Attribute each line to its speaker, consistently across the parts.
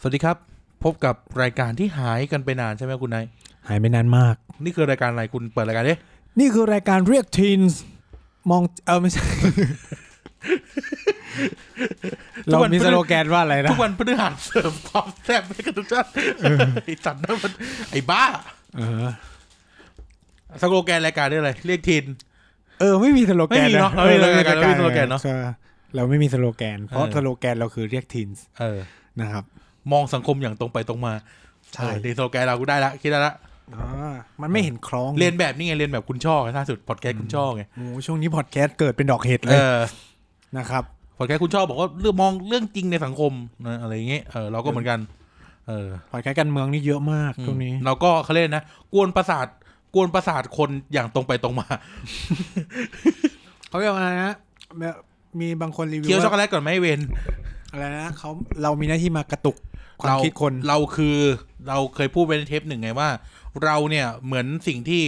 Speaker 1: สวัสดีครับ พบกับรายการที่หายกันไปนานใช่ไหมคุณนาย
Speaker 2: หายไปนานมาก
Speaker 1: นี่คือรายการอะไรคุณเปิดรายการดิ
Speaker 2: นี่คือรายการเรียกทีนมองเออไม่ใช่ เรามีสโลแกนว่าอะไรนะ
Speaker 1: ทุกวันพฤหัสเสริมความแซ่บให้กับทุกท่านไอ้สัตว์นั่นมันไอ้บ้า
Speaker 2: เออ
Speaker 1: สโลแกนรายการได้เลยเรียกทิน
Speaker 2: เออ ไม่มีสโลแกน
Speaker 1: ไม่มีเนอะ
Speaker 2: ออ
Speaker 1: เราไม่มีเราไม่มีสโลแกนเนอะ
Speaker 2: ใช่เราไม่มีสโลแกน เพราะ
Speaker 1: เออ
Speaker 2: สโลแกนเราคือเรียกทีน
Speaker 1: เออ
Speaker 2: นะครับ
Speaker 1: มองสังคมอย่างตรงไปตรงมา
Speaker 2: ใช่
Speaker 1: เออดีสโลแกนเรากูได้ละคิดได้ละ
Speaker 2: อ่ามันไม่เห็นคล้อง
Speaker 1: เรียนแบบนี่ไงเรียนแบบคุณช่อไงล่าสุดพอดแคสต์คุณช่อไง
Speaker 2: โอ้โหช่วงนี้พอดแคสต์เกิดเป็นดอกเห็ดเล
Speaker 1: เอย อ
Speaker 2: นะครับ
Speaker 1: พอดแคสต์คุณช่อบอกว่าเรื่องมองเรื่องจริงในสังคมนะอะไรอย่างเงี้ยเออเราก็เหมือนกัน เออ
Speaker 2: พอดแคสต์การเมืองนี่เยอะมากช่วงนี้
Speaker 1: เราก็เขาเรียกนะกวนประสาทกวนประสาทคนอย่างตรงไปตรงมา
Speaker 2: เขาเรียกว่าอะไรนะแบบมีบางคนรีวิว
Speaker 1: เคี้ยวช็อกโก
Speaker 2: ว่า
Speaker 1: แลตก่อนไหมเวน
Speaker 2: อะไรนะเขาเรามีหน้าที่มากระตุกความ
Speaker 1: เรา
Speaker 2: คิดคน
Speaker 1: เราคือเราเคยพูดไปในเทปหนึ่งไงว่า เราเนี่ยเหมือนสิ่งที่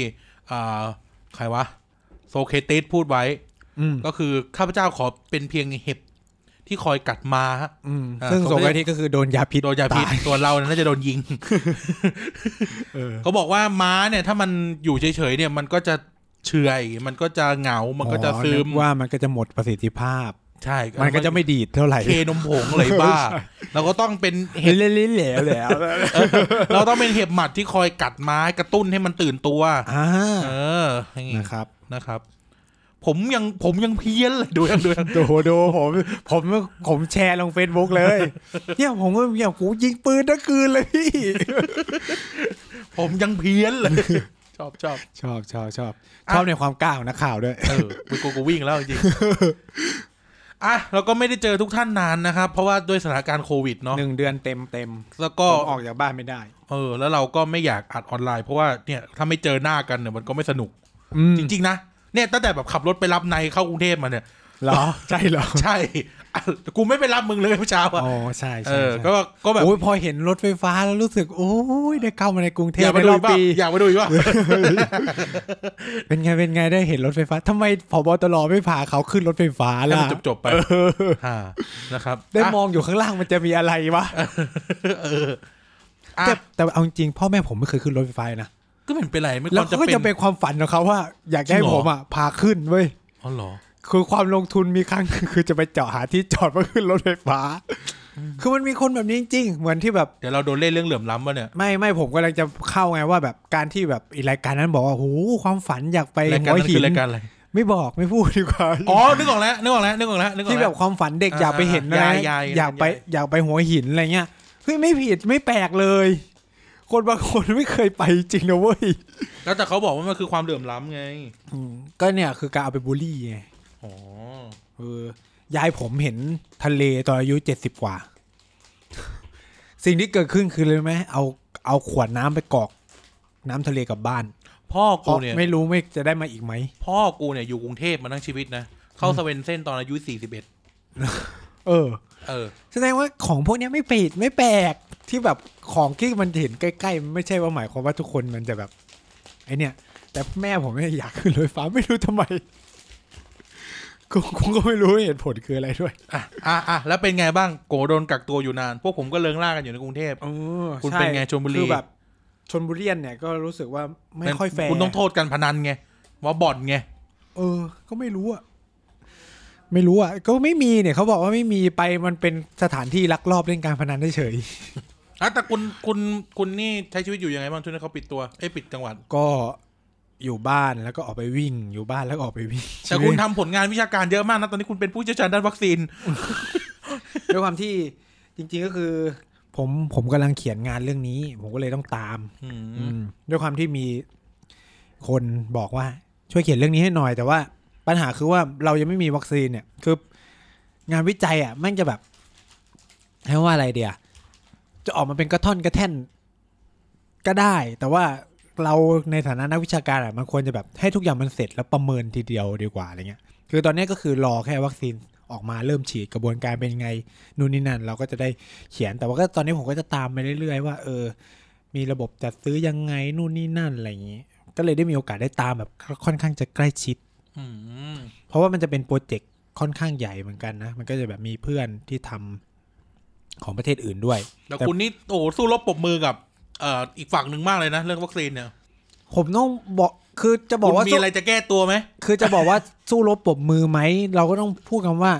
Speaker 1: อ่าใครวะโซเครติสพูดไว้
Speaker 2: อืม
Speaker 1: ก็คือข้าพเจ้าขอเป็นเพียงเห็บที่คอยกัดมาฮะ
Speaker 2: อืม
Speaker 1: อ่า
Speaker 2: ซึ่ง
Speaker 1: เขา
Speaker 2: โซ
Speaker 1: เรี
Speaker 2: กาย
Speaker 1: ก
Speaker 2: ที่ก็คือโดนยาพิษ
Speaker 1: โดนยาพิษ
Speaker 2: ต
Speaker 1: ตัวนเราเนี่ยน่าจะโดนยิง
Speaker 2: เออ
Speaker 1: เขาบอกว่าม้าเนี่ย ถ้ามันอยู่เฉยๆเนี่ยมันก็จะเฉื่อยมันก็จะเหงา มันก็จะ
Speaker 2: อ๋อ
Speaker 1: ซึม
Speaker 2: นึกว่ามันก็จะหมดประสิทธิภาพ
Speaker 1: ใช่
Speaker 2: มันก็จะไม่ดีดเท่าไหร่
Speaker 1: เคนมผงเลยบ้า เราก็ต้องเป็นเห็
Speaker 2: เห็
Speaker 1: บ
Speaker 2: นลิ้นเหลวแล้ว
Speaker 1: เราต้องเป็นเห็บหมัดที่คอยกัดไม้กระตุ้นให้มันตื่นตัว
Speaker 2: อ่า
Speaker 1: เอออย่างงี้
Speaker 2: นะครับ
Speaker 1: นะครับ ผมยังผมยังเพี้ยนเลยดูยังดูยัง
Speaker 2: โดโดผมผมผมแชร์ลง Facebook เลยเนี่ยผมก็เนี่ยกูยิงปืนทั้งคืนเลยพี่
Speaker 1: ผมยังเพี้ยนเลย ชอบชอบ
Speaker 2: ชอบชอบชอบ
Speaker 1: อ่ะ
Speaker 2: ชอบในความกล้าของนักข่าวด้วย
Speaker 1: เออกูกูกูวิ่งแล้วจริง ๆอ่ะเราก็ไม่ได้เจอทุกท่านนานนะครับ เพราะว่าด้วยสถานการณ์โควิดเนาะ
Speaker 2: หนึ่งเดือนเต็มเต็ม
Speaker 1: แล้ว
Speaker 2: ผ
Speaker 1: ก็
Speaker 2: มออกจากบ้านไม่ได้
Speaker 1: เออ แล้วเราก็ไม่อยากอัดออนไลน์เพราะว่าเนี่ยถ้าไม่เจอหน้ากันเนี่ยมันก็ไม่สนุก จริง ๆ นะเนี่ยตั้งแต่แบบขับรถไปรับในเข้ากรุงเทพมาเนี่ย
Speaker 2: เหรอ ใช่เหรอ
Speaker 1: ใช่ อ่ะกูไม่ไปรับมึงเลยเมื่อเช้าอ่ะ
Speaker 2: อ๋อใช่
Speaker 1: เอ
Speaker 2: ใช่
Speaker 1: อ
Speaker 2: ใช่
Speaker 1: ก็ก็แบบ
Speaker 2: โอ้ยพอเห็นรถไฟฟ้าแล้วรู้สึก โอ้ยได้เข้ามาในกรุงเท
Speaker 1: อ
Speaker 2: พ
Speaker 1: ยากไป
Speaker 2: ใน
Speaker 1: ดู
Speaker 2: รอ
Speaker 1: อีก
Speaker 2: บ
Speaker 1: เปล่า
Speaker 2: ปี
Speaker 1: อยากไปดูอีกเปล่า
Speaker 2: เป็นไง เป็นไงได้เห็นรถไฟฟ้าทำไมผบตรไม่พาเขาขึ้นรถไฟฟ้า
Speaker 1: ให้
Speaker 2: ล่ะ
Speaker 1: มันจบ ๆ ไปฮ่านะครับ
Speaker 2: ได้มองอยู่ข้างล่างมันจะมีอะไรวะ
Speaker 1: อ่ะ
Speaker 2: แต่แต่เอาจริงๆพ่อแม่ผมไม่เคยขึ้นรถไฟฟ้านะ
Speaker 1: ก็ไม่เห็นเป็นไรไม่ค
Speaker 2: แล้ว
Speaker 1: วรจะ
Speaker 2: เขาก็จะ
Speaker 1: เป็
Speaker 2: เป็น นความฝันของเขาว่า อยากจะให้
Speaker 1: จริงเหร
Speaker 2: ผ
Speaker 1: อ
Speaker 2: มอ่ะพาขึ้นเว้ย
Speaker 1: อ๋อเหรอ
Speaker 2: คือความลงทุนมีครั้ง คือจะไปเจาะหาที่จอดเพื่อขึ้นรถไฟฟ้า คือมันมีคนแบบนี้จริงๆเหมือนที่แบบ
Speaker 1: เดี๋ยวเราโดนเล่นเรื่องเหลื่อมล้ำวะเนี่ย
Speaker 2: ไม่ไม่ผมกำลังจะเข้าไงว่าแบบการที่แบบอีรายการนั้นบอกว่าโอ้โหความฝันอยากไป
Speaker 1: รายการ
Speaker 2: หัว
Speaker 1: นั้น
Speaker 2: หิ
Speaker 1: คื
Speaker 2: น
Speaker 1: อรายการอะไร
Speaker 2: ไม่บอกไม่พูดดีกว่า
Speaker 1: อ๋อ นึกออกแล้ว นึกออกแล้ว นึกออกแล้ว นึกออก
Speaker 2: ที่
Speaker 1: แล้ว
Speaker 2: แบบความฝันเด็กอยากไปเห็นนะ
Speaker 1: อ่าๆยายๆ
Speaker 2: อยากไป
Speaker 1: ยาย
Speaker 2: อยากไปหัวหินอะไรเงี้ยเฮ้ยไม่ผิดไม่แปลกเลย คนบาง คนไม่เคยไปจริงนะเว้ย
Speaker 1: แล้วแต่เขาบอกว่ามันคือความเหลื่อมล้ำไง
Speaker 2: อืมก็เนี่ยคือการเอาไปบูลลี่ไง
Speaker 1: อ๋อ
Speaker 2: เออยายผมเห็นทะเลตอนอายุเจ็ดสิบก ว่า สิ่งที่เกิดขึ้นคือเลยไหมเอาเอาขวดน้ำไปกรอก น้ำทะเลกลับบ้าน
Speaker 1: พ่อ
Speaker 2: เพ
Speaker 1: กู
Speaker 2: ราะ
Speaker 1: เนี่ย
Speaker 2: ไม่รู้ไม่จะได้มาอีกไหม
Speaker 1: พ่อกูเนี่ยอยู่กรุงเทพมาทั้งชีวิตนะ เข้าสเวนเซ่นตอนอายุสี่สิบเอ็ด
Speaker 2: เออ
Speaker 1: เออ
Speaker 2: แสดงว่าของพวกเนี้ยไม่ผิดไม่แปลกที่แบบของที่มันเห็นใกล้ๆมันไม่ใช่ว่าหมายความว่าทุกคนมันจะแบบไอเนี่ย แต่แม่ผมไม่ยอยากขึ้นรถไฟฟ้าไม่รู้ทำไม กูกูก็ไม่รู้เหตุผลคืออะไรด้วย
Speaker 1: อ่ะ อ่ะอ่ะแล้วเป็นไงบ้าง โกโดนกักตัวอยู่นาน พวกผมก็เลิงล่ากันอยู่ในกรุงเทพ คุณเป็นไงชลบุรี
Speaker 2: คือแบบชนบุรีเนี่ยก็รู้สึกว่าไม่ค่อยแฟร์
Speaker 1: คุณต้องโทษการพนันไง ว่าบ่อนไง
Speaker 2: เออ ก็ไม่รู้อะไม่รู้อะก็ไม่มีเนี่ยเขาบอกว่าไม่มีไปมันเป็นสถานที่ลักลอบเล่นการพนันเฉย
Speaker 1: อ่ะแต่คุณคุณคุณนี่ใช้ชีวิตอยู่ยังไงบ้างช่วงนี้เขาปิดตัวเอ้ยปิดจังหวัด
Speaker 2: ก็อยู่บ้านแล้วก็ออกไปวิ่ง อยู่บ้านแล้วก็ออกไปวิ่ง
Speaker 1: แต่คุณทำผลงานวิชาการเยอะมากนะ ตอนนี้คุณเป็นผู้เชี่ยวชาญด้านวัคซีน
Speaker 2: ด้วยความที่จริงๆก็คือ ผมผมกำลังเขียนงานเรื่องนี้ ผมก็เลยต้องตาม
Speaker 1: อื
Speaker 2: อื
Speaker 1: ม
Speaker 2: มด้วยความที่มีคนบอกว่าช่วยเขียนเรื่องนี้ให้หน่อย แต่ว่าปัญหาคือว่าเรายังไม่มีวัคซีนเนี่ย คืองานวิจัยอ่ะแมันจะแบบให้ว่าอะไรเดียจะออกมาเป็นกระท่อนกระแท่นก็ได้ แต่ว่าเราในฐานะนักวิชาการอ่ะมันควรจะแบบให้ทุกอย่างมันเสร็จแล้วประเมินทีเดียวดีกว่าอะไรเงี้ย คือตอนนี้ก็คือรอแค่วัคซีนออกมาเริ่มฉีดกระบวนการเป็นยังไงนู่นนี่นั่นเราก็จะได้เขียน แต่ว่าก็ตอนนี้ผมก็จะตามไปเรื่อยๆว่าเออ มีระบบจัดซื้อยังไงนู่นนี่นั่นอะไรอย่างนี้ ก็เลยได้มีโอกาสได้ตามแบบค่อนข้างจะใกล้ชิด
Speaker 1: อืม
Speaker 2: เพราะว่ามันจะเป็นโปรเจกต์ค่อนข้างใหญ่เหมือนกันนะ มันก็จะแบบมีเพื่อนที่ทำ ของประเทศอื่นด้วย
Speaker 1: แต่คุณนี่โอ้โหสู้รบปรบมือกับเอ่ออีกฝั่งหนึ่งมากเลยนะ เรื่องวัคซีนเนี่ย
Speaker 2: ผมต้องบอกคือจะบอกว่า
Speaker 1: คุณมี
Speaker 2: สู้
Speaker 1: อะไรจะแก้ตัวไหม
Speaker 2: คือจะบอกว่าสู้รบปรบมือไหม เราก็ต้องพูดคำว่า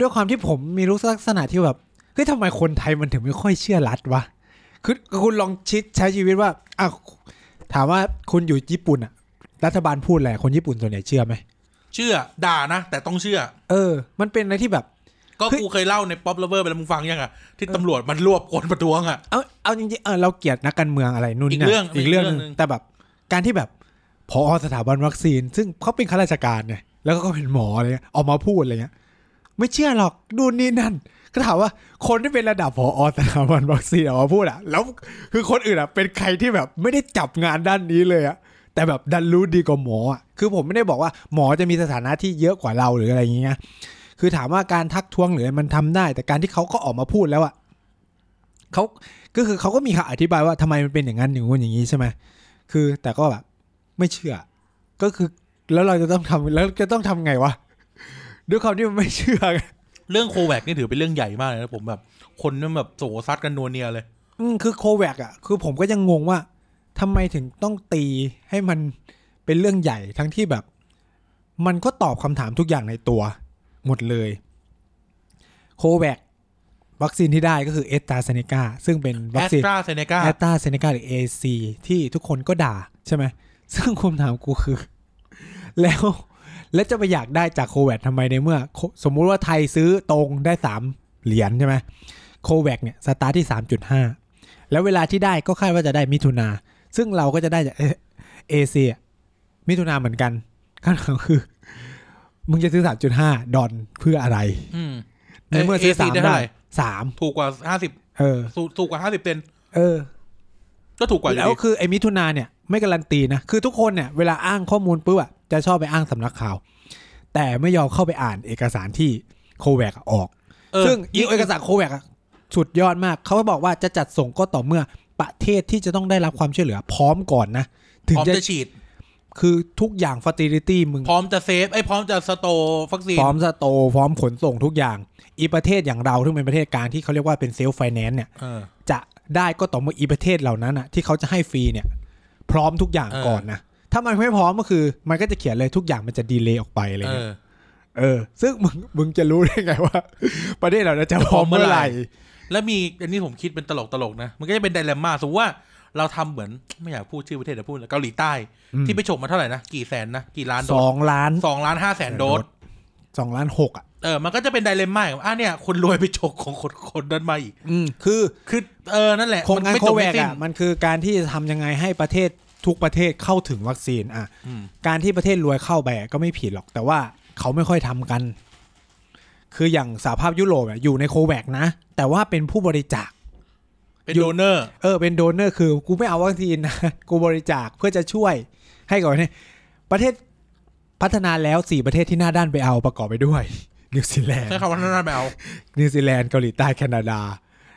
Speaker 2: ด้วยความที่ผมมีรู้ลักษณะที่แบบเฮ้ยทำไมคนไทยมันถึงไม่ค่อยเชื่อรัฐวะคือคุณลองชิดใช้ชีวิตว่าอ่ะถามว่าคุณอยู่ญี่ปุ่นอะรัฐบาลพูดอะไรคนญี่ปุ่นส่วนใหญ่เชื่อไหม
Speaker 1: เชื่อด่านะแต่ต้องเชื่อ
Speaker 2: เออ มันเป็นอะไรที่แบบ
Speaker 1: ก็
Speaker 2: เฮ้ย
Speaker 1: กูเคยเล่าในป๊อปเลเวอร์ไปแล้วมึงฟังยังอ่ะที่ตำรวจมันรวบคนประท้วงอ่ะ
Speaker 2: เอาเอาจริงๆเออเราเกลียดนักการเมืองอะไรนู่นนี่
Speaker 1: อี
Speaker 2: นั่
Speaker 1: กเรื่อง
Speaker 2: นอีกเรื่องหนึง
Speaker 1: อีกเรื่องหนึ่ง
Speaker 2: แต่แบบการที่แบบพอสถาบันวัคซีน ซึ่งเขาเป็นข้าราชการไงแล้วก็เป็นหมออะไรเงี้ยออกมาพูดอะไรเงี้ยไม่เชื่อหรอกดูนนี่นั่น ก็ถามว่าคนที่เป็นระดับพอสถาบันวัคซีนออกมาพูดอ่ะแล้วคือคนอื่นอ่ะเป็นใครที่แบบไม่ได้จับงานด้านนี้เลยอ่ะแต่แบบดันรู้ดีกว่าหมออ่ะคือผมไม่ได้บอกว่าหมอจะมีสถานะที่เยอะกว่าเราหรืออะไรอย่างเงี้ยคือถามว่าการทักท้วงหรืออะไรมันทำได้ แต่การที่เขาก็ออกมาพูดแล้วอ่ะเขา ก็คือเขาก็มีคำอธิบายว่าทำไมมันเป็นอย่างนั้นอย่างงู้นอย่างนี้ใช่ไหมคือแต่ก็แบบไม่เชื่อ ก็คือแล้วเราจะต้องทำแล้วจะต้องทำไงวะด้วยความที่มันไม่เชื่อไง
Speaker 1: เรื่องโควิดนี่ถือเป็นเรื่องใหญ่มากเลยนะผมแบบ คนนั่นแบบโสซัดกันนัวเนียเลย
Speaker 2: อืมคือโควิดอ่ะ คือผมก็ยังงงว่าทำไมถึงต้องตีให้มันเป็นเรื่องใหญ่ทั้งที่แบบ มันก็ตอบคำถามทุกอย่างในตัว หมดเลยโควิดวัคซีนที่ได้ก็คือเอสตาเซเนกาซึ่งเป็นวั
Speaker 1: แอ
Speaker 2: ค
Speaker 1: ส
Speaker 2: ซีน
Speaker 1: ตราเซเนกา
Speaker 2: แอตตาเซเนกาหรือเอซีที่ทุกคนก็ด่าใช่ไหม ซึ่งคำถามกูคือ แล้วแล้วจะไปอยากได้จากโควิดทำไมในเมื่อโคสมมุติว่าไทยซื้อตรงได้ 3 เหรียญใช่ไหมโควิดเนี่ยสตาร์ทที่ 3.5 แล้วเวลาที่ได้ก็คาดว่าจะได้มิถุนาซึ่งเราก็จะได้จากเอเซียมิถุนาเหมือนกันคำถามคือ มึงจะซื้อ 3.5 ดอนเพื่ออะไร
Speaker 1: อืม
Speaker 2: ในเมื่อซื้อ
Speaker 1: AC
Speaker 2: สาม
Speaker 1: ได้เท่า
Speaker 2: ได้
Speaker 1: ไหร่
Speaker 2: สาม
Speaker 1: ถูกกว่าห้าสิบ
Speaker 2: เออ
Speaker 1: ถูกกว่าห้าสิบเซน
Speaker 2: เออ
Speaker 1: ก็ถูกกว่าอยู่
Speaker 2: แล้ว
Speaker 1: ดี
Speaker 2: คือไอ้มิถุนาเนี่ยไม่การันตีนะ คือทุกคนเนี่ยเวลาอ้างข้อมูลปุ๊บอะจะชอบไปอ้างสำนักข่าว แต่ไม่ยอมเข้าไปอ่านเอกสารที่โคแวกออก
Speaker 1: เออ
Speaker 2: ซึ่งอีกเอกสารโคแวกสุดยอดมาก เขาบอกว่าจะจัดส่งก็ต่อเมื่อประเทศที่จะต้องได้รับความช่วยเหลือพร้อมก่อนนะ ถึง
Speaker 1: พร้อม
Speaker 2: จะ
Speaker 1: จะฉีด
Speaker 2: คือทุกอย่างฟ a ติลิตี้มึง
Speaker 1: พร้อมจะเซฟไอ้ยพร้อมจะสโตร์วัคซีน
Speaker 2: พร้อมสโตร์พร้อมขนส่งทุกอย่าง อีประเทศอย่างเราที่งเป็นประเทศกลางที่เขาเรียกว่าเป็นเซลฟ์ไฟแนนซ์เนี่ย
Speaker 1: เออ
Speaker 2: จะได้ก็ต่อเมื่ออีประเทศเหล่านั้นอะที่เขาจะให้ฟรีเนี่ย พร้อมทุกอย่าง
Speaker 1: เออ
Speaker 2: ก่อนนะถ้ามันไม่พร้อมก็คือ มันก็จะเขียนเลยทุกอย่างมันจะดีเลย์ออกไปอะไร
Speaker 1: เอ
Speaker 2: เงี้ย
Speaker 1: อ
Speaker 2: เออซึ่งมึงมึงจะรู้ได้ไงว่า ประเทศเราจะพร้อมเมื่อไหร่
Speaker 1: แล้วมีอันนี้ผมคิดเป็นตลกตลกๆนะ มันก็จะเป็นไดเลมม่าสมมติว่าเราทำเหมือนไม่อยากพูดชื่อประเทศแต่พูดเลยเกาหลีใต้
Speaker 2: อืม
Speaker 1: ที่ไปฉกมาเท่าไหร่นะกี่แสนนะกี่ล้านโด
Speaker 2: ส
Speaker 1: ส
Speaker 2: องล้าน
Speaker 1: สองล้านห้าแสนโดส
Speaker 2: สองล้านหกอ่ะ
Speaker 1: เออมันก็จะเป็นไดเลมม่าอย่างอ่ะเนี่ยคนรวยไปฉกของคนคนนั้นมาอีก
Speaker 2: อืมคือ
Speaker 1: คือเออนั่นแหละ
Speaker 2: โครง
Speaker 1: มั
Speaker 2: การ
Speaker 1: ไม่
Speaker 2: โค
Speaker 1: จบ
Speaker 2: แว
Speaker 1: ไม่
Speaker 2: ก
Speaker 1: สิ้น
Speaker 2: อ่ะมันคือการที่จะทำยังไงให้ประเทศทุกประเทศเข้าถึงวัคซีนอ่ะ
Speaker 1: อืม
Speaker 2: การที่ประเทศรวยเข้าไปก็ไม่ผิดหรอก แต่ว่าเขาไม่ค่อยทำกัน คืออย่างสหภาพยุโรปอะอยู่ในโคแวกนะ แต่ว่าเป็นผู้บริจาค
Speaker 1: เป็น
Speaker 2: อยู่
Speaker 1: โดเนอร์
Speaker 2: เออเป็นโดเนอร์คือ กูไม่เอาวัคซีนนะ กูบริจาคเพื่อจะช่วยให้ก่อนเนี่ยประเทศพัฒนาแล้วสี่ประเทศที่หน้าด้านไปเอาประกอบไปด้วย นิวซีแลนด์
Speaker 1: ใช้คำว่านั่นไม่เอา
Speaker 2: นิวซีแลนด์เกาหลีใต้แคนาดา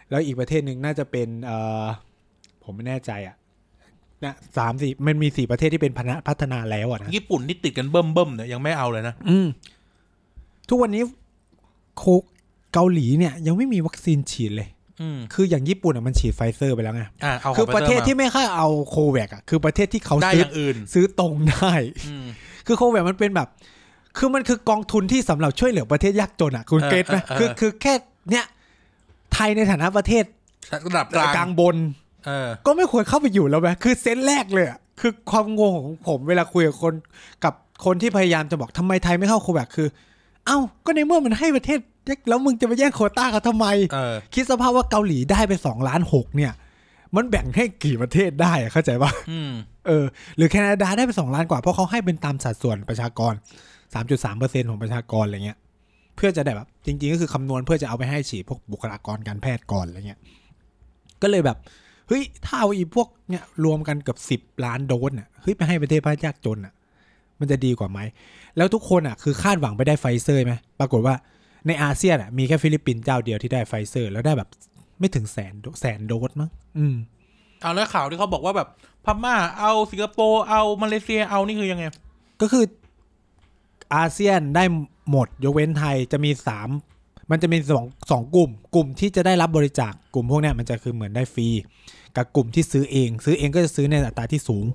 Speaker 2: แล้วอีกประเทศหนึ่งน่าจะเป็นเออผมไม่แน่ใจอ่ะนะสามสี่มันมีสี่ประเทศที่เป็นพัฒนาพัฒนาแล้วอะนะ
Speaker 1: ญี่ปุ่นนี่ติดกันเบิ่มเบิ่มๆเนี่ยยังไม่เอาเลยนะ
Speaker 2: อืมทุกวันนี้โคเกาหลีเนี่ย ยังไม่มีวัคซีนฉีดเลย
Speaker 1: อืม
Speaker 2: คืออย่างญี่ปุ่นอ่ะมันฉีดไฟเซอร์ไปแล้วไง
Speaker 1: อ่าเอา
Speaker 2: คือประเทศที่
Speaker 1: มา
Speaker 2: ไม่ค่อยเอาโคแวกอ่ะ คือประเทศที่เขา
Speaker 1: ได้
Speaker 2: ซื้
Speaker 1: อ
Speaker 2: อย่าง
Speaker 1: อื่น
Speaker 2: ซื้อตรงได้
Speaker 1: อืม
Speaker 2: คือโคแวกมันเป็นแบบ คือมันคือกองทุนที่สำหรับช่วยเหลือประเทศยากจนอ่ะ คุณ
Speaker 1: เออ
Speaker 2: เก็ตไหม
Speaker 1: เออเออ
Speaker 2: คือคือแค่เนี้ยไทยในฐานะประเทศ
Speaker 1: ระดับก
Speaker 2: ก
Speaker 1: ลา
Speaker 2: ลาง งบน
Speaker 1: เออ
Speaker 2: ก็ไม่ควรเข้าไปอยู่แล้วไหมคือเซนส์แรกเลยอะคือความงงของผมเวลาคุยกับคนกับคนที่พยายามจะบอกทำไมไทยไม่เข้าโคแวคคือ เอ้า ก็ในเมื่อมันให้ประเทศเล็กแล้วมึงจะไปแย่งโควต้าเขาทำไม
Speaker 1: เออ
Speaker 2: คิดสภาพว่าเกาหลีได้ไปสองล้านหกเนี่ย มันแบ่งให้กี่ประเทศได้อะเข้าใจปะ
Speaker 1: อืม
Speaker 2: เออ หรือแคนาดาได้ไปสองล้านกว่า เพราะเขาให้เป็นตามสัดส่วนประชากรสามจุดสามเปอร์เซ็นของประชากรอะไรเงี้ย เพื่อจะได้แบบจริงๆก็คือคำนวณเพื่อจะเอาไปให้ฉีดพวกบุคลากรการแพทย์ก่อนอะไรเงี้ย ก็เลยแบบเฮ้ยถ้าเอาอีพวกเนี่ยรวมกันเกือบสิบ10 ล้านโดสเนี่ยเฮ้ยไปให้ประเทศพยากจนอ่ะ มันจะดีกว่าไหม แล้วทุกคนอ่ะคือคาดหวังไปได้ไฟเซอร์ไหมปรากฏว่าในอาเซียนอ่ะมีแค่ฟิลิปปินส์เจ้าเดียวที่ได้ไฟเซอร์ แล้วได้แบบไม่ถึงแสนโดแสนโดสมั้งอืม
Speaker 1: เอาแล้วข่าวที่เขาบอกว่าแบบพม่าเอาสิงคโปร์เอามาเลเซียเอานี่คือยังไง
Speaker 2: ก็คืออาเซียนได้หมดยกเว้นไทยจะมีสาม มันจะมีสองสองกลุ่ม กลุ่มที่จะได้รับบริจาคกลุ่มพวกเนี้ยมันจะคือเหมือนได้ฟรีกับกลุ่มที่ซื้อเอง ซื้อเองก็จะซื้อในอัตราที่สูง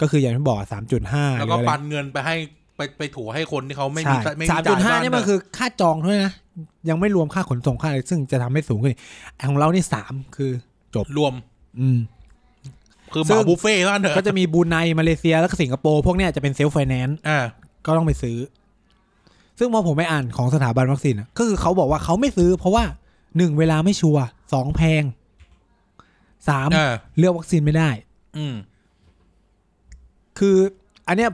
Speaker 2: ก็คืออย่างที่บอกสามจุดห้า
Speaker 1: แล้วก็ปันเงินไปให้ไปไปถูให้คนที่เขาไม่มีไม่มี
Speaker 2: สาม
Speaker 1: จ่
Speaker 2: จุด
Speaker 1: ย
Speaker 2: ห้า
Speaker 1: บ้ง
Speaker 2: นี่มันคือค่าจองด้วยนะยังไม่รวมค่าขนส่งค่าอะไรซึ่งจะทำให้สูงขึ้นไอ้ของเรานี่สามคือจบ
Speaker 1: รวม
Speaker 2: อืม
Speaker 1: คือเห
Speaker 2: ซึ่
Speaker 1: มาง บุฟเฟ่ต์ว่างั้นเถ
Speaker 2: ก็
Speaker 1: อะ
Speaker 2: จะมีบรูไนมาเลเซียแล้วก็สิงคโปร์พวกเนี้ยจะเป็นเซลฟ์ไฟแนนซ์
Speaker 1: อ่า
Speaker 2: ก็ต้องไปซื้อ ซึ่งพอผมไปอ่านของสถาบันวัคซีนอะก็คือเขาบอกว่าเขาไม่ซื้อ เพราะว่าหนึ่งเวลาไม่ชัวร์สองแพงสาม
Speaker 1: อ่า
Speaker 2: เลือกวัคซีนไม่ได้
Speaker 1: อืม
Speaker 2: คือ อันเนี้ย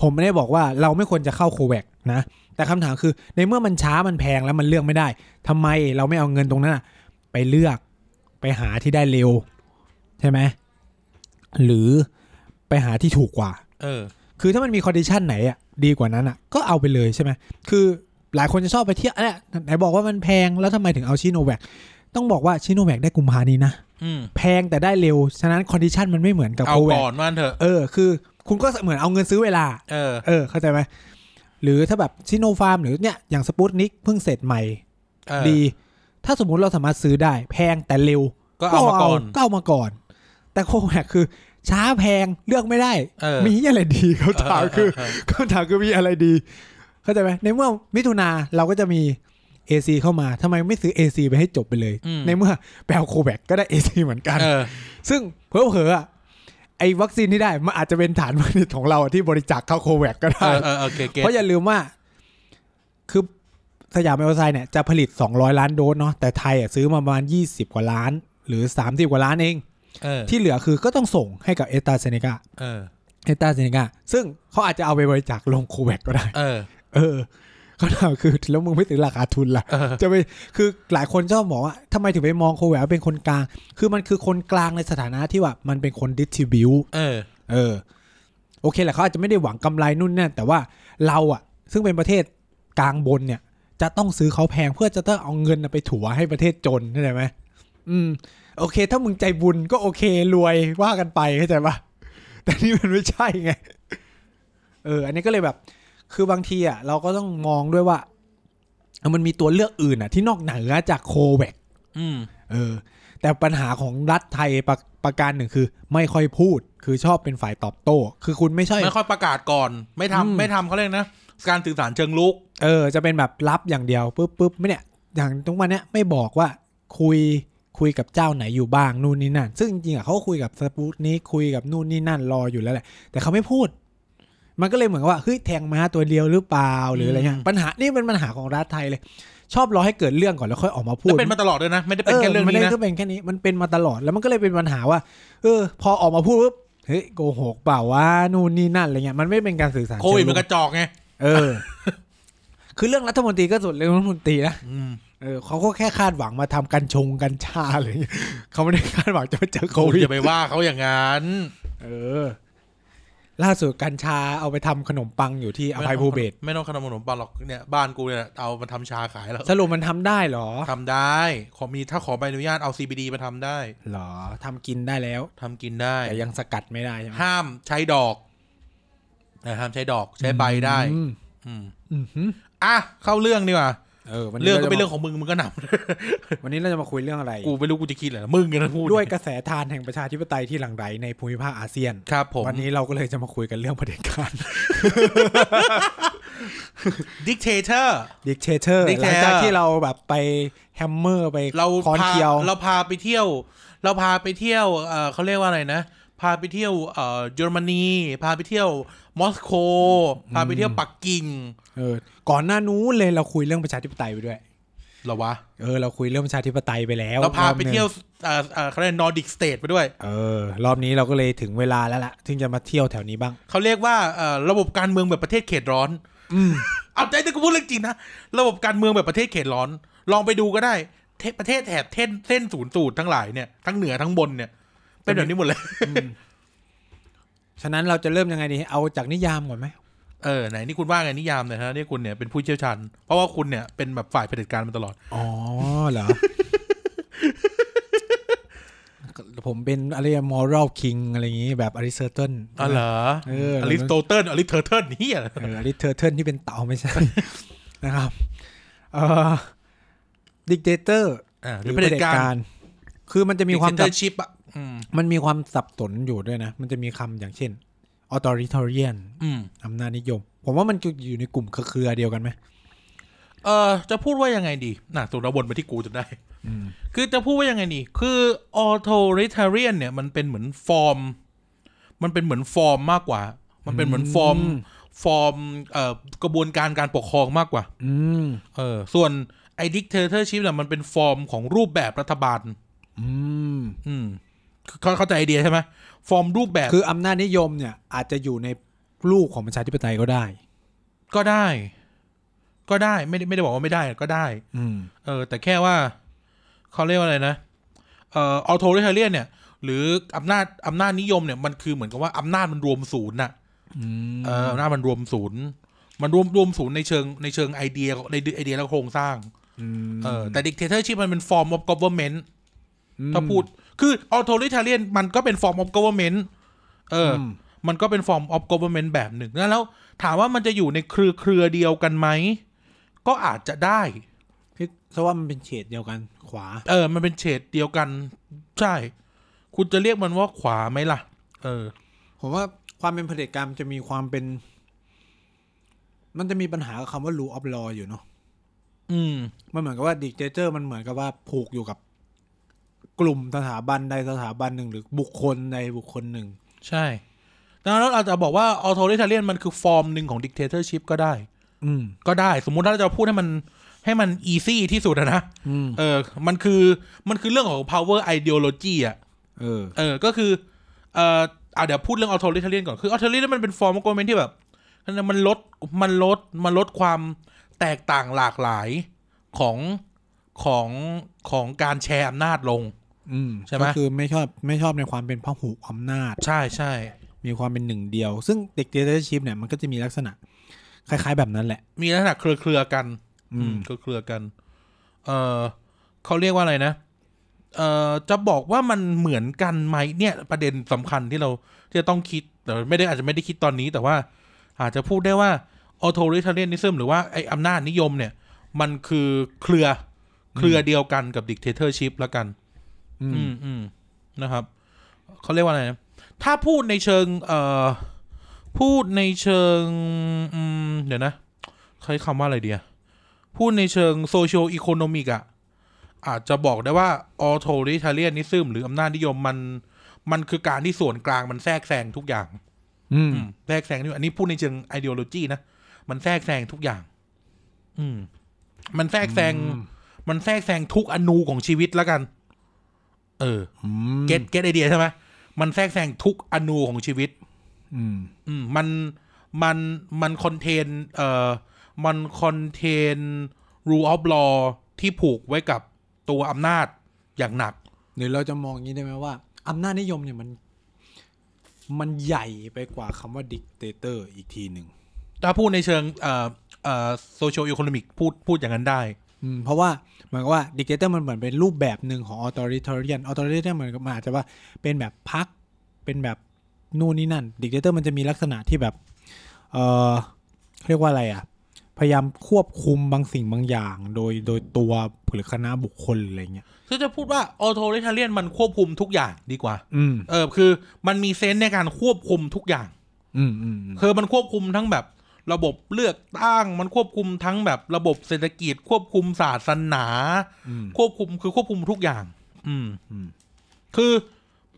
Speaker 2: ผมไม่ได้บอกว่าเราไม่ควรจะเข้าโควิดนะ แต่คำถามคือในเมื่อมันช้ามันแพงแล้วมันเลือกไม่ได้ทำไมเราไม่เอาเงินตรงนั้นอะไปเลือกไปหาที่ได้เร็ว ใช่ไหมหรือไปหาที่ถูกกว่า
Speaker 1: เออ
Speaker 2: คือถ้ามันมีคอนดิชันไหนอ่ะดีกว่านั้นอ่ะก็เอาไปเลยใช่ไหมคือหลายคนจะชอบไปเที่ยวเนี่ยไหนบอกว่ามันแพงแล้วทำไมถึงเอาชิโนแวคต้องบอกว่าชิโนแวคได้กุมภานี้นะ
Speaker 1: อืม
Speaker 2: แพงแต่ได้เร็ว ฉะนั้นคอนดิชันมันไม่เหมือนกับ
Speaker 1: เอา
Speaker 2: โควิด
Speaker 1: ก่อนว่างั้นเถอะ
Speaker 2: เออคือคุณก็เหมือนเอาเงินซื้อเวลา
Speaker 1: เออ
Speaker 2: เออเข้าใจไหมหรือถ้าแบบชิโนฟาร์มหรือเนี่ยอย่างสปุตนิกเพิ่งเสร็จใหม่
Speaker 1: เออ
Speaker 2: ดี ถ้าสมมุติเราสามารถซื้อได้ แพงแต่เร็ว
Speaker 1: ก็เอามาก่อน
Speaker 2: ก็เอามาก่อน แต่โควิดคือช้าแพงเลือกไม่ได้
Speaker 1: เออ
Speaker 2: มีอะไรดีเขาถามคือ
Speaker 1: เเ
Speaker 2: ค ำถามคือมีอะไรดี เข้าใจไหมในเมื่อมิถุนาเราก็จะมี AC เข้ามาทำไมไม่ซื้อ AC ไปให้จบไปเลย
Speaker 1: อืม
Speaker 2: ในเมื่อแปลโคแบกก็ได้ AC เหมือนกัน
Speaker 1: เออ
Speaker 2: ซึ่งเผลอๆอะไอ้วัคซีนที่ได้ มันอาจจะเป็นฐานผลิตของเราที่บริจาคเข้าโคแวกก็
Speaker 1: เอ
Speaker 2: ได้
Speaker 1: อเออเออเกเก
Speaker 2: เพราะอย่าลืมว่า คือสยามเอลไซด์เนี่ยจะผลิต 200 ล้านโดสเนาะแต่ไทยอะซื้อมาประมาณ 20 กว่าล้าน หรือ 30 กว่าล้านเอง
Speaker 1: เออ
Speaker 2: ที่เหลือคือก็ต้องส่งให้กับเอสตาเซเนกา
Speaker 1: เออ
Speaker 2: เอสตาเซเนกาซึ่งเขาอาจจะเอาไปบริจาคลงโคแวกก็ได้
Speaker 1: เออ
Speaker 2: เออคำถามคือแล้วมึงไม่ถึงราคาทุนล่ะ
Speaker 1: เออ
Speaker 2: จะไปคือหลายคนชอบบอกว่าทำไมถึงไปมองโคแหววเป็นคนกลาง คือมันคือคนกลางในสถานะที่ว่ามันเป็นคนดิสทิบิว
Speaker 1: เออ
Speaker 2: เออ โอเคแหละเขาอาจจะไม่ได้หวังกำไรนู่นนั่นแต่ว่าเราอ่ะ ซึ่งเป็นประเทศกลางบนเนี่ย จะต้องซื้อเขาแพงเพื่อจะต้องเอาเงินน่ะไปถัวให้ประเทศจนเข้าใจไหมอืม โอเค ถ้ามึงใจบุญก็โอเค รวยว่ากันไปเข้าใจปะ แต่นี่มันไม่ใช่ไง เออ อันนี้ก็เลยแบบ คือบางทีอ่ะเราก็ต้องมองด้วยว่าเออมันมีตัวเลือกอื่นอ่ะ ที่นอกเหนือจากโคแวก
Speaker 1: อืม
Speaker 2: เออ แต่ปัญหาของรัฐไทยประประการหนึ่งคือ ไม่ค่อยพูด คือชอบเป็นฝ่ายตอบโต้ คือคุณไม่ใช่
Speaker 1: ไม่ค่อยประกาศก่อน ไม่ทำ
Speaker 2: อืม
Speaker 1: ไม่ทำเขาเรียกนะ การสื่อสารเชิงลุก
Speaker 2: เออ จะเป็นแบบรับอย่างเดียวปุ๊บปุ๊บไม่เนี่ย อย่างทุกวันเนี้ยไม่บอกว่าคุยคุยกับเจ้าไหนอยู่บ้างนู่นนี่นั่น ซึ่งจริงๆอ่ะเขาก็คุยกับสปูตนี้คุยกับนู่นนี่นั่นรออยู่แล้วแหละ แต่เขาไม่พูด มันก็เลยเหมือนกับว่าเฮ้ยแทงมาตัวเดียวหรือเปล่าหรืออะไรเงี้ย
Speaker 1: อืม
Speaker 2: ปัญหานี่เป็นปัญหาของรัฐไทยเลย ชอบรอให้เกิดเรื่องก่อนแล้วค่อยออกมาพู
Speaker 1: แล้
Speaker 2: ด
Speaker 1: วเป็นมาตลอดด้วยนะ ไม่ได้เป็นแค่เรื่อง
Speaker 2: มั
Speaker 1: นี้
Speaker 2: ไม่
Speaker 1: นะ
Speaker 2: ได้ก็เป็นแค่นี้มันเป็นมาตลอดแล้วมันก็เลยเป็นปัญหาว่า เออ พอออกมาพูดปุ๊บเฮ้ยโกหกเปล่าวะนู่นนี่นั่นอะไรเงี้ยมันไม่เป็นการสื่อสาร
Speaker 1: โควิด
Speaker 2: เชิง
Speaker 1: มั
Speaker 2: ลุ
Speaker 1: น
Speaker 2: ก
Speaker 1: กระจอกไง
Speaker 2: เออ คือเรื่องรัฐมนตรีก็ส่วนเรื่องรัฐมนตรีนะ
Speaker 1: อืม
Speaker 2: เออเขาก็แค่คาดหวังมาทำกันชงกันชาอะไรอย่างเงี้ยเขาไม่ได้คาดหวังจะมาเจอโค
Speaker 1: คุณ
Speaker 2: วิด
Speaker 1: อย่าไปว่าเขาอย่างนั้น
Speaker 2: เออ ล่าสุดกัญชาเอาไปทำขนมปังอยู่ที่อภัยภูเบศร
Speaker 1: ไม่ต้องขนมขนมปังหรอกเนี่ย บ้านกูเนี่ยเอามาทำชาขายแล้ว
Speaker 2: สรุปมันทำได้เหรอ
Speaker 1: ทำได้ ขอมีถ้าขอใบอนุญาตเอา CBD มาทำได้
Speaker 2: เหรอทำกินได้แล้ว
Speaker 1: ทำกินได้
Speaker 2: แต่ยังสกัดไม่ได้ใช่ไหม
Speaker 1: ห้ามใช้ดอกนะห้ามใช้ดอกใช้ใบได้
Speaker 2: อืม
Speaker 1: อืม
Speaker 2: อืมหือ
Speaker 1: อ่ะเข้าเรื่องดีกว่า
Speaker 2: เออวันนี้
Speaker 1: เรื่องก็
Speaker 2: าจะ
Speaker 1: เป็นเรื่องของมึงมึงก็หน
Speaker 2: มาวันนี้เราจะมาคุยเรื่องอะไร
Speaker 1: ำกูไม่รู้กูจะคิดอะไรนะมึงกันนะพูด
Speaker 2: ด้วยกระแสทานแห่งประชาธิปไตยที่หลั่งไหลในภูมิภาคอาเซียน
Speaker 1: ครับผม
Speaker 2: วันนี้เราก็เลยจะมาคุยกันเรื่องเผด็จการ
Speaker 1: ดิกเตอร์
Speaker 2: ดิกเ a เ o อ
Speaker 1: Dictator
Speaker 2: ร์หลังจากที่เราแบบไปแฮมเมอร์ไป
Speaker 1: เรา
Speaker 2: คอน
Speaker 1: พา
Speaker 2: เคียว
Speaker 1: เราพาไปเที่ยว เราพาไปเที่ยวเออเขาเรียกว่าอะไรนะ พาไปเที่ยวเอ่อเยอรมนี พาไปเที่ยวมอสโก พาไปเที่ยวปักกิ่ง
Speaker 2: เออก่อนหน้านู้นเลยเราคุยเรื่องประชาธิปไตยไปด้วย
Speaker 1: เหรอวะ
Speaker 2: เออ เราคุยเรื่องประชาธิปไตยไปแล้ว
Speaker 1: เราพาร
Speaker 2: อบ
Speaker 1: ไป
Speaker 2: หนึ่ง
Speaker 1: เที่ยวเอ่อเอ่อเขาเรียกนอร์ดิกสเตทไปด้วย
Speaker 2: เออ รอบนี้เราก็เลยถึงเวลาแล้วล่ะถึงจะมาเที่ยวแถวนี้บ้าง
Speaker 1: เขาเรียกว่าเอ่อระบบการเมืองแบบประเทศเขตร้อน
Speaker 2: อืม
Speaker 1: เอาใจแต่กูพูดเรื่องจริงนะ ระบบการเมืองแบบประเทศเขตร้อน ลองไปดูก็ได้เทประเทศแถบเส้นเส้นศูนย์สูตรทั้งหลายเนี่ย ทั้งเหนือทั้งบนเนี่ย เป็นแบบนี้หมดเลย
Speaker 2: ฉะนั้นเราจะเริ่มยังไงดี เอาจากนิยามก่อนไหม
Speaker 1: เออไหนนี่คุณว่าไงนิยามหน่อยฮะนี่คุณเนี่ยเป็นผู้เชี่ยวชาญเพราะว่าคุณเนี่ยเป็นแบบฝ่ายเผด็จการมาตลอด
Speaker 2: อ๋อเหรอ ผมเป็นอะไรมอรัลคิงอะไรอย่างงี้แบบอริสเตอร์
Speaker 1: อ๋อเหรอ
Speaker 2: เออ
Speaker 1: อลิสโตเติลอลิสเทอร์เทิลนี่อะไร
Speaker 2: เออริเทอร์เทิลที่เป็นเต่าไม่ใช่ นะครับ เอ่อดิกเตเตอร์
Speaker 1: อ่าห
Speaker 2: ห
Speaker 1: รื
Speaker 2: รือ อ
Speaker 1: เผ
Speaker 2: เผ
Speaker 1: ด็
Speaker 2: ด็
Speaker 1: จ
Speaker 2: จ
Speaker 1: การ
Speaker 2: การ คือมันจะมีความ
Speaker 1: เต
Speaker 2: สั
Speaker 1: อบ ร์ชิปอ่ะอืม
Speaker 2: มันมีความสับสนอยู่ด้วยนะ มันจะมีคำอย่างเช่น authoritarian
Speaker 1: อืม
Speaker 2: อำนาจนิยม ผมว่ามันอยู่ในกลุ่มเครือเดียวกันไหม
Speaker 1: เออจะพูดว่ายังไงดีน่ะสุรวนมาที่กูจนได้
Speaker 2: อืม
Speaker 1: คือจะพูดว่ายังไงดี คือ authoritarian เนี่ยมันเป็นเหมือนฟอร์ม มันเป็นเหมือนฟอร์มมากกว่า มันเป็นเหมือนฟอร์ม
Speaker 2: อืม
Speaker 1: ฟอร์มเอ่อกระบวนการการปกครองมากกว่า
Speaker 2: อืม
Speaker 1: เออ ส่วนไอ้ dictatorship เนี่ยมันเป็นฟอร์มของรูปแบบรัฐบาล
Speaker 2: อืม
Speaker 1: อืมเขาเข้าใจไอเดียใช่ไหมฟอร์มรูปแบบ
Speaker 2: คืออำนาจนิยมเนี่ย อาจจะอยู่ในลูกของประชาธิปไตยก็ได้
Speaker 1: ก็ได้ ก็ได้ไม่ได้ไม่ได้บอกว่าไม่ได้ก็ได้
Speaker 2: อืม
Speaker 1: เออ แต่แค่ว่าเขาเรียกว่าอะไรนะเอ่อ authoritarian เนี่ย หรืออำนาจอำนาจนิยมเนี่ยมันคือเหมือนกับว่าอำนาจมันรวมศูนย์น่ะ
Speaker 2: อืม
Speaker 1: เอออำนาจมันรวมศูนย์ มันรวมรวมศูนย์ในเชิงในเชิงไอเดียในไอเดียและโครงสร้าง
Speaker 2: ม
Speaker 1: เออ แต่ดิกเตอร์ชิพมันเป็นฟอร์ม of government ถ้าพูด
Speaker 2: อืม
Speaker 1: คืออ u โ o ลิ t าเ i ียนมันก็เป็นฟอร์ม of government เอออ
Speaker 2: ม
Speaker 1: มันก็เป็นฟอร์ม of government แบบหนึ่ง แล้วแล้วถามว่ามันจะอยู่ในเครือเครือเดียวกันไหม ก็อาจจะได้
Speaker 2: คิดซะว่ามันเป็นเฉดเดียวกันขวา
Speaker 1: เออ มันเป็นเฉดเดียวกัน ใช่ คุณจะเรียกมันว่าขวาไหมล่ะ เออ
Speaker 2: ผมว่าความเป็นเผด็จการมันจะมีความเป็น มันจะมีปัญหากับคำว่า rule of law อยู่เนาะ
Speaker 1: อืม
Speaker 2: มันเหมือนกับว่าดิกเตอร์มันเหมือนกับว่าผูกอยู่กับ กลุ่มสถาบันใดสถาบันหนึ่ง หรือบุคคลใดบุคคลหนึ่ง
Speaker 1: ใช่ แล้วเราจะบอกว่าอ u โ o ลิ t าเ i ียนมันคือฟอร์มหนึ่งของดิกเตอร์ชิพก็ได้
Speaker 2: อืม
Speaker 1: ก็ได้ สมมุติถ้าเราจะพูดให้มันให้มันอีซี่ที่สุดอะนะ
Speaker 2: อืม
Speaker 1: เออ มันคือมันคือเรื่องของ power ideology อะ
Speaker 2: เออ
Speaker 1: เออ ก็คือ เอ่ออ่ะเดี๋ยวพูดเรื่องออโตลิเทเรียนก่อน คือออโตลิเทเรียนมันเป็นฟอร์มของกเมนที่แบบ มันลด มันลด มันลดความแตกต่างหลากหลายของของของการแชร์อำนาจลง
Speaker 2: อืม
Speaker 1: ใช่ไหม
Speaker 2: ก็คือไม่ชอบไม่ชอบในความเป็นพหุอำนาจ
Speaker 1: ใช่ใช่
Speaker 2: มีความเป็นหนึ่งเดียว ซึ่งเด็กเดลต้ชิพเนี่ยมันก็จะมีลักษณะ คล้ายๆแบบนั้นแหละ
Speaker 1: มีลักษณะเครือเครือๆกัน
Speaker 2: อื
Speaker 1: อื
Speaker 2: ม
Speaker 1: มเครือเครือๆกัน เออเขาเรียกว่าอะไรนะ เอ่อ จะบอกว่ามันเหมือนกันไหมเนี่ย ประเด็นสำคัญที่เราที่จะต้องคิด แต่ไม่ได้อาจจะไม่ได้คิดตอนนี้ แต่ว่า อาจจะพูดได้ว่า authoritarianism หรือว่าไออำนาจนิยมเนี่ย มันคือเครือเครือเดียวกันกับ dictatorship ละกัน
Speaker 2: อืม
Speaker 1: อืมอืมนะครับเขาเรียกว่าอะไรนะถ้าพูดในเชิง เอ่อ พูดในเชิง อืม เดี๋ยวนะใช้คำว่าอะไรเดียพูดในเชิงโซเชียลอีโคโนมิกอะอาจจะบอกได้ว่าออโตริทาเลียนนิซึมหรืออำนาจนิยมมัน มันคือการที่ส่วนกลางมันแทรกแซงทุกอย่าง
Speaker 2: อืม
Speaker 1: อืมแทรกแซงนี่อันนี้พูดในเชิงไอเดียโลจีนะ มันแทรกแซงทุกอย่าง อืม มันแทรกแซง มันแทรกแซงทุกอนูของชีวิตแล้วกัน เออ
Speaker 2: อืม
Speaker 1: เก็ตเก็ตไอเดียใช่ไหมมันแทรกแซงทุกอนูของชีวิต
Speaker 2: อืม
Speaker 1: อืมมัน มัน มันคอนเทน เอ่อ มันคอนเทน rule of law ที่ผูกไว้กับตัวอำนาจอย่างหนัก
Speaker 2: หรือเราจะมองอย่างนี้ได้ไหมว่าอำนาจนิยมเนี่ยมัน มันใหญ่ไปกว่าคำว่าดิกเตเตอร์อีกทีหนึ่ง
Speaker 1: ถ้าพูดในเชิง เอ่อ เอ่อ social economic พูด พูดอย่างนั้นได้
Speaker 2: อืมเพราะว่าเหมือนกับว่าดิกเตเตอร์มันเหมือนเป็นรูปแบบหนึ่งของออโตริเทเรียนออโตริเทเรียนมันอาจจะว่าเป็นแบบพักเป็นแบบนู่นนี่นั่นดิกเตเตอร์มันจะมีลักษณะที่แบบ เออเขาเรียกว่าอะไรอ่ะ พยายามควบคุมบางสิ่งบางอย่าง โดยโดยตัวหรือคณะบุคคลหรืออะไรเงี้ย
Speaker 1: คือจะพูดว่าออโตเรทเลียนมันควบคุมทุกอย่างดีกว่า
Speaker 2: อืม
Speaker 1: เออ คือมันมีเซนส์ในการควบคุมทุกอย่าง
Speaker 2: อืมอืมอืม
Speaker 1: คือมันควบคุมทั้งแบบ ระบบเลือกตั้ง มันควบคุมทั้งแบบระบบเศรษฐกิจ ควบคุมศาสนา
Speaker 2: อืม
Speaker 1: ควบคุมคือควบคุมทุกอย่าง อืม
Speaker 2: อืม
Speaker 1: คือ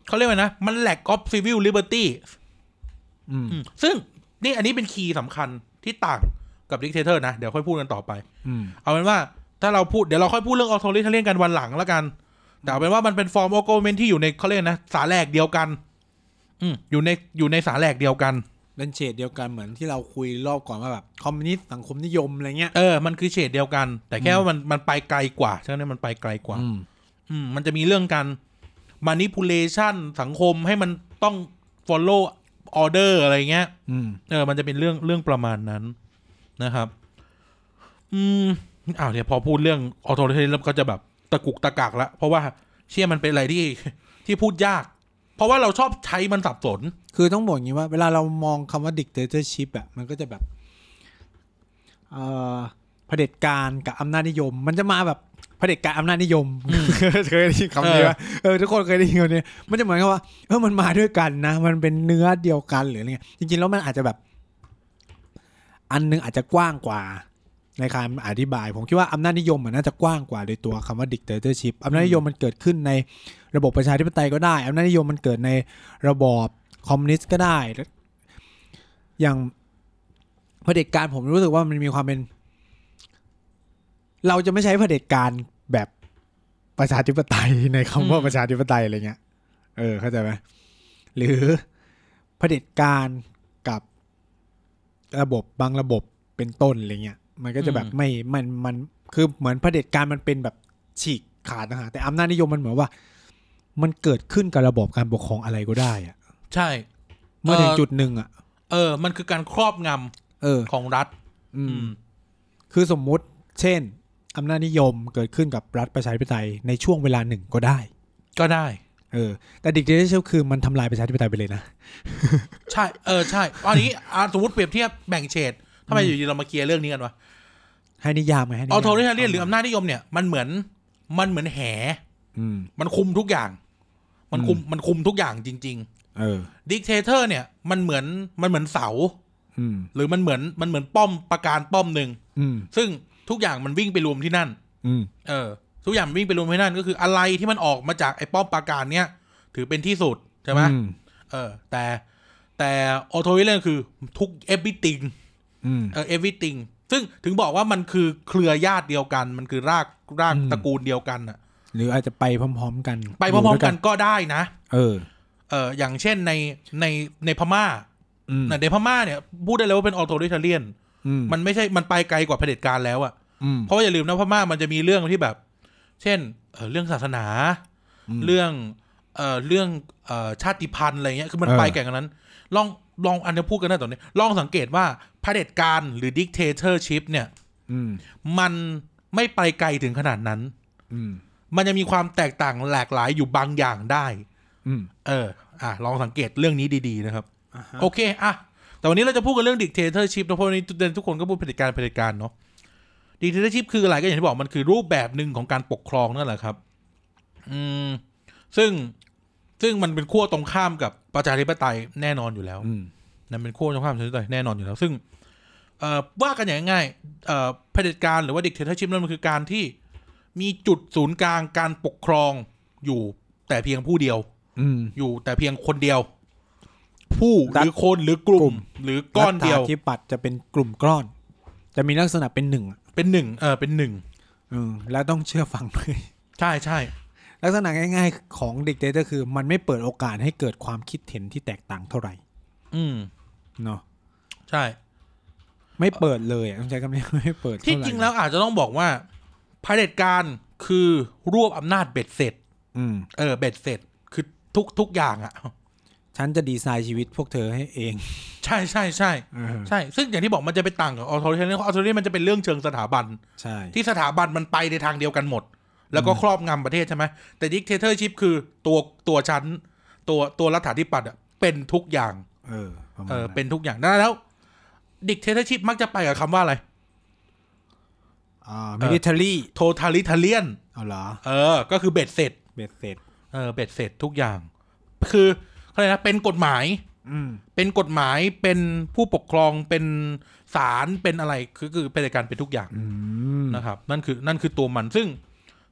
Speaker 1: เขาเรียกว่าไงนะ มันแหลกออฟซิวิลลิเบอร์ตี้
Speaker 2: อืม
Speaker 1: ซึ่งนี่อันนี้เป็นคีย์สำคัญที่ต่างกับดิกเตเตอร์นะ เดี๋ยวค่อยพูดกันต่อไป
Speaker 2: อืม
Speaker 1: เอาเป็นว่าถ้าเราพูดเดี๋ยวเราค่อยพูดเรื่องออโตเรทเลียนกันวันหลังแล้วกัน แต่เอาเป็นว่ามันเป็นฟอร์มโอโกเมนที่อยู่ในเขาเรียกนะสาแหลกเดียวกัน อืมอยู่ในอยู่ในสาแหลกเดียวกัน
Speaker 2: เป็นเฉดเดียวกันเหมือนที่เราคุยรอบก่อนว่าแบบคอมมิวนิสต์สังคมนิยมอะไรเงี้ย
Speaker 1: เออ มันคือเฉดเดียวกัน แต่แค่ว่ามันมันไปไกลกว่าใช่ไหมมันไปไกลกว่า
Speaker 2: อืม
Speaker 1: อืมมันจะมีเรื่องการมานิพูเลชันสังคมให้มันต้อง follow order อะไรเงี้ย
Speaker 2: อืม
Speaker 1: เออ มันจะเป็นเรื่องเรื่องประมาณนั้นนะครับ อืมอ้าวเดี๋ยวพอพูดเรื่องออโตเรเทเริ่มก็จะแบบตะกุกตะกักละเพราะว่าเชื่อมันเป็นอะไรที่ ที่พูดยาก เพราะว่าเราชอบใช้มันสับสน
Speaker 2: คือต้องบอกอย่างนี้ว่า เวลาเรามองคำว่า dictatorship อะมันก็จะแบบ เอ่อเผ เผด็จการกับอำนาจนิยม มันจะมาแบบเผด็จการอำนาจนิยม เคยได้ยินคำนี้ปะเออทุกคนเคยได้ยินคำนี้มันจะเหมือนกับว่าเออมันมาด้วยกันนะ มันเป็นเนื้อเดียวกันหรืออะไรเงี้ยจริงๆแล้วมันอาจจะแบบ อันนึงอาจจะกว้างกว่า ในคำอธิบาย ผมคิดว่าอำนาจนิยมมันน่าจะกว้างกว่าโดยตัวคำว่า dictatorship อำนาจนิยมมันเกิดขึ้นในระบบประชาธิปไตยก็ได้อำนาจนิยมมันเกิดในระบอบคอมมิวนิสต์ก็ได้ อย่างเผด็จการผมรู้สึกว่ามันมีความเป็น เราจะไม่ใช้เผด็จการแบบประชาธิปไตยในคำว่า
Speaker 1: อืม
Speaker 2: ประชาธิปไตยอะไรเงี้ย เออเข้าใจไหมหรือเผด็จการกับระบบบางระบบเป็นต้นอะไรเงี้ยมันก็จะแบบ
Speaker 1: อืม
Speaker 2: ไม่มันมันคือเหมือนเผด็จการมันเป็นแบบฉีกขาดนะฮะแต่อำนาจนิยมมันเหมือนว่า มันเกิดขึ้นกับระบบการปกครองอะไรก็ได้อะ
Speaker 1: ใช่
Speaker 2: เมื่อถึง
Speaker 1: เอ่อ
Speaker 2: จุดหนึ่งอะ
Speaker 1: เออ มันคือการครอบงำ
Speaker 2: เออ
Speaker 1: ของรัฐ
Speaker 2: อื
Speaker 1: อื
Speaker 2: ม
Speaker 1: ม
Speaker 2: คือสมมุติ เช่น อำนาจนิยมเกิดขึ้นกับรัฐประชาธิปไตยในช่วงเวลาหนึ่งก็ได้
Speaker 1: ก็ได้
Speaker 2: เออ แต่ดิกเตอร์ชิพคือมันทำลายประชาธิปไตยไปเลยนะ
Speaker 1: ใช่ เออ ใช่ อันนี้อ่ะสมมติเปรียบเทียบแบ่งเฉดทำไมอยู่ดีเรามาเคลียร์เรื่องนี้กันวะ
Speaker 2: ให้นิยามไงให้นิยาม
Speaker 1: เอาโทริทาเรียนหรืออำนาจนิยมเนี่ย มันเหมือน มันเหมือนแห
Speaker 2: อืม
Speaker 1: มันคุมทุกอย่าง มันคุม มันคุมทุกอย่างจริง
Speaker 2: เออ
Speaker 1: ๆ ดิกเทเตอร์เนี่ย มันเหมือน มันเหมือนเสา
Speaker 2: อืม
Speaker 1: หรือมันเหมือน มันเหมือนป้อมประการป้อมหนึ่ง
Speaker 2: อืม
Speaker 1: ซึ่งทุกอย่างมันวิ่งไปรวมที่นั่น
Speaker 2: อืม
Speaker 1: เออ ทุกอย่างวิ่งไปรวมที่นั่นก็คืออะไรที่มันออกมาจากไอ้ป้อมปราการเนี้ยถือเป็นที่สุดใช่ไหม
Speaker 2: อืม
Speaker 1: เออ แต่แต่ออโทวิเลนคือทุก everything
Speaker 2: อืม
Speaker 1: เออ everything ซึ่งถึงบอกว่ามันคือเครือญาติเดียวกัน มันคือรากราก
Speaker 2: อืม
Speaker 1: ตระกูลเดียวกันอะ
Speaker 2: หรืออาจจะไปพร้อม ๆ กัน
Speaker 1: ไปพร้อมๆกันก็ได้นะ
Speaker 2: เออ
Speaker 1: เอออย่างเช่นในในในพม่า
Speaker 2: อืม
Speaker 1: น่ะในพม่าเนี่ยพูดได้เลยว่าเป็นออโตเรเลียน
Speaker 2: อืม
Speaker 1: มันไม่ใช่มันไปไกลกว่าเผด็จการแล้วอะ
Speaker 2: อืม
Speaker 1: เพราะว่าอย่าลืมนะพม่ามันจะมีเรื่องที่แบบ เช่นเอ่อเรื่องศาสนา
Speaker 2: ม
Speaker 1: เรื่องเอ่อเรื่องเอ่อชาติพันธุ์อะไรเงี้ยคือมัน
Speaker 2: เออ
Speaker 1: ไปแก่งกันนั้น ลองลองอันนี้พูดกันได้ตอนนี้ ลองสังเกตว่าเผด็จการหรือดิกเตอร์ชิพเนี่ย
Speaker 2: อืม
Speaker 1: มันไม่ไปไกลถึงขนาดนั้น
Speaker 2: อืม
Speaker 1: มันจะมีความแตกต่างหลากหลายอยู่บางอย่างได้
Speaker 2: อืม
Speaker 1: เออ อ่ะ ลองสังเกตเรื่องนี้ดีๆนะครับ
Speaker 2: อ่าฮะ
Speaker 1: โอเค อ่ะ แต่วันนี้เราจะพูดกันเรื่องดิกเตอร์ชิพนะเพราะวันนี้ทุกคนก็พูดเผด็จการเผด็จการเนาะดิกเตอร์ชิพคืออะไรก็อย่างที่บอกมันคือรูปแบบหนึ่งของการปกครองนั่นแหละครับ อืม ซึ่งซึ่งมันเป็นขั้วตรงข้ามกับประชาธิปไตยแน่นอนอยู่แล้ว
Speaker 2: อืม
Speaker 1: นั่นเป็นขั้วตรงข้ามประชาธิปไตยแน่นอนอยู่แล้ว ซึ่งเอ่อว่ากันอย่างง่ายๆเอ่อเผด็จการหรือว่าดิกเตอร์ชิพนั่นมันคือการที่มีจุดศูนย์กลางการปกครองอยู่แต่เพียงผู้เดียว
Speaker 2: อืม
Speaker 1: อยู่แต่เพียงคนเดียว ผู้ห
Speaker 2: รัฐ
Speaker 1: รือคนหรือกลุ่
Speaker 2: กลุ่
Speaker 1: ม
Speaker 2: ม
Speaker 1: หรือก้อนเดียว
Speaker 2: รัฐาที่ปัดจะเป็นกลุ่มก้อน จะมีลักษณะเป็นหนึ่งอะ
Speaker 1: เป็นหนึ่งเออเป็นหนึ่ง
Speaker 2: เออแล้วต้องเชื่อฟังด้วย
Speaker 1: ใช่ใช่
Speaker 2: ลักษณะง่ายๆของดิกเตอร์คือ มันไม่เปิดโอกาสให้เกิดความคิดเห็นที่แตกต่างเท่าไหร่
Speaker 1: อืม
Speaker 2: เนาะ
Speaker 1: ใช่
Speaker 2: ไม่เปิดเลยอะต้องใช้คำ นี้ ไม่เปิดเท่าไห
Speaker 1: ที่จริงแล้วอาจจะต้องบอกว่าเผด็จการคือรวบอำนาจเบ็ดเสร็จ
Speaker 2: อืม
Speaker 1: เออเบ็ดเสร็จ คือทุกทุกอย่างอะ
Speaker 2: ฉันจะดีไซน์ชีวิตพวกเธอให้เอง
Speaker 1: ใช่ใช่ใช่
Speaker 2: เออ
Speaker 1: ใช่ ซึ่งอย่างที่บอกมันจะไปต่างกับออโตเรียนออโตเรียนมันจะเป็นเรื่องเชิงสถาบัน
Speaker 2: ใช่
Speaker 1: ที่สถาบันมันไปในทางเดียวกันหมด แล้วก็ครอบงำประเทศใช่ไหมแต่ดิกเตอร์ชิพคือตัวตัวชั้น ตัวตัวรัฐาธิปัตย์อะเป็นทุกอย่าง
Speaker 2: เออประมาณ
Speaker 1: เออ
Speaker 2: นั้น
Speaker 1: เป็นทุกอย่างได้แล้วดิกเทเตอร์ชิพมักจะไปกับคำว่าอะไร
Speaker 2: อ่ามิลิเทอรี่
Speaker 1: โททาลิทาเลียน
Speaker 2: เอาเหรอ
Speaker 1: เออ ก็คือเบ็ดเสร็จ
Speaker 2: เบ็ดเสร็จ
Speaker 1: เออ เบ็ดเสร็จทุกอย่าง คือเขาเรียกนะ เป็นกฎหมาย
Speaker 2: อืม
Speaker 1: เป็นกฎหมาย เป็นผู้ปกครอง เป็นศาล เป็นอะไร คือคือเป็นการเป็นทุกอย่าง
Speaker 2: อืม
Speaker 1: นะครับ นั่นคือ นั่นคือตัวมัน ซึ่ง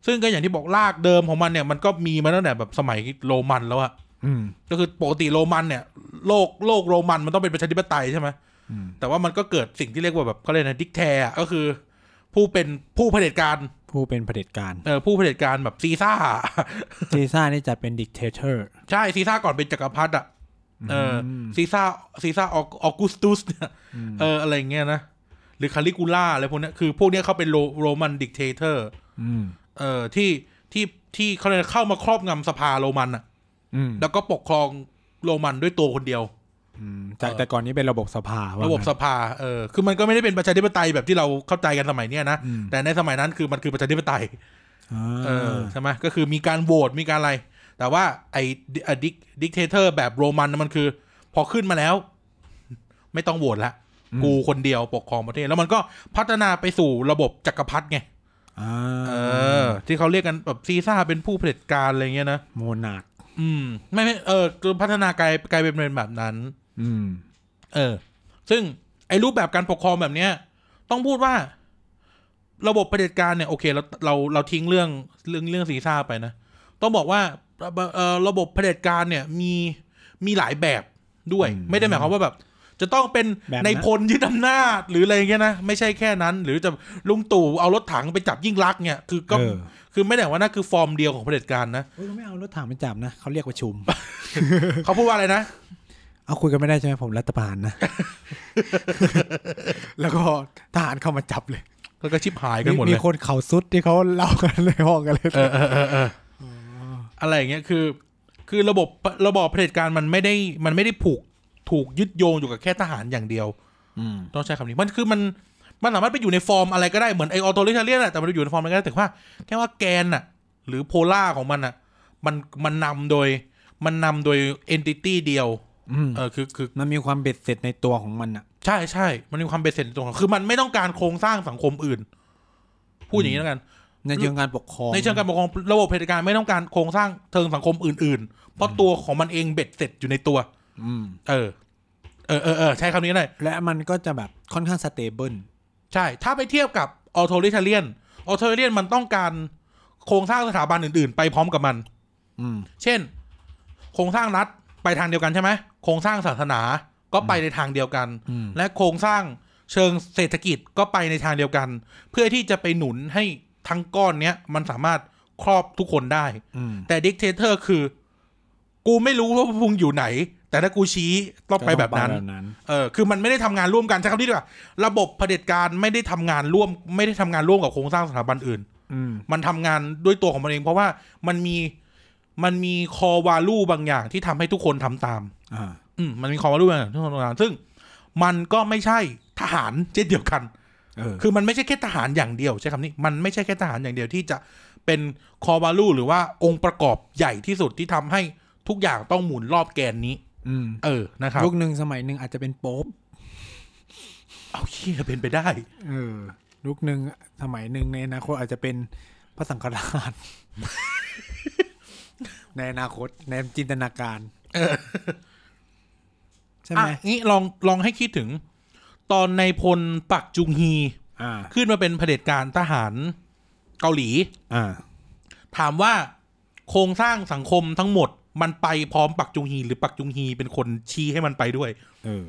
Speaker 1: ซึ่งก็อย่างที่บอกลากเดิมของมันเนี่ย มันก็มีมาตั้งแต่แบบสมัยโรมันแล้วอะ
Speaker 2: อืม
Speaker 1: ก็คือปกติโรมันเนี่ยโลกโลกโรมันมันต้องเป็นประชาธิปไตยใช่ไหม
Speaker 2: อืม
Speaker 1: แต่ว่ามันก็เกิดสิ่งที่เรียกว่าแบบเขาเรียกนะดิกแทร์ก็คือ ผู้เป็นผู้เผด็จการ
Speaker 2: ผู้เป็นเผด็จการ
Speaker 1: เออผู้เผด็จการแบบซีซ่า
Speaker 2: ซีซ่านี่จะเป็นดิกเตอร์
Speaker 1: ใช่ซีซ่าก่อนเป็นจักรพรรดิอ่ะเอออซีซ่าซีซ่าออกุสตุสเนี่ยเอออะไรอย่างเงี้ยนะ หรือคาลิกูล่าอะไรพวกเนี้ยคือพวกเนี้ยเขาเป็นโรโรมันดิกเทเตอร์
Speaker 2: อืม
Speaker 1: เออที่ที่ที่เขาเรียกเข้ามาครอบงำสภาโรมันอ่ะ
Speaker 2: อืม
Speaker 1: แล้วก็ปกครองโรมันด้วยตัวคนเดียว
Speaker 2: อืมจากแต่ก่อนนี้เป็นระบบสภาว่า
Speaker 1: ระบบ
Speaker 2: งั้น
Speaker 1: สภา เออ คือมันก็ไม่ได้เป็นประชาธิปไตยแบบที่เราเข้าใจกันสมัยเนี้ยนะ
Speaker 2: อืม
Speaker 1: แต่ในสมัยนั้นคือมันคือประชาธิปไตย
Speaker 2: อ่
Speaker 1: เอา อ ใช่ไหมก็คือมีการโหวต มีการอะไร แต่ว่าไอ้ดิกเตอร์แบบโรมันน่ะมันคือ พอขึ้นมาแล้ว ไม่ต้องโหวตละ
Speaker 2: อืม
Speaker 1: กูคนเดียวปกครองประเทศ แล้วมันก็พัฒนาไปสู่ระบบจักรพรรดิไง
Speaker 2: อ่า
Speaker 1: เออ ที่เขาเรียกกันแบบซีซ่าเป็นผู้เผด็จการอะไรเงี้ยนะ
Speaker 2: โมนาค
Speaker 1: อืม ไม่ไม่เออคือพัฒนากลายกลายเป็นแบบนั้น
Speaker 2: อืม
Speaker 1: เออ ซึ่งไอ้รูปแบบการปกครองแบบเนี้ย ต้องพูดว่า ระบบเผด็จการเนี่ยโอเคเราเราเราทิ้งเรื่องเรื่องเรื่องซีซ่าไปนะ ต้องบอกว่าเอ่อระบบเผด็จการเนี่ยมีมีหลายแบบด้วย
Speaker 2: อืม
Speaker 1: ไม่ได้หมายความว่าแบบ จะต้องเป็น
Speaker 2: แบบนั้น
Speaker 1: ในพลยึดอำนาจหรืออะไรอย่างเงี้ยนะไม่ใช่แค่นั้น หรือจะลุงตู่เอารถถังไปจับยิ่งรักษณ์เนี่ยคือก็
Speaker 2: เออ
Speaker 1: คือไม่ได้ว่านั่นคือฟอร์มเดียวของเผด็จการนะ
Speaker 2: เฮ้ยเขาไม่เอารถถังมาจับนะเขาเรียกประชุม
Speaker 1: เขาพูดว่าอะไรนะ
Speaker 2: เอาคุยกันไม่ได้ใช่ไหมผมรัฐบาลนะ แล้วก็ทหารเข้ามาจับเลย
Speaker 1: แล้วก็ชิบหายกันหมด
Speaker 2: มี
Speaker 1: เลย
Speaker 2: มีคนเขาซุดที่เขาเล่ากันในห้องกันเลย
Speaker 1: เออเออเออเอออะไรอย่างเงี้ยคือ คือระบบระบอบเผด็จการมันไม่ได้มันไม่ได้ผูกถูกยึดโยงอยู่กับแค่ทหารอย่างเดียว
Speaker 2: อืม
Speaker 1: ต้องใช้คำนี้มันคือมันมันสามารถไปอยู่ในฟอร์มอะไรก็ได้เหมือนไอออโตเรเรียนแหละแต่มันอยู่ในฟอร์มอะไรก็ได้แต่ว่าแค่ว่าแกนน่ะ หรือโพล่าของมันน่ะ มันมันนำโดยมันนำโดยเอนติตี้เดียว
Speaker 2: อืม
Speaker 1: เออคือคือ
Speaker 2: มันมีความเบ็ดเสร็จในตัวของมันอ่ะ
Speaker 1: ใช่ใช่มันมีความเป็นเสร็จในตรงของคือมันไม่ต้องการโครงสร้างสังคมอื่น พูดอย่างนี้แล้วกัน
Speaker 2: ในเชิงการปกครอง
Speaker 1: ในเชิงการปกครองระบบเผด็จการไม่ต้องการโครงสร้างเทิงสังคมอื่นๆ เพราะตัวของมันเองเบ็ดเสร็จอยู่ในตัว
Speaker 2: อืม
Speaker 1: เออ เออเออเออใช้คำนี้ได้
Speaker 2: และมันก็จะแบบค่อนข้างสเตเบิล
Speaker 1: ใช่ ถ้าไปเทียบกับออโตเ i ทเลียนออโตเ i เลียนมันต้องการโครงสร้างสถาบันอื่นๆ ไปพร้อมกับมัน
Speaker 2: อืม
Speaker 1: เช่น โครงสร้างรัฐไปทางเดียวกันใช่ไหมโครงสร้างศาสนาก็ไปในทางเดียวกัน
Speaker 2: อืม
Speaker 1: และโครงสร้างเชิงเศรษฐกิจก็ไปในทางเดียวกัน เพื่อที่จะไปหนุนให้ทั้งก้อนเนี้ยมันสามารถครอบทุกคนได้
Speaker 2: อืม
Speaker 1: แต่ดิกเทเตอร์คือ กูไม่รู้ว่าพุงอยู่ไหน แต่ถ้ากูชี้ต้องไปแบบนั้น
Speaker 2: ก็ต้องไปนั้น
Speaker 1: เออคือมันไม่ได้ทำงานร่วมกันใช้คำนี้ดีกว่าระบบเผด็จการไม่ได้ทำงานร่วม ไม่ได้ทำงานร่วมกับโครงสร้างสถาบันอื่น
Speaker 2: อืม
Speaker 1: มันทำงานด้วยตัวของมันเอง เพราะว่ามันมีมันมีคอวาลูบางอย่างที่ทำให้ทุกคนทำตาม
Speaker 2: อ่า
Speaker 1: อืมมันมีคอวาลูบางอย่างที่ทุกคนทำตามซึ่งมันก็ไม่ใช่ทหารเช่นเดียวกัน
Speaker 2: เออ
Speaker 1: คือมันไม่ใช่แค่ทหารอย่างเดียวใช้คำนี้ มันไม่ใช่แค่ทหารอย่างเดียวที่จะเป็นคอวาลูหรือว่าองค์ประกอบใหญ่ที่สุดที่ทำให้ทุกอย่างต้องหมุนรอบแกนนี้
Speaker 2: อืม
Speaker 1: เออนะครับ
Speaker 2: ยุคหนึ่งสมัยหนึ่งอาจจะเป็นโป๊ป
Speaker 1: เอาเชี่ยเป็นไปได้
Speaker 2: เออยุคหนึ่งสมัยหนึ่งในอนาคตอาจจะเป็นพระสังฆราช ในอนาคตในจินตนา การใช่ไหม
Speaker 1: อ่ะงี้ลองลองให้คิดถึง ตอนในายพลปักจุงฮี
Speaker 2: อ่า
Speaker 1: ขึ้นมาเป็นเผด็จการทหารเกาหลี
Speaker 2: อ่า
Speaker 1: ถามว่าโครงสร้างสังคมทั้งหมด มันไปพร้อมปักจุงฮี หรือปักจุงฮีเป็นคนชี้ให้มันไปด้วย
Speaker 2: เออ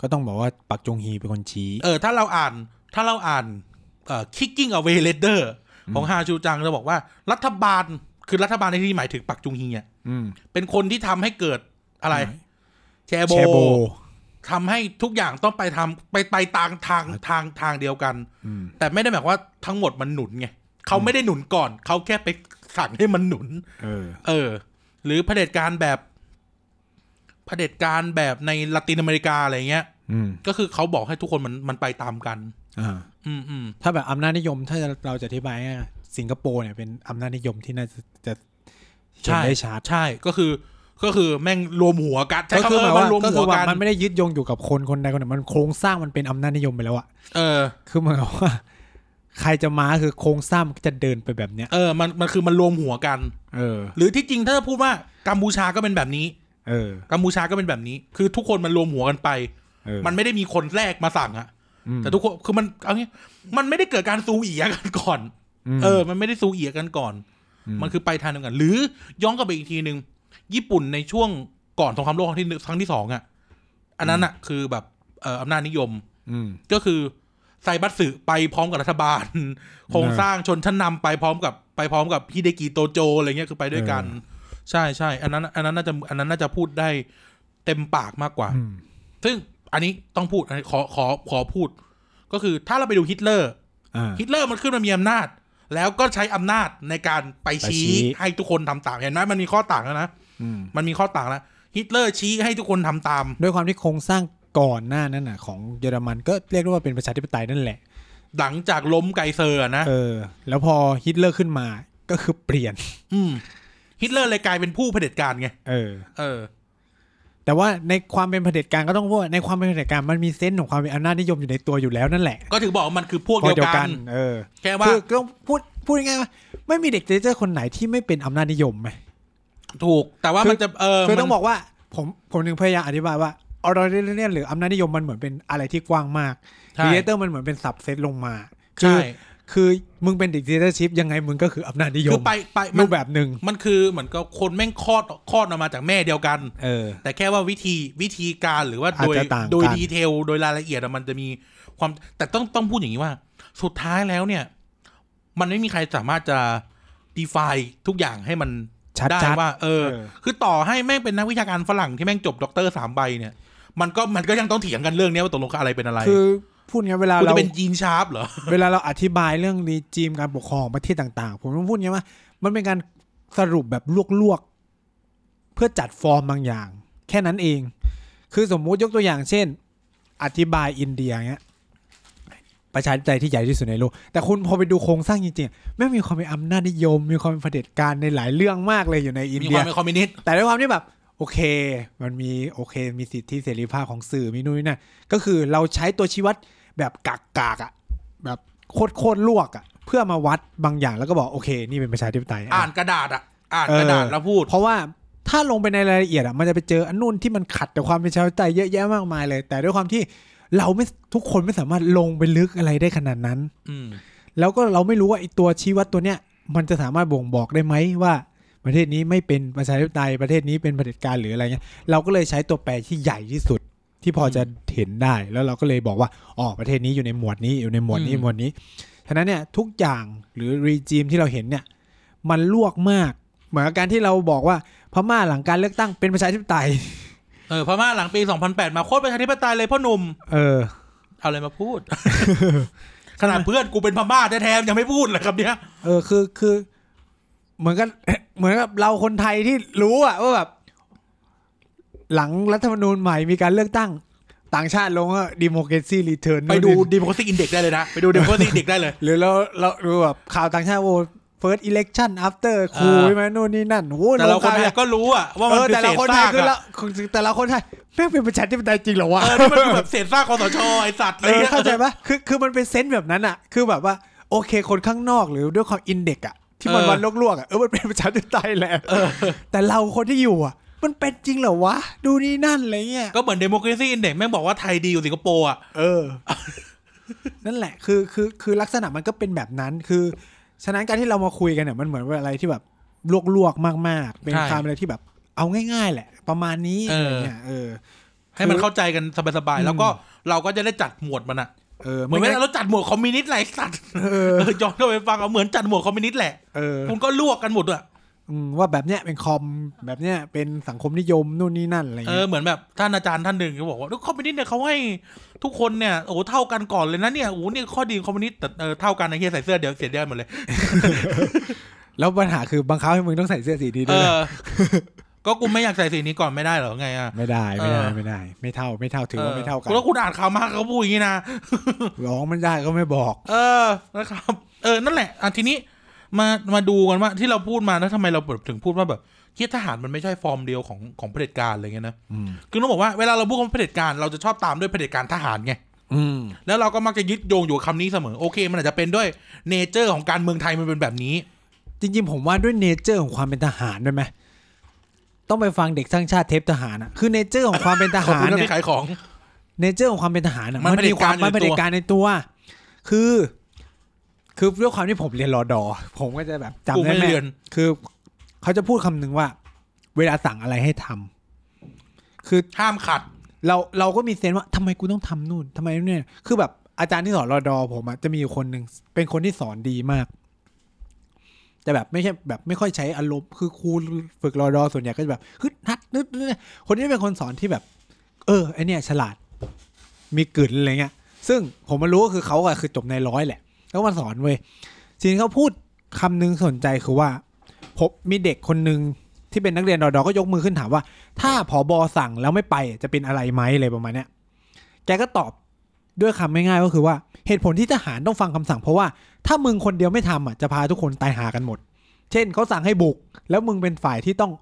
Speaker 2: ก็ต้องบอกว่าปักจงฮีเป็นคนชี้
Speaker 1: เออ ถ้าเราอ่านถ้าเราอ่านเอ่อ kicking away letter ของฮาชูจังจะบอกว่ารัฐบาลคือรัฐบาลในที่นี้หมายถึงปักจุงฮีอ่ะ
Speaker 2: อืม
Speaker 1: เป็นคนที่ทำให้เกิดอะไร
Speaker 2: อะไร
Speaker 1: แชร์โบ
Speaker 2: แชโบ
Speaker 1: ทำให้ทุกอย่างต้องไปทำไปไปตามทางทางทางเดียวกัน
Speaker 2: อืม
Speaker 1: แต่ไม่ได้หมายความว่าทั้งหมดมันหนุนไงเขาไม่ได้หนุนก่อน เขาแค่ไปสั่งให้มันหนุน
Speaker 2: เออ
Speaker 1: เออ หรือเผด็จการแบบเผด็จการแบบในละตินอเมริกาอะไรเงี้ย
Speaker 2: อืม
Speaker 1: ก็คือเขาบอกให้ทุกคนมันมันไปตามกัน
Speaker 2: อ่า
Speaker 1: อืมอืม
Speaker 2: ถ้าแบบอำนาจนิยม ถ้าเราจะอธิบายง่ายๆสิงคโปร์เนี่ยเป็นอำนาจนิยมที่น่าจะจะเห็น
Speaker 1: ใช่
Speaker 2: ได้ชัด
Speaker 1: ใช่ก็คือ ก็คือแม่งรวมหัวกันใช้
Speaker 2: ก็
Speaker 1: คำ
Speaker 2: คือห
Speaker 1: ว่
Speaker 2: มายว่า
Speaker 1: มันรวม
Speaker 2: ก็คื
Speaker 1: หั
Speaker 2: อ
Speaker 1: วกั
Speaker 2: ว่า
Speaker 1: น
Speaker 2: มันไม่ได้ยึดโยงอยู่กับคนคนใดคนหนึ่งมันโครงสร้างมันเป็นอำนาจนิยมไปแล้วอะ
Speaker 1: เออ
Speaker 2: คือเหมือนกับว่า ใครจะมาคือโครงสร้างมันก็จะเดินไปแบบเนี้ย
Speaker 1: เออ มันมันคือมันรวมหัวกัน
Speaker 2: เออ
Speaker 1: หรือที่จริงถ้าพูดว่ากัมพูชาก็เป็นแบบนี้
Speaker 2: เออ
Speaker 1: กัมพูชาก็เป็นแบบนี้ คือทุกคนมันรวมหัวกันไป
Speaker 2: เออ
Speaker 1: มันไม่ได้มีคนแรกมาสั่งอะแต่ทุกคน คือมัน เอางี้ มันไม่ได้เกิดการซูเอียกันก่อน เออ มันไม่ได้ซูเอียกันก่อน มันคือไปทางเดียวกัน หรือย้อนกลับไปอีกทีหนึ่งญี่ปุ่นในช่วงก่อนสงครามโลกครั้งที่หนึ่งครั้งที่สองอะอันนั้นอะคือแบบเอ่ออำนาจนิยม
Speaker 2: อืม
Speaker 1: ก็คือไซบัตสึไปพร้อมกับรัฐบา ล โครงสร้างชนชั้นนำไปพร้อมกับไปพร้อมกับฮิเดกิโตโจอะไรเงี้ยคือไปด้วยกัน ใช่ใช่อันนั้น อันนั้นน่าจะอันนั้นน่าจะพูดได้เต็มปากมากกว่า
Speaker 2: อืม
Speaker 1: ซึ่งอันนี้ต้องพูดอันนี้ขอขอขอพูด ก็คือถ้าเราไปดูฮิตเลอร์
Speaker 2: อ่า
Speaker 1: ฮิตเลอร์มันขึ้นมามีอำนาจ แล้วก็ใช้อำนาจในการไปชี้
Speaker 2: ไปชี้
Speaker 1: ให้ทุกคนทำตามเห็นไหมมันมีข้อต่างแล้วนะ
Speaker 2: อืม
Speaker 1: มันมีข้อต่างแล้วฮิตเลอร์ชี้ให้ทุกคนทำตาม
Speaker 2: ด้วยความที่โครงสร้างก่อนหน้านั้นน่ะ ของเยอรมันก็เรียกได้ว่าเป็นประชาธิปไตยนั่นแหละ
Speaker 1: หลังจากล้มไกเซอร์อะนะ
Speaker 2: เออ แล้วพอฮิตเลอร์ขึ้นมาก็คือเปลี่ยน
Speaker 1: อืมฮิตเลอร์เลยกลายเป็นผู้เผด็จการไง
Speaker 2: เออ
Speaker 1: เออ
Speaker 2: แต่ แต่ว่าในความเป็นเผด็จการก็ต้องพูดว่าในความเป็นเผด็จการมันมีเซนส์ของความเป็นอำนาจนิยมอยู่ในตัวอยู่แล้วนั่นแหละ
Speaker 1: ก็ถึงบอกว่ามันคือพวกเดียวกัน
Speaker 2: เออ
Speaker 1: แค่ว่า
Speaker 2: คือต้องพูดพูดง่ายๆว่าไม่มีเด็กเจเจอร์คนไหนที่ไม่เป็นอำนาจนิยมไหม
Speaker 1: ถูก แต่ว่ามันจะเออ
Speaker 2: คือต้อง
Speaker 1: มัน
Speaker 2: บอกว่าผมผมถึงพยายามอธิบายว่าออร์เรเนียนหรืออำนาจนิยมมันเหมือนเป็นอะไรที่กว้างมาก
Speaker 1: ใช่
Speaker 2: ดีเตอร์มันเหมือนเป็นสับเซตลงมา คื
Speaker 1: ใช่
Speaker 2: อคือมึงเป็นดิกเตอร์ชิพยังไงมึงก็คืออำนาจนิย
Speaker 1: คือ
Speaker 2: ม
Speaker 1: ไปไปมั
Speaker 2: รู
Speaker 1: น
Speaker 2: ปแบบหนึ่ง
Speaker 1: มันคือเหมือนกับคนแม่งคลอดคลอดออกมาจากแม่เดียวกัน
Speaker 2: เออ
Speaker 1: แต่แค่ว่าวิธีวิธีการหรือว่า
Speaker 2: อาจ
Speaker 1: โดย
Speaker 2: จะต่างกัน
Speaker 1: โดยดีเทลโดยรายละเอียดอะมันจะมีความแต่ต้องต้องพูดอย่างนี้ว่า สุดท้ายแล้วเนี่ย มันไม่มีใครสามารถจะ define ทุกอย่างให้มัน
Speaker 2: ชัด
Speaker 1: ได้
Speaker 2: ชัด
Speaker 1: ว่า เออ
Speaker 2: เออ
Speaker 1: คือต่อให้แม่งเป็นนักวิชาการฝรั่งที่แม่งจบด็อกเตอร์สามใบเนี่ย มันก็มันก็ยังต้องเถียงกันเรื่องเนี้ยว่าตกลงอะไรเป็นอะไร
Speaker 2: คือพูดงี้เวลา
Speaker 1: กู
Speaker 2: เรา
Speaker 1: จะเป็นยีนชาร์ปเหรอ
Speaker 2: เวลาเราอธิบายเรื่องรีจิมการปกครองของประเทศต่างๆ ผมต้องพูดงี้ว่า มันเป็นการสรุปแบบลวกๆ เพื่อจัดฟอร์มบางอย่าง แค่นั้นเอง คือสมมุติยกตัวอย่างเช่น อธิบายอินเดียเงี้ยประชาธิปไตยที่ใหญ่ที่สุดในโลก แต่คุณพอไปดูโครงสร้างจริงๆไม่งมีความเป็นอำนาจนิยม มีความเป็นเผด็จการในหลายเรื่องมากเลยอยู่ในอิน
Speaker 1: มีค
Speaker 2: เดีย
Speaker 1: วามเป็นคอมมิวนิสต์
Speaker 2: แต่ด้วยความที่แบบ โอเค มันมีโอเค มีสิทธิเสรีภาพของสื่อมีนู่นนี่นั่นก็คือเราใช้ตัวชี้วัดแบบกากกากๆอะแบบโคตรโคตรๆลวกอะเพื่อมาวัดบางอย่างแล้วก็บอกโอเค นี่เป็นประชาธิปไตยอะ
Speaker 1: อ่านกระดาษอะอ่าน
Speaker 2: เออ
Speaker 1: กระดาษแล้วพูด
Speaker 2: เพราะว่าถ้าลงไปในรายละเอียดอะมันจะไปเจออันนู่นที่มันขัดกับความเป็นประชาธิปไตยเยอะแยะมากมายเลย แต่ด้วยความที่เราไม่ทุกคนไม่สามารถลงไปลึกอะไรได้ขนาดนั้น
Speaker 1: อืม
Speaker 2: แล้วก็เราไม่รู้ว่าไอ้ตัวชี้วัดตัวเนี้ยมันจะสามารถบ่งบอกได้ไหมว่า ประเทศนี้ไม่เป็นประชาธิปไตยประเทศนี้เป็นเผด็จการหรืออะไรเงี้ยเราก็เลยใช้ตัวแปรที่ใหญ่ที่สุด ที่พอจะเห็นได้แล้วเราก็เลยบอกว่าอ๋อประเทศนี้อยู่ในหมวดนี้อยู่ในหมวดนี้
Speaker 1: อืม
Speaker 2: หมวดนี้ฉะนั้นเนี่ยทุกอย่างหรือรีจิมที่เราเห็นเนี่ยมันลวกมากเหมือนกับการที่เราบอกว่าพม่าหลังการเลือกตั้งเป็นประชาธิปไตย
Speaker 1: เออพม่าหลังปี2008มาโคตรประชาธิปไตยเลยพ่อหนุ่ม
Speaker 2: เออ
Speaker 1: เอาอะไรมา พูด ขนาดเพื่อนกูเป็นพม่าแท้ๆยังไม่พูดเลยครับเนี้ย
Speaker 2: เออคือคือ เหมือนกัน เหมือนกับ เราคนไทยที่รู้อะว่าแบบ หลังรัฐธรรมนูญใหม่มีการเลือกตั้ง ต่างชาติลงว่า democracy return
Speaker 1: ไปดู democracy index ได้เลยนะ ไปดู democracy index ได้เลย
Speaker 2: หรือเราเราดูแบบข่าวต่างชาติโอ้ first election after ครู
Speaker 1: อ่า
Speaker 2: ใช่ไหมนู่นนี่นั่นโอ้
Speaker 1: แต่เราคนไทย
Speaker 2: ข่ว
Speaker 1: ก็รู้อะว่า
Speaker 2: เอ
Speaker 1: มัน
Speaker 2: อ
Speaker 1: คือ
Speaker 2: แต่
Speaker 1: เศษ
Speaker 2: เราคนไท
Speaker 1: ซาย ก
Speaker 2: คือ
Speaker 1: อะ
Speaker 2: เราคือแต่เราคนไทยแม่งเป็นประชาธิปไตยจริงเหรอวะ
Speaker 1: เออนี่มันคือแบบเศษซากคอสชไอสัตว์อะไร
Speaker 2: เออ
Speaker 1: เงี้ย
Speaker 2: เข้าใจปะคือคือมันเป็นเซนส์แบบนั้นอ่ะ คือแบบว่าโอเค คนข้างนอกหรือด้วยความอินเด็กอ่ะ ที่มันวันลวกๆอ่ะ เออ มันเป็นประชาธิปไตยแหละแต่เราคนที่อยู่อ่ะ มันเป็นจริงเหรอวะ ดูนี่นั่นอะไรเงี้ย
Speaker 1: ก็เหมือน democracy index แม่งบอกว่าไทยดีอยู่าสิงคโปร์อะ
Speaker 2: เออ นั่นแหละ คือคือคือลักษณะมันก็เป็นแบบนั้น คือ ฉะนั้นการที่เรามาคุยกันเนี่ยมันเหมือนว่าอะไรที่แบบลวกๆมากๆ เป็นคำอะไรที่แบบ เอาง่ายๆ แหละ ประมาณนี้อะไรเงี้ยเออ
Speaker 1: ให้มันเข้าใจกันสบาย
Speaker 2: อืม
Speaker 1: ๆ แล้วก็เราก็จะได้จัดหมวดมันอะ
Speaker 2: เออ
Speaker 1: เหมือนเวลาเราจัดหมวดคอมมิวนิสต์ไรสัตว์
Speaker 2: เออ
Speaker 1: เออย้อนกลับไปฟังเอาเหมือนจัดหมวดคอมมิวนิสต์แหละ
Speaker 2: เออ
Speaker 1: คุณก็ลวกกันหมดอะ
Speaker 2: อืมว่าแบบเนี้ยเป็นคอมแบบเนี้ยเป็นสังคมนิยมนู่นนี่นั่นอะไร
Speaker 1: เออ
Speaker 2: เงี้ย
Speaker 1: เหมือนแบบท่านอาจารย์ท่านหนึ่งก็บอกว่าคอมมิวนิสต์เนี่ยเขาให้ทุกคนเนี่ยโอ้โหเท่ากันก่อนเลยนะเนี่ยโอ้โหเนี่ยข้อดีของคอมมิวนิสต์แต่เออเท่ากันไอ้เฮียใส่เสื้อเดี๋ยวเสียเดือนหมดเลย
Speaker 2: แล้วปัญหาคือบังคับให้มึงต้องใส่เสื้อสีนี้
Speaker 1: เอ
Speaker 2: ด้วยนะ
Speaker 1: อ ก็กูไม่อยากใส่สีนี้ก่อนไม่ได้เหรอไงอ่ะ
Speaker 2: ไม่ได้ไม่ได้
Speaker 1: เออ
Speaker 2: ไม่ได้ ไม่เท่าไม่เท่าถือว่าไม่เท่ากัน
Speaker 1: ออแล้วคุณอ่านข่าวมาเขาพูดอย่างนี้นะ
Speaker 2: ร้องมันได้ก็ไม่บอก
Speaker 1: เออ นะครับ เออ นั่นแหละอ่ะทีนี้ มา มาดูกันว่าที่เราพูดมาแล้วทำไมเราแบบถึงพูดว่าแบบเฮียทหารมันไม่ใช่ฟอร์มเดียวของของเผด็จการอะไรเงี้ยนะ
Speaker 2: อืม
Speaker 1: คือต้องบอกว่าเวลาเราพูดคำว่าเผด็จการเราจะชอบตามด้วยเผด็จการทหารไง
Speaker 2: อืม
Speaker 1: แล้วเราก็มักจะยึดโยงอยู่กับคำนี้เสมอ โอเค มันอาจจะเป็นด้วยเนเจอร์ของการเมืองไทยมันเป็นแบบนี้
Speaker 2: จริงๆผมว่าด้วยเนเจอร์ของความเป็นทหารด้วยไหมต้องไปฟังเด็กสร้างชาติเทปทหารอ่ะคือเนเจอร์ของความเป็นท
Speaker 1: ขอบ
Speaker 2: หาร
Speaker 1: คุณนะ
Speaker 2: เนี่ย
Speaker 1: ที่ขายของ
Speaker 2: เนเจอร์ของความเป็นทหารอ่ะ
Speaker 1: มั
Speaker 2: มัน นมีความ
Speaker 1: เผด็จการอยู่ในตัว
Speaker 2: มันเผด็จการในตัว คือ คือด้วยความที่ผมเรียนรอดอ ผมก็จะแบบจำ
Speaker 1: กู
Speaker 2: ได้
Speaker 1: ไม่
Speaker 2: แม่น
Speaker 1: เรียน
Speaker 2: คือเขาจะพูดคำหนึ่งว่า เวลาสั่งอะไรให้ทำคือ
Speaker 1: ห้ามขัด
Speaker 2: เราเราก็มีเซนส์ว่าทำไมกูต้องทำนู่นทำไมเนี่ย คือแบบอาจารย์ที่สอนรอดอผมอะจะมีอยู่คนหนึ่งเป็นคนที่สอนดีมาก แต่แบบไม่ใช่แบบไม่ค่อยใช้อารมณ์คือครูฝึกรอดอส่วนใหญ่ก็จะแบบฮึดฮัดนึดนึดนึดคนนี้เป็นคนสอนที่แบบ เออไอเนี่ย ฉลาด มีกลืนอะไรเงี้ย ซึ่งผมมารู้ก็คือเขาอะคือจบในร้อยแหละ แล้วมาสอนเว้ยสิ่งที่เขาพูดคำหนึงสนใจคือว่า พบมีเด็กคนหนึ่งที่เป็นนักเรียนรอดอก็ยกมือขึ้นถามว่า ถ้าผอบอสั่งแล้วไม่ไปจะเป็นอะไรไหมอะไรประมาณเนี้ยแกก็ตอบด้วยคำง่ายๆก็คือว่าเหตุผลที่ทหารต้องฟังคำสั่งเพราะว่าถ้ามึงคนเดียวไม่ทำอ่ะจะพาทุกคนตายหากันหมด เช่นเขาสั่งให้บุก แล้วมึงเป็นฝ่ายที่ต้อง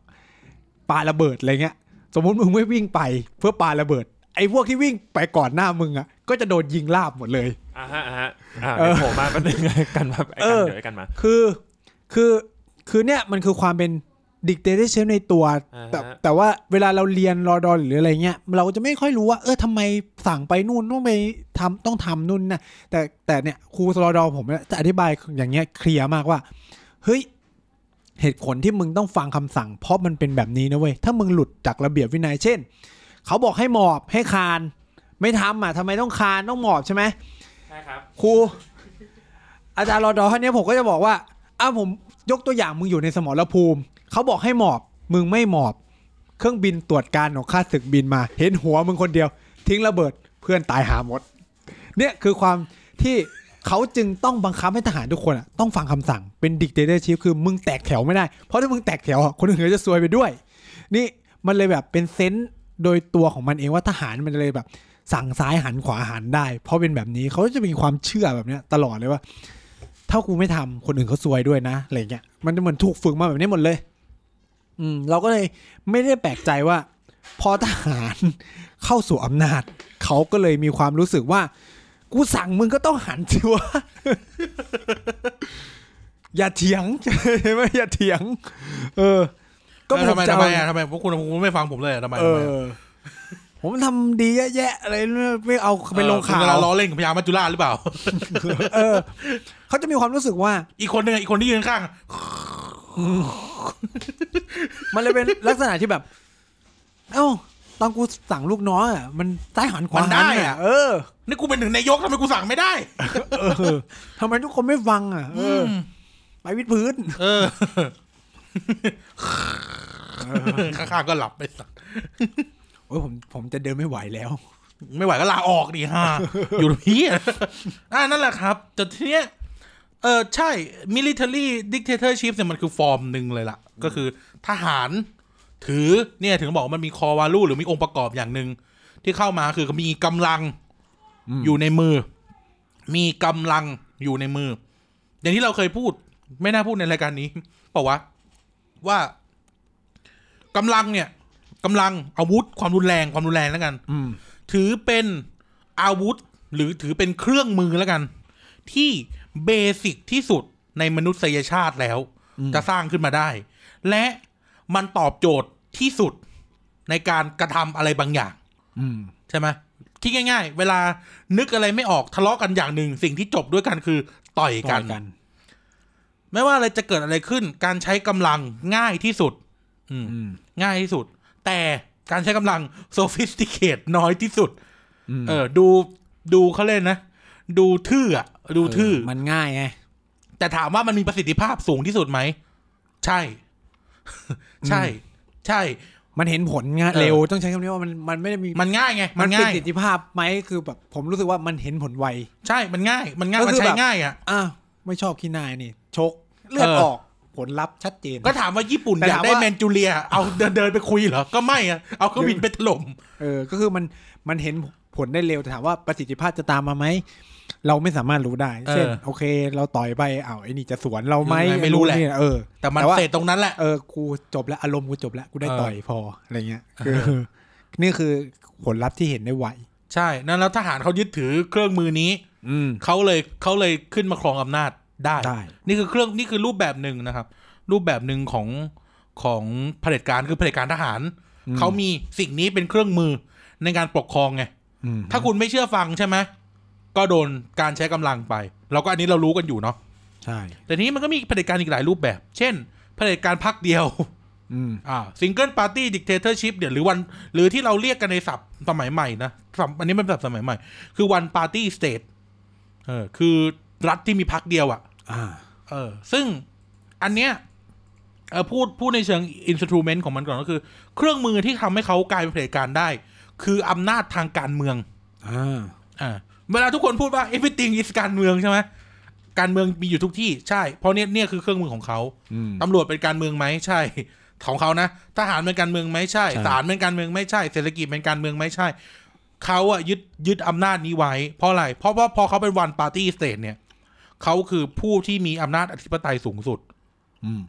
Speaker 2: ปาระเบิดอะไรเงี้ย สมมติมึงไม่วิ่งไปเพื่อปาระเบิด ไอ้พวกที่วิ่งไปก่อนหน้ามึงอ่ะ ก็จะโดนยิงลาบหมดเลย
Speaker 3: อ่าฮะอ่าฮะอ่า
Speaker 2: เออ
Speaker 3: เดี๋ยวโผล่มาแป๊บนึง กันมาไอ้
Speaker 2: เอ
Speaker 3: กัน
Speaker 2: อ
Speaker 3: เดี๋ยวไอ้กันมา
Speaker 2: คือคือคือเนี่ยมันคือความเป็นดิกเตเตชันในตัว
Speaker 3: อ่าฮะ
Speaker 2: แต่แต่ว่าเวลาเราเรียนรอดอนหรืออะไรเงี้ย เราจะไม่ค่อยรู้ว่า เออทำไมสั่งไปนู่นต้องไปทำต้องทำนู่นนะแต่แต่เนี่ยครูรอดอผมเนี่ยจะอธิบายอย่างเงี้ยเคลียร์มากว่า เฮ้ย เหตุผลที่มึงต้องฟังคำสั่ง เพราะมันเป็นแบบนี้นะเว้ย ถ้ามึงหลุดจากระเบียบวินัยเช่น เขาบอกให้หมอบให้คาน ไม่ทำอ่ะทำไมต้องคานต้องหมอบใช่ไหม
Speaker 3: ใช่ครับ
Speaker 2: ครูอาจารย์รอดอท่านเนี้ยผมก็จะบอกว่าอ้าวผมยกตัวอย่างมึงอยู่ในสมรภูมิเขาบอกให้หมอบ มึงไม่หมอบ เครื่องบินตรวจการของข้าศึกบินมา เห็นหัวมึงคนเดียว ทิ้งระเบิดเพื่อนตายหาหมด เนี่ยคือความที่เขาจึงต้องบังคับให้ทหารทุกคนอะต้องฟังคำสั่งเป็นดิกเตเตอร์ชีฟคือมึงแตกแถวไม่ได้ เพราะถ้ามึงแตกแถวอะคนอื่นก็จะซวยไปด้วย นี่มันเลยแบบเป็นเซนส์โดยตัวของมันเองว่าทหารมันเลยแบบ สั่งซ้ายหันขวาหันได้ เพราะเป็นแบบนี้เขาจะมีความเชื่อแบบเนี้ยตลอดเลยว่า ถ้ากูไม่ทำคนอื่นเขาซวยด้วยนะอะไรเงี้ยมันเหมือนถูกฝึกมาแบบนี้หมดเลย อืม เราก็เลยไม่ได้แปลกใจว่า พอทหารเข้าสู่อำนาจ เขาก็เลยมีความรู้สึกว่า กูสั่งมึงก็ต้องหันสิวะ อย่าเถียง ใช่ไหมอย่าเถียง เออ
Speaker 1: ก็ทำไม
Speaker 2: จะ
Speaker 1: ทำ
Speaker 2: เอา
Speaker 1: ไมอ่ะทำไมพวกคุณพวกคุณไม่ฟังผมเลยอ่ะทำไม
Speaker 2: เอ
Speaker 1: ทำไม
Speaker 2: อ ผมทำดีเยอะแยะอะไรไม่เอาไปลง
Speaker 1: เออ
Speaker 2: ข่า
Speaker 1: คุณกำลั
Speaker 2: ว
Speaker 1: งล้อเล่นกับพญามัจจุราชหรือเปล่า
Speaker 2: เออ เขาจะมีความรู้สึกว่า
Speaker 1: อีกคนนึงอ่ะอีกคนที่ยืนข้างอ่ะ
Speaker 2: มันเลยเป็น ลักษณะที่แบบ เอ้า ตอนกูสั่งลูกน้องอ่ะ มันซ้ายหันขวาหันอ่ะเออ
Speaker 1: นี่กูเป็นหนึ่งนายกทำไมกูสั่งไม่ได้
Speaker 2: เออทำไมทุกคนไม่ฟังอ่ะ เออ ไปวิดพื้น
Speaker 1: เออ ข้างๆก็หลับไปสัก
Speaker 2: โอ้ยผมผมจะเดินไม่ไหวแล้ว
Speaker 1: ไม่ไหวก็ลาออกดิ ฮะ อยู่ที่ อ่านั่นแหละครับ แต่ทีเนี้ยเออใช่ military dictatorship เนี่ยมันคือฟอร์มหนึ่งเลยล่ะ ก็คือทหาร ถือเนี่ยถึงบอกว่ามันมีคอวาลูหรือมีองค์ประกอบอย่างหนึ่งที่เข้ามาคือมีกำลังอยู่ในมือ มีกำลังอยู่ในมือ อย่างที่เราเคยพูด ไม่น่าพูดในรายการนี้ เปล่าวะว่ากำลังเนี่ยกำลังอาวุธความรุนแรงความรุนแรงแล้วกัน
Speaker 2: อืม
Speaker 1: ถือเป็นอาวุธหรือถือเป็นเครื่องมือแล้วกัน ที่เบสิกที่สุดในมนุษยชาติแล้ว จะสร้างขึ้นมาได้ และมันตอบโจทย์ที่สุดในการกระทำอะไรบางอย่าง
Speaker 2: อืม
Speaker 1: ใช่ไหมคิดง่าย ๆ เวลานึกอะไรไม่ออกทะเลาะกันอย่างหนึ่ง สิ่งที่จบด้วยกันคือต่อยกัน ไม่ว่าอะไรจะเกิดอะไรขึ้น การใช้กำลังง่ายที่สุด อืม
Speaker 2: อืม
Speaker 1: ง่ายที่สุด แต่การใช้กำลัง sophisticate น้อยที่สุด
Speaker 2: อืม
Speaker 1: เออ ดูดูเขาเล่นนะ ดูทื่ออะดูทื่อ
Speaker 2: มันง่ายไง
Speaker 1: แต่ถามว่ามันมีประสิทธิภาพสูงที่สุดไหม ใช่ ใช่ ใช่
Speaker 2: มันเห็นผลง่าย
Speaker 1: เออ
Speaker 2: เร็วต้องใช้คำนี้ว่ามันมันไม่ได้มี
Speaker 1: มันง่ายไง มัน
Speaker 2: เป็น
Speaker 1: ง่าย
Speaker 2: สิทธิภาพไหมคือแบบ ผมรู้สึกว่ามันเห็นผลไว
Speaker 1: ใช่ มันง่าย มันง่าย
Speaker 2: ก็
Speaker 1: มัน
Speaker 2: คือ
Speaker 1: ใช้
Speaker 2: แบบ
Speaker 1: ง่ายอ่ะ
Speaker 2: อ้าวไม่ชอบขี้นายนี่ ชก เลือด
Speaker 1: เออ
Speaker 2: ออก ผลลัพธ์ชัดเจน
Speaker 1: ก็ถามว่าญี่ปุ่น
Speaker 2: แต่
Speaker 1: อยาก
Speaker 2: ถาม
Speaker 1: ได้
Speaker 2: ว่า
Speaker 1: แมนจูเรีย เอาเดินเดินไปคุยเหรอ ก็ไม่อะเอาเครื่องบินไปถล่ม
Speaker 2: เออ ก็คือมันมันเห็นผลได้เร็วแต่ถามว่าประสิทธิภาพจะตามมาไหม เราไม่สามารถรู้ได้
Speaker 1: เออ
Speaker 2: เช่น โอเค เราต่อยไปอ้าวไอ้นี่จะสวนเราไหม
Speaker 1: ยังไงไม่รู้แหละ
Speaker 2: เนี่ยเออ
Speaker 1: แต่มัน
Speaker 2: แต่ว่า
Speaker 1: เสร็จตรงนั้นแหละ
Speaker 2: เออ กูจบแล้วอารมณ์กูจบแล้ว กูได้
Speaker 1: เออ
Speaker 2: ต่อยพออะไรเงี้ยคือนี่คือผลลัพธ์ที่เห็นได้ไว
Speaker 1: ใช่ นั่นแล้วทหารเขายึดถือเครื่องมือนี้
Speaker 2: อืม
Speaker 1: เขาเลยเขาเลยขึ้นมาครองอำนาจได้
Speaker 2: ได้
Speaker 1: นี่คือเครื่องนี่คือรูปแบบหนึ่งนะครับ รูปแบบหนึ่งของของเผด็จการคือเผด็จการทหาร เขามีสิ่งนี้เป็นเครื่องมือในการปกครองไง
Speaker 2: อืม
Speaker 1: ถ้าคุณไม่เชื่อฟังใช่ไหมก็โดนการใช้กำลังไป เราก็อันนี้เรารู้กันอยู่เนาะ
Speaker 2: ใช่
Speaker 1: แต่ทีนี้มันก็มีเผด็จการอีกหลายรูปแบบ เช่นเผด็จการพักเดียว
Speaker 2: อืม
Speaker 1: อ่าซิงเกิลปาร์ตี้ดิกเตอร์ชิพเดี๋ยวหรือวันหรือที่เราเรียกกันในศัพท์สมัยใหม่นะศัพท์อันนี้เป็นศัพท์สมัยใหม่ คือวันปาร์ตี้สเตทเออคือรัฐที่มีพักเดียวอะ่ะ
Speaker 2: อ่า
Speaker 1: เออ ซึ่งอันเนี้ยเออพูดพูดในเชิงอินส r ูเมนต์ของมันก่อนก็คือ เครื่องมือที่ทำให้เขากลายเป็นเผด็จการได้ คืออำนาจทางการเมือง
Speaker 2: อ่า
Speaker 1: อ่าเวลาทุกคนพูดว่า everything is การเมืองใช่ไหมการเมืองมีอยู่ทุกที่ใช่ เพราะเนี่ยเนี่ยคือเครื่องมือของเขา
Speaker 2: อืม
Speaker 1: ตำรวจเป็นการเมืองไหมใช่ ของเขานะทหารเป็นการเมืองไหมใช่
Speaker 2: ใช่
Speaker 1: ศาลเป็นการเมืองไหม่ใช่ เศรษฐกิจเป็นการเมืองไหมใช่เขาอะยึดยึดอำนาจนี้ไว้ เพราะอะไร เพราะว่าพอเขาเป็นวันปาร์ตี้สเตทเนี่ยเขาคือผู้ที่มีอำนาจอธิปไตยสูงสุด
Speaker 2: อืม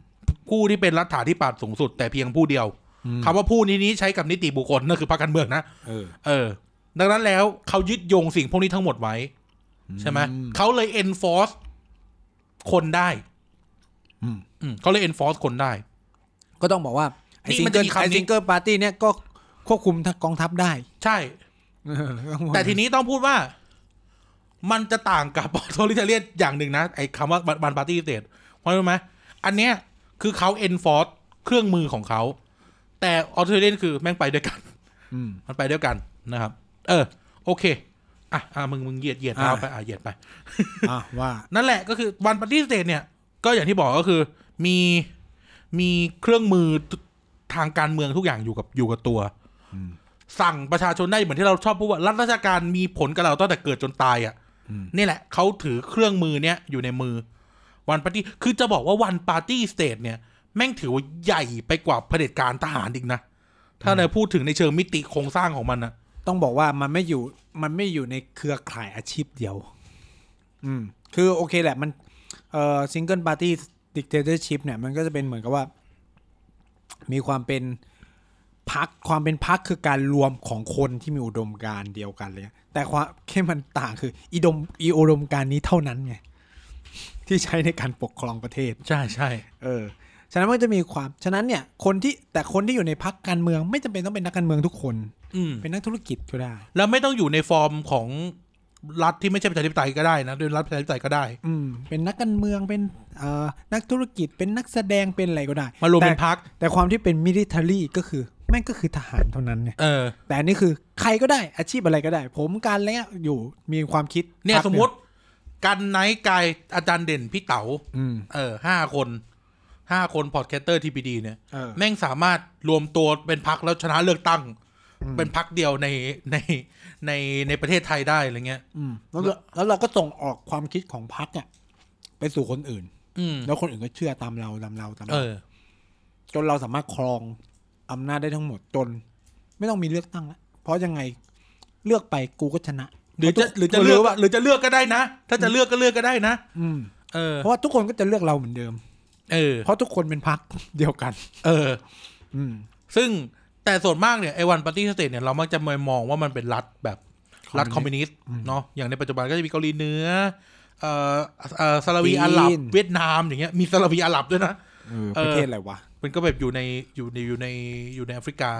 Speaker 1: ผู้ที่เป็นรัฐาธิปัตย์สูงสุด แต่เพียงผู้เดียว
Speaker 2: อืม
Speaker 1: คำว่าผู้นี้นี้ใช้กับนิติบุคคลนั่นคือพรรคการเมืองนะ
Speaker 2: เออ
Speaker 1: เออ ดังนั้นแล้วเขายึดโยงสิ่งพวกนี้ทั้งหมดไว้ ใช่ไหม
Speaker 2: อื
Speaker 1: เขาเลย enforce คนได้
Speaker 2: อืม
Speaker 1: อืมเขาเลย enforce คนได้
Speaker 2: ก็ต้องบอกว่าไอ
Speaker 1: นี่
Speaker 2: ซิง
Speaker 1: มัน
Speaker 2: เกิ
Speaker 1: จะ
Speaker 2: ล
Speaker 1: มีคำนี้
Speaker 2: ไอซิงเกิลปาร์ตี้เนี่ยก็ควบคุมทั้งกองทัพได้
Speaker 1: ใช่ แต่ทีนี้ต้องพูดว่า มันจะต่างกับ authoritarian อย่างหนึ่งนะ ไอ้คำว่าบันปาร์ตี้สเตทเพราะรู้ไหมอันเนี้ยคือเขา enforce เครื่องมือของเขา แต่ authoritarian คือแม่งไปด้วยกัน
Speaker 2: อืม
Speaker 1: มันไปด้วยกันนะครับ เออ โอเค อ่ะอ่ะมึงมึงเหยียดเหยียด
Speaker 2: อ่า
Speaker 1: เอาไปอ่ะเหยียดไป
Speaker 2: อ่ะว่า
Speaker 1: นั่นแหละก็คือวันปฏิเสธเนี่ย ก็อย่างที่บอกก็คือมีมีเครื่องมือทางการเมืองทุกอย่างอยู่กับอยู่กับตัว
Speaker 2: อืม
Speaker 1: สั่งประชาชนได้เหมือนที่เราชอบพูดว่ารัฐราชการมีผลกับเราตั้งแต่เกิดจนตายอ่ะ
Speaker 2: อืม
Speaker 1: นี่แหละเขาถือเครื่องมือเนี้ยอยู่ในมือ วันปาร์ตี้คือจะบอกว่าวันปาร์ตี้สเตทเนี่ย แม่งถือว่าใหญ่ไปกว่าเผด็จการทหารอีกนะ ถ้าเราพูดถึงในเชิงมิติโครงสร้างของมันนะ
Speaker 2: ต้องบอกว่ามันไม่อยู่มันไม่อยู่ในเครือข่ายอาชีพเดียว อืม คือโอเคแหละ มัน เอ่อซิงเกิลปาร์ตี้ดิกเตอร์ชิพเนี่ย มันก็จะเป็นเหมือนกับว่า มีความเป็นพักความเป็นพักคือการรวมของคนที่มีอุดมการณ์เดียวกันเลย แต่ความแค่มันต่างคืออุดมอีอุดมการณ์นี้เท่านั้นไง ที่ใช้ในการปกครองประเทศ
Speaker 1: ใช่ใช่
Speaker 2: เออ ฉะนั้นมันก็จะมีความ ฉะนั้นเนี่ย คนที่แต่คนที่อยู่ในพักการเมือง ไม่จำเป็นต้องเป็นนักการเมืองทุกคน
Speaker 1: อืม
Speaker 2: เป็นนักธุรกิจก็ได้
Speaker 1: แล้วไม่ต้องอยู่ในฟอร์มของรัฐที่ไม่ใช่ประชาธิปไตยก็ได้นะโดยรัฐประชาธิปไตยก็ได้
Speaker 2: อืมเป็นนักการเมืองเป็นเอ่อนักธุรกิจเป็นนักแสดงเป็นอะไรก็ได้
Speaker 1: มารวมเป็น
Speaker 2: แต่
Speaker 1: พัก
Speaker 2: แต่ความที่เป็นมิลิเ a อรี่ก็คือ แม่งก็คือทหารเท่านั้นเนี่ย
Speaker 1: เออ
Speaker 2: แต่อันนี้คือใครก็ได้อาชีพอะไรก็ได้ ผมการอะไรเงี้ยอยู่มีความคิด
Speaker 1: เนี่ย
Speaker 2: พรรค
Speaker 1: สมมติกันไนท์กายอาจารย์เด่นพี่เต๋า
Speaker 2: อืม
Speaker 1: เออห้าคนห้าคนพอดแคสเตอร์ทีพีดีเนี่ย
Speaker 2: เออ
Speaker 1: แม่งสามารถรวมตัวเป็นพักแล้วชนะเลือกตั้ง
Speaker 2: อืม
Speaker 1: เป็นพักเดียวในในในในประเทศไทยได้อะไรเงี้ย
Speaker 2: อืมแล้วเราแล้วเราก็ส่งออกความคิดของพรรคเนี่ยไปสู่คนอื่น
Speaker 1: อืม
Speaker 2: แล้วคนอื่นก็เชื่อตามเราตามเราตาม
Speaker 1: เอ
Speaker 2: เรา
Speaker 1: อ
Speaker 2: จนเราสามารถครองอำนาจได้ทั้งหมดจน ไม่ต้องมีเลือกตั้งละเพราะยังไงเลือกไปกูก็ชนะ
Speaker 1: หรือจะหรือจะเลือกหรือจะเลือกก็ได้นะ ถ้าจะเลือกก็เลือกก็ได้นะ
Speaker 2: อืม
Speaker 1: เออ
Speaker 2: เพราะว่าทุกคนก็จะเลือกเราเหมือนเดิม
Speaker 1: เออ
Speaker 2: เพราะทุกคน เป็นพัก เดียวกัน
Speaker 1: เออ
Speaker 2: อืม
Speaker 1: ซึ่งแต่ส่วนมากเนี่ยไอ้วันปาร์ตี้สเตทเนี่ยเรามักจะมองว่ามันเป็นรัฐแบบรัฐคอมมิวนิสต์เนาะอย่างในปัจจุบันก็จะมีเกาหลีเหนือเอ่อเอ่อซาลาวี
Speaker 2: จีน
Speaker 1: อาหรับเวียดนามอย่างเงี้ยมีซาลาวีอาหรับด้วยนะ
Speaker 2: เออ
Speaker 1: เออ
Speaker 2: ประเทศอะไรวะ
Speaker 1: มันก็แบบอยู่ในอยู่ในอยู่ในอยู่ในแอฟริกา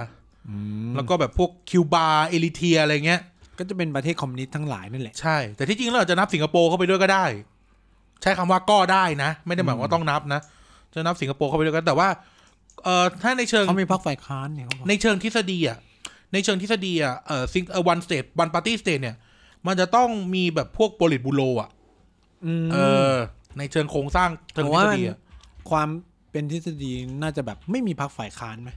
Speaker 2: อืม
Speaker 1: แล้วก็แบบพวกคิวบาเอริเทียอะไรเงี้ย
Speaker 2: ก็จะเป็นประเทศคอมมิวนิสต์ทั้งหลายนั่นแหละ
Speaker 1: ใช่ แต่ที่จริงเราอาจจะนับสิงคโปร์เข้าไปด้วยก็ได้ ใช้คำว่าก็ได้นะ ไม่ได้หมายความว่าต้องนับนะ จะนับสิงคโปร์เข้าไปด้วยก็แต่ว่าเอ่อถ้าในเชิง
Speaker 2: เขามีพักฝ่ายค้านเนี่ยเขาบอก
Speaker 1: ในเชิงทฤษฎีอ่ะ ในเชิงทฤษฎีอ่ะ เอ่อซิงเอ่อวันสเตทวันปาร์ตี้สเตทเนี่ย มันจะต้องมีแบบพวกโปลิตบูโรอ่ะ
Speaker 2: อืม
Speaker 1: เออ ในเชิงโครงสร้างเชิง
Speaker 2: ผม
Speaker 1: ทฤษ
Speaker 2: ว่ามัน
Speaker 1: ฎีอ่ะ
Speaker 2: ความเป็นทฤษฎีน่าจะแบบไม่มีพักฝ่ายค้านไหม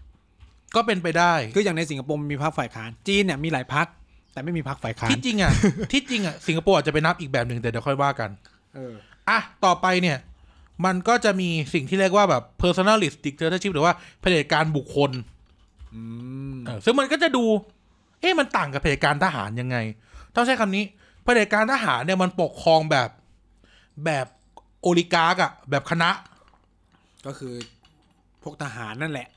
Speaker 1: ก็เป็นไปได้
Speaker 2: คืออย่างในสิงคโปร์มีพักฝ่ายค้าน จีนเนี่ยมีหลายพัก แต่ไม่มีพักฝ่ายค้าน
Speaker 1: ที่จริงอ่ะ ที่จริงอ่ะ สิงคโปร์อาจจะไปนับอีกแบบหนึ่งแต่เดี๋ยวค่อยว่ากัน
Speaker 2: เออ
Speaker 1: อ่ะ ต่อไปเนี่ย มันก็จะมีสิ่งที่เรียกว่าแบบ personalist dictatorship หรือว่าเผด็จการบุคคล
Speaker 2: อืม
Speaker 1: เออซึ่งมันก็จะดู เอ๊ะมันต่างกับเผด็จการทหารยังไง ต้องใช้คำนี้เผด็จการทหารเนี่ยมันปกครองแบบแบบโอลิการ์กอะแบบคณะ
Speaker 2: ก็คือ พวกทหารนั่นแหละ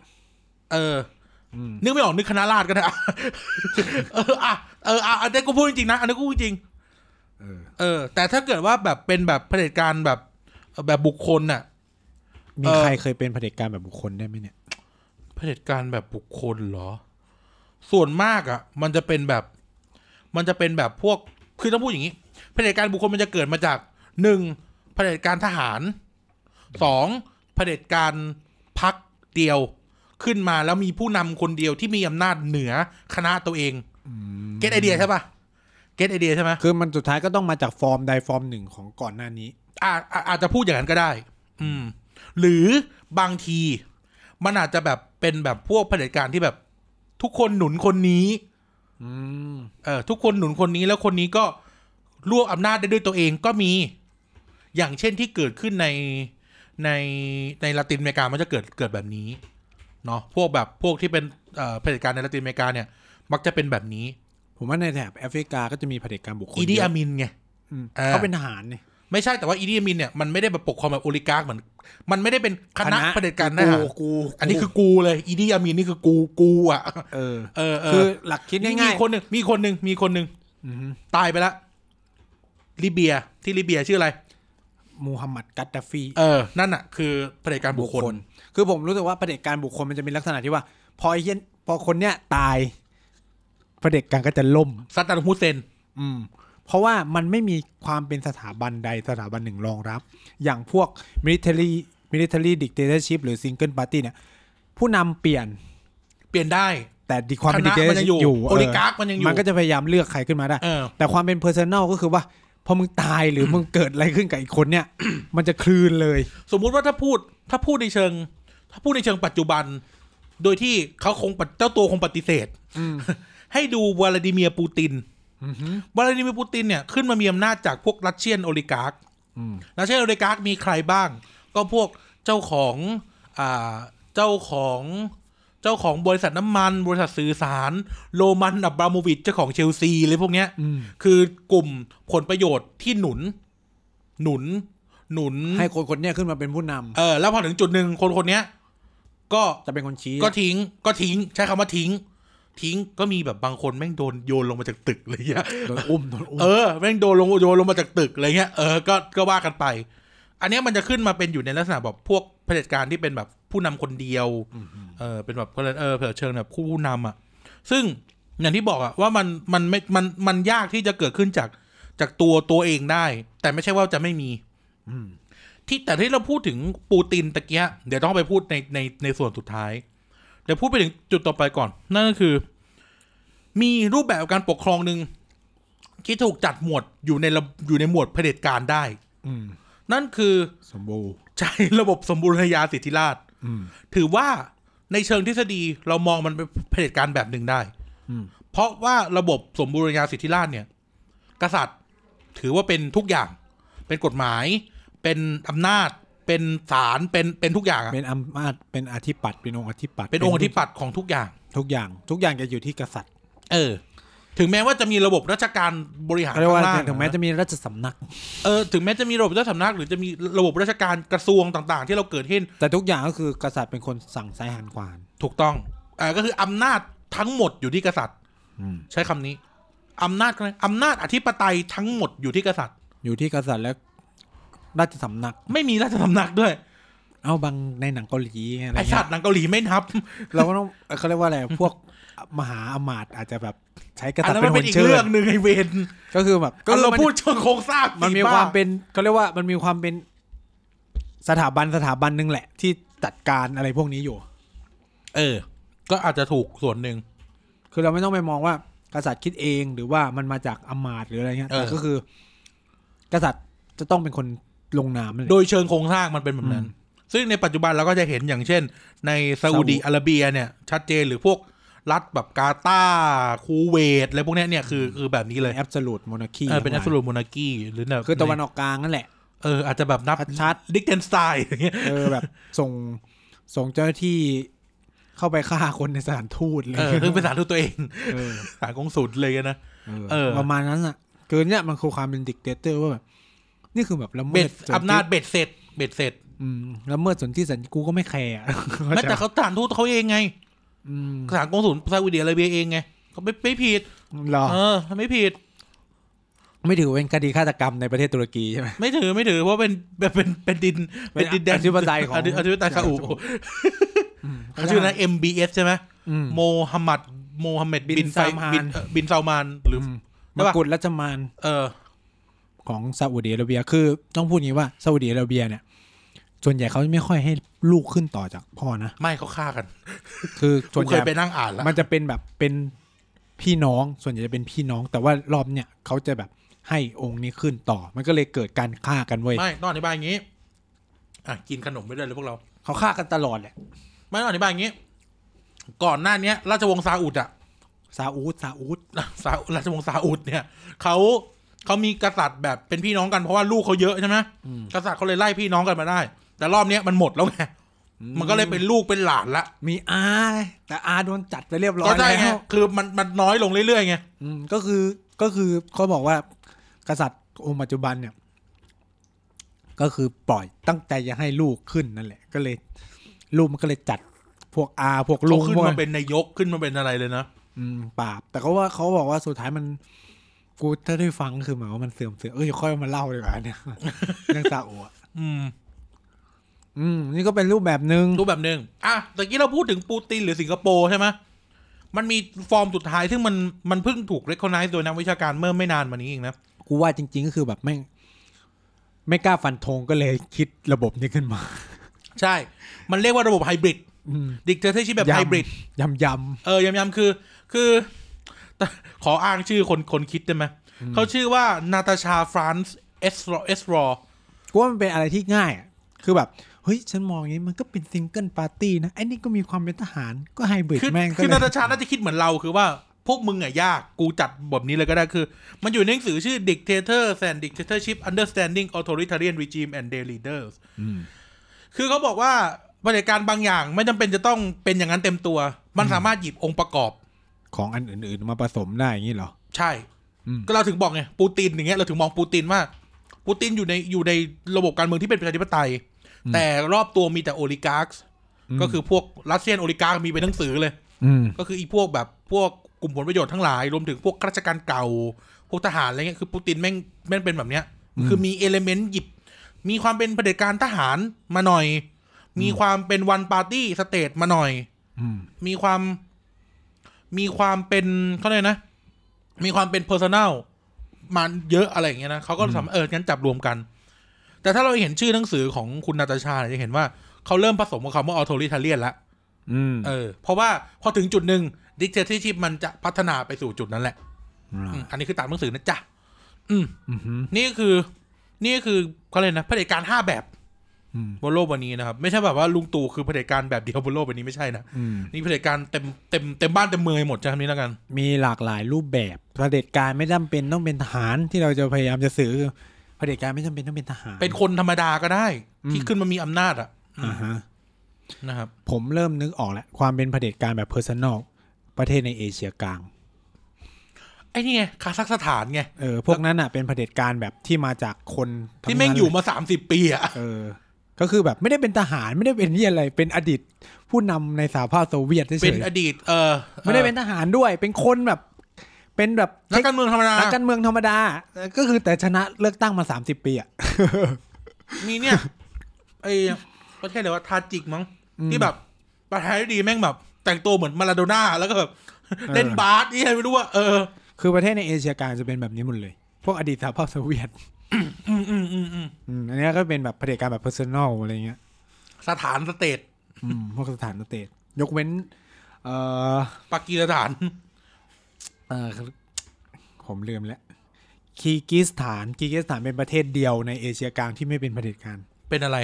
Speaker 1: เออ
Speaker 2: อืม
Speaker 1: นึกไม่ออกนึกคณะราษฎรก็ได้ อะ เอออ่ะเอออ่ะอันนี้กูพูดจริงๆนะอันนี้กูพูดจริง
Speaker 2: เออ
Speaker 1: เออ แต่ถ้าเกิดว่าแบบเป็นแบบเผด็จการแบบแบบบุคคลน่ะ
Speaker 2: มี
Speaker 1: เออ
Speaker 2: ใครเคยเป็นเผด็จการแบบบุคคลได้ไหมเนี่ย
Speaker 1: เผด็จการแบบบุคคลเหรอ ส่วนมากอะ่ะ มันจะเป็นแบบ มันจะเป็นแบบพวก คือต้องพูดอย่างนี้ เผด็จการบุคคลมันจะเกิดมาจากหนึ่งเผด็จการทหารสองเผด็จการพักเดียว ขึ้นมาแล้วมีผู้นำคนเดียวที่มีอำนาจเหนือคณะตัวเอง เก็ตไอเดียใช่ปะเก็ตไอเดียใช่ไหม
Speaker 2: คือมันสุดท้ายก็ต้องมาจากฟอร์มใดฟอร์มหนึ่งของก่อนหน้านี้
Speaker 1: อาอาอาจจะพูดอย่างนั้นก็ได้ อืม หรือบางที มันอาจจะแบบเป็นแบบพวกเผด็จการที่แบบ ทุกคนหนุนคนนี้
Speaker 2: อืม
Speaker 1: เออทุกคนหนุนคนนี้แล้วคนนี้ก็รวบอำนาจได้ด้วยตัวเองก็มี อย่างเช่นที่เกิดขึ้นในในในละตินอเมริกามันจะเกิดเกิดแบบนี้เนาะพวกแบบพวกที่เป็นเอ่อเผด็จการในละตินอเมริกาเนี่ย มักจะเป็นแบบนี้
Speaker 2: ผมว่าในแถบแอฟริกาก็จะมีเผด็จการบุคคล
Speaker 1: อีดี
Speaker 2: เย
Speaker 1: อา
Speaker 2: อะ
Speaker 1: มินไง
Speaker 2: อืม
Speaker 1: อ่า
Speaker 2: เขาเป็นทหารเนี่ย
Speaker 1: ไม่ใช่แต่ว่าอีดีอามินเนี่ยมันไม่ได้แบบปกครองแบบโอลิการ์กเหมือนมันไม่ได้เป็นคณะเผด็จการนะ
Speaker 2: กู
Speaker 1: ฮะ
Speaker 2: กู
Speaker 1: อันนี้คือกูเลยอีดีอามินนี่คือกูกูอ่ะ
Speaker 2: เออ
Speaker 1: เออเอ
Speaker 2: คือ
Speaker 1: อ
Speaker 2: หลักคิด
Speaker 1: มีมี
Speaker 2: ง่ายๆ
Speaker 1: คนหนึ่งมีคนหนึ่งมีคนหนึ่ง
Speaker 2: อือฮึ
Speaker 1: ตายไปละลิเบียที่ลิเบียชื่ออะไร
Speaker 2: มูฮัมหมัดกัดดาฟี
Speaker 1: เออ นั่นอ่ะ คือเผด็จการบุคคล
Speaker 2: คือผมรู้สึกว่าประเผด็จการบุคคลมันจะมีลักษณะที่ว่า พอไอ้เหี้ยพอคนเนี้ยตายประเผด็จการก็จะล่ม
Speaker 1: ซัดดัมฮุสเซน
Speaker 2: อืม เพราะว่ามันไม่มีความเป็นสถาบันใดสถาบันหนึ่งรองรับ อย่างพวก military military dictatorship หรือ single party เนี่ย ผู้นำเปลี่ยน
Speaker 1: เปลี่ยนได้
Speaker 2: แต่ดีความเป็น
Speaker 1: คณะมันยัง
Speaker 2: dictatorship
Speaker 1: อ
Speaker 2: อยู่ ยู่
Speaker 1: โอลิการ์คมันยังอยู่
Speaker 2: มันก็จะพยายามเลือกใครขึ้นมาได้
Speaker 1: เออ
Speaker 2: แต่ความเป็น personal ก็คือว่า พอมึงตายหรือมึงเกิดอะไรขึ้นกับอีกคนเนี่ย มันจะคลืนเลย
Speaker 1: สมมุติว่าถ้าพูด ถ้าพูดในเชิง ถ้าพูดในเชิงปัจจุบัน โดยที่เขาคงปฏิเจ้าตัวคงปฏิเสธ
Speaker 2: อืม
Speaker 1: ให้ดูวลาดิเมียร์ปูติน
Speaker 2: อือฮึ
Speaker 1: วลาดิเมียร์ปูตินเนี่ย ขึ้นมามีอำนาจจากพวกรัสเซียนโอลิการ์ค
Speaker 2: อืม
Speaker 1: รัสเซียนโอลิการ์คมีใครบ้าง ก็พวกเจ้าของ อ่า เจ้าของ เจ้าของบริษัทน้ำมัน บริษัทสื่อสาร โรมันอับราโมวิชเจ้าของเชลซีอะไรพวกเนี้ย
Speaker 2: อืม
Speaker 1: คือกลุ่มผลประโยชน์ที่หนุน หนุน หนุน
Speaker 2: ให้คนคนเนี้ยขึ้นมาเป็นผู้นำ
Speaker 1: เออแล้วพอถึงจุดหนึ่งคนคนเนี้ย ก็
Speaker 2: จะเป็นคนชี้
Speaker 1: ก็ทิ้งก็ทิ้ง ใช้คำว่าทิ้ง ทิ้งก็มีแบบบางคนแม่งโดนโยนลงมาจากตึกอะไรเงี้ย
Speaker 2: โดนอุ้มโดนอุ้ม
Speaker 1: เออแม่งโดนลงโยนลงมาจากตึกอะไรเงี้ยเออก็ก็ว่ากันไป อันเนี้ยมันจะขึ้นมาเป็นอยู่ในลักษณะแบบพวกเผด็จการที่เป็นแบบผู้นำคนเดียว เออเป็นแบบเออเผื่อเชิงแบบผู้นำอ่ะ ซึ่งอย่างที่บอกอ่ะว่ามันมันไม่มันมันยากที่จะเกิดขึ้นจากจากตัวตัวเองได้ แต่ไม่ใช่ว่าจะไม่มี
Speaker 2: อืม
Speaker 1: ที่แต่ที่เราพูดถึงปูตินตะเกียะเดี๋ยวต้องไปพูดในในในส่วนสุดท้าย เดี๋ยวพูดไปถึงจุดต่อไปก่อน นั่นก็คือ มีรูปแบบการปกครองหนึ่งที่ถูกจัดหมวดอยู่ในระอยู่ในหมวดเผด็จการได้
Speaker 2: อืม
Speaker 1: นั่นคือ
Speaker 2: สมบูรณ์
Speaker 1: ใช้ระบบสมบูรณาญาสิทธิราชย์
Speaker 2: อืม
Speaker 1: ถือว่าในเชิงทฤษฎีเรามองมันเป็นเผด็จการแบบหนึ่งได้
Speaker 2: อืม
Speaker 1: เพราะว่าระบบสมบูรณาญาสิทธิราชย์เนี่ย กษัตริย์ถือว่าเป็นทุกอย่าง เป็นกฎหมาย เป็นอำนาจ เป็นศาลเป็นเป็นทุกอย่างอะ
Speaker 2: เป็นอำนาจเป็นอธิปัตย์เป็นองค์อธิปัตย์
Speaker 1: เป็นองค์อธิปัตย์ของทุกอย่าง
Speaker 2: ทุกอย่าง ทุกอย่างจะอยู่ที่กษัตริย์
Speaker 1: เออ ถึงแม้ว่าจะมีระบบราชการบริหาร
Speaker 2: เขาเรียกว่า
Speaker 1: ข้ล่
Speaker 2: ถึงแม้จะมีราชสำนัก
Speaker 1: เออ ถึงแม้จะมีระบบเจ้าสำนัก หรือจะมีระบบราชการกระทรวงต่าง ๆ ที่เราเกิดขึ้น
Speaker 2: แต่ทุกอย่างก็คือกษัตริย์เป็นคนสั่งซ้ายหันขวาน
Speaker 1: ถูกต้องเออก็คืออำนาจทั้งหมดอยู่ที่กษัตริย์ ใช้คำนี้อำนาจอะไรอำนาจอธิปไตยทั้งหมดอยู่ที่กษัตริย์
Speaker 2: อยู่ที่กษัตริย์และราชสำนัก
Speaker 1: ไม่มีราชสำนักด้วย
Speaker 2: เอาบางในหนังเกาหลีอะไร
Speaker 1: ไอสัต
Speaker 2: เงี้ย
Speaker 1: ว์หนังเกาหลีไม่นับ
Speaker 2: เราก็ต้องเขาเรียกว่าอะไรพวกมหาอำมาตย์อาจจะแบบใช้ก
Speaker 1: อัน
Speaker 2: ษัตริ
Speaker 1: นั้น
Speaker 2: ย์
Speaker 1: มั
Speaker 2: เป็
Speaker 1: น นเป็น
Speaker 2: คน
Speaker 1: อีก
Speaker 2: เชิ
Speaker 1: เรื่อ
Speaker 2: ญ
Speaker 1: งหนึ่งไอเวน
Speaker 2: ก็คือแบบ
Speaker 1: ก็เรา
Speaker 2: มัน
Speaker 1: พูดเชิงโครงสร้าง
Speaker 2: มันมี
Speaker 1: บ้
Speaker 2: ความเป็นเขาเรียกว่ามันมีความเป็นสถาบันสถาบันหนึ่งแหละ ที่จัดการอะไรพวกนี้อยู่
Speaker 1: เออ ก็อาจจะถูกส่วนหนึ่ง
Speaker 2: คือเราไม่ต้องไปมองว่ากษัตริย์คิดเองหรือว่ามันมาจากอำมาตย์หรืออะไรเงี้ย
Speaker 1: เออ
Speaker 2: แต่ก็คือ กษัตริย์จะต้องเป็นคนลงนามนั่นแหละ
Speaker 1: โดยเชิงโครงสร้างมันเป็นแบบนั้น ซึ่งในปัจจุบันเราก็จะเห็นอย่างเช่น ในซาอุดี
Speaker 2: ซาอุ
Speaker 1: อาระเบียเนี่ย ชัดเจนหรือพวกรัฐแบบกาตาร์คูเวตอะไรพวกเนี้ยเนี่ยคือคือแบบนี้เลย
Speaker 2: แอบส o ูดมอน a คี
Speaker 1: เออเป็นอัสลูมนากีหรือแบบ
Speaker 2: คือตะวันออกกลางนั่นแหละ
Speaker 1: เอออาจจะแบบนับ
Speaker 2: ชัด
Speaker 1: ดิกเทนสไตน์อย่างเงี้ย
Speaker 2: เออแบบส่งส่งเจ้าหน้าที่เข้าไปฆ่าคนในสถานทูตเลย
Speaker 1: เออซึ่งเป็นสารทูตตัวเอง
Speaker 2: เออ
Speaker 1: สารกงสุลเลยนะ เอ
Speaker 2: เอ
Speaker 1: อ
Speaker 2: อประมาณนั้นอ่ะคือเนี่ยมันคือความเป็นดิกเตเตอร์ว่าแบบนี่คือแบบละเมิ
Speaker 1: เบ็
Speaker 2: ด
Speaker 1: ด
Speaker 2: สิทธิ
Speaker 1: อำนาจเบ็ดเสร็จเบ็ดเสร็จ
Speaker 2: อืมแล้วเมื่อสนที่สัญญากูก็ไม่แคร์อะ
Speaker 1: แม้แต่เขาสารทูตเขาเองไง
Speaker 2: อืม
Speaker 1: สารกงสุลซาอุดีอาระเบียเองไงเขาไม่ไม่ผิด
Speaker 2: เหรอ
Speaker 1: เออไม่ผิด
Speaker 2: ไม่ถือเป็นคดีฆาตกรรมในประเทศตุรกีใช่ไหม
Speaker 1: ไม่ถือไม่ถือเพราะเป็นเป็นเป็นเป็นดิน
Speaker 2: เป็
Speaker 1: เป็น นดินแดน
Speaker 2: อธิปไตยของ
Speaker 1: ธิอธิปไตยคาอูเขาชื่อนะ MBS ใช่ไหม
Speaker 2: อืม
Speaker 1: โมฮัมหมัดโมฮัมเหม็ด
Speaker 2: บิ
Speaker 1: บิน
Speaker 2: น
Speaker 1: ไฟ
Speaker 2: ซาลมาน
Speaker 1: บินเอ่อบินซาลมานหรือ ใช่
Speaker 2: มา
Speaker 1: ปะ
Speaker 2: กุฎรัชมาน
Speaker 1: เออ
Speaker 2: ของซาอุดีอาระเบีย คือ ต้องพูดอย่างนี้ว่าซาอุดีอาระเบียเนี่ย ส่วนใหญ่เขาไม่ค่อยให้ลูกขึ้นต่อจากพ่อนะ
Speaker 1: ไม่เขาฆ่ากัน
Speaker 2: คือส่
Speaker 1: กู
Speaker 2: วนให
Speaker 1: เคยไป
Speaker 2: ญ่
Speaker 1: นั่งอ่านแล้ว
Speaker 2: มันจะเป็นแบบเป็นพี่น้องส่วนใหญ่จะเป็นพี่น้อง แต่ว่ารอบเนี่ยเขาจะแบบให้องค์นี้ขึ้นต่อ มันก็เลยเกิดการฆ่ากันเว้ย
Speaker 1: ไม่ต้องอธิบายอย่างนี้ อ่ะ กินขนมไปด้วยเลยพวกเรา
Speaker 2: เขาฆ่ากันตลอดแหละ
Speaker 1: ไม่ต้องอธิบายอย่างนี้ ก่อนหน้าเนี้ย ราชวงศ์ซาอุดอ่ะ
Speaker 2: ซาอูดซาอูด
Speaker 1: ซาอุราชวงศ์ซาอุดเนี่ยเขาเขามีกษัตริย์แบบเป็นพี่น้องกันเพราะว่าลูกเขาเยอะใช่ไหมกษัตริย์เขาเลยไล่พี่น้องกันมาได้ แต่รอบเนี้ยมันหมดแล้วไงมันก็เลยเป็นลูกเป็นหลานละ
Speaker 2: มีอาแต่อาโดนจัดไปเรียบร้อ
Speaker 1: ก็
Speaker 2: ย
Speaker 1: ได้
Speaker 2: แล้
Speaker 1: ไง
Speaker 2: ว
Speaker 1: คือมันมันน้อยลงเรื่อยๆไง
Speaker 2: อืมก็คือก็คือเขาบอกว่ากษัตริย์องค์ปัจจุบันเนี่ย ก็คือปล่อยตั้งใจจะให้ลูกขึ้นนั่นแหละ ก็เลย ลูกมันก็เลยจัดพวกอาพวกลุ
Speaker 1: เขา
Speaker 2: ง
Speaker 1: ขึ้น
Speaker 2: พวก
Speaker 1: มาเป็นนายกขึ้นมาเป็นอะไรเลยนะ
Speaker 2: อืมปราบ แต่ก็ว่าเขาบอกว่าสุดท้ายมันกูถ้าได้ฟังก็คือหมายว่ามันเสื่อมเสียเอ้ยค่อยมาเล่าดีกว่าเนี่ย เรื่องซาอุอะ
Speaker 1: อืม
Speaker 2: อืมนี่ก็เป็นรูปแบบหนึ่ง
Speaker 1: รูปแบบหนึ่งอ่ะตะกี้เราพูดถึงปูตินหรือสิงคโปร์ใช่ไหมมันมีฟอร์มสุดท้ายซึ่งมันมันเพิ่งถูกเรคคอนไนซ์โดยนักวิชาการเมื่อไม่นานมานี้เองนะ
Speaker 2: กูว่าจริง ๆ ก็คือแบบแม่งไม่กล้าฟันธงก็เลยคิดระบบนี้ขึ้นมา
Speaker 1: ใช่ มันเรียกว่าระบบไฮบริด
Speaker 2: อืม
Speaker 1: ดิกเตอร์ที่แบบ
Speaker 2: ยำ
Speaker 1: ไฮบริด
Speaker 2: ยำย
Speaker 1: เออยำยำคือ คือ แต่ขออ้างชื่อคนคนคิดได้ไหม
Speaker 2: อืม
Speaker 1: เขาชื่อว่านาตาชาฟรานซ์เอสรอเอสรอ
Speaker 2: ำกูว่ามันเป็นอะไรที่ง่ายอะคือแบบ เฮ้ย ฉันมองอย่างนี้มันก็เป็นซิงเกิลปาร์ตี้นะไอ้นี่ก็มีความเป็นทหารก็ไฮบริด
Speaker 1: คือ
Speaker 2: แม่งก็
Speaker 1: คือ
Speaker 2: เล
Speaker 1: นาย ตาชาน่าจะคิดเหมือนเราคือว่าพวกมึงอ่ะยากกูจัดแบบนี้เลยก็ได้คือ มันอยู่ในหนังสือชื่อ Dictators and Dictatorship Understanding Authoritarian Regime and Their Leaders คือเขาบอกว่าบริการบางอย่างไม่จำเป็นจะต้องเป็นอย่างนั้นเต็มตัว มันสามารถหยิบองค์ประกอบ
Speaker 2: ของอันอื่นๆมาผสมได้อย่างนี้เหรอ
Speaker 1: ใช่
Speaker 2: อืม
Speaker 1: ก็เราถึงบอกไงปูตินอย่างเงี้ยเราถึงมองปูตินว่าปูตินอยู่ในอยู่ในระบบการเมืองที่เป็นประชาธิปไตย แต่รอบตัวมีแต่โอลิการ์คก็คือพวกรัสเซียนโอลิการ์คมีเป็นหนังสือเลย
Speaker 2: อืม
Speaker 1: ก็คืออีพวกแบบพวกกลุ่มผลประโยชน์ทั้งหลาย รวมถึงพวกข้าราชการเก่า พวกทหารอะไรเงี้ยคือปูตินแม่งแม่งเป็นแบบเนี้ย คือมีเอลเมนต์หยิบ มีความเป็นเผด็จการทหารมาหน่อย มีความเป็นวันปาร์ตี้สเตทมาหน่อย
Speaker 2: อืม
Speaker 1: มีความมีความเป็นเขาเรียกนะ มีความเป็นเพอร์ซัน l ลมันเยอะอะไรอย่างเงี้ยนะเขาก็สามารถเอองั้นจับรวมกัน แต่ถ้าเราเห็นชื่อหนังสือของคุณนาตาชาเนี่ยจะเห็นว่าเขาเริ่มผสมกับคำว่าออโตริทาเลียนละ
Speaker 2: อืม
Speaker 1: เออเพราะว่าพอถึงจุดหนึ่งดิกเตอร์ชิพมันจะพัฒนาไปสู่จุดนั้นแหละ
Speaker 2: อ่า
Speaker 1: อืมอันนี้คือตามหนังสือนะจ๊ะ อืม
Speaker 2: อือหือ
Speaker 1: นี่คือ นี่คือเขาเลยกนะเผด็จการห้าแบบ
Speaker 2: อืม
Speaker 1: บนโลกวันนี้นะครับ ไม่ใช่แบบว่าลุงตู่คือเผด็จการแบบเดียวบนโลกวันนี้ไม่ใช่นะ
Speaker 2: อืม
Speaker 1: นี่เผด็จการเต็มเต็มเต็มบ้านเต็มเมืองไปหมดจ้ะคำนี้แล้วกัน
Speaker 2: มีหลากหลายรูปแบบเผด็จการไม่จำเป็นต้องเป็นทหารที่เราจะพยายามจะสื่อคือเผด็จการไม่จำเป็นต้องเป็นทหาร
Speaker 1: เป็นคนธรรมดาก็ได้
Speaker 2: อืม
Speaker 1: ที่ขึ้นมามีอำนาจอะ
Speaker 2: อ่าฮะ
Speaker 1: นะครับ
Speaker 2: ผมเริ่มนึกออกแล้วความเป็นเผด็จการแบบเพอร์ซันอลประเทศในเอเชียกลาง
Speaker 1: ไอ้นี่ไงคาซัคสถานไง
Speaker 2: เออพวกนั้นอ่ะเป็นเผด็จการแบบที่มาจากคนทั้
Speaker 1: ที่แม่ง
Speaker 2: นั้น
Speaker 1: อยู่
Speaker 2: เล
Speaker 1: มาสามสิบปีอะ
Speaker 2: เออ ก็คือแบบไม่ได้เป็นทหารไม่ได้เป็นนี่อะไร เป็นอดีตผู้นำในสหภาพโซเวียตเฉ
Speaker 1: เป็น
Speaker 2: ย
Speaker 1: อดีต เออ
Speaker 2: ๆไม่ได้เป็นทหารด้วย เป็นคนแบบ เป็นแบบ
Speaker 1: นักการเมืองธรรมดา
Speaker 2: นักการเมืองธรรมดาเออก็คือแต่ชนะเลือกตั้งมาสามสิบปีอ่ะ
Speaker 1: มีเนี่ย ไอ้ประเทศอะไรวะทาจิกมั้งที่แบบประธานาธิบดีแม่งแบบ แต่งตัวเหมือนมาราโดน่าแล้วก็แบบ
Speaker 2: ออ
Speaker 1: เล่นบาสนี่ไม่รู้ว่าเออ
Speaker 2: คือประเทศในเอเชียกลางจะเป็นแบบนี้หมดเลย พวกอดีตสหภาพโซเวียต
Speaker 1: อืมอืมอืมอืม
Speaker 2: อืมอันนี้ก็เป็นแบบเผด็จการแบบเพอร์ซันอลอะไรเงี้ย
Speaker 1: สถานสเตท
Speaker 2: อืมพวกสถานสเตทยกเว้น เอ่อ
Speaker 1: ปากีสถาน
Speaker 2: เออครับผมลืมแล้วคีร์กิสถานคีร์กิสถานเป็นประเทศเดียวในเอเชียกลางที่ไม่เป็นเผด็จการ
Speaker 1: เป็นอะไร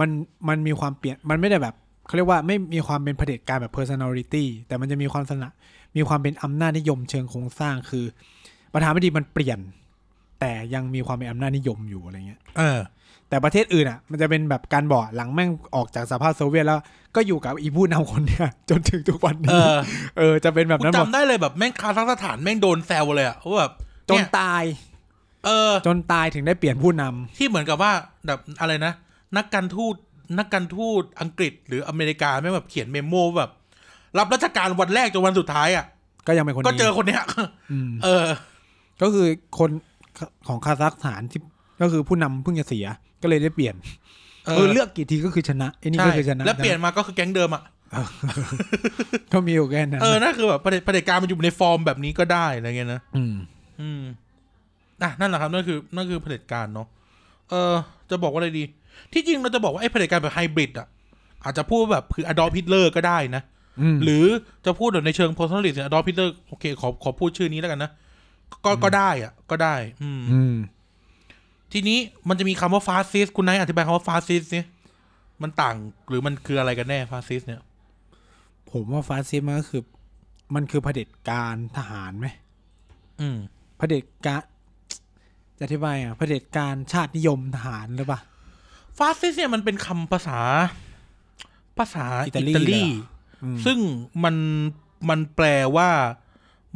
Speaker 2: มันมันมีความเปลี่ยนมันไม่ได้แบบเขาเรียกว่าไม่มีความเป็นเผด็จการแบบ personality แต่มันจะมีความสนะมีความเป็นอำนาจนิยมเชิงโครงสร้างคือ ประธานาธิบดีมันเปลี่ยน แต่ยังมีความเป็นอำนาจนิยมอยู่อะไรเงี้ย
Speaker 1: เออ
Speaker 2: แต่ประเทศอื่นอ่ะ มันจะเป็นแบบการบอกหลังแม่งออกจากสหภาพโซเวียตแล้วก็อยู่กับอีผู้นำคนเนี้ย จนถึงทุกวัน
Speaker 1: เอ
Speaker 2: นี้
Speaker 1: อ
Speaker 2: เออจะเป็นแบบ
Speaker 1: กู
Speaker 2: นั้นหมด
Speaker 1: จำได้เลยแบบแม่งคาซัคสถานแม่งโดนแซวเลยอะว่าแบบ
Speaker 2: จน
Speaker 1: เนี่ย
Speaker 2: ตาย
Speaker 1: เออ
Speaker 2: จนตายถึงได้เปลี่ยนผู้นำ
Speaker 1: ที่เหมือนกับว่าแบบอะไรนะ นักการทูตนักการทูตอังกฤษ หรืออเมริกาแม่งแบบเขียนเมโมว่าแบบรับราชการวันแรกจนวันสุดท้ายอ่ะ
Speaker 2: ก็ยังเป็นคน
Speaker 1: ก็
Speaker 2: ดี
Speaker 1: เจอคนเนี้ย
Speaker 2: ม
Speaker 1: เออ
Speaker 2: ก็คือคนของคาซัคสถานที่ก็คือผู้นำเพิ่งจะเสีย ก็เลยได้เปลี่ยน
Speaker 1: เออ
Speaker 2: เออเลือกกี่ทีก็คือชนะไอ้นี่
Speaker 1: ใช่
Speaker 2: ก็คือชนะ
Speaker 1: แล้วเปลี่ยนมาก็คือแก๊งเดิมอ่ะ
Speaker 2: ก็มีอยู่แค่นั้น
Speaker 1: เออนั่นคือแบบประเด็นประเด็นการมันอยู่ในฟอร์มแบบนี้ก็ได้อะไรเงี้ยนะ
Speaker 2: ม
Speaker 1: อืม อ่ะ นั่นแหละครับ นั่นคือ นั่นคือเผด็จการเนาะ เออ จะบอกว่าอะไรดี ที่จริงเราจะบอกว่าไอ้เผด็จการแบบไฮบริดอ่ะ อาจจะพูดว่าแบบคืออดอลพิทเลอร์ก็ได้นะ
Speaker 2: อืม
Speaker 1: หรือจะพูดแบบในเชิง personality อดอลพิทเลอร์โอเค ขอ ขอพูดชื่อนี้แล้วกันนะ ก็ ก็ได้อ่ะ ก็ได้ อืม
Speaker 2: อืม
Speaker 1: ทีนี้มันจะมีคำว่าฟาสซิส คุณนายอธิบายคำว่าฟาสซิสเนี่ยมันต่างหรือมันคืออะไรกันแน่ฟาสซิสเนี่ย
Speaker 2: ผมว่าฟาสซิสต์มันก็คือ มันคือเผด็จการทหารไหม
Speaker 1: อืม
Speaker 2: เผด็จการจะอธิบายอ่ะเผด็จการชาตินิยมทหารหรือเปล่า
Speaker 1: ฟาสซิสต์เนี่ยมันเป็นคำภาษา ภาษา
Speaker 2: อิ
Speaker 1: อิ
Speaker 2: ตา
Speaker 1: ตา
Speaker 2: ลี
Speaker 1: ลี
Speaker 2: เหรอ อืม
Speaker 1: ซึ่งมันมันแปลว่า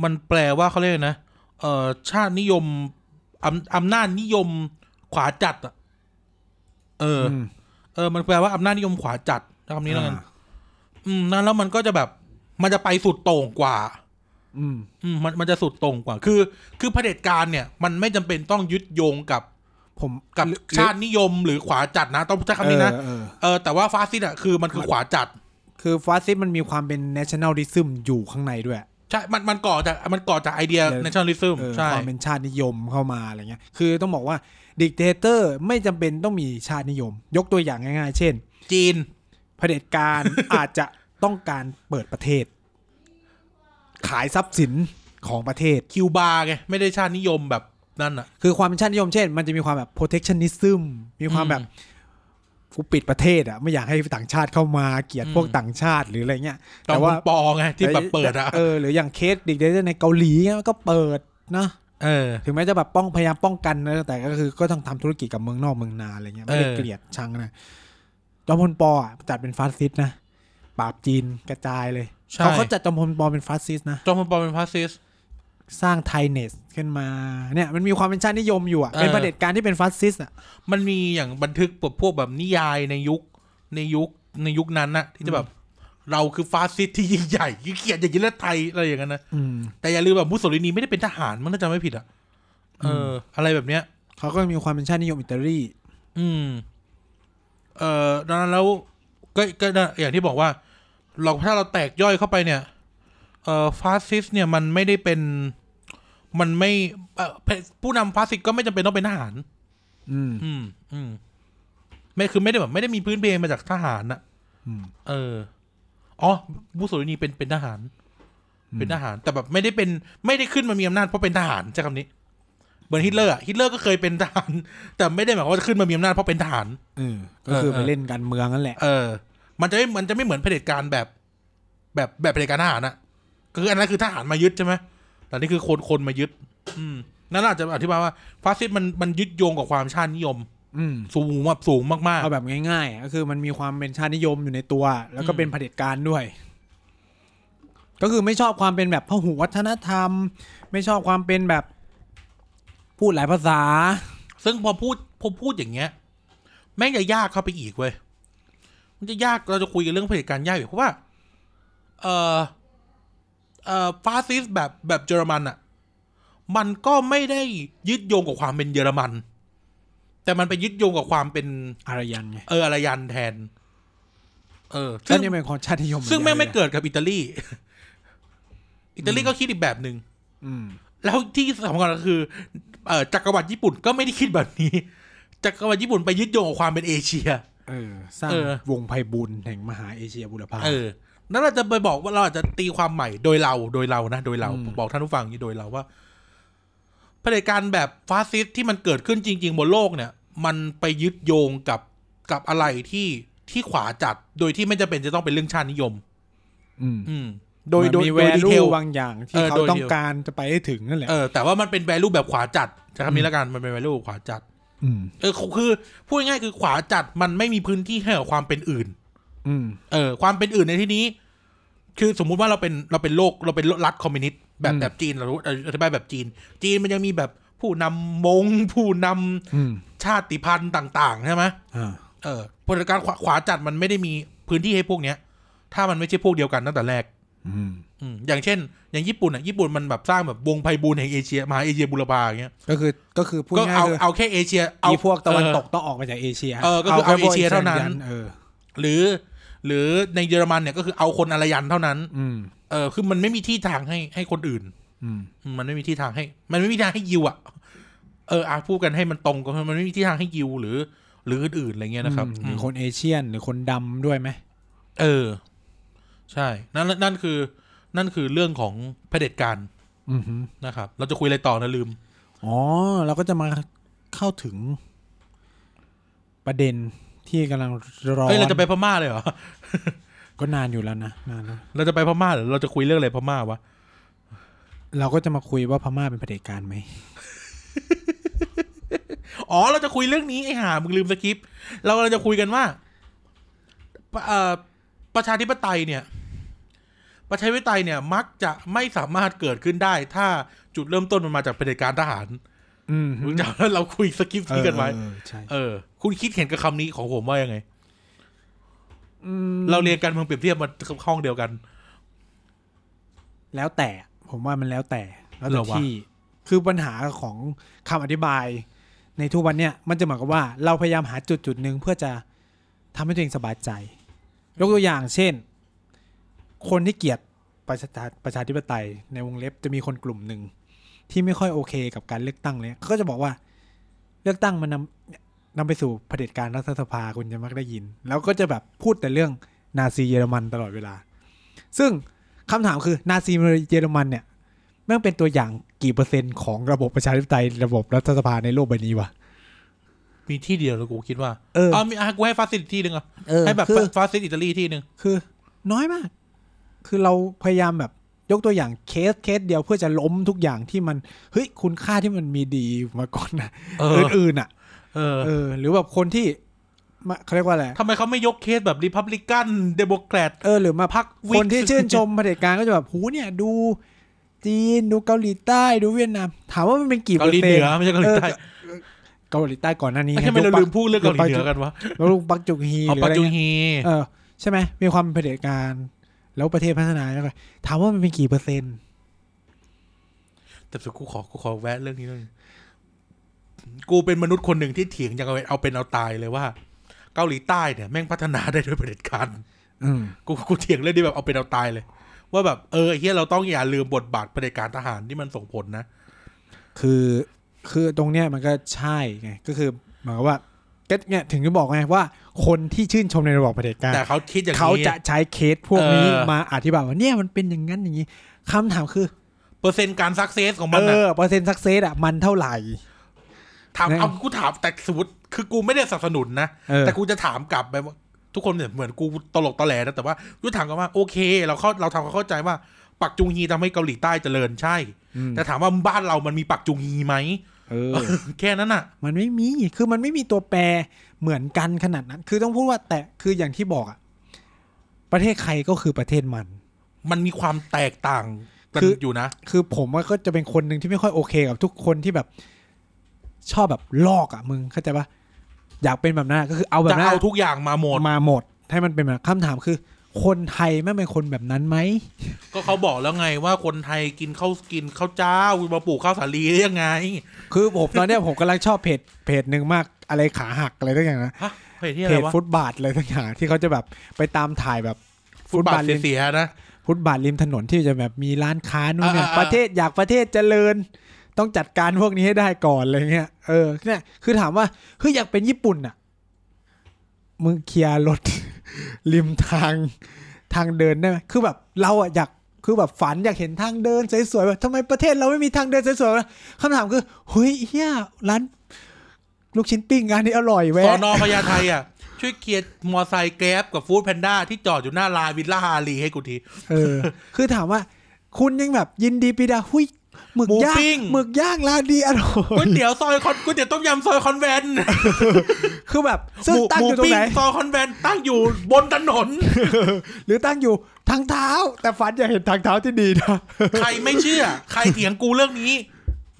Speaker 1: มันแปลว่าเขาเรียกอะไรนะเอ่อชาตินิยมอำอำนาจนิยมขวาจัดอะ เอออ
Speaker 2: ม
Speaker 1: เออ มันแปลว่าอำนาจนิยมขวาจัดนะคำนี้แล้วกัน
Speaker 2: อ่า
Speaker 1: อืมนั่นแล้วมันก็จะแบบ มันจะไปสุดโต่งกว่า
Speaker 2: อืม
Speaker 1: อืมมันมันจะสุดโต่งกว่า คือ คือเผด็จการเนี่ย มันไม่จำเป็นต้องยึดโยงกับ
Speaker 2: ผม
Speaker 1: กับชาตินิยมหรือขวาจัดนะ ต้องใช้คำนี้นะ
Speaker 2: เออเออ
Speaker 1: เออแต่ว่าฟาสซิสต์อ่ะคือมันคือขวาจัด
Speaker 2: คือฟาสซิสต์มันมีความเป็น nationalism อยู่ข้างในด้วย
Speaker 1: ใช่มันมันก่อจากมันก่อจากไอเดีย
Speaker 2: เออ
Speaker 1: ในชาติลิซึม
Speaker 2: เออ
Speaker 1: ใช่
Speaker 2: ความเป็นชาตินิยมเข้ามาอะไรเงี้ย คือต้องบอกว่าดิกเตเตอร์ไม่จำเป็นต้องมีชาตินิยม ยกตัวอย่างง่ายๆ เช่น
Speaker 1: จีน
Speaker 2: เผด็จการ อาจจะต้องการเปิดประเทศ ขายทรัพย์สินของประเทศ
Speaker 1: คิวบาไงไม่ได้ชาตินิยมแบบนั่นอ่ะ
Speaker 2: คือความเป็นชาตินิยมเช่น มันจะมีความแบบ protectionism มีความแบบกูปิดประเทศอ่ะไม่อยากให้ต่างชาติเข้ามาเกลียดพวก
Speaker 1: อืม
Speaker 2: ต่างชาติหรืออะไรเงี้ย
Speaker 1: จอ
Speaker 2: แต่
Speaker 1: มพ
Speaker 2: ว่า
Speaker 1: ลปอไงที่แบบเปิดอ่ะ
Speaker 2: เออหรืออย่างเคสดิกเดเตอร์ในเกาหลีเงี้ยก็เปิดนะ
Speaker 1: เออ
Speaker 2: ถึงแม้จะแบบป้องพยายามป้องกันนะแต่ก็คือก็ต้องทำธุรกิจกับเมืองนอกเมืองนาอะไรเงี้ยไม่ได้
Speaker 1: เออ
Speaker 2: เกลียดชังนะจอมพลปออะจัดเป็นฟาสซิสต์นะปราบจีนกระจายเลย
Speaker 1: ใช่
Speaker 2: เขาเขาจัดจอมพลปอเป็นฟาสซิสต์นะ
Speaker 1: จอมพลปอเป็นฟาสซิสต์
Speaker 2: สร้างไทเนสขึ้นมาเนี่ยมันมีความเป็นชาตินิยมอยู่อ่ะ
Speaker 1: เออ
Speaker 2: เป็นประเผด็จการที่เป็นฟาสซิสต์อ่ะ
Speaker 1: มันมีอย่างบันทึกแบบพวกแบบนิยายในยุคในยุคในยุคนั้นนะที่จะแบบ เราคือฟาสซิสต์ที่ยิ่งใหญ่ยิ่งเกลียดอย่างยิ่งและไทยอะไรอย่างนั้นนะ
Speaker 2: อืม
Speaker 1: แต่อย่าลืมแบบมุสโสลินีไม่ได้เป็นทหารมันน่าจะไม่ผิดอ่ะเอออ อะไรแบบเนี้ย
Speaker 2: เขาก็มีความเป็นชาตินิยมอิตาลี
Speaker 1: อืม เอ่อดังนั้นแล้วก็ก็นะอย่างที่บอกว่าเราถ้าเราแตกย่อยเข้าไปเนี่ย เอ่อฟาสซิสต์เนี่ยมันไม่ได้เป็น มันไม่เอ่อผู้นำฟาสซิสต์ก็ไม่จำเป็นต้องเป็นทหาร
Speaker 2: อืม
Speaker 1: อืม อืม ไม่คือไม่ได้แบบไม่ได้มีพื้นเพมาจากทหารนะ
Speaker 2: อืม
Speaker 1: เออ อ๋อมุสโสลินีเป็นเป็นทหาร เป็นทหาร แต่แบบไม่ได้เป็น ไม่ได้ขึ้นมามีอำนาจเพราะเป็นทหารใช้คำนี้ เหมือนฮิตเลอร์อะฮิตเลอร์ก็เคยเป็นทหาร แต่ไม่ได้หมายความว่าจะขึ้นมามีอำนาจเพราะเป็นทหาร
Speaker 2: เออก็คือ
Speaker 1: เออ
Speaker 2: ไปเล่นการเมืองนั่นแหละ
Speaker 1: เออ มันจะไม่ มันจะไม่เหมือนเผด็จการแบบ แบบแบบเผด็จการทหารอะก็คืออันนั้นคือทหารมายึดใช่ไหมแต่นี่คือคนคนมายึด อืม นั่นอาจจะอธิบายว่าฟาสซิสต์มันมันยึดโยงกับความชาตินิยม
Speaker 2: อืม
Speaker 1: สูงแบบสูงมากๆ
Speaker 2: เอาแบบง่ายๆ ก็คือมันมีความเป็นชาตินิยมอยู่ในตัว แล้วก็
Speaker 1: อืม
Speaker 2: เป็นเผด็จการด้วย ก็คือไม่ชอบความเป็นแบบพหุวัฒนธรรม ไม่ชอบความเป็นแบบพูดหลายภาษา
Speaker 1: ซึ่งพอพูดพอพูดอย่างเงี้ย แม่งจะยากเข้าไปอีกเว้ยมันจะยากเราจะคุยกันเรื่องเผด็จการยากอยู่เพราะว่า เออเออฟาสซิสต์แบบแบบเยอรมันอะมันก็ไม่ได้ยึดโยงกับความเป็นเยอรมัน แต่มันไปยึดโยงกับความเป็น
Speaker 2: อารยันไง
Speaker 1: เอออารยันแทน เออซึ่
Speaker 2: ซึ่ง
Speaker 1: ง
Speaker 2: นี่เป็นของชาตินิยม
Speaker 1: ซึ่งแม่งไม่
Speaker 2: หอนน
Speaker 1: เกิดกับอิตาลี อิตาลีก็คิดอีกแบบหนึ่ง
Speaker 2: อืม
Speaker 1: แล้วที่สำคัญก็คือเอ่อจักรวรรดิญี่ปุ่นก็ไม่ได้คิดแบบนี้ จักรวรรดิญี่ปุ่นไปยึดโยงกับความเป็นเอเชีย
Speaker 2: เออ สร้าง
Speaker 1: เออ
Speaker 2: วงไพบุญแห่งมหาเอเชียบุรพา
Speaker 1: เออนั่นเราจะไปบอกว่าเราอาจจะตีความใหม่โดยเราโดยเรานะโดยเรา
Speaker 2: อืม
Speaker 1: ผมบอกท่านผู้ฟังอย่างนี้โดยเราว่าเผด็จการแบบฟาสซิสต์ที่มันเกิดขึ้นจริง ๆ บนโลกเนี่ย มันไปยึดโยงกับกับอะไรที่ที่ขวาจัดโดยที่ไม่จำเป็นจะต้องเป็นเรื่องชาตินิยม
Speaker 2: อืม
Speaker 1: อืม โดย
Speaker 2: มัน
Speaker 1: โดย
Speaker 2: มี
Speaker 1: โด
Speaker 2: แวย
Speaker 1: ดี
Speaker 2: ลู
Speaker 1: เทล
Speaker 2: บางอย่าง
Speaker 1: เอ
Speaker 2: ที่
Speaker 1: อ
Speaker 2: เขา
Speaker 1: โดย
Speaker 2: ต้องการจะไปให้ถึงนั่นแหละ
Speaker 1: เออแต่ว่ามันเป็นแวลูแบบขวาจัดใช้คำนี้แล้วกันมันเป็นแวลูแบบขวาจัด
Speaker 2: อืม
Speaker 1: เออคือคือพูดง่ายๆคือขวาจัดมันไม่มีพื้นที่ให้กับความเป็นอื่น
Speaker 2: อืม
Speaker 1: เออ ความเป็นอื่นในที่นี้ คือสมมุติว่าเราเป็นเราเป็นโลกเราเป็นรัฐคอมมิวนิสต์แบบ
Speaker 2: อืม
Speaker 1: แบบจีนเรารู้เอ่ออธิบายแบบจีน จีนมันยังมีแบบผู้นำมง ผู้นำ
Speaker 2: อืม
Speaker 1: ชาติพันธุ์ต่าง ๆ ใช่ไหม
Speaker 2: อ่า
Speaker 1: เออพลการขวาขวาจัดมันไม่ได้มีพื้นที่ให้พวกเนี้ย ถ้ามันไม่ใช่พวกเดียวกันตั้งแต่แรก
Speaker 2: อืม
Speaker 1: อืมอย่างเช่น อย่างญี่ปุ่นอ่ะญี่ปุ่นมันแบบสร้างแบบวงไพบูลย์แห่งเอเชียมหาเอเชียบุรพาอย่างเงี้ย
Speaker 2: ก็คือก็คือพูด
Speaker 1: ก็
Speaker 2: ง่าย
Speaker 1: เอา
Speaker 2: ๆคือ
Speaker 1: เอาแค่เอเชียเอา
Speaker 2: อีพวกตะวันตกต้องออกมาจากเอเชีย
Speaker 1: เออก็คือเอา
Speaker 2: แพวก
Speaker 1: เอเชียเท่านั้น
Speaker 2: เออ
Speaker 1: หรือหรือในเยอรมันเนี่ยก็คือเอาคนอารยันเท่านั้น
Speaker 2: อืม
Speaker 1: เออคือมันไม่มีที่ทางให้ให้คนอื่น
Speaker 2: อืม
Speaker 1: มันไม่มีที่ทางให้ มันไม่มีทางให้ยิวอะเอออาพูดกันให้มันตรงก็มันไม่มีที่ทางให้ยิวหรือ หรืออื่นๆอะไรเงี้ยนะครับ
Speaker 2: อืมหรือ
Speaker 1: อืม
Speaker 2: คนเอเชียนหรือคนดำด้วยไหม
Speaker 1: เออ ใช่นั่นนั่นคือ นั่นคือเรื่องของเผด็จการ
Speaker 2: อือฮึ
Speaker 1: นะครับ เราจะคุยอะไรต่อนะลืม
Speaker 2: อ๋อ เราก็จะมาเข้าถึง ประเด็นที่กำลังร้อน
Speaker 1: เฮ้ยเราจะไปพม่าเลยเหรอ
Speaker 2: ก็นานอยู่แล้วนะนานแล้ว
Speaker 1: เราจะไปพม่าเหรือเราจะคุยเรื่องอะไรพม่าวะ
Speaker 2: เราก็จะมาคุยว่าพม่าเป็นเผด็จการไหม
Speaker 1: อ๋อเราจะคุยเรื่องนี้ไอ้ห่ามึงลืมสคริปต์เราเราจะคุยกันว่าเอ่อประชาธิปไตยเนี่ย ประชาธิปไตยเนี่ย มักจะไม่สามารถเกิดขึ้นได้ ถ้าจุดเริ่มต้นมันมาจากเผด็จการทหาร
Speaker 2: อืม
Speaker 1: รู้จักแล้วเราคุยสคริปต์นี้กันไว้
Speaker 2: เออใช่
Speaker 1: เออ คุณคิดเห็นกับคำนี้ของผมว่ายังไง
Speaker 2: อืม
Speaker 1: เราเรียนกันเมืองเปรียบเทียบมาห้องเดียวกัน
Speaker 2: แล้วแต่ ผมว่ามันแล้วแต่แล้ว
Speaker 1: เหร
Speaker 2: แต่
Speaker 1: อวะ
Speaker 2: ที่ คือปัญหาของคำอธิบายในทุกวันเนี่ยมันจะเหมือนกับว่าเราพยายามหาจุดจุดหนึ่งเพื่อจะทำให้ตัวเองสบายใจ ยกตัวอย่างเช่น คนที่เกลียดประชาประชาธิปไตยในวงเล็บจะมีคนกลุ่มหนึ่งที่ไม่ค่อยโอเคกับการเลือกตั้งเลยเขาก็จะบอกว่าเลือกตั้งมันนำนำไปสู่เผด็จการรัฐสภาคุณจะมักได้ยิน แล้วก็จะแบบพูดแต่เรื่องนาซีเยอรมันตลอดเวลา ซึ่งคำถามคือนาซีเยอรมันเนี่ยแม่งเป็นตัวอย่างกี่เปอร์เซ็นต์ของระบบประชาธิปไตยระบบรัฐสภาในโลกใบนี้วะ
Speaker 1: มีที่เดียวแล้วกูคิดว่า
Speaker 2: เออ
Speaker 1: เอามีอ่ะกูให้ฟาสซิสที่หนึ่งอ่ะ
Speaker 2: เออ
Speaker 1: ให้แบบ
Speaker 2: คือ
Speaker 1: ฟาสซิสอิตาลีที่หนึ่ง
Speaker 2: คือน้อยมาก คือเราพยายามแบบยกตัวอย่างเคสเคสเดียวเพื่อจะล้มทุกอย่างที่มันเฮ้ยคุณค่าที่มันมีดีมาก่อนนะ
Speaker 1: เออ
Speaker 2: อื่นๆอ่ะ
Speaker 1: เออ
Speaker 2: เออ หรือแบบคนที่มาเขาเรียกว่าอะไร
Speaker 1: ทำไมเขาไม่ยกเคสแบบริพับลิกันเดโมแครต
Speaker 2: เออหรือมาพัก
Speaker 1: วิก
Speaker 2: คนที่ชื่นชมเผด็จการก็จะแบบหูเนี่ยดูจีนดูเกาหลีใต้ดูเวียดนาม ถามว่ามันเป็นกี่เป
Speaker 1: เกา
Speaker 2: อร์
Speaker 1: หลีเห
Speaker 2: เซ็น
Speaker 1: นือ
Speaker 2: ต์
Speaker 1: ไม่ใช่เกาหลีใต้
Speaker 2: เกาหลีใต้ก่อนหน้านี้
Speaker 1: ทำไมเราลืมพูดเรื่องเกาหลีเหนือกันวะ
Speaker 2: แล้วลุงปักจุงฮี
Speaker 1: เอา
Speaker 2: หรือ
Speaker 1: ปัจ
Speaker 2: อะไร
Speaker 1: จุ
Speaker 2: เงี้ย
Speaker 1: ฮี
Speaker 2: เออใช่ไหมมีความเป็นเผด็จการ แล้วประเทศพัฒนาแล้วก็ถามว่ามันเป็นกี่เปอร์เซ็นต์
Speaker 1: แต่สุดกูขอกูขอแวะเรื่องนี้หน่อยกูเป็นมนุษย์คนหนึ่งที่เถียงยังเอาเป็นเอาตายเลยว่า เกาหลีใต้เนี่ยแม่งพัฒนาได้ด้วยเผด็จการ
Speaker 2: อืม
Speaker 1: กูกูเถียงเรื่องนี้แบบเอาเป็นเอาตายเลย ว่าแบบเออไอ้เฮียเราต้องอย่าลืมบทบาทเผด็จการทหารที่มันส่งผลนะ
Speaker 2: คือคือตรงเนี้ยมันก็ใช่ไงก็คือหมายความว่าก็เนี่ยถึงจะบอกไงว่า คนที่ชื่นชมในระบอบเผด็จการ
Speaker 1: แต่เขาคิดอย่าง
Speaker 2: เขา
Speaker 1: นี้
Speaker 2: จะใช้เคสพวกนี้
Speaker 1: เออ
Speaker 2: มาอธิบายว่าเนี่ยมันเป็นอย่างนั้นอย่างนี้คำถามคือ
Speaker 1: เปอร์เซ็นต์การซักเซสของ
Speaker 2: เอ
Speaker 1: มันนะ
Speaker 2: อเปอร์เซ็นต์สักเซสอ่ะมันเท่าไหร่
Speaker 1: ถาม
Speaker 2: เนี่ย
Speaker 1: เอากูถามแต่สมมติคือกูไม่ได้สนับสนุนนะ
Speaker 2: เออ
Speaker 1: แต่กูจะถามกลับไปว่าทุกคนเนี่ยเหมือนกูตลกตะแหลนะแต่ว่ากูถามกลับว่าโอเค เราเข้าเราทำความเข้าใจว่า ปักจุงฮีทำให้เกาหลีใต้เจริญใช่
Speaker 2: อืม
Speaker 1: แต่ถามว่าบ้านเรามันมีปักจุงฮีไหม
Speaker 2: เออ
Speaker 1: แค่นั้นน่ะ
Speaker 2: มันไม่มี คือมันไม่มีตัวแปรเหมือนกันขนาดนั้น คือต้องพูดว่าแต่ คืออย่างที่บอกอะประเทศใครก็คือประเทศมัน
Speaker 1: มันมีความแตกต่างกัน
Speaker 2: คือ
Speaker 1: อยู่นะ
Speaker 2: คือผมว่าก็จะเป็นคนหนึ่งที่ไม่ค่อยโอเคกับทุกคนที่แบบ ชอบแบบลอกอะมึงเข้าใจปะอยากเป็นแบบนั้นอะก็คือเอาแบ
Speaker 1: จะ
Speaker 2: บนั้น
Speaker 1: เอา
Speaker 2: อะ
Speaker 1: ทุกอย่างมาหมด
Speaker 2: มาหมด ให้มันเป็นแบบนั้นคำถามคือ คนไทยไม่งเป็นคนแบบนั้นไหม
Speaker 1: ก็เขาบอกแล้วไงว่าคนไทยกินข้าวกินข้าวเจ้ามาปลูกข้าวสาลีได้ยังไง
Speaker 2: คือผมตอนเนี้ยผมกำลังชอบเพจเพจหนึ่งมากอะไรขาหักอะไรต่างอย่างนะ
Speaker 1: ฮะเพจที่อะ
Speaker 2: เพ
Speaker 1: ไร
Speaker 2: จ
Speaker 1: วะ
Speaker 2: ฟุตบาทอะไรต่างอย่างที่เขาจะแบบไปตามถ่ายแบบ
Speaker 1: ฟุตบาทเสียๆนะ
Speaker 2: ฟุตบาทริมถนนที่จะแบบมีร้านค้านู่นเนี่ย
Speaker 1: อ่าอ่า
Speaker 2: ประเทศอยากประเทศเจริญ ต้องจัดการพวกนี้ให้ได้ก่อนอะไรเงี้ยเออเนี่ยคือถามว่าเฮ้ยอยากเป็นญี่ปุ่นอ่ะมึงเคลียร์รถ ริมทางทางเดินได้ไหมคือแบบเราอ่ะอยากคือแบบฝันอยากเห็นทางเดินสวยๆแบบทำไมประเทศเราไม่มีทางเดินสวยๆวะคำถามคือเฮ้ยเฮียร้านลูกชิ้นปิ้งร้านนี้อร่อยแวะ
Speaker 1: สอนอพญาไทอ่ะ ช่วยเคลียร์มอไซค์แกร็บกับฟู้ดแพนด้าที่จอดอยู่หน้าลานวิลล่าฮารีให้กูที
Speaker 2: เออ คือถามว่า คุณยังแบบยินดีปีดาหุยหมึก
Speaker 1: หมู
Speaker 2: ย่า
Speaker 1: ปิ้
Speaker 2: ง
Speaker 1: ง
Speaker 2: หมึกย่างร้านดีอร่อ
Speaker 1: ก๋วย ยเตี๋ยวซอยคอนก๋วยเตี๋ยวต้มยำซอยคอนแวนต์
Speaker 2: คือแบบซึ่งตั้งอยู่ตรงไหน
Speaker 1: มูปิ้ซอยคอนแวนต์ตั้งอยู่บนถนน
Speaker 2: หรือตั้งอยู่ทางเท้า แต่ฝันอยากเห็นทางเท้าที่ดีนะ
Speaker 1: ใครไม่เชื่อ ใครเถียงกูเรื่องนี้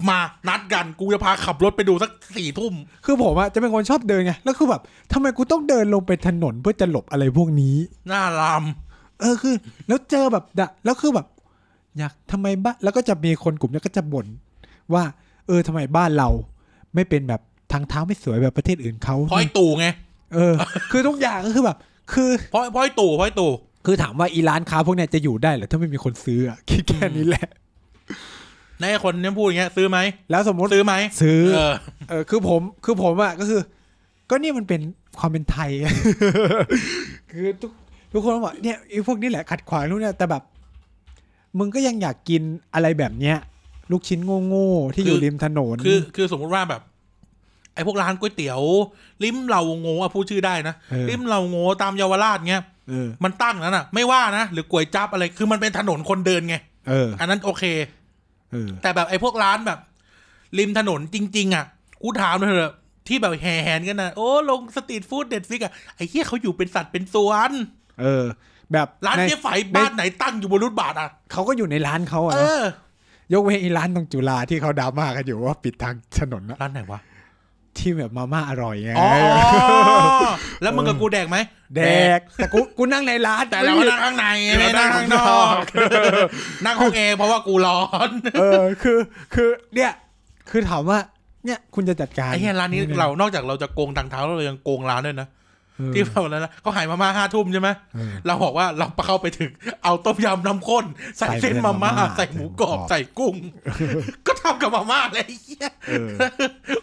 Speaker 1: มานัดกันกูจะพาขับรถไปดูสักสี่ทุ่ม
Speaker 2: คือผมอะจะเป็นคนชอบเดินไง แล้วคือแบบทำไมกูต้องเดินลงไปถนนเพื่อจะหลบอะไรพวกนี้
Speaker 1: หน้าราม
Speaker 2: เออคือ แล้วเจอแบบดะแล้วคือแบบ อยากทำไมบ้านแล้วก็จะมีคนกลุ่มเนี้ยก็จะบ่นว่า เออทำไมบ้านเรา ไม่เป็นแบบทางเท้าไม่สวยแบบประเทศอื่นเขา
Speaker 1: เพราะไอ้ตู่ไง
Speaker 2: เออ คือทุกอย่างก็คือแบบ คือ
Speaker 1: เพราะเพราะไอ้ตู่เพราะไอ้ตู่
Speaker 2: คือถามว่าอีร้านค้าพวกเนี้ยจะอยู่ได้เหรอถ้าไม่มีคนซื้ออะ คิดแค่นี้แหละ
Speaker 1: ในายคนเนี่ยพูดอย่างเงี้ยซื้อไหม
Speaker 2: แล้วสมมติ
Speaker 1: ซื้อไหม
Speaker 2: ซื้อ
Speaker 1: เออ
Speaker 2: เออคือผมคือผมอะก็คือ ก็เนี่ยมันเป็นความเป็นไทย คือทุกทุกคนบอกเนี่ยไอ้พวกนี้แหละขัดขวางนู่นเนี่ยแต่แบบ มึงก็ยังอยากกินอะไรแบบเนี้ย ลูกชิ้นโง่ๆที่อยู่
Speaker 1: คือ
Speaker 2: ริมถนน
Speaker 1: คือคือสมมุติว่าแบบ ไอ้พวกร้านก๋วยเตี๋ยวริมเราโง่อะพูดชื่อได้นะ
Speaker 2: เออ
Speaker 1: ริมเราโง่ตามเยาวราชเงี้ย
Speaker 2: เออ
Speaker 1: มันตั้งนั้นอ่ะ ไม่ว่านะหรือก๋วยจับอะไรคือมันเป็นถนนคนเดินไง
Speaker 2: เออ
Speaker 1: อันนั้นโอเค
Speaker 2: เออ
Speaker 1: แต่แบบไอ้พวกร้านแบบ ริมถนนจริง ๆ อ่ะ กูถามหน่อยเถอะที่แบบแห่แหนกันนะโอ้ลงสตรีทฟู้ดเด็ดฟิกอ่ะไอ้เหี้ยเขาอยู่เป็นสัตว์เป็นส่วน
Speaker 2: เออ แบบ
Speaker 1: ร้าน
Speaker 2: ใน
Speaker 1: เจ๊ไฝบ้านไหนตั้งอยู่บนรุดบาทอ่ะ
Speaker 2: เขาก็อยู่ในร้านเขาอะ
Speaker 1: เอ
Speaker 2: นะ
Speaker 1: อ
Speaker 2: ยกเว้นอีร้านตรงจุฬาที่เขาดราม่ากันอยู่ว่าปิดทางถนนนะ
Speaker 1: ร้านไหนวะ
Speaker 2: ที่แบบมาม่าอร่อยไง
Speaker 1: อ๋อแล้วมึงกับกูแดกไหม
Speaker 2: แดกแต่กูกูนั่งในร้าน
Speaker 1: แต่เรา
Speaker 2: ไม่มี
Speaker 1: นั่งข้างในไม่นั่งข้างนอกนั่งห้องแอร์เพราะว่ากูร้อน
Speaker 2: เออคือคือเนี่ย คือถามว่า เนี่ยคุณจะจัดการ
Speaker 1: ไอ้เหี้ยร้านนี้เรานอกจากเราจะโกงทางเท้าแล้วเรายังโกงร้านด้วยนะ
Speaker 2: เออ
Speaker 1: ที่เราแล้วนะเขาหายมาม่าห้าทุ่มใช่ไหม
Speaker 2: เออ
Speaker 1: เราบอกว่าเราเข้าไปถึงเอาต้มยำน้ำข้น ใส่
Speaker 2: ใส่
Speaker 1: เส้นมาม่า
Speaker 2: เส้นมาม่า
Speaker 1: ใส่หมูกรอบ
Speaker 2: ใส่
Speaker 1: ใส่ กุ้ง ก็ทำกับมาม่าเลยไอ้เหี้ย
Speaker 2: เออ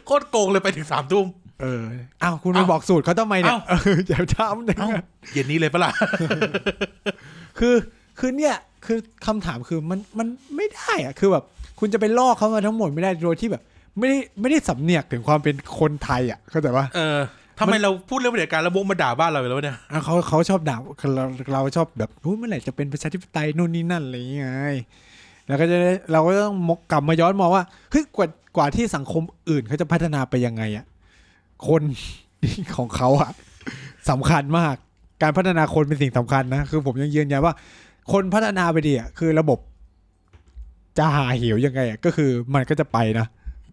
Speaker 1: โคตรโกงเลยไปถึงสามทุ่ม
Speaker 2: เอออ้าวคุณไปบอกสูตรเขาทำไมเนี่ยเอออย่าทำนะ
Speaker 1: เอ้า เย็นนี้เลยปะล่ะ
Speaker 2: คือคือเนี่ยคือคำถามคือมันมันไม่ได้อะคือแบบคุณจะไปลอกเขามาทั้งหมดไม่ได้โดยที่แบบ ไม่ได้ไม่ได้สำเนียกถึงความเป็นคนไทยอ่ะเข้าใจปะ
Speaker 1: เออทำไมเราพูดเรื่องบรรยากาศแล้วบงมาด่าบ้านเราไปแล้วเนี่ย
Speaker 2: อ่ะเขาเขาชอบด่าเราเราชอบแบบอุ๊ยเมื่อไหร่จะเป็นประชาธิปไตยนู่นนี่นั่นอะไรอย่างเงี้ยไงแล้วก็จะได้เราก็ต้องมกกลับมาย้อนมองว่าเฮ้ยกว่ากว่าที่สังคมอื่นเขาจะพัฒนาไปยังไงอ่ะคน ของเขาอ่ะสำคัญมาก การพัฒนาคนเป็นสิ่งสำคัญนะคือผมยังยืนยันว่า คนพัฒนาไปดีอ่ะคือระบบ จะหาเหวยังไงอ่ะก็คือมันก็จะไปนะ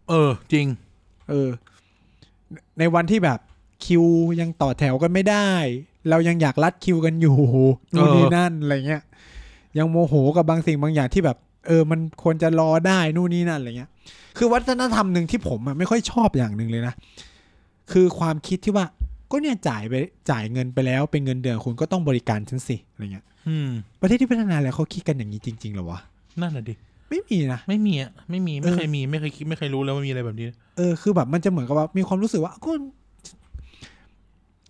Speaker 1: เออ จริง
Speaker 2: เออ ในวันที่แบบคิวยังต่อแถวกันไม่ได้ เรายังอยากรัดคิวกันอยู่นู่นนี่
Speaker 1: เออ
Speaker 2: นั่นอะไรเงี้ย ยังโมโหกับบางสิ่งบางอย่างที่แบบ เออ มันควรจะรอได้นู่นนี่นั่นอะไรเงี้ย คือวัฒนธรรมหนึ่งที่ผมอ่ะไม่ค่อยชอบอย่างหนึ่งเลยนะคือความคิดที่ว่า ก็เนี่ยจ่ายไปจ่ายเงินไปแล้วเป็นเงินเดือนคุณก็ต้องบริการฉันสิอะไรเงี้ย
Speaker 1: อืม
Speaker 2: ประเทศที่พัฒนาแล้วเขาคิดกันอย่างนี้จริงๆเหรอวะ
Speaker 1: นั่นแหะดิ
Speaker 2: ไม่มีนะ
Speaker 1: ไม่มีอ่ะ ไม่มี ไม่เคยมี ไม่เคยคิด ไม่เคยรู้เลยว่ามีอะไรแบบนี้
Speaker 2: เออคือแบบมันจะเหมือนกับว่ามีความรู้สึกว่าก็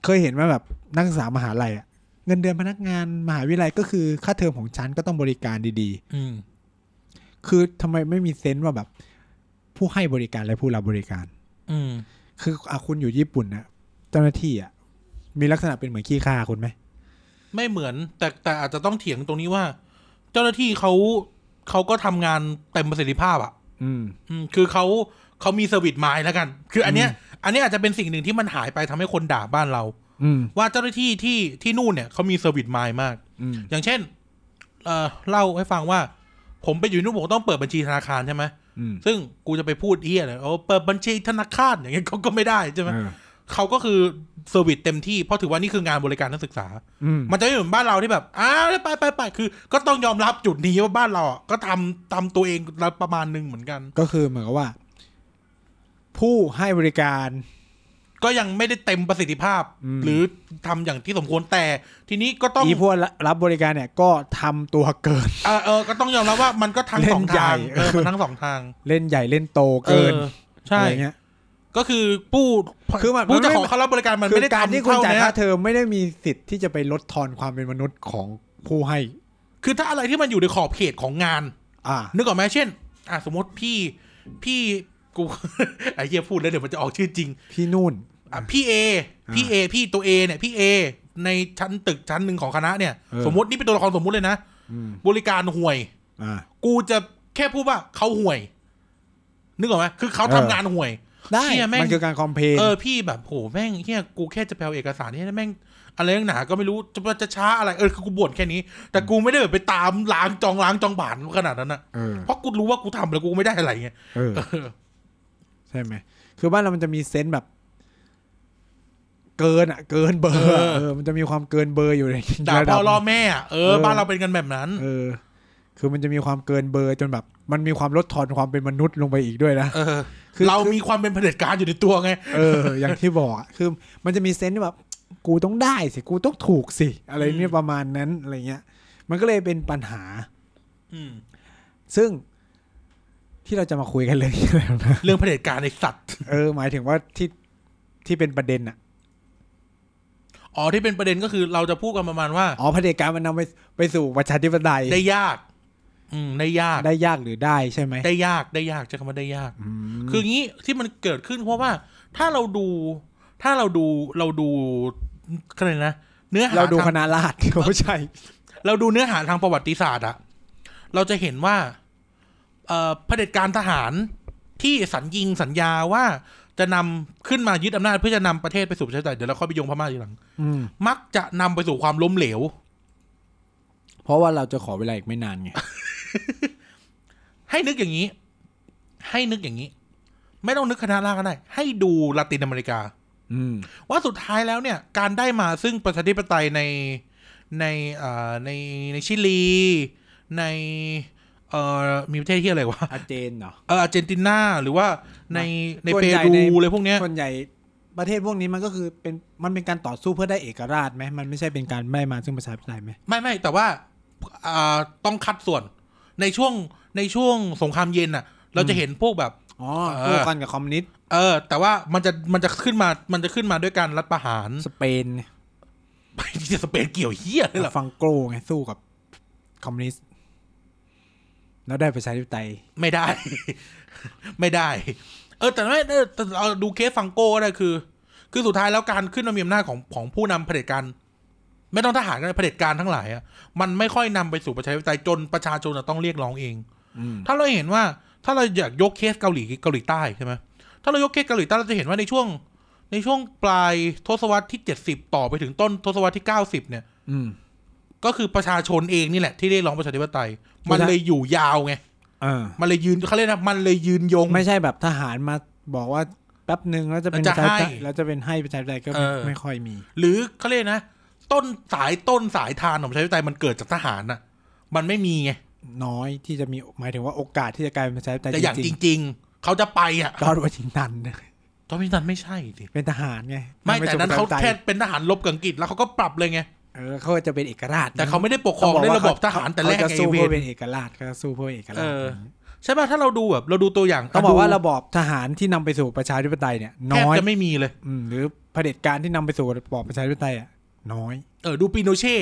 Speaker 2: เคยเห็นไหมแบบนักศึกษามหาลัยอะเงินเดือนพนักงานมหาวิทยาลัยก็คือค่าเทอมของฉันก็ต้องบริการดี
Speaker 1: อืม
Speaker 2: ๆ คือทำไมไม่มีเซนส์ว่าแบบ ผู้ให้บริการและผู้รับบริการ
Speaker 1: อืม
Speaker 2: คืออะคุณอยู่ญี่ปุ่นนะเจ้าหน้าที่อะมีลักษณะเป็นเหมือนขี้ข้าคุณไหม
Speaker 1: ไม่เหมือน แต่แต่อาจจะต้องเถียงตรงนี้ว่า เจ้าหน้าที่เขาเขาก็ทำงานเต็มประสิทธิภาพอ่ะ
Speaker 2: อืม
Speaker 1: อืมคือเขาเขามีเซอร์วิสไม้แล้วกัน คืออันเนี้ยอันเนี้ยอาจจะเป็นสิ่งหนึ่งที่มันหายไปทำให้คนด่าบ้านเรา
Speaker 2: อืม
Speaker 1: ว่าเจ้าหน้าที่ที่ที่นู่นเนี่ยเขามีเซอร์วิสไม้มาก
Speaker 2: อืม
Speaker 1: อย่างเช่นเอ่อเล่าให้ฟังว่า ผมไปอยู่นู่นผมต้องเปิดบัญชีธนาคารใช่ไหม
Speaker 2: อืม
Speaker 1: ซึ่งกูจะไปพูดเอี้ยเลยโอ้เปิดบัญชีธนาคารอย่างเงี้ยเขาก็ไม่ได้ใช่ไหม
Speaker 2: เออ
Speaker 1: เขาก็คือเซอร์วิสเต็มที่เพราะถือว่านี่คืองานบริการนักศึกษา
Speaker 2: อืม
Speaker 1: มันจะไม่เหมือนบ้านเราที่แบบอ้าวไปไปไปคือ ก็ต้องยอมรับจุดนี้ว่าบ้านเราอ่ะก็ทำตามตัวเองประมาณหนึงเหมือนกัน
Speaker 2: ก็คือเหมือนกับว่า ผู้ให้บริการ
Speaker 1: ก็ยังไม่ได้เต็มประสิทธิภาพ
Speaker 2: อืม
Speaker 1: หรือทำอย่างที่สมควรแต่ ทีนี้ก็ต้อง
Speaker 2: อีผู้รับบริการเนี่ย ก็ทำตัวเกิน
Speaker 1: เออเออก็ต้องยอมรับว่ามันก็ทั้ง
Speaker 2: เล่น
Speaker 1: สอง
Speaker 2: ใหญ่
Speaker 1: ทางเออมันทั้งสองทาง
Speaker 2: เล่นใหญ่เล่นโตเกิน
Speaker 1: ออใช่
Speaker 2: อะไรเงี้ย
Speaker 1: ก็คือผู้
Speaker 2: คือมัน
Speaker 1: ผู้จะข
Speaker 2: มันไม่
Speaker 1: อเขารับบริการมัน
Speaker 2: คื
Speaker 1: ไม่
Speaker 2: อ
Speaker 1: ได้
Speaker 2: การ
Speaker 1: ทำ
Speaker 2: ที่คุณ
Speaker 1: เท่า
Speaker 2: จ่าย
Speaker 1: เนี้
Speaker 2: ค่าย เทอมไม่ได้มีสิทธิ์ที่จะไปลดทอนความเป็นมนุษย์ของผู้ให้
Speaker 1: คือถ้าอะไรที่มันอยู่ในขอบเขตของงาน
Speaker 2: อ่า
Speaker 1: นึกออกไหมเช่น อ่ะสมมติพี่พี่กู ไอ้เหี้ยพูดแล้วเดี๋ยวมันจะออกชื่อจริง
Speaker 2: พี่นุ่น
Speaker 1: อ่ะพี่เอพี่เอพี่ตัวเอเนี่ยพี่เอในชั้นตึกชั้นหนึ่งของคณะเนี่ย
Speaker 2: เออ
Speaker 1: สมมตินี่เป็นตัวละครสมมุติเลยนะ
Speaker 2: อืม
Speaker 1: บริการห่วย
Speaker 2: อ่า
Speaker 1: กูจะแค่พูดว่าเขาห่วย นึกออกไหมคือเขาทำ
Speaker 2: เออ
Speaker 1: งานห่วย
Speaker 2: ได้
Speaker 1: เชี่ยแม่ง
Speaker 2: มันคือการคอมเพลน
Speaker 1: เออพี่แบบโหแม่งเฮียกูแค่จะแปลเอกสารเนี่ยแม่งอะไรนักหนาก็ไม่รู้จะจะช้าอะไรเออคือกูบ่นแค่นี้ แต่กูไม่ได้แบบไปตามล้างจองล้างจองบานขนาดนั้นนะ
Speaker 2: เออ
Speaker 1: เพราะกูรู้ว่ากูทำแล้วกูไม่ได้อะไรไง
Speaker 2: เออ
Speaker 1: เออ
Speaker 2: ใช่ไหม คือบ้านเรามันจะมีเซนส์แบบ เกินอ่ะ เกินเบอร์อะเออ มันจะมีความเกินเบอร์อยู่ใน
Speaker 1: ด่า
Speaker 2: ระ
Speaker 1: พ่
Speaker 2: ดั
Speaker 1: อบ ล่อแม่อะเออ
Speaker 2: เออ
Speaker 1: บ้านเราเป็นกันแบบนั้น
Speaker 2: เออ คือมันจะมีความเกินเบอร์จนแบบ มันมีความลดทอนความเป็นมนุษย์ลงไปอีกด้วยนะ
Speaker 1: เออ
Speaker 2: คือ
Speaker 1: เรามีความเป็นเผด็จการอยู่ในตัวไง
Speaker 2: เออ อย่างที่บอกอะคือ มันจะมีเซนส์ที่แบบกูต้องได้สิ กูต้องถูกสิ อะไรเนี่ยประมาณนั้นอะไรเงี้ย มันก็เลยเป็นปัญหา
Speaker 1: อืม
Speaker 2: ซึ่งที่เราจะมาคุยกันเลย แล้วนะ
Speaker 1: เรื่องเผด็จการในสัตว์
Speaker 2: เออ หมายถึงว่าที่ที่เป็นประเด็นอ่ะ
Speaker 1: อ๋อที่เป็นประเด็นก็คือเราจะพูดกันประมาณว่า
Speaker 2: อ๋อเผด็จการมันนำไปไปสู่ประชาธิปไตย
Speaker 1: ได้ยาก อืมได้ยาก
Speaker 2: ได้ยากหรือได้ใช่ไหม
Speaker 1: ได้ยากได้ยากใช้คำว่าได้ยาก
Speaker 2: อืม
Speaker 1: คืองี้ที่มันเกิดขึ้นเพราะว่าถ้าเราดูถ้าเราดูเราดูอะไรนะเนื้อหา
Speaker 2: เราดู
Speaker 1: ทง
Speaker 2: คณะราษฎรเขา ใช่
Speaker 1: เราดูเนื้อหาทางประวัติศาสตร์อะเราจะเห็นว่าเอ่อเผด็จการทหารที่สัญญิงสัญญาว่าจะนำขึ้นมายึดอำนาจเพื่อจะนำประเทศไปสู่ประชาธิปไตยเดี๋ยวเราค่อยไปโยงพม่าทีหลัง
Speaker 2: อืม
Speaker 1: มักจะนำไปสู่ความล้มเหลว
Speaker 2: เพราะว่าเราจะขอเวลาอีกไม่นานไง
Speaker 1: ให้นึกอย่างนี้ ให้นึกอย่างนี้ ไม่ต้องนึกคณะล่างก็ได้ ให้ดูลาตินอเมริกา
Speaker 2: อืม
Speaker 1: ว่าสุดท้ายแล้วเนี่ย การได้มาซึ่งประชาธิปไตยในในเอ่อในในชิลี ในเอ่อมีประเทศที่อะไรวะ
Speaker 2: อาเจนเนาะ
Speaker 1: เอออาร์เจนตินาหรือว่าในใน
Speaker 2: ส่วน
Speaker 1: เป
Speaker 2: ใหญ่
Speaker 1: รู
Speaker 2: ใน
Speaker 1: อะไรพวกเนี้ย
Speaker 2: ส่วนใหญ่ประเทศพวกนี้มันก็คือเป็นมันเป็นการต่อสู้เพื่อได้เอกราชไหมมันไม่ใช่เป็นการไม่ได้มาซึ่งประชาธิปไตยไหม
Speaker 1: ไม่ไม่แต่ว่าอ่าต้องคัดส่วนในช่วงในช่วงสงครามเย็นน่ะ เราจะเห็นพวกแบบ
Speaker 2: อ๋อ
Speaker 1: เออ
Speaker 2: คู่กันกับคอมมิวนิสต์
Speaker 1: เออ แต่ว่ามันจะมันจะขึ้นมามันจะขึ้นมาด้วยการรัฐประหาร
Speaker 2: สเปนเนี่ย
Speaker 1: ไปที่สเปนเกี่ยวเฮียเลยเหรอ
Speaker 2: ฟังโกรไงสู้กับคอมมิวนิสต์แล้วได้ประชาธิปไตย
Speaker 1: ไม่ได้ ไม่ได้ เออ แต่ไม่เออแต่เอาดูเคสฟังโก้ก็ได้คือ คือสุดท้ายแล้วการขึ้นมามีอำนาจของของผู้นำเผด็จการไม่ต้องทหารก็ได้เผด็จการทั้งหลายอ่ะมันไม่ค่อยนำไปสู่ประชาธิปไตยจนประชาชนน่ะต้องเรียกร้องเอง
Speaker 2: อืม
Speaker 1: ถ้าเราเห็นว่าถ้าเราอยากยกเคสเกาหลีเกาหลีใต้ใช่ไหมถ้าเรายกเคสเกาหลีใต้เราจะเห็นว่าในช่วง ในช่วงปลายทศวรรษที่เจ็ดสิบต่อไปถึงต้นทศวรรษที่เก้าสิบเนี่ย
Speaker 2: อืม
Speaker 1: ก็คือประชาชนเองนี่แหละที่เรียกร้องประชาธิปไตย มัน
Speaker 2: ประชา
Speaker 1: เลยอยู่ยาวไง
Speaker 2: เออ
Speaker 1: มันเลยยืนเขาเรียกนะมันเลยยืนยง
Speaker 2: ไม่ใช่แบบทหารมาบอกว่าแป๊บหนึ่งแล้วจะเป็น
Speaker 1: แล้วจะให้
Speaker 2: ประชาธิปไตยแล้วจะเป็นให้ประชาธิปไตยก็
Speaker 1: เอ
Speaker 2: ไม่
Speaker 1: อ
Speaker 2: ไม่ค่อยมี
Speaker 1: หรือเขาเรียกนะ ต้นสายต้นสายทานของประชาธิปไตยมันเกิดจากทหารน่ะ มันไม่มีไง
Speaker 2: น้อยที่จะมีหมายถึงว่าโอกาสที่จะกลายเป็นประชาธิปไตย
Speaker 1: แต่อย่างจ
Speaker 2: จริง
Speaker 1: ริง ๆ เขาจะไปอ่ะ
Speaker 2: ๆจอร์ดวอชิงตันเนี่ย
Speaker 1: จอร์จวอชิงตันไม่ใช่สิ
Speaker 2: เป็นทหารไง
Speaker 1: ไม่แต่นั้นเขา
Speaker 2: ประชธิปไตย
Speaker 1: แค่เป็นทหารรบกับอังกฤษแล้วเขาก็ปรับเลยไง
Speaker 2: เออเขาจะเป็นเอกราช
Speaker 1: แต่เขาไม่ได้ปกครองด้วยระบบทหารแต่แรก
Speaker 2: เขา
Speaker 1: ไง
Speaker 2: จะสู้
Speaker 1: เว
Speaker 2: เพื่อน เป็นเอกราชเขาจะสู้เพื่อเป็นเอกรา
Speaker 1: เออ
Speaker 2: ช
Speaker 1: ใช่ป่ะถ้าเราดูแบบเราดูตัวอย่าง
Speaker 2: ต้องบอกว่า
Speaker 1: ดู
Speaker 2: ระบอบทหารที่นำไปสู่ประชาธิปไตยเนี่ย
Speaker 1: แทบ
Speaker 2: น้อย
Speaker 1: จะไม่มีเลย
Speaker 2: อืมหรือเผด็จการที่นำไปสู่ระบอบประชาธิปไตยอ่ะน้อย
Speaker 1: เออดูปีโนเช่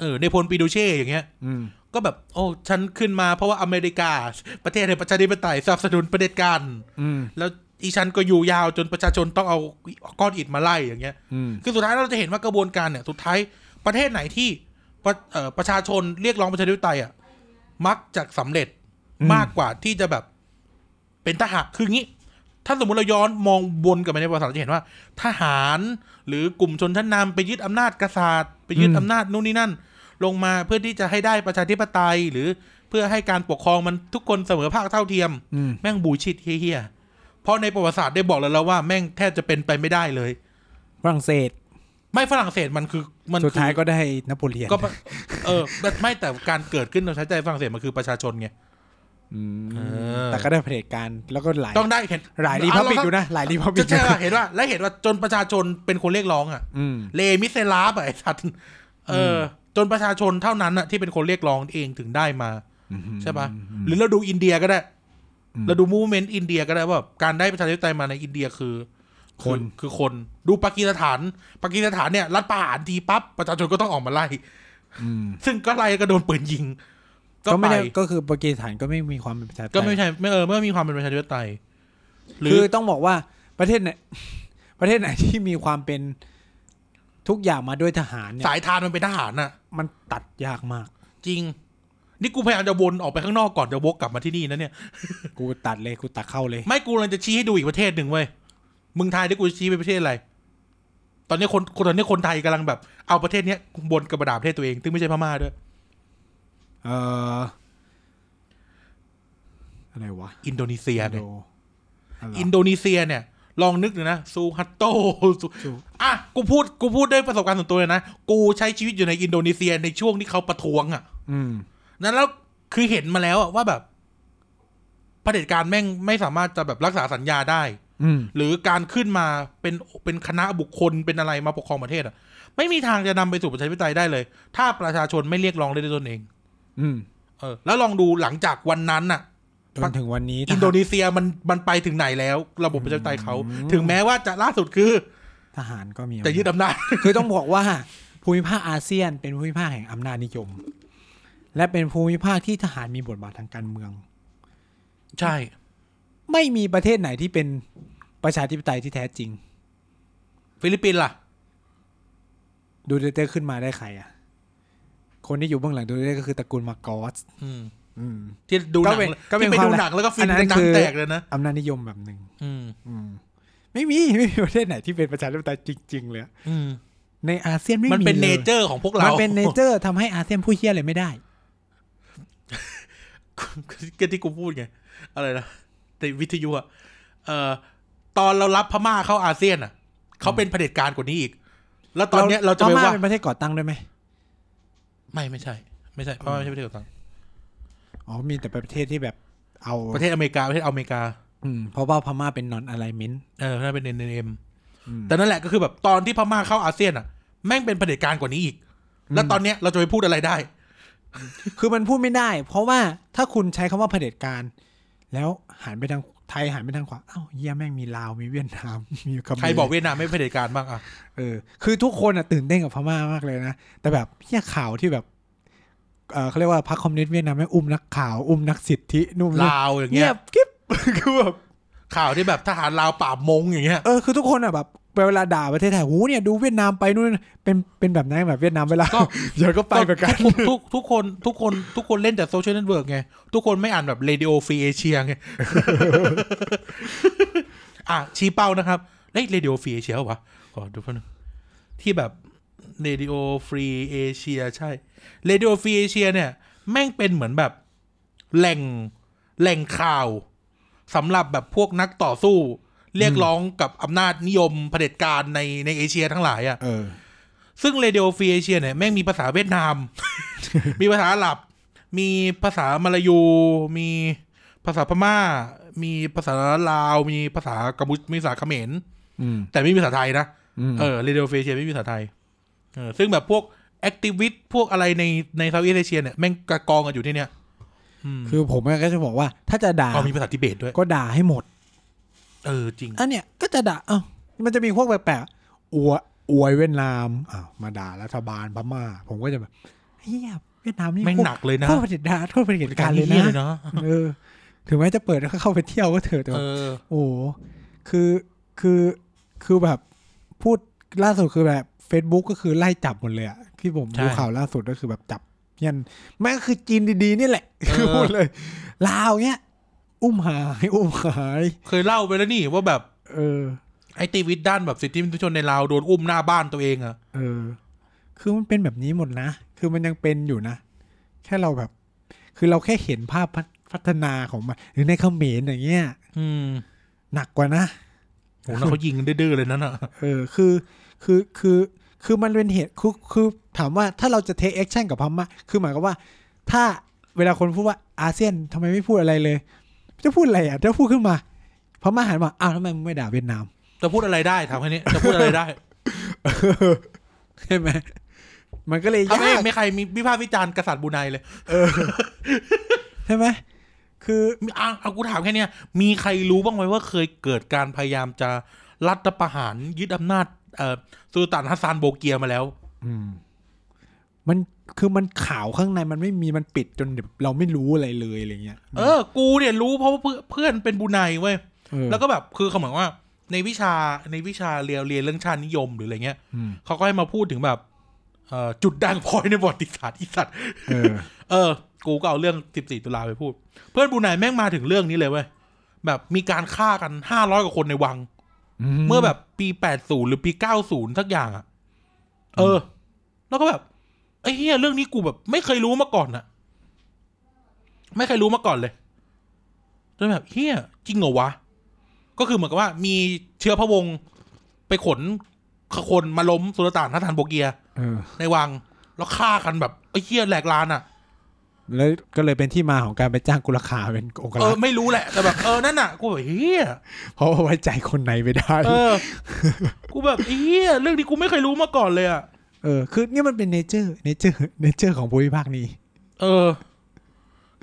Speaker 1: เออในพลปีโนเช่อย่างเงี้ย
Speaker 2: อืม
Speaker 1: ก็แบบ โอ้ฉันขึ้นมาเพราะว่าอเมริกา ประเทศในประชาธิปไตยสนับสนุนประเผด็จการ
Speaker 2: อืม
Speaker 1: แล้วอีฉันก็อยู่ยาวจนประชาชนต้องเอาก้อนอิฐมาไล่อย่างเงี้ย
Speaker 2: อืม
Speaker 1: คือสุดท้ายเราจะเห็นว่ากระบวนการเนี่ยสุดท้ายประเทศไหนที่ประเอ่อประชาชนเรียกร้องประชาธิปไตยอ่ะมักจะสำเร็จมากกว่าที่จะแบบเป็นทหารคืองี้ ถ้าสมมติเราย้อนมองวนกลับไปในประวัติศาสตร์เราจะเห็นว่า ทหารหรือกลุ่มชนชั้นนำไปยึดอำนาจกษัตริย์ไปยึดอำนาจนู่นนี่นั่น ลงมาเพื่อที่จะให้ได้ประชาธิปไตย หรือเพื่อให้การปกครองมันทุกคนเสมอภาคเท่าเทียม
Speaker 2: อืม
Speaker 1: แม่งบูชิดเฮี้ยๆเพราะในประวัติศาสตร์ได้บอกแล้วแล้วว่าแม่งแทบจะเป็นไปไม่ได้เลย
Speaker 2: ฝรั่งเศส
Speaker 1: ไม่ฝรั่งเศสมันคือมัน
Speaker 2: สุด
Speaker 1: คือ
Speaker 2: ท้ายก็ได้นโปเลียน
Speaker 1: ก็ปะเออแต่ไม่แต่การเกิดขึ้นเราใช้ใจฝรั่งเศสมันคือประชาชนไง
Speaker 2: อืม
Speaker 1: เออ
Speaker 2: แต่ก็ได้เผด็จการแล้วก็หลาย
Speaker 1: ต้องได้เห็น
Speaker 2: หลายรีพับบิกอยู่นะหลายรีพับบิก
Speaker 1: จะใช่ป่ะเห็นว่าและเห็นว่าจนประชาชนเป็นคนเรียกร้องอ่ะ
Speaker 2: อืม
Speaker 1: เลมิเซลาบอะไอ้สัตว์เออ จนประชาชนเท่านั้นอ่ะที่เป็นคนเรียกร้องเองถึงได้มา ใช่ป่ะหรือเราดูอินเดียก็ได้ เราดูมูเมนต์อินเดียก็ได้ว่าแบบการได้ประชาธิปไตยมาในอินเดียคืออคือคนดูปากีสถาน ปากีสถานเนี่ยรัฐประหารทีปั๊บประชาชนก็ต้องออกมาไล่
Speaker 2: อืม
Speaker 1: ซึ่งก็ไล่ก็โดนปืนยิง ก็
Speaker 2: ก็
Speaker 1: ไป
Speaker 2: ไม่ได้ก็คือปากีสถานก็ไม่มีความเป็นประชาธิปไตย
Speaker 1: ก็ไม่ใช่ไม่เออไม่มีความเป็นประชาธิปไตย หรื
Speaker 2: คือ อต้องบอกว่าประเทศไหน ประเทศไหนที่มีความเป็นทุกอย่างมาด้วยทหารเนี่ย
Speaker 1: สายทานมันเป็นทหารน่ะ
Speaker 2: มันตัดยากมาก
Speaker 1: จริง นี่กูพยายามจะวนออกไปข้างนอกก่อนจะวกกลับมาที่นี่นะเนี่ย
Speaker 2: กูตัดเลยกูตัดเข้าเลย
Speaker 1: ไม่กูเลยจะชี้ให้ดูอีกประเทศหนึ่งเว้ยมึงไทยได้กูจะชี้ไปประเทศอะไร ตอนนี้คนคนตอนนี้คนไทยกำลังแบบ เอาประเทศเนี้ยวนกระบดาประเทศตัวเองซึ่งไม่ใช่พม่าด้วย
Speaker 2: เอออะไรวะ
Speaker 1: อินโดนีเซียเนี่ย
Speaker 2: โดอะไรวะ
Speaker 1: อินโดนีเซียเนี่ย ลองนึกดูนะซูฮัตโต ซูอ่ะกูพูดกูพูดด้วยประสบการณ์ส่วนตัวเลยนะกูใช้ชีวิตอยู่ในอินโดนีเซียในช่วงที่เขาประท้วงอ่ะ
Speaker 2: อืม
Speaker 1: นั้นแล้วคือเห็นมาแล้วอะว่าแบบเผด็จการแม่งไม่สามารถจะแบบรักษาสัญญาได้
Speaker 2: อืม
Speaker 1: หรือการขึ้นมาเป็นเป็นคณะบุคคลเป็นอะไรมาปกครองประเทศอะไม่มีทางจะนำไปสู่ประชาธิปไตยได้เลย ถ้าประชาชนไม่เรียกร้องได้ด้วยตนเอง
Speaker 2: อืม
Speaker 1: เออ แล้วลองดูหลังจากวันนั้นน่ะ
Speaker 2: จนถึงวันนี้
Speaker 1: อินโดนีเซียมันมันไปถึงไหนแล้ว ระบบประชาธิปไตยเขา ถึงแม้ว่าจะล่าสุดคือ
Speaker 2: ทหารก็มีอำนาจ
Speaker 1: จะยึดอำนาจ
Speaker 2: คือต้องบอกว่า ภูมิภาคอาเซียนเป็นภูมิภาคแห่งอำนาจนิยม และเป็นภูมิภาคที่ทหารมีบทบาททางการเมือง
Speaker 1: ใช่
Speaker 2: ไม่มีประเทศไหนที่เป็นประชาธิปไตยที่แท้จริง
Speaker 1: ฟิลิปปินส์ล่ะ
Speaker 2: ดูเตเต้ขึ้นมาได้ใครอ่ะ คนที่อยู่เบื้องหลังดูเตเต้ก็คือตระกูลมาร์กอส
Speaker 1: อืม
Speaker 2: อืม
Speaker 1: ที่ดูหนั
Speaker 2: ก็
Speaker 1: ง
Speaker 2: เป็นก็เป็น
Speaker 1: ที่ไป
Speaker 2: ความ
Speaker 1: ดูหนังแล้วก็ฟิ
Speaker 2: อั
Speaker 1: น
Speaker 2: นนั้น
Speaker 1: หนั
Speaker 2: คื
Speaker 1: ง
Speaker 2: อ
Speaker 1: แตกเลยนะ
Speaker 2: อำนาจนิยมแบบหนึ่ง
Speaker 1: อืม
Speaker 2: อืม ไม่มี ไม่มีประเทศไหนที่เป็นประชาธิปไตยจริง ๆ เลย
Speaker 1: อืม
Speaker 2: ในอาเซียนไม่มี
Speaker 1: มันเป็น
Speaker 2: ล
Speaker 1: เน
Speaker 2: ย
Speaker 1: เจอร์ของพวกเรา
Speaker 2: มันเป็นเนเจอร์ทำให้อาเซียนผู้เชี่ยอะไรไม่ได้
Speaker 1: ก็ที่กูพูดไง อะไรนะแต่วิทยุอะเอ่อตอนเรารับพม่าเข้าอาเซียนอะเขาเป็นเผด็จการกว่านี้อีก แล้วตอนเนี้ยเราจะไป
Speaker 2: พม่
Speaker 1: ว่า
Speaker 2: เป็นประเทศก่อตั้งด้วยไหม
Speaker 1: ไม่ไม่ใช่ ไม่ใช่พม่าไม่ใช่ประเทศก่อตั้ง
Speaker 2: อ๋อมีแต่ประเทศที่แบบเอา
Speaker 1: ประเทศอเมริกาประเทศอเมริกา
Speaker 2: อืมเพราะว่าพม่าเป็น non alignment
Speaker 1: เออนั่นเป็นเอ็นเอ็ม
Speaker 2: อืม
Speaker 1: แต่นั่นแหละก็คือแบบตอนที่พม่าเข้าอาเซียนอะแม่งเป็นเผด็จการกว่านี้อีก แล้วตอนเนี้ยเราจะไปพูดอะไรได้
Speaker 2: คือมันพูดไม่ได้ เพราะว่าถ้าคุณใช้คำว่าเผด็จการ แล้วหันไปทางไทยหันไปทางขวาอ้าวเยี่ยแม่งมีลาวมีเวียดนาม มีกัมพู
Speaker 1: ใครบอกเวียดนามไม่เผด็จการบ้างอะ
Speaker 2: เออคือทุกคนอ่ะตื่นเต้นกับพม่ามากเลยนะ แต่แบบเฮียข่าวที่แบบเออเขาเรียกว่าพรรคคอมมิวนิสต์เวียดนามแม่งอุ้มนักข่าว อุ้มนักสิทธินุ่ม
Speaker 1: ลาวอย่างเงี้
Speaker 2: เงี
Speaker 1: ย
Speaker 2: ยบกิ๊บ คือแบบ
Speaker 1: ข่าวที่แบบทหารลาวป่าบมงอย่างเงี้ย
Speaker 2: เออคือทุกคนอ่ะแบบเวลาด่าประเทศไทยหูเนี่ยดูเวียดนามไปนู่นเป็นเป็นแบบนั้นแบบเวียดนามเวลา
Speaker 1: ก็
Speaker 2: เดี๋ยวก็ไปเหมือนกัน
Speaker 1: ทุกทุกทุกคน ทุกคนทุกคนเล่นแต่โซเชียลเน็ตเวิร์กไง ทุกคนไม่อ่านแบบเรดิโอฟรีเอเชียไง อ่ะ ชี้เป้านะครับเฮ้ยเรดิโอฟรีเอเชียวะขอดูเพิ่มนึงที่แบบเรดิโอฟรีเอเชียใช่เรดิโอฟรีเอเชียเนี่ย แม่งเป็นเหมือนแบบแหล่งแหล่งข่าวสำหรับแบบพวกนักต่อสู้ เรียกร้องกับอำนาจนิยมเผด็จการในในเอเชียทั้งหลายอ่ะ
Speaker 2: เออ
Speaker 1: ซึ่งเรดิโอฟรีเอเชียเนี่ยแม่งมีภาษาเวียดนาม มีภาษาอาหรับ มีภาษามาลายู มีภาษาพม่า มีภาษาลาว มีภาษากัมพูชมีภาษาเขมร
Speaker 2: อืม
Speaker 1: แต่ไม่มีภาษาไทยนะ
Speaker 2: อืม
Speaker 1: เออ เรดิโอฟรีเอเชียไม่มีภาษาไทย เออ ซึ่งแบบพวกแอคทิวิตพวกอะไรในในเซาท์อีสเอเชียเนี่ยแม่งกระกองกันอยู่ที่เนี่ยอืม
Speaker 2: คือผมก็จะบอกว่าถ้าจะด่า
Speaker 1: เอามีภาษาทิเบตด้วย
Speaker 2: ก็ด่าให้หมด
Speaker 1: เออ จริง
Speaker 2: อันเนี้ยก็จะด่าเอ้ามันจะมีพวกแปลกๆอวยอวยเวียดนามอ้าวมาด่ารัฐบาลพม่า ผมก็จะแบบเฮียเวียดนามนี่
Speaker 1: แม่งหนักเลยนะ
Speaker 2: โคตรเผด็จการโคตรเผด็จการเลย
Speaker 1: หี้
Speaker 2: นะเออถึงแม้จะเปิดให้เข้าไปเที่ยวก็เถอะแต่
Speaker 1: เอ
Speaker 2: ว่า
Speaker 1: อ
Speaker 2: โอ้โหคือคือคือแบบพูดล่าสุดคือแบบ Facebook ก็คือไล่จับหมดเลยอะที่ผม
Speaker 1: ใช่
Speaker 2: ดูข่าวล่าสุดก็คือแบบจับยันแม่งก็คือจีนดีๆนี่แหละ
Speaker 1: เออ
Speaker 2: คือพูดเลยลาวเนี้ยอุ้มหายอุ้มหาย
Speaker 1: เคยเล่าไปแล้วนี่ว่าแบบ
Speaker 2: เออ
Speaker 1: ไอตีวิตด้านแบบสิทธิมนุษยชนในลาวโดนอุ้มหน้าบ้านตัวเองอะ
Speaker 2: เออ คือมันเป็นแบบนี้หมดนะ คือมันยังเป็นอยู่นะ แค่เราแบบ คือเราแค่เห็นภาพพัฒพัฒนาของมัน หรือในเขมรอย่างเงี้ย
Speaker 1: อืม
Speaker 2: หนักกว่านะ
Speaker 1: โหนั่นเขายิงดื้อๆเลยนั่นอ่ะ
Speaker 2: เออ คือ คือ คือ คือมันเป็นเหตุ คือ คือ ถามว่าถ้าเราจะเทคแอคชั่นกับพม่า คือหมายความว่า ถ้าเวลาคนพูดว่าอาเซียนทำไมไม่พูดอะไรเลย จะพูดอะไรอ่ะ ถ้าพูดขึ้นมา พม่าหันมาอ้าวทำไมมึงไม่ด่าเวียดนาม
Speaker 1: จะพูดอะไรได้ถามแค่นี้ จะพูดอะไร ได้
Speaker 2: ใช่ไหม มันก็เลย
Speaker 1: ถ้ายไม่
Speaker 2: าก
Speaker 1: ไม่ใครมีวิพากษ์วิจารณ์กษัตริย์บรูไนเลย
Speaker 2: ใช่ไหม คือ
Speaker 1: มีอ่ะเอากูถามแค่เนี้ยมีใครรู้บ้างไหมว่าเคยเกิดการพยายามจะรัฐประหารยึดอำนาจเอ่อสุลต่านฮัสซานโบเกียมาแล้ว
Speaker 2: อืมมันคือมันขาวข้างในมันไม่มีมันปิดจนแบบเราไม่รู้อะไรเลยอะไรเงี้ย
Speaker 1: เออ กูเนี่ยรู้เพราะว่าเพื่อนเพื่อนเป็นบรูไนเว้ย
Speaker 2: เออ
Speaker 1: แล้วก็แบบคือเขาเหมือนว่า ในวิชาในวิชาเรียนเรียนเรื่องชาตินิยมหรืออะไรเงี้ย
Speaker 2: อืม
Speaker 1: เขาก็ให้มาพูดถึงแบบเอ่อจุดด่างพร้อยในประวัติศาสตร์อีสัตว์
Speaker 2: เออ
Speaker 1: เออ กูก็เอาเรื่อง 14 ตุลาไปพูด เพื่อนบรูไนแม่งมาถึงเรื่องนี้เลยเว้ย แบบมีการฆ่ากัน 500 กว่าคนในวัง เมื่อแบบปี 80 หรือปี 90 สักอย่างอะเออ แล้วก็แบบไอ้เฮียเรื่องนี้กูแบบ ไม่เคยรู้มาก่อนอะไม่เคยรู้มาก่อนเลยจนแบบเฮียจริงเหรอวะ ก็คือเหมือนกับว่า มีเชื้อพระวงศ์ไปขนคนมาล้มสุลต่านทัสซันโบเกีย
Speaker 2: เออ
Speaker 1: ในวัง แล้วฆ่ากันแบบไอ้เฮียแหลกลานอะ
Speaker 2: แล้วก็เลยเป็นที่มาของการไปจ้างกุลคาเป็นองค์
Speaker 1: เอ
Speaker 2: รั
Speaker 1: อก
Speaker 2: ษ์
Speaker 1: ไม่รู้แหละ แต่แบบ เออ นั่นน่ะ กูแบบเฮีย
Speaker 2: เพราะว่าไว้ใจคนในไม่ได้
Speaker 1: เออ กูแบบเฮียเรื่องนี้กูไม่เคยรู้มาก่อนเลยอ่ะ
Speaker 2: เออ คือเนี่ยมันเป็นเนเจอร์เนเจอร์เนเจอร์ของภูมิภาคนี้
Speaker 1: เออ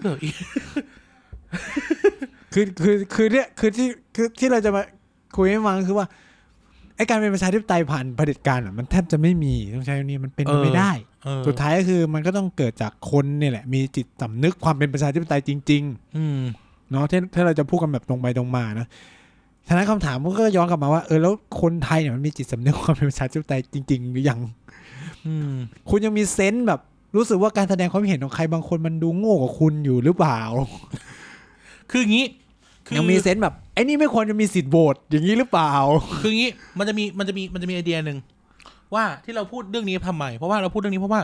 Speaker 1: เอออี
Speaker 2: คือคือคือเนี่ยคือที่คือที่เราจะมาคุยให้ฟังคือว่าไอการเป็นประชาธิปไตยผ่านเผด็จการอะมันแทบจะไม่มีต้องใช้คำนี้มันเป็นไปไม่ได้
Speaker 1: เออ
Speaker 2: สุดท้ายก็คือมันก็ต้องเกิดจากคนเนี่ยแหละ มีจิตสำนึกความเป็นประชาธิปไตยจริง
Speaker 1: อืม
Speaker 2: ๆ เนาะที่ถ้าเราจะพูดกันแบบตรงไปตรงมานะฉะนั้นคำถามก็ย้อนกลับมาว่าเออแล้วคนไทยเนี่ยมันมีจิตสำนึกความเป็นประชาธิปไตยจริง ๆ หรือยัง
Speaker 1: อืม
Speaker 2: คุณยังมีเซนส์แบบรู้สึกว่าการแสดงความเห็นของใครบางคนมันดูโง่กว่าคุณอยู่หรือเปล่า
Speaker 1: คืออย่างนี้ คือ
Speaker 2: ยังมีเซนส์แบบไอ้นี่ไม่ควรจะมีสิทธิ์โหวตอย่างนี้หรือเปล่า
Speaker 1: คืออย่างนี้ มันจะมี มันจะมี มันจะมีไอเดียหนึ่งว่าที่เราพูดเรื่องนี้ทำไม เพราะว่าเราพูดเรื่องนี้เพราะว่า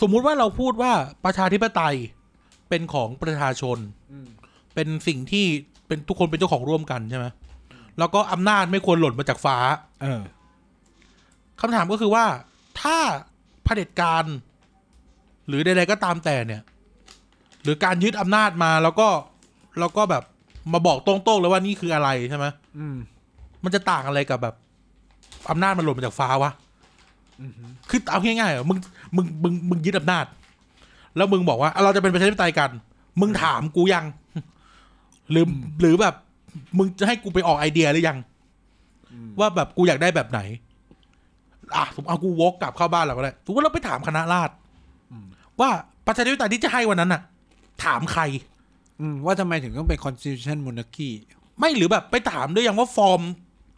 Speaker 1: สมมุติว่าเราพูดว่าประชาธิปไตย เป็นของประชาชน เป็นสิ่งที่เป็นทุกคนเป็นเจ้าของร่วมกันใช่ไหมแล้วก็อำนาจไม่ควรหล่นมาจากฟ้า
Speaker 2: เออ
Speaker 1: คำถามก็คือว่าถ้าเผด็จการ หรือใดๆก็ตามแต่เนี่ย หรือการยึดอำนาจมาแล้วก็แล้วก็แบบมาบอกตรงๆเลยว่านี่คืออะไรใช่ไหม
Speaker 2: อืม
Speaker 1: มันจะต่างอะไรกับแบบอำนาจมันหล่นมาจากฟ้าวะคือเอาง่ายๆอ่ะมึงมึงมึงมึงยึดอำนาจ แล้วมึงบอกว่าอ่ะเราจะเป็นประชาธิปไตยกัน มึงถามกูยัง หรือหรือแบบ มึงจะให้กูไปออกไอเดียหรือยัง ว่าแบบกูอยากได้แบบไหน อ่ะสมมติเอากูวกกลับเข้าบ้านเราก็ได้สมมติเราไปถามคณะราษฎร
Speaker 2: อืม
Speaker 1: ว่าประชาธิปไตยที่จะให้วันนั้นน่ะ ถามใคร
Speaker 2: อืมว่าทำไมถึงต้องเป็น constitution monarchy
Speaker 1: ไม่หรือแบบไปถามด้วยยังว่าฟอร์ม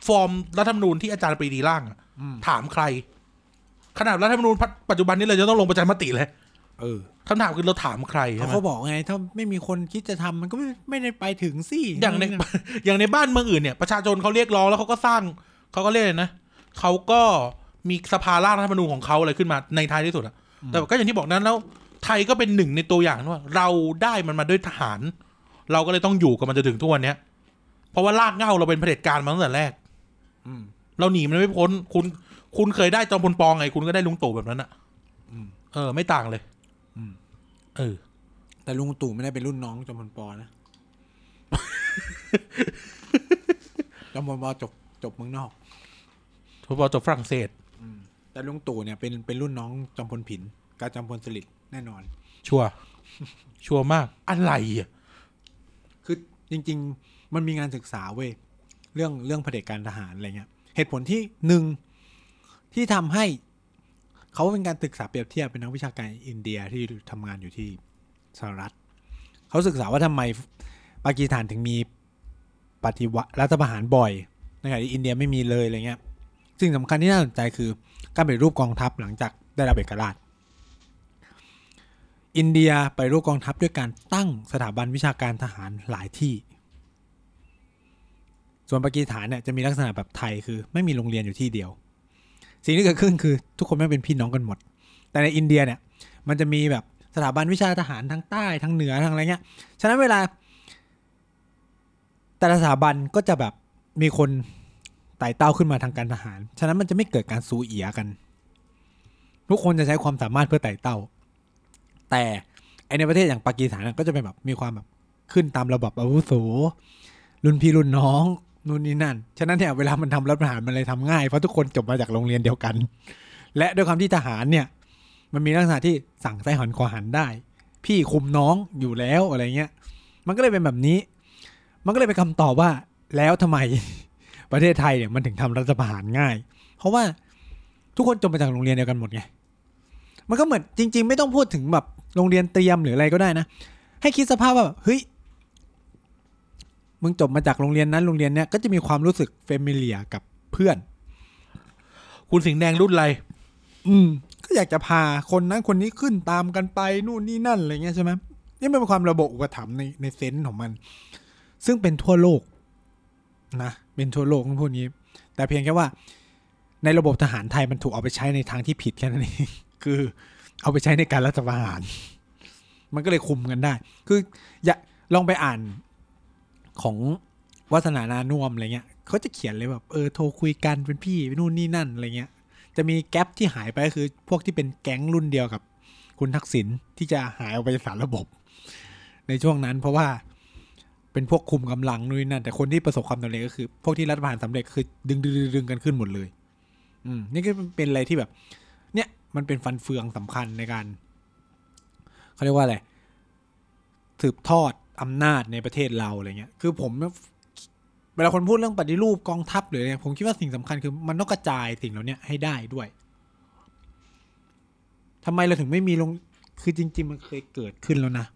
Speaker 1: ฟอร์มรัฐธรรมนูญที่อาจารย์ปรีดีร่างอะ
Speaker 2: อืม
Speaker 1: ถามใคร ขนาดรัฐธรรมนูญปัจจุบันนี้เราจะต้องลงประชามติเลย
Speaker 2: เออ
Speaker 1: คำถามคือเราถามใคร
Speaker 2: เขา
Speaker 1: ใช่ไหม
Speaker 2: เขาบอกไง ถ้าไม่มีคนคิดจะทำมันก็ไม่ไม่ได้ไปถึงสิ
Speaker 1: อย่างใน อย่างในบ้านเมืองอื่นเนี่ยประชาชนเขาเรียกร้องแล้วเขาก็สร้างเขาก็เรียกอะไรนะเขาก็มีสภาร่างรัฐธรรมนูญของเขาอะไรขึ้นมาในท้ายที่สุดอะแต่ก็อย่างที่บอกนั้นแล้ว ไทยก็เป็นหนึ่งในตัวอย่างว่า เราได้มันมาด้วยทหาร เราก็เลยต้องอยู่กับมันจนถึงทุกวันเนี้ย เพราะว่ารากเหง้าเราเป็นเผด็จการมาตั้งแต่แรก
Speaker 2: อืม
Speaker 1: เราหนีมันไม่พ้น คุณ คุณเคยได้จอมพลปองไง คุณก็ได้ลุงตู่แบบนั้นอะ
Speaker 2: อืม
Speaker 1: เออ ไม่ต่างเลย
Speaker 2: อืม
Speaker 1: เออ
Speaker 2: แต่ลุงตู่ไม่ได้เป็นรุ่นน้องจอมพลปอ นะ จอมพลปอจบจบเมืองนอก
Speaker 1: จอมพลปอจบฝรั่งเศส
Speaker 2: แต่ลุงตู่เนี่ยเป็นเป็นรุ่นน้องจอมพลผินกับจอมพลสฤษดิ์แน่นอน
Speaker 1: ชัวร์ ชัวร์มาก อะไรอะ
Speaker 2: คือจริง ๆ มันมีงานศึกษาเว้ยเรื่องเรื่องเผด็จการทหารอะไรเงี้ย เหตุผลที่หนึ่งที่ทำให้เขาเป็นการศึกษาเปรียบเทียบเป็นนักวิชาการอินเดียที่ทำงานอยู่ที่สหรัฐเขาศึกษาว่าทำไมปากีสถานถึงมีปฏิวัติรัฐประหารบ่อยในขณะที่อินเดียไม่มีเลยอะไรเงี้ยสิ่งสำคัญที่น่าสนใจคือ การปฏิรูปกองทัพหลังจากได้รับเอกราช อินเดียไปรูปกองทัพด้วยการตั้งสถาบันวิชาการทหารหลายที่ ส่วนปากีสถานเนี่ยจะมีลักษณะแบบไทยคือ ไม่มีโรงเรียนอยู่ที่เดียว สิ่งที่เกิดขึ้นคือทุกคนไม่งเป็นพี่น้องกันหมด แต่ในอินเดียเนี่ยมันจะมีแบบสถาบันวิชาทหารทั้งใต้ทั้งเหนือทั้งอะไรเงี้ย ฉะนั้นเวลา แต่ละสถาบันก็จะแบบมีคนไต่เต้าขึ้นมาทางการทหาร ฉะนั้นมันจะไม่เกิดการสูเอียกัน ทุกคนจะใช้ความสามารถเพื่อไต่เต้า แต่ไอในประเทศอย่างปากีสถานน่ะก็จะเป็นแบบมีความแบบขึ้นตามระบบอาวุโสรุ่นพี่รุ่นน้องนู่นนี่นั่น ฉะนั้นเนี่ยเวลามันทำรัฐประหารมันเลยทำง่าย เพราะทุกคนจบมาจากโรงเรียนเดียวกัน และด้วยความที่ทหารเนี่ย มันมีลักษณะที่สั่งไส้หันคอหันได้ พี่คุมน้องอยู่แล้วอะไรเงี้ย มันก็เลยเป็นแบบนี้ มันก็เลยเป็นคำตอบว่า แล้วทำไม ประเทศไทยเนี่ยมันถึงทำรัฐประหารง่าย เพราะว่าทุกคนจบมาจากโรงเรียนเดียวกันหมดไง มันก็เหมือนจริง ๆ ไม่ต้องพูดถึงแบบโรงเรียนเตรียมหรืออะไรก็ได้นะ ให้คิดสภาพว่าแบบเฮ้ย มึงจบมาจากโรงเรียนนั้นโรงเรียนเนี้ยก็จะมีความรู้สึกเฟมิเลียกับเพื่อน
Speaker 1: คุณสิงห์แดงรุ่นอะไร
Speaker 2: อืม ก็อยากจะพาคนนั้นคนนี้ขึ้นตามกันไปนู่นนี่นั่นอะไรเงี้ยใช่ไหมนี่มันเป็นความระบบอุปถัมภ์ในในเซนส์ของมัน ซึ่งเป็นทั่วโลกนะเป็นทั่วโลกต้องพูดอย่างนี้ แต่เพียงแค่ว่า ในระบบทหารไทยมันถูกเอาไปใช้ในทางที่ผิดแค่นั้นเอง คือ เอาไปใช้ในการรัฐประหาร มันก็เลยคุมกันได้ คือ อย่าลองไปอ่านของวัฒนานานุ่วมอะไรเงี้ยเขาจะเขียนเลยแบบเออโทรคุยกันเป็นพี่นู่นนี่นั่นอะไรเงี้ย จะมีแกลบที่หายไปก็คือ พวกที่เป็นแก๊งรุ่นเดียวกับคุณทักษิณที่จะหายออกไปจากสารระบบ ในช่วงนั้นเพราะว่าเป็นพวกคุมกำลังนู่นนนั่น แต่คนที่ประสบความสำเร็จก็คือ พวกที่รัฐประหารสำเร็จคือดึงดึงดึงดึงกันขึ้นหมดเลย อืมนี่ก็เป็นอะไรที่แบบ เนี่ยมันเป็นฟันเฟืองสำคัญในการเขาเรียกว่าอะไรสืบทอดอำนาจในประเทศเราอะไรเงี้ย คือผมเนี่ยเวลาคนพูดเรื่องปฏิรูปกองทัพหรืออะไรผมคิดว่าสิ่งสำคัญคือมันต้องกระจายสิ่งเหล่าเนี้ยให้ได้ด้วยทำไมเราถึงไม่มีโรงคือจริง ๆ มันเคยเกิดขึ้นแล้วนะ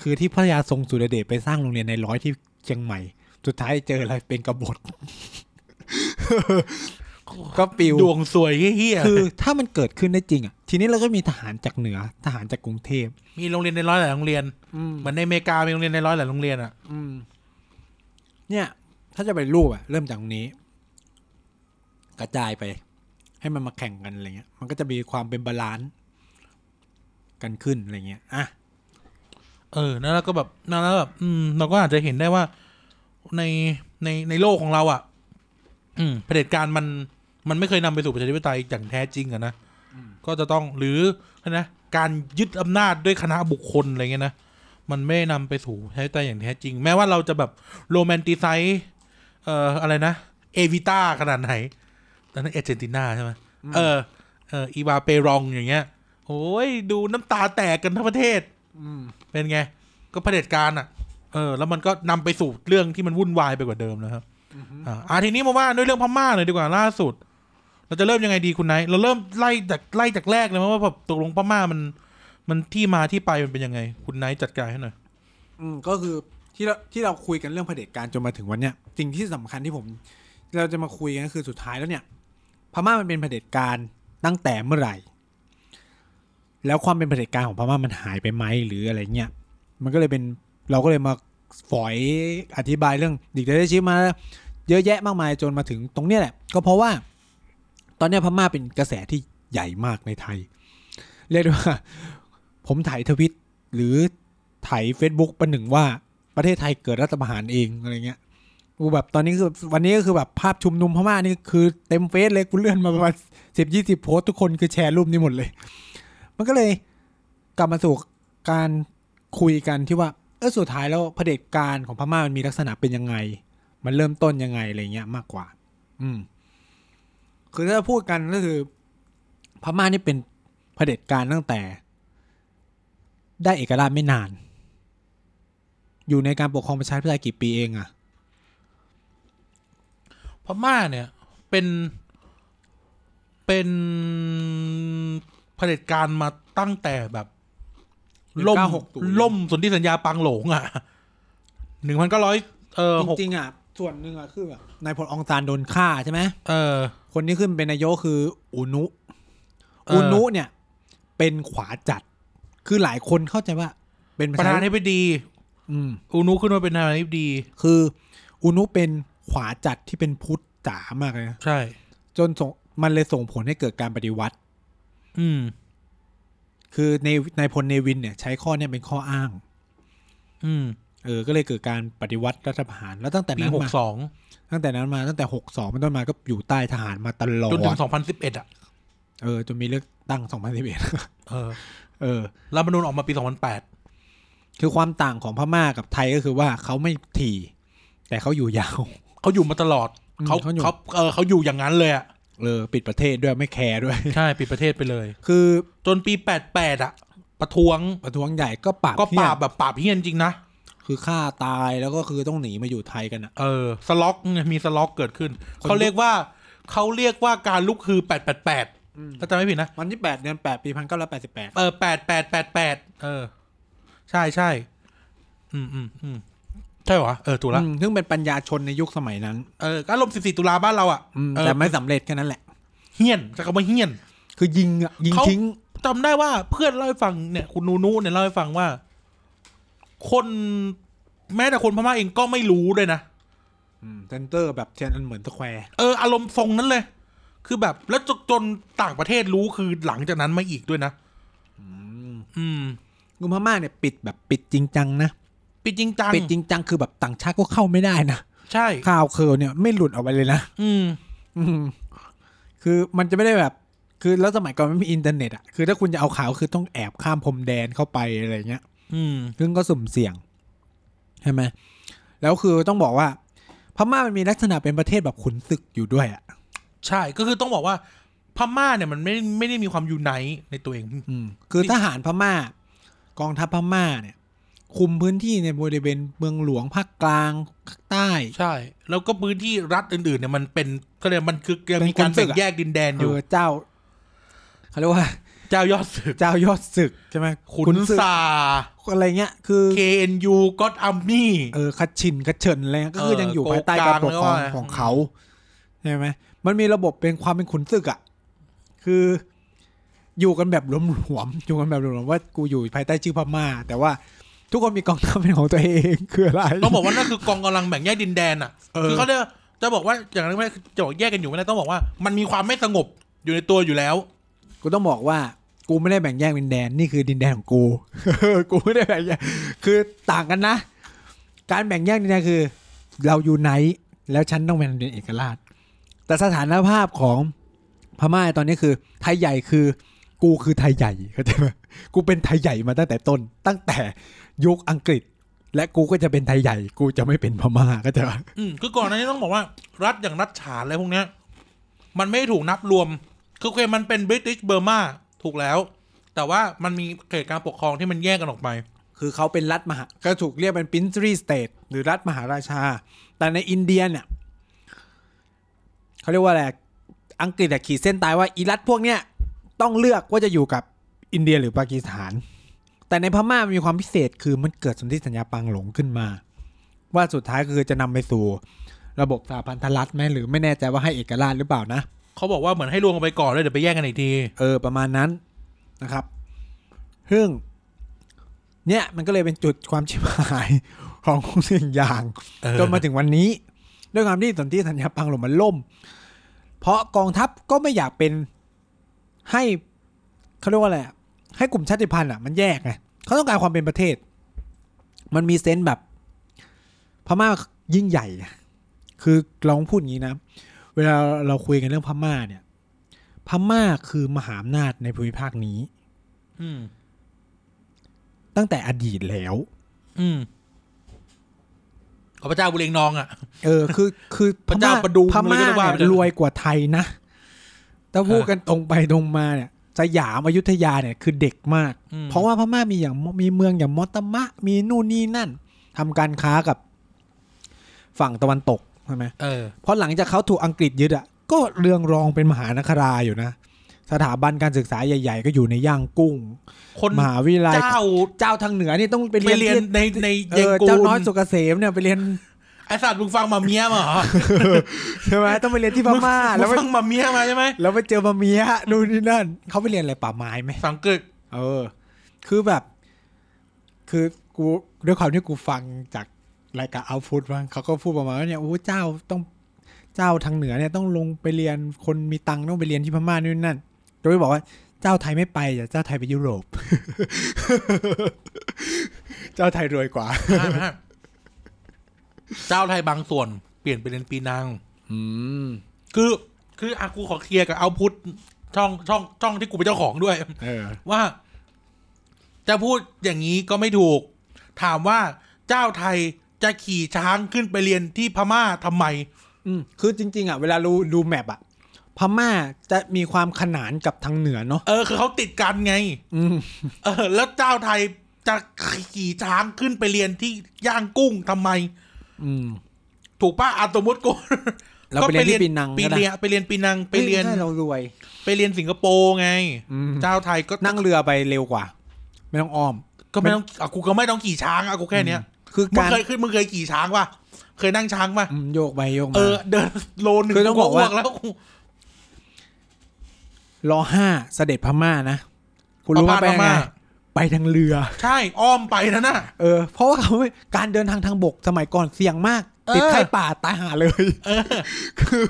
Speaker 2: คือที่พระยาทรงสุรเดชไปสร้างโรงเรียนในร้อยที่เชียงใหม่ สุดท้ายเจออะไรเป็นก บฏ ก็ปิว
Speaker 1: ดวงสวยเฮี้ยๆ
Speaker 2: คือถ้ามันเกิดขึ้นได้จริงอ่ะ ทีนี้เราก็มีทหารจากเหนือทหารจากกรุงเทพ
Speaker 1: มีโรงเรียนในร้อยหลายโรงเรียน
Speaker 2: อืม
Speaker 1: เหมือนในอเมริกามีโรงเรียนในร้อยหลายโรงเรียนอะ
Speaker 2: อืม เนี่ย ถ้าจะไปรูปอ่ะ เริ่มจากตรงนี้ กระจายไป ให้มันมาแข่งกันอะไรเงี้ย มันก็จะมีความเป็นบาลานซ์กันขึ้นอะไรเงี้ยอ่ะ
Speaker 1: เออนั่นแล้วก็แบบนั่นแล้วแบบอืมเราก็อาจจะเห็นได้ว่าในในในโลกของเราอ่ะ อืมเผด็จการมันมันไม่เคยนำไปสู่ประชาธิปไตยอย่างแท้จริงอะนะก็จะต้องหรือนะการยึดอำนาจด้วยคณะบุคคลอะไรเงี้ยนะมันไม่นำไปสู่ประชาธิปไตยอย่างแท้จริง แม้ว่าเราจะแบบโรแมนติไซส์เอ่ออะไรนะเอวิต้าขนาดไหนตอนนั้นเอเจนตินาใช่ไหมเออเอออีวาเปรองอย่างเงี้ย โอ้ยดูน้ำตาแตกกันทั้งประเทศ
Speaker 2: อืม
Speaker 1: เป็นไง ก็เผด็จการอ่ะ เออ แล้วมันก็นำไปสู่เรื่องที่มันวุ่นวายไปกว่าเดิมนะครับ อ่าอ่ะทีนี้มาว่าด้วยเรื่องพม่าหน่อยดีกว่าล่าสุด เราจะเริ่มยังไงดีคุณไนท์เราเริ่มไล่จากไล่จากแรกเลยไหมว่าแบบตกลงพม่ามัน มันที่มาที่ไปมันเป็นยังไง คุณไนท์จัดการให้หน่อย
Speaker 2: อืมก็คือที่เราที่เราคุยกันเรื่องเผด็จการจนมาถึงวันเนี้ยสิ่งที่สำคัญที่ผม เราจะมาคุยกันก็คือสุดท้ายแล้วเนี่ย พม่ามันเป็นเผด็จการตั้งแต่เมื่อไหร่ แล้วความเป็นเผด็จการของพม่ามันหายไปไหมหรืออะไรเงี้ยมันก็เลยเป็นเราก็เลยมาฝอยอธิบายเรื่องดิกเตอร์ชิมา เยอะแยะมากมายจนมาถึงตรงเนี้ยแหละ ก็เพราะว่า ตอนเนี้ยพม่าเป็นกระแสที่ใหญ่มากในไทย เรียกได้ว่า ผมถ่ายทวิตหรือ ไถ Facebook ประหนึ่งว่าประเทศไทยเกิดรัฐประหารเองอะไรเงี้ยกูแบบตอนนี้คือวันนี้ก็คือแบบภาพชุมนุมพม่านี่คือเต็มเฟซเลยกูเลื่อนมาประมาณสิบยี่สิบโพสต์ทุกคนคือแชร์รูปนี้หมดเลย มันก็เลยกลับมาสู่การคุยกันที่ว่าเออสุดท้ายแล้วเผด็จการของพม่ามันมีลักษณะเป็นยังไง มันเริ่มต้นยังไงอะไรเงี้ยมากกว่า อืม คือถ้าพูดกันก็คือ พม่านี่เป็นเผด็จการตั้งแต่ ได้เอกราชไม่นาน อยู่ในการปกครองประชาธิปไตยกี่ปีเองอะ
Speaker 1: พม่าเนี่ย เป็น เป็นเผด็จการมาตั้งแต่แบบ ล่ม
Speaker 2: ล่
Speaker 1: ล่
Speaker 2: ม
Speaker 1: มสนธิสัญญาปางโหลงอ่ะหนึ่งพันเก้าร้อยเออหก
Speaker 2: จริงๆอะส่วนหนึ่งอะคือแบบนายพลอองซานโดนฆ่าใช่ไหม
Speaker 1: เออ
Speaker 2: คนที่ขึ้นเป็นนายกคืออุนุ
Speaker 1: เอออุ
Speaker 2: อุนุเนี่ย เป็นขวาจัด คือหลายคนเข้าใจว่า เป็น
Speaker 1: ประธานา
Speaker 2: ธิ
Speaker 1: ธิ
Speaker 2: ปไตย
Speaker 1: บดี
Speaker 2: อืม
Speaker 1: อูนุขึ้นมาเป็นประธานาธิบดี
Speaker 2: คืออุนุเป็นขวาจัดที่เป็นพุทธจ๋ามากเลยนะ
Speaker 1: ใช่
Speaker 2: จนส่งมันเลยส่งผลให้เกิดการปฏิวัติ
Speaker 1: อืม
Speaker 2: คือในนายพลเนวินเนี่ย ใช้ข้อเนี่ยเป็นข้ออ้าง
Speaker 1: อืม
Speaker 2: เออ ก็เลยเกิดการปฏิวัติรัฐประหาร แล้วตั้งแต่
Speaker 1: ปี
Speaker 2: นั้น
Speaker 1: หก
Speaker 2: มา
Speaker 1: สอง
Speaker 2: ตั้งแต่นั้นมาตั้งแต่ 62เป็นต้นมาก็อยู่ใต้ทหารมาตลอด
Speaker 1: จนถึงสองพันสิบเอ็ดอ่ะ
Speaker 2: เออจนมีเลือกตั้ง 2011
Speaker 1: เออ
Speaker 2: เออ
Speaker 1: รัฐธรรมนูญออกมาปีสองพันแปด
Speaker 2: คือความต่างของพม่ากับไทยก็คือว่าเขาไม่ถี่ แต่เขาอยู่ยาว
Speaker 1: เขาอยู่มาตลอด
Speaker 2: อืม
Speaker 1: เขา
Speaker 2: เขาอยู่
Speaker 1: เขาเออเขาอยู่อย่างนั้นเลยอ่ะ
Speaker 2: เออปิดประเทศด้วยไม่แคร์ด้วย
Speaker 1: ใช่ปิดประเทศไปเลย
Speaker 2: คือ
Speaker 1: จนปีแปดแปดอ่ะ ประท้วง
Speaker 2: ประท้วงใหญ่ก็ปราบ
Speaker 1: ก็ปราบ
Speaker 2: เหี้ย
Speaker 1: แบบปราบเฮี้ยนจริงนะ
Speaker 2: คือฆ่าตายแล้วก็คือต้องหนีมาอยู่ไทยกันอ่ะ
Speaker 1: เออ สล็อกเนี่ยมีสล็อกเกิดขึ้น
Speaker 2: คน
Speaker 1: เขาเรียกว่าเขาเรียกว่าการลุกคือแปดแปดแปดถ้าจำไม่ผิดนะ
Speaker 2: วันที่ 8 เดือน 8 ปี 1988
Speaker 1: เออแปดแปดแปดแปดเออ ใช่ใช่อืมอืมอืมใช่เหรอเออถูกละ
Speaker 2: อืมซึ่งเป็นปัญญาชนในยุคสมัยนั้น
Speaker 1: เออก็ลมสิบสี่ตุลาบ้านเราอ่ะ
Speaker 2: อืม
Speaker 1: เออ
Speaker 2: แต่ไม่สำเร็จแค่นั้นแหละ
Speaker 1: เฮี้ยนใช้คำว่าเฮี้ยน
Speaker 2: คือยิงอะยิง
Speaker 1: เขา
Speaker 2: ทิ้ง
Speaker 1: จำได้ว่าเพื่อนเล่าให้ฟังเนี่ย คุณนูนูเนี่ยเล่าให้ฟังว่า คนแม้แต่คนพม่าเองก็ไม่รู้ด้วยนะ
Speaker 2: อืมเซนเตอร์แบบเซนอันเหมือนสแควร์
Speaker 1: เออ อารมณ์ทรงนั้นเลย คือแบบแล้วจนจนต่างประเทศรู้คือหลังจากนั้นมาอีกด้วยนะ อืม
Speaker 2: กุมพม่าเนี่ยปิดแบบปิดจริงจังนะ
Speaker 1: ปิดจริงจัง
Speaker 2: ปิดจริงจังคือแบบต่างชาติก็เข้าไม่ได้นะ
Speaker 1: ใช่
Speaker 2: ข่าวเคิร์เนี่ยไม่หลุดออกไปเลยนะ
Speaker 1: อืม
Speaker 2: อืมคือมันจะไม่ได้แบบ คือแล้วสมัยก่อนไม่มีอินเทอร์เน็ตอ่ะคือถ้าคุณจะเอาข่าวคือต้องแอบข้ามพรมแดนเข้าไปอะไรเงี้ย
Speaker 1: อืม
Speaker 2: ซึ่งก็สุ่มเสี่ยงใช่ไหมแล้วคือต้องบอกว่า พม่ามันมีลักษณะเป็นประเทศแบบขุนศึกอยู่ด้วยอ่ะ
Speaker 1: ใช่ก็คือต้องบอกว่า พม่าเนี่ยมันไม่ไม่ได้มีความยูไนต์ในตัวเอง
Speaker 2: อืม คือทหารพม่า กองทัพพม่าเนี่ย คุมพื้นที่ในบริเวณเมืองหลวงภาคกลางภาคใต้
Speaker 1: ใช่ แล้วก็พื้นที่รัฐอื่นๆเนี่ยมันเป็นก็เลยกมันคือยังมีการ
Speaker 2: เป็นคนศึ
Speaker 1: แบ่
Speaker 2: ก
Speaker 1: ง
Speaker 2: อะ
Speaker 1: แยกดินแดนอ
Speaker 2: เอยู่ อเจ้าเขาเรียกว่า
Speaker 1: เจ้ายอดศึก
Speaker 2: เจ้ายอดศึกใช่ไหม
Speaker 1: ขุ
Speaker 2: ขุ
Speaker 1: น
Speaker 2: ศึก
Speaker 1: ซา
Speaker 2: อะไรเงี้ย คือ
Speaker 1: KNU ก็อ a มมี่
Speaker 2: เออคัดชินคัดเฉินอะไรเงี้ยก็คือ
Speaker 1: เออ
Speaker 2: ยังอยู่ภายใต้การปกครอง
Speaker 1: โกกลางแล้วก็
Speaker 2: ของเขาใช่ไหมมันมีระบบเป็นความเป็นขุนศึกอ่ะ คืออยู่กันแบบหลวมๆอยู่กันแบบหลวมๆว่ากูอยู่ภายใต้ชื่อพม่า แต่ว่าทุกคนมีกองทัพเป็นของตัวเอง คืออะไร
Speaker 1: ต้องบอกว่านั่นคือกองกำลังแบ่งแยกดินแดนอ่ะ
Speaker 2: เออ
Speaker 1: คือเขาเรียกว่าจะบอกว่าอย่างนั้นไม่ได้จะบอกแยกกันอยู่ไม่ได้ต้องบอกว่า มันมีความไม่สงบอยู่ในตัวอยู่แล้ว
Speaker 2: กูต้องบอกว่า กูไม่ได้แบ่งแยกดินแดนนี่คือดินแดนของกู กูไม่ได้แบ่งแยกคือต่างกันนะ การแบ่งแยกดินแดนคือ เราอยู่ไหนแล้วฉันต้องเป็นเอกราช แต่สถานภาพของพม่าตอนนี้คือไทยใหญ่คือ กูคือไทยใหญ่เข้าใจไหมกูเป็นไทยใหญ่มาตั้งแต่ต้น ตั้งแต่ยุคอังกฤษ และกูก็จะเป็นไทยใหญ่ กูจะไม่เป็นพม่าก็จะ
Speaker 1: อืมคือก่อนหน้านี้ต้องบอกว่า รัฐอย่างรัฐฉานอะไรพวกเนี้ย มันไม่ถูกนับรวม คือโอเคมันเป็นบริติชเบอร์มาถูกแล้ว แต่ว่ามันมีเขตการปกครองที่มันแยกกันออกไป
Speaker 2: คือเขาเป็นรัฐมหาก็ถูกเรียกเป็น princely state หรือรัฐมหาราชา แต่ในอินเดียเนี่ยเขาเรียกว่าอะไรอังกฤษอะขีดเส้นตายว่าอีรัฐพวกเนี้ยต้องเลือกว่าจะอยู่กับอินเดียหรือปากีสถาน แต่ในพม่ามันมีความพิเศษคือมันเกิดสนธิสัญญาปังหลงขึ้นมา ว่าสุดท้ายคือจะนำไปสู่ ระบบสาพันธรัฐไหมหรือไม่แน่ใจว่าให้เอกราชหรือเปล่านะ
Speaker 1: เขาบอกว่าเหมือนให้รวมกันไปก่อนแล้วเดี๋ยวไปแยกกันอีกที
Speaker 2: เออ ประมาณนั้นนะครับซึ่งเนี่ยมันก็เลยเป็นจุดความชิบหาย ของสิ่งอย่าง
Speaker 1: เออ
Speaker 2: จนมาถึงวันนี้ ด้วยความที่สนธิสัญญาปังหลงมันล่ม เพราะกองทัพก็ไม่อยากเป็นให้เขาเรียกว่าอะไรอะให้กลุ่มชาติพันธุ์อ่ะ มันแยกไงเขาต้องการความเป็นประเทศ มันมีเซนส์แบบพม่ายิ่งใหญ่อะคือเราต้องพูดอย่างนี้นะ เวลาเราคุยกันเรื่องพม่าเนี่ย พม่าคือมหาอำนาจในภูมิภาคนี้
Speaker 1: อืม
Speaker 2: ตั้งแต่อดีตแล้ว
Speaker 1: อืมขอพระเจ้าบุเรงนองอ่ะ
Speaker 2: เออ คือคือ
Speaker 1: พระเจ้าประดุม
Speaker 2: พม่า
Speaker 1: หรือว่า
Speaker 2: เนี่ยรวยกว่าไทยนะถ้าพูดกันตรงไปตรงมาเนี่ยสยามอยุธยาเนี่ยคือเด็กมาก
Speaker 1: อืม
Speaker 2: เพราะว่าพม่ามีอย่างมีเมืองอย่างมอตมะ มีนู่นนี่นั่นทำการค้ากับฝั่งตะวันตกใช่ไหม
Speaker 1: เออ
Speaker 2: เพราะหลังจากเขาถูกอังกฤษยึดอ่ะก็เรืองรองเป็นมหานคราอยู่นะ สถาบันการศึกษาใหญ่ ๆ ก็อยู่ในย่างกุ้ง
Speaker 1: คน
Speaker 2: มหาวิทยาลัย
Speaker 1: เจ้า
Speaker 2: เจ้าทางเหนือนี่ต้องไป
Speaker 1: ไป
Speaker 2: เรี
Speaker 1: เรีย
Speaker 2: ย
Speaker 1: น
Speaker 2: น
Speaker 1: ในใน
Speaker 2: ที่เอ
Speaker 1: เย
Speaker 2: อ
Speaker 1: กู
Speaker 2: เจ้า
Speaker 1: ล
Speaker 2: น้อยสุกเกษมเนี่ยไปเรียน
Speaker 1: ไอสัตว์มึงฟังมาเมียมาเหรอ
Speaker 2: ใช่ไหมต้องไปเรียนที่พม่า
Speaker 1: มึ
Speaker 2: แล้ว
Speaker 1: ง
Speaker 2: ไป
Speaker 1: ฟังมาเมียมาใช่ไหม
Speaker 2: แล้วไปเจอมาเมียดูนนี่นั่นเขาไปเรียนอะไรป่าไม้ไหม
Speaker 1: สังเกต
Speaker 2: เออ คือแบบ คือกูด้วยความที่กูฟังจากรายการเอาฟุตบ้างเขาก็พูดประมาณว่าเนี่ยโอ้เจ้าต้องเจ้าทางเหนือเนี่ยต้องลงไปเรียนคนมีตังค์ต้องไปเรียนที่พม่านู่นนนั่นโดยบอกว่าเจ้าไทยไม่ไปอย่าเจ้าไทยไปยุโรป เจ้าไทยรวยกว่า
Speaker 1: อ่านนะฮะเจ้าไทยบางส่วน เปลี่ยนไปเรียนปีนัง
Speaker 2: อืม
Speaker 1: คือ คืออากูขอเคลียร์กับเอาพุทช่องช่องช่องที่กูเป็นเจ้าของด้วย
Speaker 2: เออ
Speaker 1: ว่า จะพูดอย่างนี้ก็ไม่ถูก ถามว่าเจ้าไทยจะขี่ช้างขึ้นไปเรียนที่พม่าทำไม
Speaker 2: อืม คือจริง ๆ อ่ะ เวลาดูดูแมปอ่ะ พม่าจะมีความขนานกับทางเหนือเนาะ
Speaker 1: เออ คือเขาติดกันไง
Speaker 2: อืม
Speaker 1: เออ แล้วเจ้าไทยจะขี่ช้างขึ้นไปเรียนที่ย่างกุ้งทำไม
Speaker 2: อืม
Speaker 1: ถูกป่ะอาสมมติกู
Speaker 2: เราไปเรียนที่ปีนัง
Speaker 1: ปี
Speaker 2: ก็ได้
Speaker 1: เรียนไปเรียนปีนังไปเรียน
Speaker 2: ฮ้ไม่ใช่เรารวย
Speaker 1: ไปเรียนสิงคโปร์ไง
Speaker 2: อืม
Speaker 1: เจ้าไทยก็
Speaker 2: นั่งเรือไปเร็วกว่า ไม่ต้องอ้อม
Speaker 1: ก็ไม่ต้องอ่ะกูก็ไม่ต้องขี่ช้างอ่ะกูแค่เนี้ย
Speaker 2: คือ
Speaker 1: มึง
Speaker 2: การ
Speaker 1: เคยขึ้นมึงเคยขี่ช้างป่ะเคยนั่งช้างป่ะ
Speaker 2: อืมโยกไปโยกมา
Speaker 1: เออเดินโลหนึ่ง
Speaker 2: คือต้องบอกว่า
Speaker 1: แล้วกู
Speaker 2: รอห้าเสด็จพม่านะ คุณรู้ว่าไป
Speaker 1: ประมาณ
Speaker 2: ยังไง
Speaker 1: พม่า
Speaker 2: ไปทางเรือ
Speaker 1: ใช่อ้อมไปนะน่ะ
Speaker 2: เออ เพราะว่าเขาไม่การเดินทางทางบกสมัยก่อนเสี่ยงมาก ติด
Speaker 1: เออ
Speaker 2: ไข้ป่าตายหาเลย
Speaker 1: เออ
Speaker 2: คือ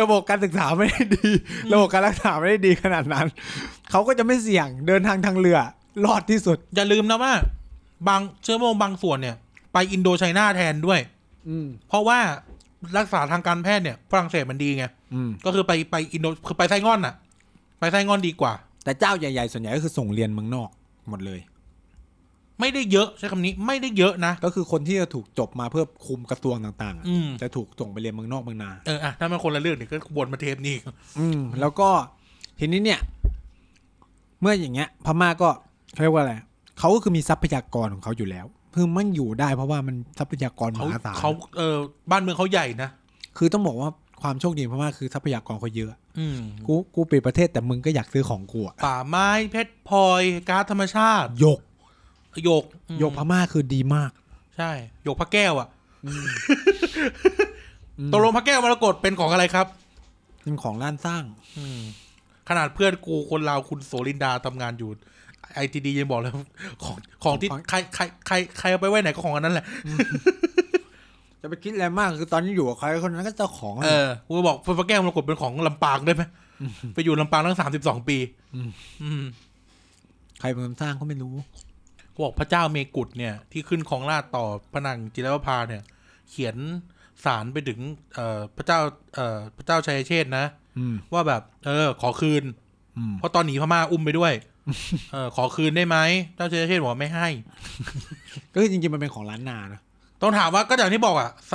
Speaker 2: ระบบการศึกษาไม่ได้ดี ระบบการรักษาไม่ได้ดีขนาดนั้น เขาก็จะไม่เสี่ยงเดินทางทางเรือ รอดที่สุด
Speaker 1: อย่าลืมนะว่า บางเชื้อโมงบางส่วนเนี่ย ไปอินโดไชน่าแทนด้วย
Speaker 2: อืม
Speaker 1: เพราะว่ารักษาทางการแพทย์เนี่ยฝรั่งเศสมันดีไง
Speaker 2: อืม
Speaker 1: ก็คือไปไปอินโดคือไปไส้งอนน่ะ ไปไส้งอนดีกว่า
Speaker 2: แต่เจ้าใหญ่ ๆ ส่วนใหญ่ก็คือส่งเรียนเมืองนอก หมดเลย
Speaker 1: ไม่ได้เยอะใช้คำนี้ไม่ได้เยอะนะ
Speaker 2: ก็คือคนที่จะถูกจบมาเพื่อคุมกระทรวงต่างๆอะ
Speaker 1: อืม
Speaker 2: จะถูกส่งไปเรียนเมืองนอกเมืองนา
Speaker 1: เอออ่ะถ้ามันคนละเรื่องเนี่ยก็วนมาเทปนี้อีก
Speaker 2: อืม แล้วก็ทีนี้เนี่ย เมื่ออย่างเงี้ย พม่าก็เขาเรียกว่าอะไรเขาก็คือมีทรัพยากรของเขาอยู่แล้วเพิ่งมันอยู่ได้ เพราะว่ามันทรัพยากรม
Speaker 1: เขา
Speaker 2: หาศาล
Speaker 1: เขาเออบ้านเมืองเขาใหญ่นะ
Speaker 2: คือต้องบอกว่าความโชคดีของพม่าคือทรัพยากรเขาเยอะ
Speaker 1: อืม
Speaker 2: กูกูปิดประเทศแต่มึงก็อยากซื้อของกูอะ
Speaker 1: ป่าไม้เพชรพลอยก๊าซธรรมชาติ
Speaker 2: หยก
Speaker 1: หยกอืม
Speaker 2: หยกพม่าคือดีมาก
Speaker 1: ใช่หยกพระแก้วอ่ะ ตกลงพระแก้วมรกตเป็นของอะไรครับ
Speaker 2: เป็นของร้านสร้าง
Speaker 1: อืมขนาดเพื่อนกูคนลาวคุณโสลินดาทำงานอยู่ไอทีดียังบอกเลยของของที่
Speaker 2: ของ
Speaker 1: ใครใครใครใครเอาไปไว้ไหนก็ของอันนั้นแหละ
Speaker 2: จะไปคิดอะไรมากคือตอนนี้อยู่กับใครคนนั้นก็เจ้าของ
Speaker 1: เออกูก็บอกพระแก้วมรกตเป็นของลำปางได้ไหมไปอยู่ลำปางตั้งสามสิบสองปี อืม
Speaker 2: ใครเป็นคนสร้างก็ไม่รู้
Speaker 1: เขาบอกพระเจ้าเมกุฎเนี่ยที่ขึ้นครองราชย์ต่อพระนางจิรวภาเนี่ย เขียนสารไปถึงเอ่อพระเจ้าเอ่อพระเจ้าชัยเชษฐ์นะ
Speaker 2: อืม
Speaker 1: ว่าแบบเออขอคืน
Speaker 2: อืม
Speaker 1: เพราะตอนหนีพม่าอุ้มไปด้วย เออขอคืนได้ไหมเจ้าชัยเชษฐ์บอกว่าไม่ให้
Speaker 2: ก็คือจริงๆมันเป็นของร้านนาเนอะ
Speaker 1: ต้องถามว่าก็อย่างที่บอกอ่ะส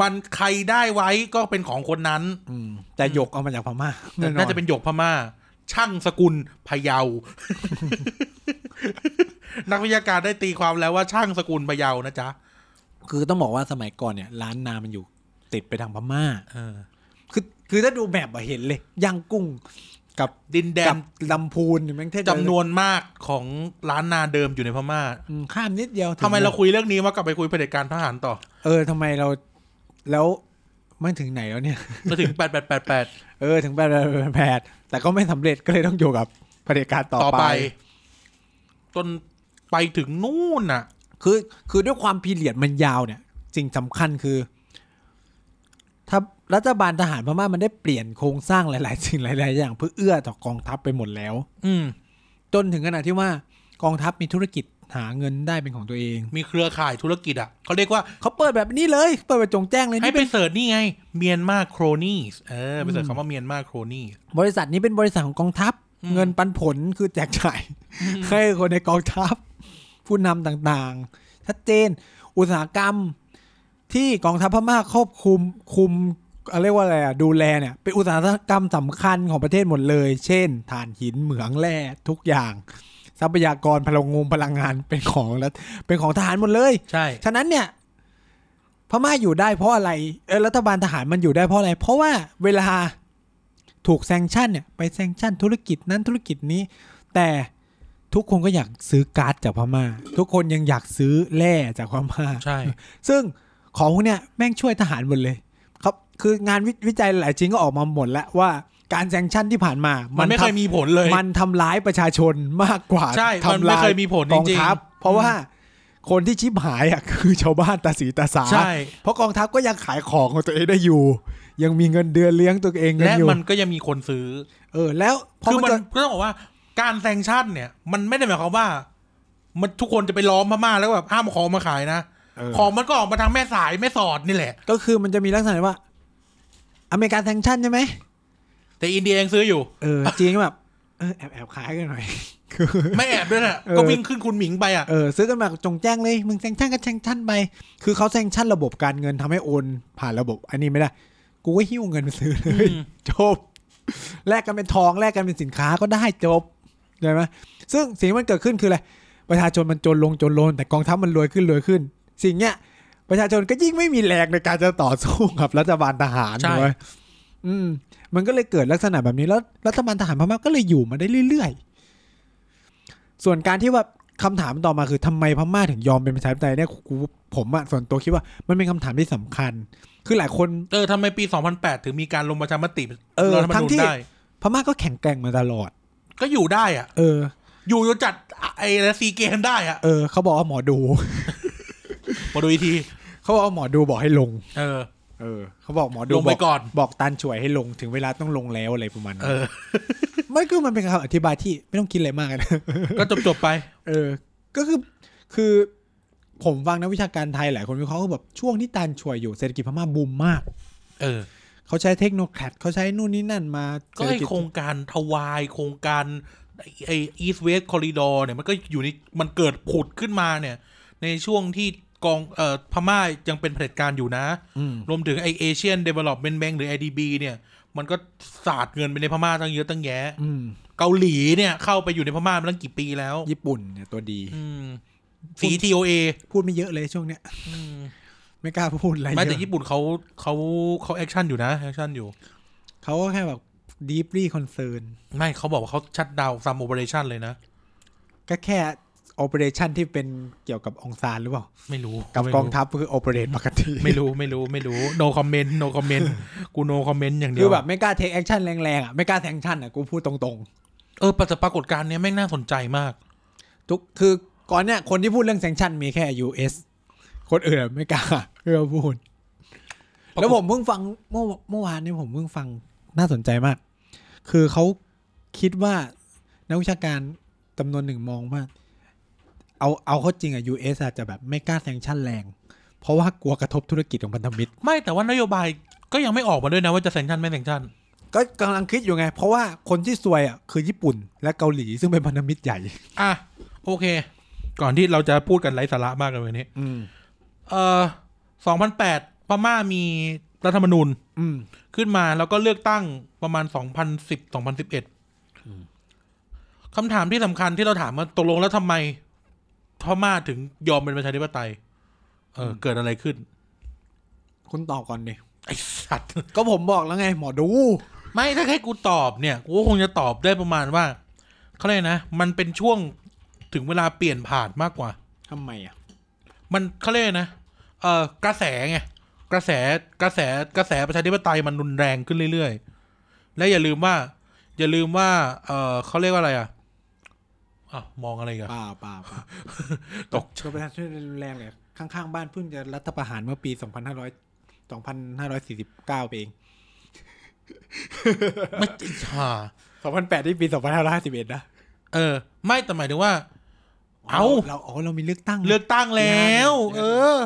Speaker 1: มันใครได้ไว้ก็เป็นของคนนั้น
Speaker 2: อืม แต่หยกเอามาจากพม่าแอ
Speaker 1: น่าจะเป็นหยกพม่า ช่างสกุลพะเยา นักวิทยาการได้ตีความแล้วว่าช่างสกุลพะเยานะจ๊ะ
Speaker 2: คือต้องบอกว่าสมัยก่อนเนี่ย ร้านนามันอยู่ ติดไปทางพม่า
Speaker 1: เออ
Speaker 2: คือคือถ้าดูแบบอะเห็นเลยย่างกุ้งกับ
Speaker 1: ดินแด
Speaker 2: กัน บลำพูนเนี่ยแม่งเท่
Speaker 1: จำนวนมากของร้านนาเดิมอยู่ในพม่า
Speaker 2: อืมข้ามนิดเดียวถึง
Speaker 1: ทำไมเราคุยเรื่องนี้มากลับไปคุยเผด็จการทหารต่อ
Speaker 2: เออทำไมเรา แล้วมันถึงไหนแล้วเนี่ย
Speaker 1: มาถึง แปดแปดแปดแปด
Speaker 2: เออถึงแปดแปดแปดแปดแต่ก็ไม่สำเร็จก็เลยต้องอยู่กับเผด็จการต่อ
Speaker 1: ต่อ
Speaker 2: ไป
Speaker 1: ไป จนไปถึงนู่นน่ะ
Speaker 2: คือคือด้วยความพีเรียดมันยาวเนี่ยสิ่งสำคัญคือ ถ้ารัฐบาลทหารพม่ามันได้เปลี่ยนโครงสร้างหลาย ๆ สิ่งหลาย ๆ อย่างเพื่อเอื้อต่อกองทัพไปหมดแล้ว
Speaker 1: อืม
Speaker 2: จนถึงขนาดที่ว่ากองทัพมีธุรกิจหาเงินได้เป็นของตัวเอง
Speaker 1: มีเครือข่ายธุรกิจอ่ะเขาเรียกว่า
Speaker 2: เขาเปิดแบบนี้เลยเปิดแบบจงแจ้งเลย
Speaker 1: ให้
Speaker 2: นี่
Speaker 1: ไปเสิร์ชนี่ไง เมียนมาโครนีสเออไปเสิร์ชคำว่าเมียนมาโครนีส
Speaker 2: บริษัทนี้เป็นบริษัทของกองทัพ
Speaker 1: อืม
Speaker 2: เงินปันผลคือแจกจ่ายให้คนในกองทัพ ผู้นำต่างๆ ชัดเจน อุตสาหกรรมที่กองทัพพม่าครอบคุมคุมอะไรยกว่าอะไรอะดูแลเนี่ยเป็นอุตสาหกรรมสำคัญของประเทศหมดเลย เช่นถ่านหินเหมืองแร่ทุกอย่าง ทรัพยากรพลังงงพลังงานเป็นของรัฐเป็นของทหารหมดเลย
Speaker 1: ใช่
Speaker 2: ฉะนั้นเนี่ยพม่าอยู่ได้เพราะอะไรเออรัฐบาลทหารมันอยู่ได้เพราะอะไร เพราะว่าเวลาถูกแซงชั่นเนี่ยไปแซงชั่นธุรกิจนั้นธุรกิจนี้ แต่ทุกคนก็อยากซื้อการ์ดจากพม่า ทุกคนยังอยากซื้อแร่จากพม่า
Speaker 1: ใช่
Speaker 2: ซึ่งของพวกเนี่ยแม่งช่วยทหารหมดเลยครับคืองานวิวิจัยหลายชิ้นก็ออกมาหมดแล้วว่าการแซงชั่นที่ผ่านมา
Speaker 1: มั
Speaker 2: มัน
Speaker 1: ไม่เคยมีผลเลย
Speaker 2: มันทำร้ายประชาชนมากกว่า
Speaker 1: ใช่มัน
Speaker 2: ทำ
Speaker 1: ไม่
Speaker 2: ร้า
Speaker 1: เค
Speaker 2: ย
Speaker 1: ยมีผล
Speaker 2: ก
Speaker 1: จ
Speaker 2: อง
Speaker 1: ริง
Speaker 2: ทัพ เพราะว่าคนที่ชิบหายอ่ะ คือชาวบ้านตาสีตาสา
Speaker 1: ๆใช่
Speaker 2: เพราะกองทัพก็ยังขายของของตัวเองได้อยู่ ยังมีเงินเดือนเลี้ยงตัวเองกัน
Speaker 1: และ
Speaker 2: อยู่
Speaker 1: มันก็ยังมีคนซื้อ
Speaker 2: เออแล้วพอ
Speaker 1: คือ
Speaker 2: มั
Speaker 1: มั
Speaker 2: น
Speaker 1: น
Speaker 2: จะ
Speaker 1: ก็ต้องบอกว่าการแซงชั่นเนี่ย มันไม่ได้หมายความว่า มันทุกคนจะไปล้อมพม่าแล้วก็แบบห้ามเอาของมาขายนะ
Speaker 2: เออ
Speaker 1: ของมันก็ออกมาทางแม่สายแม่สอดนี่แหละ
Speaker 2: ก็คือมันจะมีลักษณะว่า อเมริกาแซงชั่นใช่ไหม
Speaker 1: แต่อินเดียยังซื้ออยู่
Speaker 2: เออจีนก็แบบเออแอบแอบขายกันหน่อย คือ
Speaker 1: ไม่แอบด้วยนะ
Speaker 2: เออ
Speaker 1: ก็วิ่งขึ้นคุณหมิงไปอ่ะ
Speaker 2: เออซื้อกันมาจงแจ้งเลยมึงแซงชั่นก็แซงชั่นไปคือเขาแซงชั่นระบบการเงินทำให้โอนผ่านระบบ อันนี้ไม่ได้ กูก็หิ้วเงินไปซื้อเลย
Speaker 1: อืม
Speaker 2: จบแลกกันเป็นทองแลกกันเป็นสินค้าก็ได้จบเห็นไหมซึ่งสิ่งที่มันเกิดขึ้นคืออะไรประชาชนมันจนลงจนลงแต่กองทัพมันรวยขึ้นรวยขึ้น สิ่งเนี้ย ประชาชนก็ยิ่งไม่มีแรงในการจะต่อสู้กับ รัฐบาลทหาร
Speaker 1: ใช่
Speaker 2: ถูกไหมอืม มันก็เลยเกิดลักษณะแบบนี้แล้วรัฐบาลทหารพม่าก็เลยอยู่มาได้เรื่อยๆ ส่วนการที่ว่าคำถามต่อมาคือทำไมพม่าถึงยอมเป็นประชาธิปไตยเนี่ยกูผมอะส่วนตัวคิดว่ามันเป็นคำถามที่สำคัญ คือหลายคน
Speaker 1: เออทำไมปี 2008 ถึงมีการลงประชามติ
Speaker 2: เออ
Speaker 1: รัฐธรรม
Speaker 2: ทั้
Speaker 1: นู
Speaker 2: ง
Speaker 1: ญ
Speaker 2: ที่
Speaker 1: ได้
Speaker 2: พม่าก็แข็งแกร่งมาตลอด
Speaker 1: ก็อยู่ได้อ่ะ
Speaker 2: เออ
Speaker 1: อยู่จนจัดไอ้ซีเกมได้อ่ะ
Speaker 2: เออเขาบอกว่าหมอดู
Speaker 1: มาดูอีกที
Speaker 2: เขาบอกว่าหมอดูบอกให้ลง
Speaker 1: เออ
Speaker 2: เออเขาบอกหมอดู
Speaker 1: ลงไป
Speaker 2: บ
Speaker 1: ก่อน
Speaker 2: บอกตันช่วยให้ลงถึงเวลาต้องลงแล้วอะไรประมาณนั้
Speaker 1: เอน อ
Speaker 2: ไม่คือมันเป็นคำอธิบายที่ไม่ต้องคิดอะไรมากนะ
Speaker 1: ก็จบจบๆไป
Speaker 2: เออ ก็คือ คือผมฟังนักวิชาการไทยหลายคนวิเคราะห์ก็แบบช่วงที่ตานช่วยอยู่เศรษฐกิจพม่าบูมมาก
Speaker 1: เออ
Speaker 2: เขาใช้เทคโนแครดเขาใช้นู่นนี่นั่นมา
Speaker 1: ก็ไอ
Speaker 2: เศรษฐจ
Speaker 1: โครงการทวายโครงการไอ้ไออีสเวสคอริดอร์เนี่ยมันก็อยู่ในมันเกิดผุดขึ้นมาเนี่ย ในช่วงที่กองเอ่อพม่ายังเป็นเผด็จการอยู่นะ
Speaker 2: อืม
Speaker 1: รวมถึงไอเอเชียนเดเวล็อปเมนต์แบงหรือ IDB เนี่ย มันก็สาดเงินไปในพม่าตั้งเยอะตั้งแยะ
Speaker 2: อืม
Speaker 1: เกาหลีเนี่ยเข้าไปอยู่ในพม่ามาตั้งกี่ปีแล้ว
Speaker 2: ญี่ปุ่นเนี่ยตัวดี
Speaker 1: อืมสี TOA
Speaker 2: พูดไม่เยอะเลยช่วงเนี้ย
Speaker 1: อืม
Speaker 2: ไม่กล้าพูดอะไรเย
Speaker 1: แม้แต่
Speaker 2: อะ
Speaker 1: ญี่ปุ่นเขาเขาเขาแอคชั่นอยู่นะแอคชั่นอยู่
Speaker 2: เขาก็แค่แบบ deeply concern
Speaker 1: ไม่เขาบอกว่าเขาชัดดาวซัมโอเปอเรชั่นเลยนะ
Speaker 2: ก็แค่ operation ที่เป็นเกี่ยวกับองซานหรือเปล่า
Speaker 1: ไม่รู้
Speaker 2: กับ
Speaker 1: ไม่
Speaker 2: ก
Speaker 1: รู้
Speaker 2: องทัพคือ operate ปกติ
Speaker 1: ไม่รู้ไม่รู้ไม่รู้ no comment no comment กู no comment อย่างเดี
Speaker 2: คื
Speaker 1: ย
Speaker 2: อ
Speaker 1: ว
Speaker 2: แบบไม่กล้า take action แรงๆอ่ะไม่กล้า sanction อ่ะกูพูดตรงๆ
Speaker 1: เออปรากฏปรากฏการณ์เนี้ยแม่งน่าสนใจมาก
Speaker 2: ทุกคือก่อนเนี่ยคนที่พูดเรื่องแซงชันมีแค่ US คนอื่นไม่กล้าเพื่อพูด
Speaker 1: ปรากฏ
Speaker 2: แล้วผมเพิ่งฟังเมื่อเมื่อวานนี้ผมเพิ่งฟังน่าสนใจมาก คือเขาคิดว่านักวิชาการ จำนวนหนึ่งมองว่า เอาเอาเข้าจริงอะ US อาจจะแบบไม่กล้าแซงชั่นแรง เพราะว่ากลัวกระทบธุรกิจของพันธมิตร
Speaker 1: ไม่แต่ว่านโยบายก็ยังไม่ออกมาด้วยนะว่าจะแซงชั่นไม่แซงชั่น
Speaker 2: ก็กำลังคิดอยู่ไง เพราะว่าคนที่ซวยอะคือญี่ปุ่นและเกาหลีซึ่งเป็นพันธมิตรใหญ่
Speaker 1: อ่ะโอเค ก่อนที่เราจะพูดกันไร้สาระมากเลยวันนี้
Speaker 2: อืม
Speaker 1: เอ่อสองพันแปดพม่ามีรัฐธรรมนูญ
Speaker 2: อืม
Speaker 1: ขึ้นมาแล้วก็เลือกตั้งประมาณสองพันสิบสองพันสิบเอ็ดคำถามที่สำคัญที่เราถามมาตกลงแล้วทำไมพม่าถึงยอมเป็นประชาธิปไตย เอออเกิดอะไรขึ้น
Speaker 2: คุณตอบก่อนดิ
Speaker 1: ไอสัตว์
Speaker 2: ก็ผมบอกแล้วไง หมอดู
Speaker 1: ไม่ถ้าให้กูตอบเนี่ยกูก็คงจะตอบได้ประมาณว่าเขาเลยกนะ มันเป็นช่วงถึงเวลาเปลี่ยนผ่านมากกว่า
Speaker 2: ทำไมอ่ะ
Speaker 1: มันเขาเรียกอะไรนะเออกระแสไงกระแสกระแสกระแสประชาธิปไตยมันรุนแรงขึ้นเรื่อยๆ และอย่าลืมว่า อย่าลืมว่า เออเขาเรียกว่าอะไรอ่ะอ่ะมองอะไรอีกัน
Speaker 2: ป่าวป่าวป่าว
Speaker 1: ตก
Speaker 2: ก็ประชาชนรุนแรงเลยข้างๆ บ้านเพิ่งจะรัฐประหารเมื่อปี 2500 2549ไปเอง
Speaker 1: ไม่ฮ่า
Speaker 2: 2008ที่ปี 2551 นะ
Speaker 1: เออ ไม่แต่หมายถึงว่า เอ้า
Speaker 2: เราอ๋อเรามีเลือกตั้ง
Speaker 1: เลือกตั้งแล้ว
Speaker 2: เลือกตั้ง
Speaker 1: เออ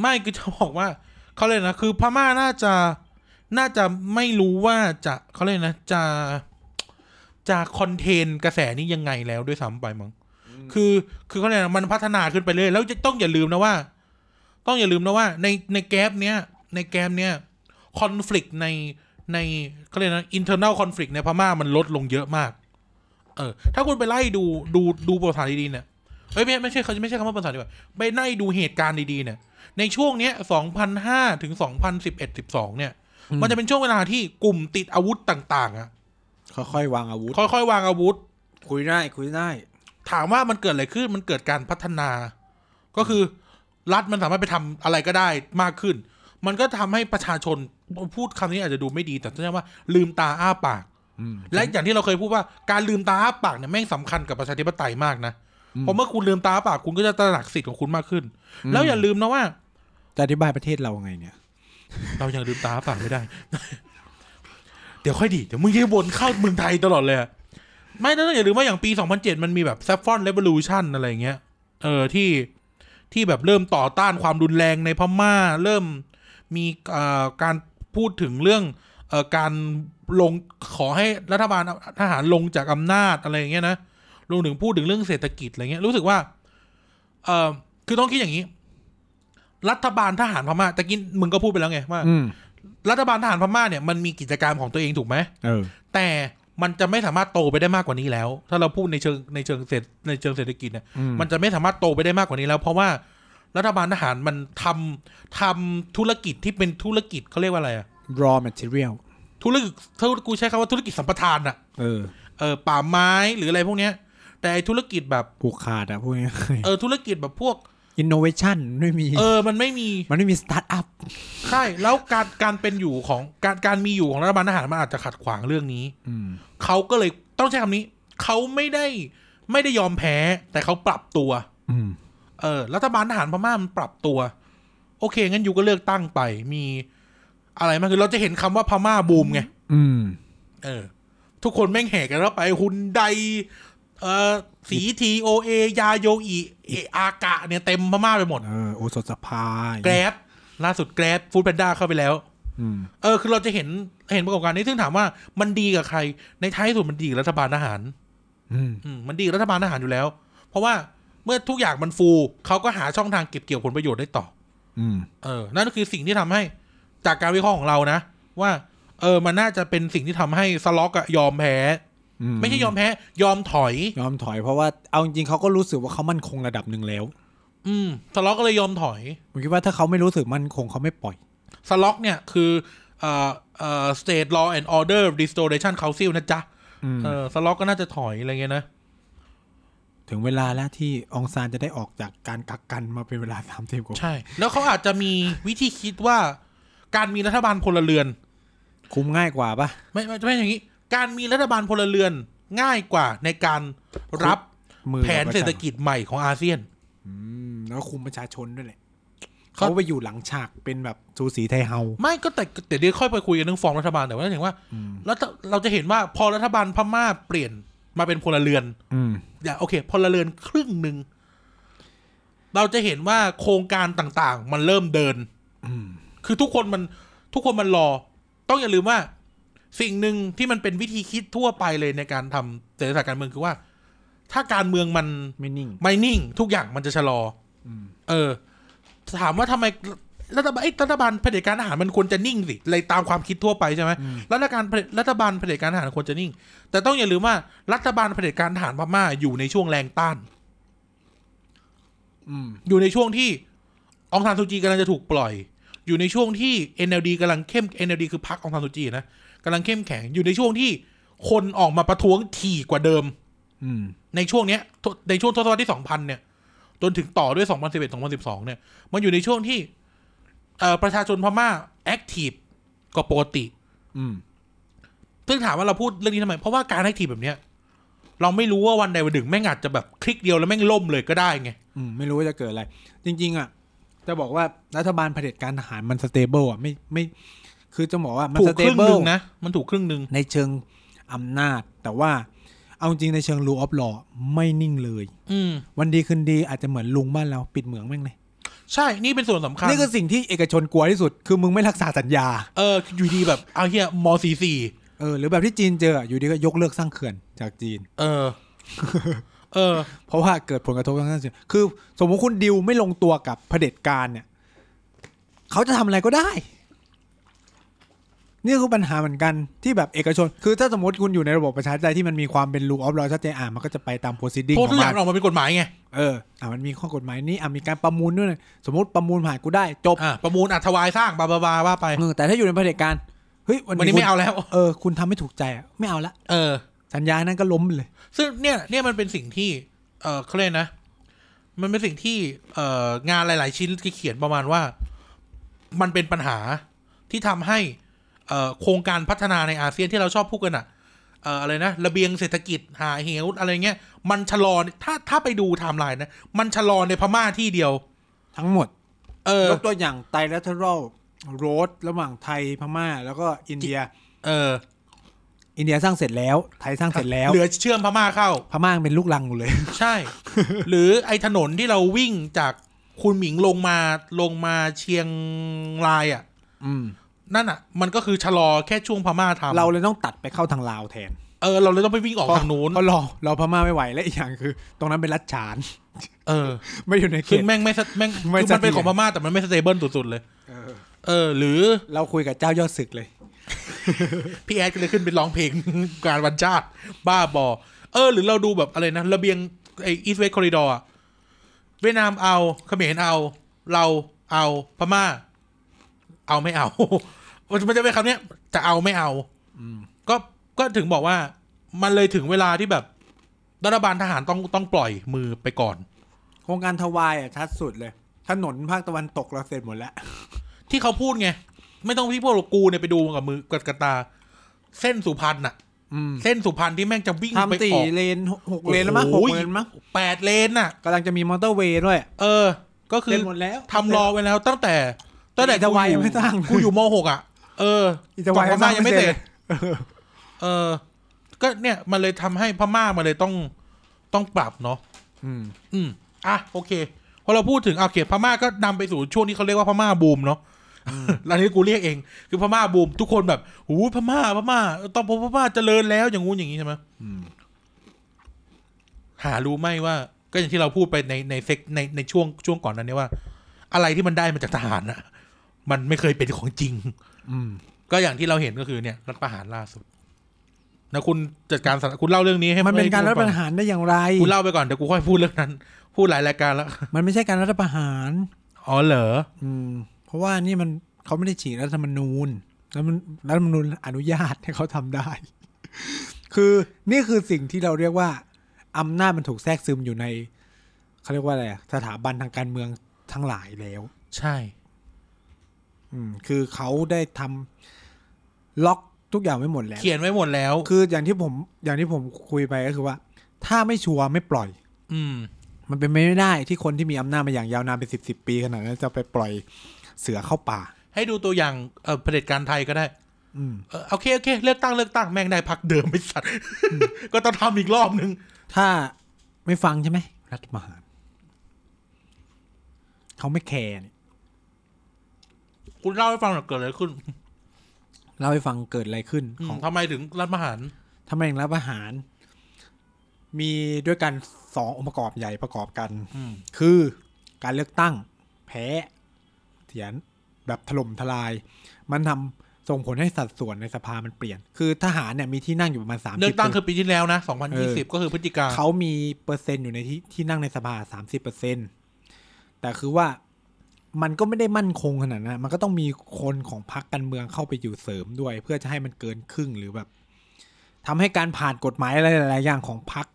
Speaker 1: ไม่คือจะบอกว่าเขาเลยกนะคือพม่าน่าจะน่าจะไม่รู้ว่าจะเขาเลยกนะจะจะคอนเทนกระแสนี้ยังไงแล้วด้วยซ้ำไปมั้งคือคือเขาเลยกนะมันพัฒนาขึ้นไปเรื่อยแล้วจะต้องอย่าลืมนะว่า ต้องอย่าลืมนะว่า ในในแกลบเนี้ยในแกลบเนี้ยคอน FLICT ในในเขาเรียกนะ internal conflict ในพม่ามันลดลงเยอะมาก เออ ถ้าคุณไปไล่ดูดูดูประวัติศาสตร์ดีๆเนี่ย เอ้ยไม่ไม่ใช่เขาไม่ใช่คำว่าประสาทดีกว่าไปไล่ดูเหตุการณ์ดีๆเนี่ย ในช่วงเนี้ย2005ถึง2011 12เนี่ย
Speaker 2: อืม
Speaker 1: มันจะเป็นช่วงเวลาที่กลุ่มติดอาวุธต่างๆอะ
Speaker 2: ค่อยๆ วางอาวุธ
Speaker 1: ค่อยๆ วางอาวุธ
Speaker 2: คุยได้คุยได้
Speaker 1: ถามว่ามันเกิดอะไรขึ้นมันเกิดการพัฒนา ก็คือ รัฐมันสามารถไปทำอะไรก็ได้มากขึ้น มันก็ทำให้ประชาชนพูดคำนี้อาจจะดูไม่ดีแต่ต้องใช้ว่าลืมตาอ้าปาก
Speaker 2: อืม
Speaker 1: และอย่างที่เราเคยพูดว่าการลืมตาอ้าปากเนี่ยแม่งสำคัญกับประชาธิปไตยมากนะ
Speaker 2: อืม
Speaker 1: เพราะเมื่อคุณลืมตาอ้าปากคุณก็จะตระหนักสิทธิ์ของคุณมากขึ้น แล้วอย่าลืมนะว่า
Speaker 2: จะอธิบายประเทศเราไงเนี่ย
Speaker 1: เรายังลืมตาอ้าปากไม่ได้ เดี๋ยวค่อยดี เดี๋ยวมึงจะวนเข้าเมืองไทยตลอดเลยอะไม่ต้องอย่าลืมว่าอย่างปี 2007 มันมีแบบ s a f f r o n Revolution อะไรอย่างเงี้ย เออที่ที่แบบเริ่มต่อต้านความรุนแรงในพม่า เริ่มมีเอ่อการพูดถึงเรื่องเอ่อการลงขอให้รัฐบาลทหารลงจากอำนาจอะไรอย่างเงี้ยนะรวมถึงพูดถึงเรื่องเศรษฐกิจอะไรเงี้ยรู้สึกว่าเออคือต้องคิดอย่างนี้ รัฐบาลทหารพม่าแต่กินมึงก็พูดไปแล้วไงว่า
Speaker 2: อืม
Speaker 1: รัฐบาลทหารพม่าเนี่ยมันมีกิจกรรมของตัวเองถูกไหม
Speaker 2: เออ
Speaker 1: แต่มันจะไม่สามารถโตไปได้มากกว่านี้แล้ว ถ้าเราพูดในเชิงในเชิงเศรษฐในเชิงเศรษฐกิจเนี่ย
Speaker 2: อืม
Speaker 1: มันจะไม่สามารถโตไปได้มากกว่านี้แล้ว เพราะว่ารัฐบาลทหารมันทำทำธุรกิจที่เป็นธุรกิจเขาเรียกว่าอะไรอะ
Speaker 2: raw material
Speaker 1: ธุรกิจถ้ากูใช้คำว่าธุรกิจสัมปทานอะ
Speaker 2: เออ
Speaker 1: เออป่าไม้หรืออะไรพวกเนี้ย แต่ไอ้ธุรกิจแบบ
Speaker 2: ผูกขาดอะพวกนี้
Speaker 1: เออธุรกิจแบบพวก
Speaker 2: innovation ไม่มี
Speaker 1: เออมันไม่มี
Speaker 2: มันไม่มี start up
Speaker 1: ใช่แล้วการการเป็นอยู่ของการการมีอยู่ของรัฐบาลทหารมันอาจจะขัดขวางเรื่องนี้
Speaker 2: อืม
Speaker 1: เขาก็เลยต้องใช้คำนี้ เขาไม่ได้ไม่ได้ยอมแพ้ แต่เขาปรับตัว
Speaker 2: อืม
Speaker 1: เออรัฐบาลทหารพม่ามันปรับตัว โอเค งั้นอยู่ก็เลือกตั้งไปมีอะไรมากคือเราจะเห็นคำว่าพม่าบูมไง
Speaker 2: อืม
Speaker 1: เออ ทุกคนแม่งแห่กันแล้วไปฮุนไดเออสีทีโอเอยาโยอิเออากะเนี่ยเต็มพม่าไปหมด
Speaker 2: เออ โอสถสภา
Speaker 1: แกร็บล่าสุดแกร็บฟูดแพนด้าเข้าไปแล้ว
Speaker 2: อืม
Speaker 1: เออคือเราจะเห็นเห็นประกอบการณ์นี้ซึ่งถามว่ามันดีกับใคร ในท้ายสุดมันดีกับรัฐบาลทหาร
Speaker 2: อืม
Speaker 1: อืมมันดีกับรัฐบาลทหารอยู่แล้ว เพราะว่าเมื่อทุกอย่างมันฟู เขาก็หาช่องทางเก็บเกี่ยวผลประโยชน์ได้ต่อ
Speaker 2: อืม
Speaker 1: เออ นั่นก็คือสิ่งที่ทำให้จากการวิเคราะห์ของเรานะ ว่า เออ มันน่าจะเป็นสิ่งที่ทำให้สล็อกอะยอมแพ้ ไม่ใช่ยอมแพ้ ยอมถอย
Speaker 2: ยอมถอยเพราะว่าเอาจริงๆเขาก็รู้สึกว่าเขามั่นคงระดับหนึ่งแล้ว
Speaker 1: อืมสล็อกก็เลยยอมถอย
Speaker 2: ผมคิดว่าถ้าเขาไม่รู้สึกมั่นคงเขาไม่ปล่อย
Speaker 1: สล็อกเนี่ยคือเอ่อเอ่อ state law and order restoration council นะจ๊ะ
Speaker 2: อืม
Speaker 1: เออ สล็อกก็น่าจะถอยอะไรเงี้ยนะ
Speaker 2: ถึงเวลาแล้วที่องซานจะได้ออกจากการกักกันมาเป็นเวลาสามสิบกว่า
Speaker 1: ใช่ แล้วเขาอาจจะมีวิธีคิดว่า การมีรัฐบาลพลเรือน
Speaker 2: คุ้มง่ายกว่าปะ
Speaker 1: ไม่ไม่ไม่อย่างนี้ การมีรัฐบาลพลเรือนง่ายกว่าในการรับ
Speaker 2: มื
Speaker 1: แผนเศรษฐกิจใหม่ของอาเซียน
Speaker 2: อืมแล้วคุมประชาชนด้วยแหละ
Speaker 1: เขา
Speaker 2: เขาไปอยู่หลังฉากเป็นแบบซูสีไทเฮา
Speaker 1: ไม่ก็แต่แต่เดี๋ยวค่อยไปคุยกันเรื่องฟอร์มรัฐบาลแต่ว่าเห็นว่า
Speaker 2: อืม
Speaker 1: รัฐเราจะเห็นว่าพอรัฐบาลพม่าเปลี่ยน มาเป็นพลเรือน
Speaker 2: อืม
Speaker 1: อย่าโอเคพลเรือนครึ่งหนึ่ง เราจะเห็นว่าโครงการต่างๆ มันเริ่มเดิน
Speaker 2: อืม
Speaker 1: คือทุกคนมันทุกคนมันรอ ต้องอย่าลืมว่า สิ่งหนึ่งที่มันเป็นวิธีคิดทั่วไปเลยในการทำเศรษฐศาสตร์การเมืองคือว่า ถ้าการเมืองมัน
Speaker 2: ไม่นิ่ง
Speaker 1: ไม่นิ่ง ทุกอย่างมันจะชะลออ
Speaker 2: ม
Speaker 1: เออ ถามว่าทำไมรัฐบาลไอ้ยรัฐบาลเผด็จการทหารมันควรจะนิ่งสิเลยตามความคิดทั่วไปใช่ไหมรัฐการรัฐบาลเผด็จการทหารควรจะนิ่ง แต่ต้องอย่าลืมว่ารัฐบาลเผด็จการทหารพม่าอยู่ในช่วงแรงต้าน
Speaker 2: อืม
Speaker 1: อยู่ในช่วงที่อองซานซูจีกำลังจะถูกปล่อย อยู่ในช่วงที่ NLD กำลังเข้ม NLD คือพรรคอองซานซูจีนะกำลังเข้มแข็งอยู่ในช่วงที่คนออกมาประท้วงถี่กว่าเดิม
Speaker 2: อืม
Speaker 1: ในช่วงเนี้ยทศในช่วงทศวรรษที่สองพันเนี่ย จนถึงต่อด้วยสองพันสิบเอ็ดสองพันสิบสองเนี่ย มันอยู่ในช่วงที่เอ่อประชาชนพม่าแอคทีฟกว่าปกติ
Speaker 2: อืม
Speaker 1: ซึ่งถามว่าเราพูดเรื่องนี้ทำไม เพราะว่าการแอคทีฟแบบเนี้ย เราไม่รู้ว่าวันใดวันหนึ่งแม่งอาจจะแบบคลิกเดียวแล้วแม่งล่มเลยก็ได้ไง
Speaker 2: อืม ไม่รู้ว่าจะเกิดอะไร จริง ๆ อ่ะ จะบอกว่ารัฐบาลเผด็จการทหารมันสเตเบิลอ่ะ ไม่ไม่ คือจะบอกว่ามัน
Speaker 1: ถู
Speaker 2: ส
Speaker 1: ก
Speaker 2: เต
Speaker 1: ครึ่ง
Speaker 2: เบิ
Speaker 1: ห
Speaker 2: ล
Speaker 1: นึ่งนะ มันถูกครึ่งหนึ่ง
Speaker 2: ในเชิงอำนาจ แต่ว่าเอาจริงในเชิงรูออฟลอไม่นิ่งเลย
Speaker 1: อืม
Speaker 2: วันดีคืนดีอาจจะเหมือนลุงบ้านเราปิดเหมืองแม่งเลย
Speaker 1: ใช่นี่เป็นส่วนสำคัญ
Speaker 2: นี่คือสิ่งที่เอกชนกลัวที่สุด คือมึงไม่รักษาสัญญา
Speaker 1: เอออยู่ดีแบบเอาเฮียมสี่สี่
Speaker 2: เออ หรือแบบที่จีนเจออะอยู่ดีก็ยกเลิกสร้างเขื่อนจากจีน
Speaker 1: เออ เออ
Speaker 2: เพราะว่าเกิดผลกระทบทางด้านเศรษฐกิจคือ สมมติคุณดิวไม่ลงตัวกับเผด็จการเนี่ย เขาจะทำอะไรก็ได้ นี่คือปัญหาเหมือนกันที่แบบเอกชน คือถ้าสมมติคุณอยู่ในระบบประชาธิปไตยที่มันมีความเป็นรูออฟลอชัดเจนอ่ะมันก็จะไปตามโพ ซิดิ้ง
Speaker 1: โทษ
Speaker 2: ขอ
Speaker 1: ทุ
Speaker 2: ง
Speaker 1: กอย่า
Speaker 2: มั
Speaker 1: งมั
Speaker 2: น
Speaker 1: นออกมาเป็นกฎหมายไง
Speaker 2: เอออ่ะมันมีข้อกฎหมายนี้อ่ะมีการประมูลด้วยนะสมมติประมูลผ่านกูได้จบ
Speaker 1: อ่ะประมูลอัถวายสร้างบาบาบาว่าไป
Speaker 2: เออแต่ถ้าอยู่ในเผด็จการเฮ้ย
Speaker 1: วันนี้ไม่เอาแล้ว
Speaker 2: เออคุณทำไม่ถูกใจอ่ะไม่เอาละ
Speaker 1: เออ
Speaker 2: สัญญานั้นก็ล้มไปเลย
Speaker 1: ซึ่งเนี่ย เนี่ยมันเป็นสิ่งที่ เออเขาเรียกนะ มันเป็นสิ่งที่ เอ่อ งานหลาย ๆ ชิ้นที่เขียนประมาณว่า มันเป็นปัญหาที่ทำให้ เอ่อ โครงการพัฒนาในอาเซียนที่เราชอบพูดกันอะเอ่อ อะไรนะ ระเบียงเศรษฐกิจ หาเหวอะไรเงี้ย มันชะลอ ถ้า ถ้าไปดูไทม์ไลน์นะ มันชะลอในพม่าที่เดียว
Speaker 2: ทั้งหมด
Speaker 1: เออ
Speaker 2: ยกตัวอย่างไตรเลทเรลโรดระหว่างไทยพม่า แล้วก็อินเดีย
Speaker 1: เออ
Speaker 2: อินเดียสร้างเสร็จแล้ว ไทยสร้างเสร็จแล้ว
Speaker 1: เหลือเชื่อมพม่าเข้า
Speaker 2: พม่ายังเป็นลูกลังอยู่เลย
Speaker 1: ใช่ หรือไอ้ถนนที่เราวิ่งจากคุณหมิงลงมา ลงมาเชียงรายอะ
Speaker 2: อืม
Speaker 1: นั่นอ่ะ มันก็คือชะลอแค่ช่วงพม่าทำ
Speaker 2: เราเลยต้องตัดไปเข้าทางลาวแทน
Speaker 1: เออ เราเลยต้องไปวิ่งออกทางนู้น
Speaker 2: เพราะรอเราพม่าไม่ไหวและอีกอย่างคือ ตรงนั้นเป็นรัฐฉาน
Speaker 1: เออ
Speaker 2: ไม่อยู่ในเข
Speaker 1: คือ
Speaker 2: ต
Speaker 1: แม่งไม่สแม่งคือ
Speaker 2: ไม่
Speaker 1: มัน
Speaker 2: เสถียร
Speaker 1: เป็นของพม่าแต่มันไม่สเตเบิลสุดๆเลย
Speaker 2: เออ
Speaker 1: เออ หรือ
Speaker 2: เราคุยกับเจ้ายอดศึกเลย
Speaker 1: พี่แอดก็เลยขึ้นไปร้องเพลง การวันชาติ บ้าบอ เออ หรือเราดูแบบอะไรนะ ระเบียงไออีสเวสคอริดอร์เวียดนามเอาเขมรเอา เราเอาพม่า เอาไม่เอา มันจะเป็นคำเนี้ยจะเอาไม่เอา
Speaker 2: อืม
Speaker 1: ก็ก็ถึงบอกว่ามันเลยถึงเวลาที่แบบรัฐบาลทหารต้องต้องปล่อยมือไปก่อน
Speaker 2: โครงการทวายอ่ะชัดสุดเลย ถนนภาคตะวันตกเราเสร็จหมดแล้ว
Speaker 1: ที่เขาพูดไง ไม่ต้องพี่พวกเรากูเนี่ยไปดูมากับมือกับกระตา เส้นสุพรรณน่ะ
Speaker 2: อืม
Speaker 1: เส้นสุพรรณที่แม่งจะวิ่งไป
Speaker 2: ทำตี
Speaker 1: ออก
Speaker 2: เลนหกหกเลนแล้วมั้งหก
Speaker 1: โอ้โ
Speaker 2: เลนมั้ง
Speaker 1: แปดเลนน่ะ
Speaker 2: กำลังจะมีมอเตอร์เวย์ด้วย
Speaker 1: เออ ก็คื
Speaker 2: เสร็
Speaker 1: อ
Speaker 2: จหมดแล้ว
Speaker 1: ทำรอไว้แล้วตั้งแต่ตั้งแต่
Speaker 2: อีทวายยังไม่สร้าง
Speaker 1: กูอยู่มหกอ่ะ เออ
Speaker 2: อีจะวาย
Speaker 1: ฝั่งพม่ายังไม่เสร็จ
Speaker 2: เออ
Speaker 1: เออ ก็เนี่ยมันเลยทำให้พม่ามันเลยต้องต้องปรับเนาะ
Speaker 2: อืม
Speaker 1: อืม อ่ะ โอเค พอเราพูดถึงอ่ะโอเคพม่าก็นำไปสู่ช่วงที่เขาเรียกว่าพม่าบูมเนาะแล้วนี้กูเรียกเอง คือพม่าบูม ทุกคนแบบหูพม่าพม่าต้องพบพม่าเจริญแล้วอย่างงู้นอย่างนี้ใช่ไหม
Speaker 2: อืม
Speaker 1: หารู้ไหมว่า ก็อย่างที่เราพูดไปในในเซกในในช่วงช่วงก่อนนั้นเนี่ยว่า อะไรที่มันได้มาจากทหารอะมันไม่เคยเป็นของจริง
Speaker 2: อืม
Speaker 1: ก็อย่างที่เราเห็นก็คือเนี่ยรัฐประหารล่าสุดนะคุณจัดการสถานคุณเล่าเรื่องนี้ให้
Speaker 2: มันเป็นการรัฐประ
Speaker 1: ให้
Speaker 2: หารได้อย่างไร
Speaker 1: คุณเล่าไปก่อนเดี๋ยวกูค่อยพูดเรื่องนั้น พูดหลายรายการแล้ว
Speaker 2: มันไม่ใช่การรัฐประหาร
Speaker 1: อ๋อเหรอ
Speaker 2: อืม เพราะว่านี่มันเขาไม่ได้ฉีกรัฐธรรมนูญแล้วมันรัฐธรรมนูญอนุญาตให้เขาทำได้ คือนี่คือสิ่งที่เราเรียกว่าอำนาจมันถูกแทรกซึมอยู่ในเขาเรียกว่าอะไรอะสถาบันทางการเมืองทั้งหลายแล้ว
Speaker 1: ใช่
Speaker 2: อืม คือเขาได้ทำล็อกทุกอย่างไว้หมดแล้ว
Speaker 1: เขียนไว้หมดแล้ว
Speaker 2: คืออย่างที่ผมอย่างที่ผมคุยไปก็คือว่า ถ้าไม่ชัวร์ไม่ปล่อย
Speaker 1: อืม
Speaker 2: มันเป็นไปไม่ได้ที่คนที่มีอำนาจมาอย่างยาวนานเป็นสิบสิบปีขนาดนั้นจะไปปล่อยเสือเข้าป่า
Speaker 1: ให้ดูตัวอย่างเอ่อเผด็จการไทยก็ได้
Speaker 2: อืม
Speaker 1: เออโอเคโอเคเลือกตั้งเลือกตั้งแม่งได้พักเดิมไม่สัตว์ ก็ต้องทำอีกรอบนึง
Speaker 2: ถ้าไม่ฟังใช่ไหมรัฐประหารเขาไม่แคร์นี่
Speaker 1: คุณเล่าให้ฟังหน่อยเกิดอะไรขึ้น
Speaker 2: เล่าให้ฟังเกิดอะไรขึ้น
Speaker 1: อืม
Speaker 2: ของ
Speaker 1: ทำไมถึงรัฐประหาร
Speaker 2: ทำไมถึงรับอาหาร มีด้วยกันสององค์ประกอบใหญ่ประกอบกัน
Speaker 1: อืม
Speaker 2: คือการเลือกตั้ง แพ้เถียนแบบถล่มทลาย มันทำส่งผลให้สัดส่วนในสภามันเปลี่ยน คือทหารเนี่ยมีที่นั่งอยู่ประมาณสาม
Speaker 1: เลือกตั้งคือปีที่แล้วนะ
Speaker 2: เออ
Speaker 1: 2020 ก็คือพฤศจิกา
Speaker 2: เขามีเปอร์เซ็นต์อยู่ในที่ที่นั่งในสภาสามสิบเปอร์เซ็นแต่คือว่ามันก็ไม่ได้มั่นคงขนาดนั้น มันก็ต้องมีคนของพรรคการเมืองเข้าไปอยู่เสริมด้วย เพื่อจะให้มันเกินครึ่งหรือแบบทำให้การผ่านกฎหมายอะไรหลายๆอย่างของพรรค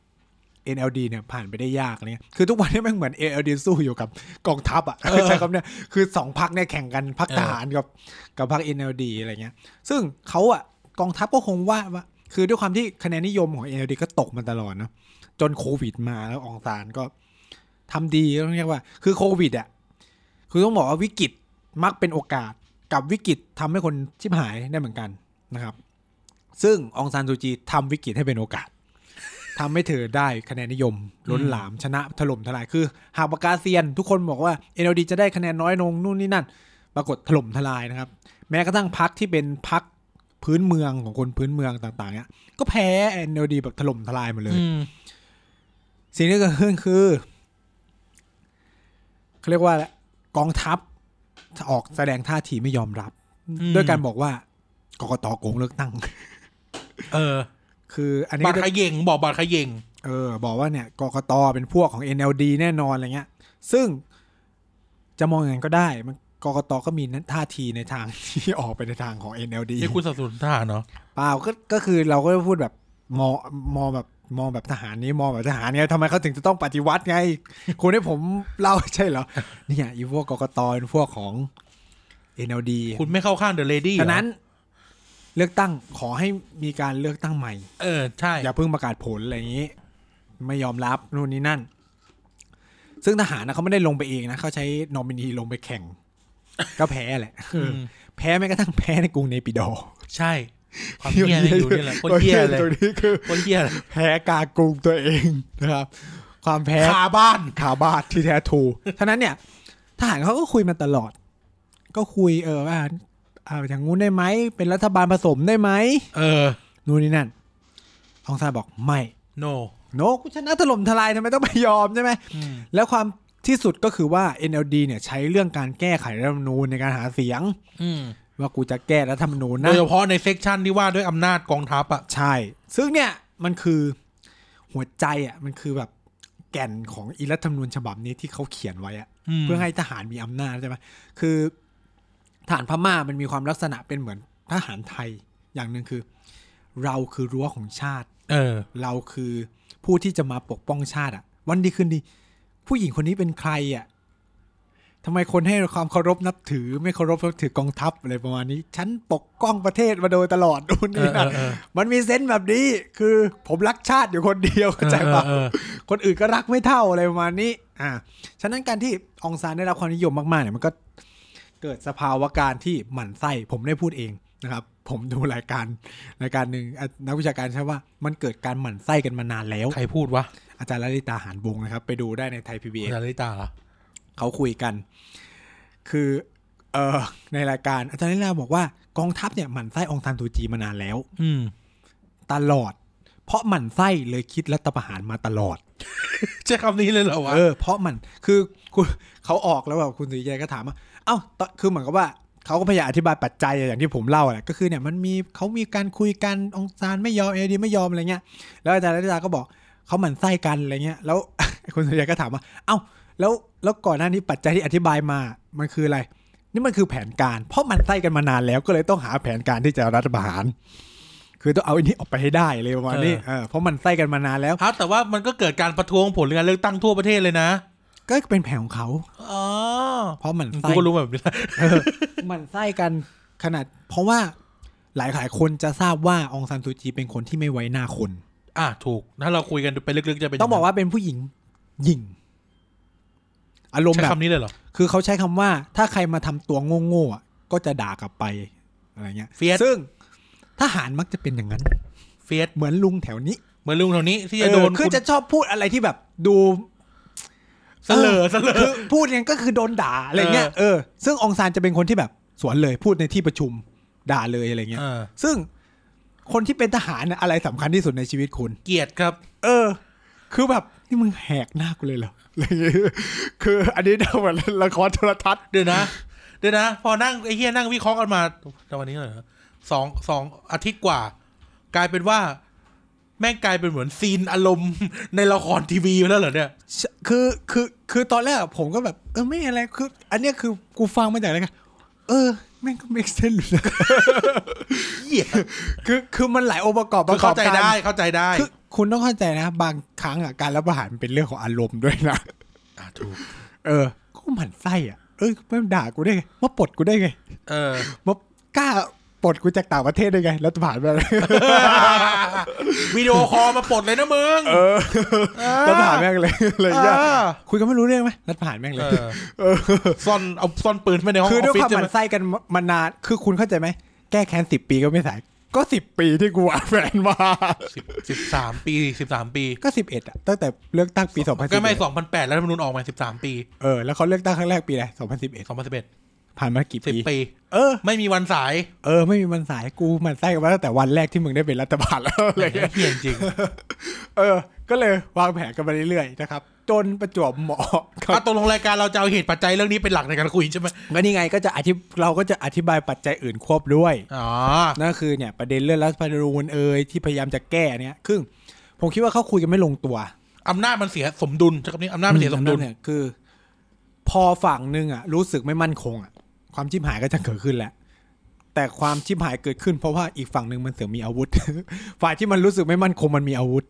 Speaker 2: NLD เนี่ยผ่านไปได้ยากอะไรเนี่ยคือทุกวันนี้แมันเหมือน NLD สู้อยู่กับกองทัพอ่ะใช่ครับเนี่ยคือสองพรรคเนี่ยแข่งกันพรรคทหารกับกับพรรค NLD อะไรเงี้ย ซึ่งเขาอ่ะกองทัพก็คงว่าว่า คือด้วยความที่คะแนนนิยมของ NLD ก็ตกมาตลอดเนาะ จนโควิดมาแล้วอองซานก็ทำดีต้องเรียกว่า คือโควิดอ่ะคือต้องบอกว่าวิกฤตมักเป็นโอกาสกับวิกฤตทำให้คนชิบหายได้เหมือนกันนะครับ ซึ่งอองซานซูจีทำวิกฤตให้เป็นโอกาสทำให้เธอได้คะแนนนิยม ล้นหลามชนะถล่มทลายคือ หากปากกาเซียน ทุกคนบอกว่าเอ็นดีจะได้คะแนนน้อยลงนู่นนี่นั่น ปรากฏถล่มทลายนะครับ แม้กระทั่งพักที่เป็นพักพื้นเมืองของคนพื้นเมืองต่างๆเนี่ยก็แพ้เอ็นดีแบบถล่มทลายหมดเลย
Speaker 1: อืม
Speaker 2: สิ่งที่เกิดขึ้นคือเขาเรียกว่าอะไรกองทัพออกแสดงท่าทีไม่ยอมรับ ด้วยการบอกว่ากกตโกงเลือกตั้ง
Speaker 1: เออ
Speaker 2: คือ อันนี้
Speaker 1: บาดขยเยงบอกบาดขยเยง
Speaker 2: เออ บอกว่าเนี่ยกกตเป็นพวกของ NLD แน่นอนอะไรเงี้ย ซึ่งจะมองอย่างนั้นก็ได้มันกกตก็มีท่าทีในทาง ที่ออกไปในทางของ NLD
Speaker 1: นี่คุณสนับสนุนทหารเนาะ
Speaker 2: เปล่าก็ก็คือเราก็พูดแบบมองมองแบบมองแบบทหารนี้มองแบบทหารเนี่ยทำไมเขาถึงจะต้องปฏิวัติไง คุณให้ผมเล่าใช่ เหรอเนี่ยอีพวกกกตเป็นพวกของ NLD
Speaker 1: คุณไม่เข้าข้างเดอะเลดี้
Speaker 2: ฉะนั้น เลือกตั้งขอให้มีการเลือกตั้งใหม่
Speaker 1: เออ ใช่
Speaker 2: อย่าเพิ่งประกาศผลอะไรอย่างนี้ ไม่ยอมรับนู่นนี่นั่น ซึ่งทหารนะเขาไม่ได้ลงไปเองนะเขาใช้นอมินีลงไปแข่ง ก็แพ้แหละ
Speaker 1: อืม
Speaker 2: แพ้แม้กระทั่งแพ้ในกรุงเนปิดอร์
Speaker 1: ใช่ ความเหี้ยเนี่ยอยู่นี่แหละคนเหี้ย เลย
Speaker 2: ตัวนี้คือ
Speaker 1: คนเหี้ย
Speaker 2: แพ้กากรุงตัวเองนะครับ ความแพ้
Speaker 1: คาบ้าน
Speaker 2: ขาบาดที่แท้ทรูท่านั้นเนี่ยทหารเขาก็คุยมาตลอด ก็คุยเออว่าอ่าอย่างงู้นได้ไหม เป็นรัฐบาลผสมได้ไหม
Speaker 1: เออ
Speaker 2: นู่นนี่นั่นอองซานบอกไม่
Speaker 1: no
Speaker 2: โนกูชนะถล่มทลายทำไมต้องไปยอมใช่ไหม
Speaker 1: อืม
Speaker 2: แล้วความที่สุดก็คือว่า NLD เนี่ยใช้เรื่องการแก้ไขรัฐธรรมนูญในการหาเสียง
Speaker 1: อืม
Speaker 2: ว่ากูจะแก้รัฐธรรมนูญ
Speaker 1: โด
Speaker 2: นะ
Speaker 1: ยเฉพาะในเซกชันที่ว่าด้วยอำนาจกองทัพอ่ะ
Speaker 2: ใช่ ซึ่งเนี่ยมันคือหัวใจอ่ะ มันคือแบบแก่นของอีรัฐธรรมนูญฉบับนี้ที่เขาเขียนไว้อ่ะ
Speaker 1: ม
Speaker 2: เพื่อให้ทหารมีอำนาจใช่ไหมคือทหารพม่ามันมีความลักษณะเป็นเหมือนทหารไทย อย่างหนึ่งคือ เราคือรั้วของชาติ
Speaker 1: เออ
Speaker 2: เราคือผู้ที่จะมาปกป้องชาติอ่ะ วันดีคืนดี ผู้หญิงคนนี้เป็นใครอ่ะทำไมคนให้ความเคารพนับถือ ไม่เคารพนับถือกองทัพอะไรประมาณนี้ ฉันปกป้องประเทศมาโดยตลอด นู่น
Speaker 1: เอ
Speaker 2: นี่
Speaker 1: อเอ
Speaker 2: นะ
Speaker 1: อเออ
Speaker 2: มันมีเซนส์แบบนี้คือผมรักชาติอยู่คนเดียวเข้ าใจปะ
Speaker 1: เออเออ
Speaker 2: คนอื่นก็รักไม่เท่าอะไรประมาณนี้ อ่า ฉะนั้นการที่อองซานได้รับความนิยมมากๆเนี่ยมันก็เกิดสภาวะการที่หมั่นไส้ผมได้พูดเองนะครับ ผมดูรายการรายการหนึ่งอ่ะนักวิชาการใช้ว่ามันเกิดการหมั่นไส้กันมานานแล้ว
Speaker 1: ใครพูดวะ
Speaker 2: อาจารย์ลลิตาหานบงนะครับ ไปดูได้ในไทยพีบีเอ
Speaker 1: อาจารย์ลิตาเหรอ
Speaker 2: เขาคุยกัน คือเออในรายการอาจารย์ลิตาบอกว่ากองทัพเนี่ยหมั่นไส้อองซานตูจีมานานแล้ว
Speaker 1: อืม
Speaker 2: ตลอด เพราะหมั่นไส้เลยคิดรัฐประหารมาตลอด
Speaker 1: ใช้คำนี้เลยเหรอวะ
Speaker 2: เออ เพราะมันคือคุณเขาออกแล้วแบบคุณสุริยัยก็ถามว่า เอ้าตอนคือเหมือนกับว่าเขาก็พยายามอธิบายปัจจัยอะอย่างที่ผมเล่าแหละก็คือเนี่ยมันมีเขามีการคุยกันองซานไม่ยอมเอดีไม่ยอมอะไรเงี้ยแล้วอาจารย์รัตดาก็บอกเขาหมั่นไส้กันอะไรเงี้ยแล้ว คุณสุริยัยก็ถามว่า เอ้า แล้วแล้วก่อนหน้านี้ปัจจัยที่อธิบายมามันคืออะไร นี่มันคือแผนการ เพราะหมันไส้กันมานานแล้วก็เลยต้องหาแผนการที่จะรัฐประหาร คือต้องเอาอันนี้ออกไปให้ได้เลยประมาณนี้เออเพราะหมันไส้กันมานานแล้ว
Speaker 1: ครับแต่ว่ามันก็เกิดการประท้วงผลการเลือกตั้งทั่วประเทศเลยนะ
Speaker 2: ก็เป็นแผนของเขา
Speaker 1: อ๋อ
Speaker 2: เพราะหมันไส้
Speaker 1: กูก็รู้แบบนี้แหละ
Speaker 2: หมันไส้กันขนาด เพราะว่าหลายหลายๆคนจะทราบว่าองซานซูจีเป็นคนที่ไม่ไว้หน้าคน
Speaker 1: อ่ะถูก ถ้าเราคุยกันไปลึกๆจะเป็น
Speaker 2: ต้องบอกว่าเป็นผู้หญิงหญิง อารมณ์
Speaker 1: ใช้
Speaker 2: แบบ
Speaker 1: คำนี้เลยเหรอ
Speaker 2: คือเขาใช้คำว่า ถ้าใครมาทำตัวโง่ๆอ่ะก็จะด่ากลับไปอะไรเงี้ย
Speaker 1: เฟียส
Speaker 2: ซึ่ง ทหารมักจะเป็นอย่างนั้น
Speaker 1: เฟียส
Speaker 2: เหมือนลุงแถวนี้
Speaker 1: เหมือนลุงแถวนี้ที่จะโดน
Speaker 2: เออคือจะชอบพูดอะไรที่แบบดู
Speaker 1: เสลอเสลอ
Speaker 2: คือพูดเนี่ยก็คือโดนด่าอะไรเงี้ย
Speaker 1: เออ
Speaker 2: เออซึ่งองซานจะเป็นคนที่แบบสวนเลยพูดในที่ประชุมด่าเลยอะไรเงี้ย
Speaker 1: เออ
Speaker 2: ซึ่งคนที่เป็นทหารน่ะอะไรสำคัญที่สุดในชีวิตคุณ
Speaker 1: เกลียดครับ
Speaker 2: เออ คือแบบนี่มึงแหกหน้ากูเลยเหรออะไรอย่างเงี้ย คืออันนี้เหมือน ละครโทรทัศน์
Speaker 1: เดี๋ยวนะ เดี๋ยวนะ พอนั่งไอ้เฮียนั่งวิเคราะห์กันมาตอนวันนี้เท่าไหร่นะสองสองอาทิตย์กว่า กลายเป็นว่า แม่งกลายเป็นเหมือนซีนอารมณ์ ในละครทีวีไปแล้วเหรอเนี่ย
Speaker 2: ชคือคือคือตอนแรกอะผมก็แบบ เออไม่อะไรคือ อันเนี้ยคือกูฟังมาจากอะไรกันเออแม่งก็เมกเซนหรือนะ
Speaker 1: เหี้ย
Speaker 2: คือคือมันหลายองค์ประกอบป
Speaker 1: คือ
Speaker 2: ระกอ
Speaker 1: เข้า
Speaker 2: บ
Speaker 1: ใจ
Speaker 2: กัน
Speaker 1: ได้เข้าใจได้
Speaker 2: คือคุณต้องเข้าใจนะ บางครั้งอะการรับประหารมันเป็นเรื่องของอารมณ์ด้วยนะ
Speaker 1: ะถูก
Speaker 2: เออก็หมั่นไส้อ่ะเออไม่ด่ากูได้ไงมาปลดกูได้ไง
Speaker 1: เออ
Speaker 2: มบกล้าปลดกูจากต่างประเทศได้ไง รัฐบาลมา
Speaker 1: วิดีโอคอลมาปลดเลยนะมึง เออ
Speaker 2: รัฐบาลแม่งเลยอะไรอย่างเงี้ย
Speaker 1: เออ
Speaker 2: คุยกันไม่รู้เรื่องไหมรัฐบาลแม่งเลย
Speaker 1: เออซ่อนเอาซ่อนปืนไว้ในห้องอ
Speaker 2: คือด้ว
Speaker 1: อย ฟฟิ
Speaker 2: ค
Speaker 1: ศ
Speaker 2: วา
Speaker 1: ใช่ไห
Speaker 2: มหมั่
Speaker 1: ม
Speaker 2: นไส้กันมานานคือคุณเข้าใจไหม แก้แค้นสิบปีก็ไม่สายก็สิบปีที่กูอาแฟนมา
Speaker 1: สิบสามปีสิบสามปี
Speaker 2: ก็สิบเอ็ดอะตั้งแต่เลือกตั้งปีสองพันสิ
Speaker 1: ก็
Speaker 2: บ
Speaker 1: ไม่สองพันแปดแล้วรัฐธรรมนูญออกมาสิบสามปี
Speaker 2: เออแล้วเขาเลือกตั้งครั้งแรกปีอะไรสองพันสิบเอ็ด
Speaker 1: สองพันสิบเอ็ด
Speaker 2: ผ่านมากี่
Speaker 1: สิบ
Speaker 2: ปี
Speaker 1: ปี
Speaker 2: เออ
Speaker 1: ไม่มีวันสาย
Speaker 2: เออไม่มีมันสายกูหมันไส้กันมาตั้งแต่วันแรกที่มึงได้เป็นรัฐบาลแล้วอะไรอย่างเงี้ย
Speaker 1: เหี้ยจริง
Speaker 2: เออ ก็เลยวางแผนกันมาเรื่อยๆนะครับ จนประจวบเหมาะกับ
Speaker 1: อ่ะตกลงรายการเราจะเอาเหตุปัจจัยเรื่องนี้เป็นหลักในการคุยใช่ไหม
Speaker 2: ก็นี่ไงก็จะอธิบเราก็จะอธิบายปัจจัยอื่นควบด้วย
Speaker 1: อ๋อ
Speaker 2: นั่นคือเนี่ยประเด็นเรื่องรัฐธรรมนูญเอ่ยที่พยายามจะแก้เนี่ยคือผมคิดว่าเขาคุยกันไม่ลงตัว
Speaker 1: อำนาจมันเสียสมดุลใช่คำนี้อำนาจมันเสียสมดุล
Speaker 2: เนี่ยคือ พอฝั่งหนึ่งอ่ะรู้สึกไม่มั่นคงอ่ะความชิบหายก็จะเกิดขึ้นแหละ แต่ความชิบหายเกิดขึ้น เพราะว่าอีกฝั่งหนึ่งมันเสือกมีอาวุธ ฝ่ายที่มันรู้สึกไม่มั่นคงมันมีอาวุธ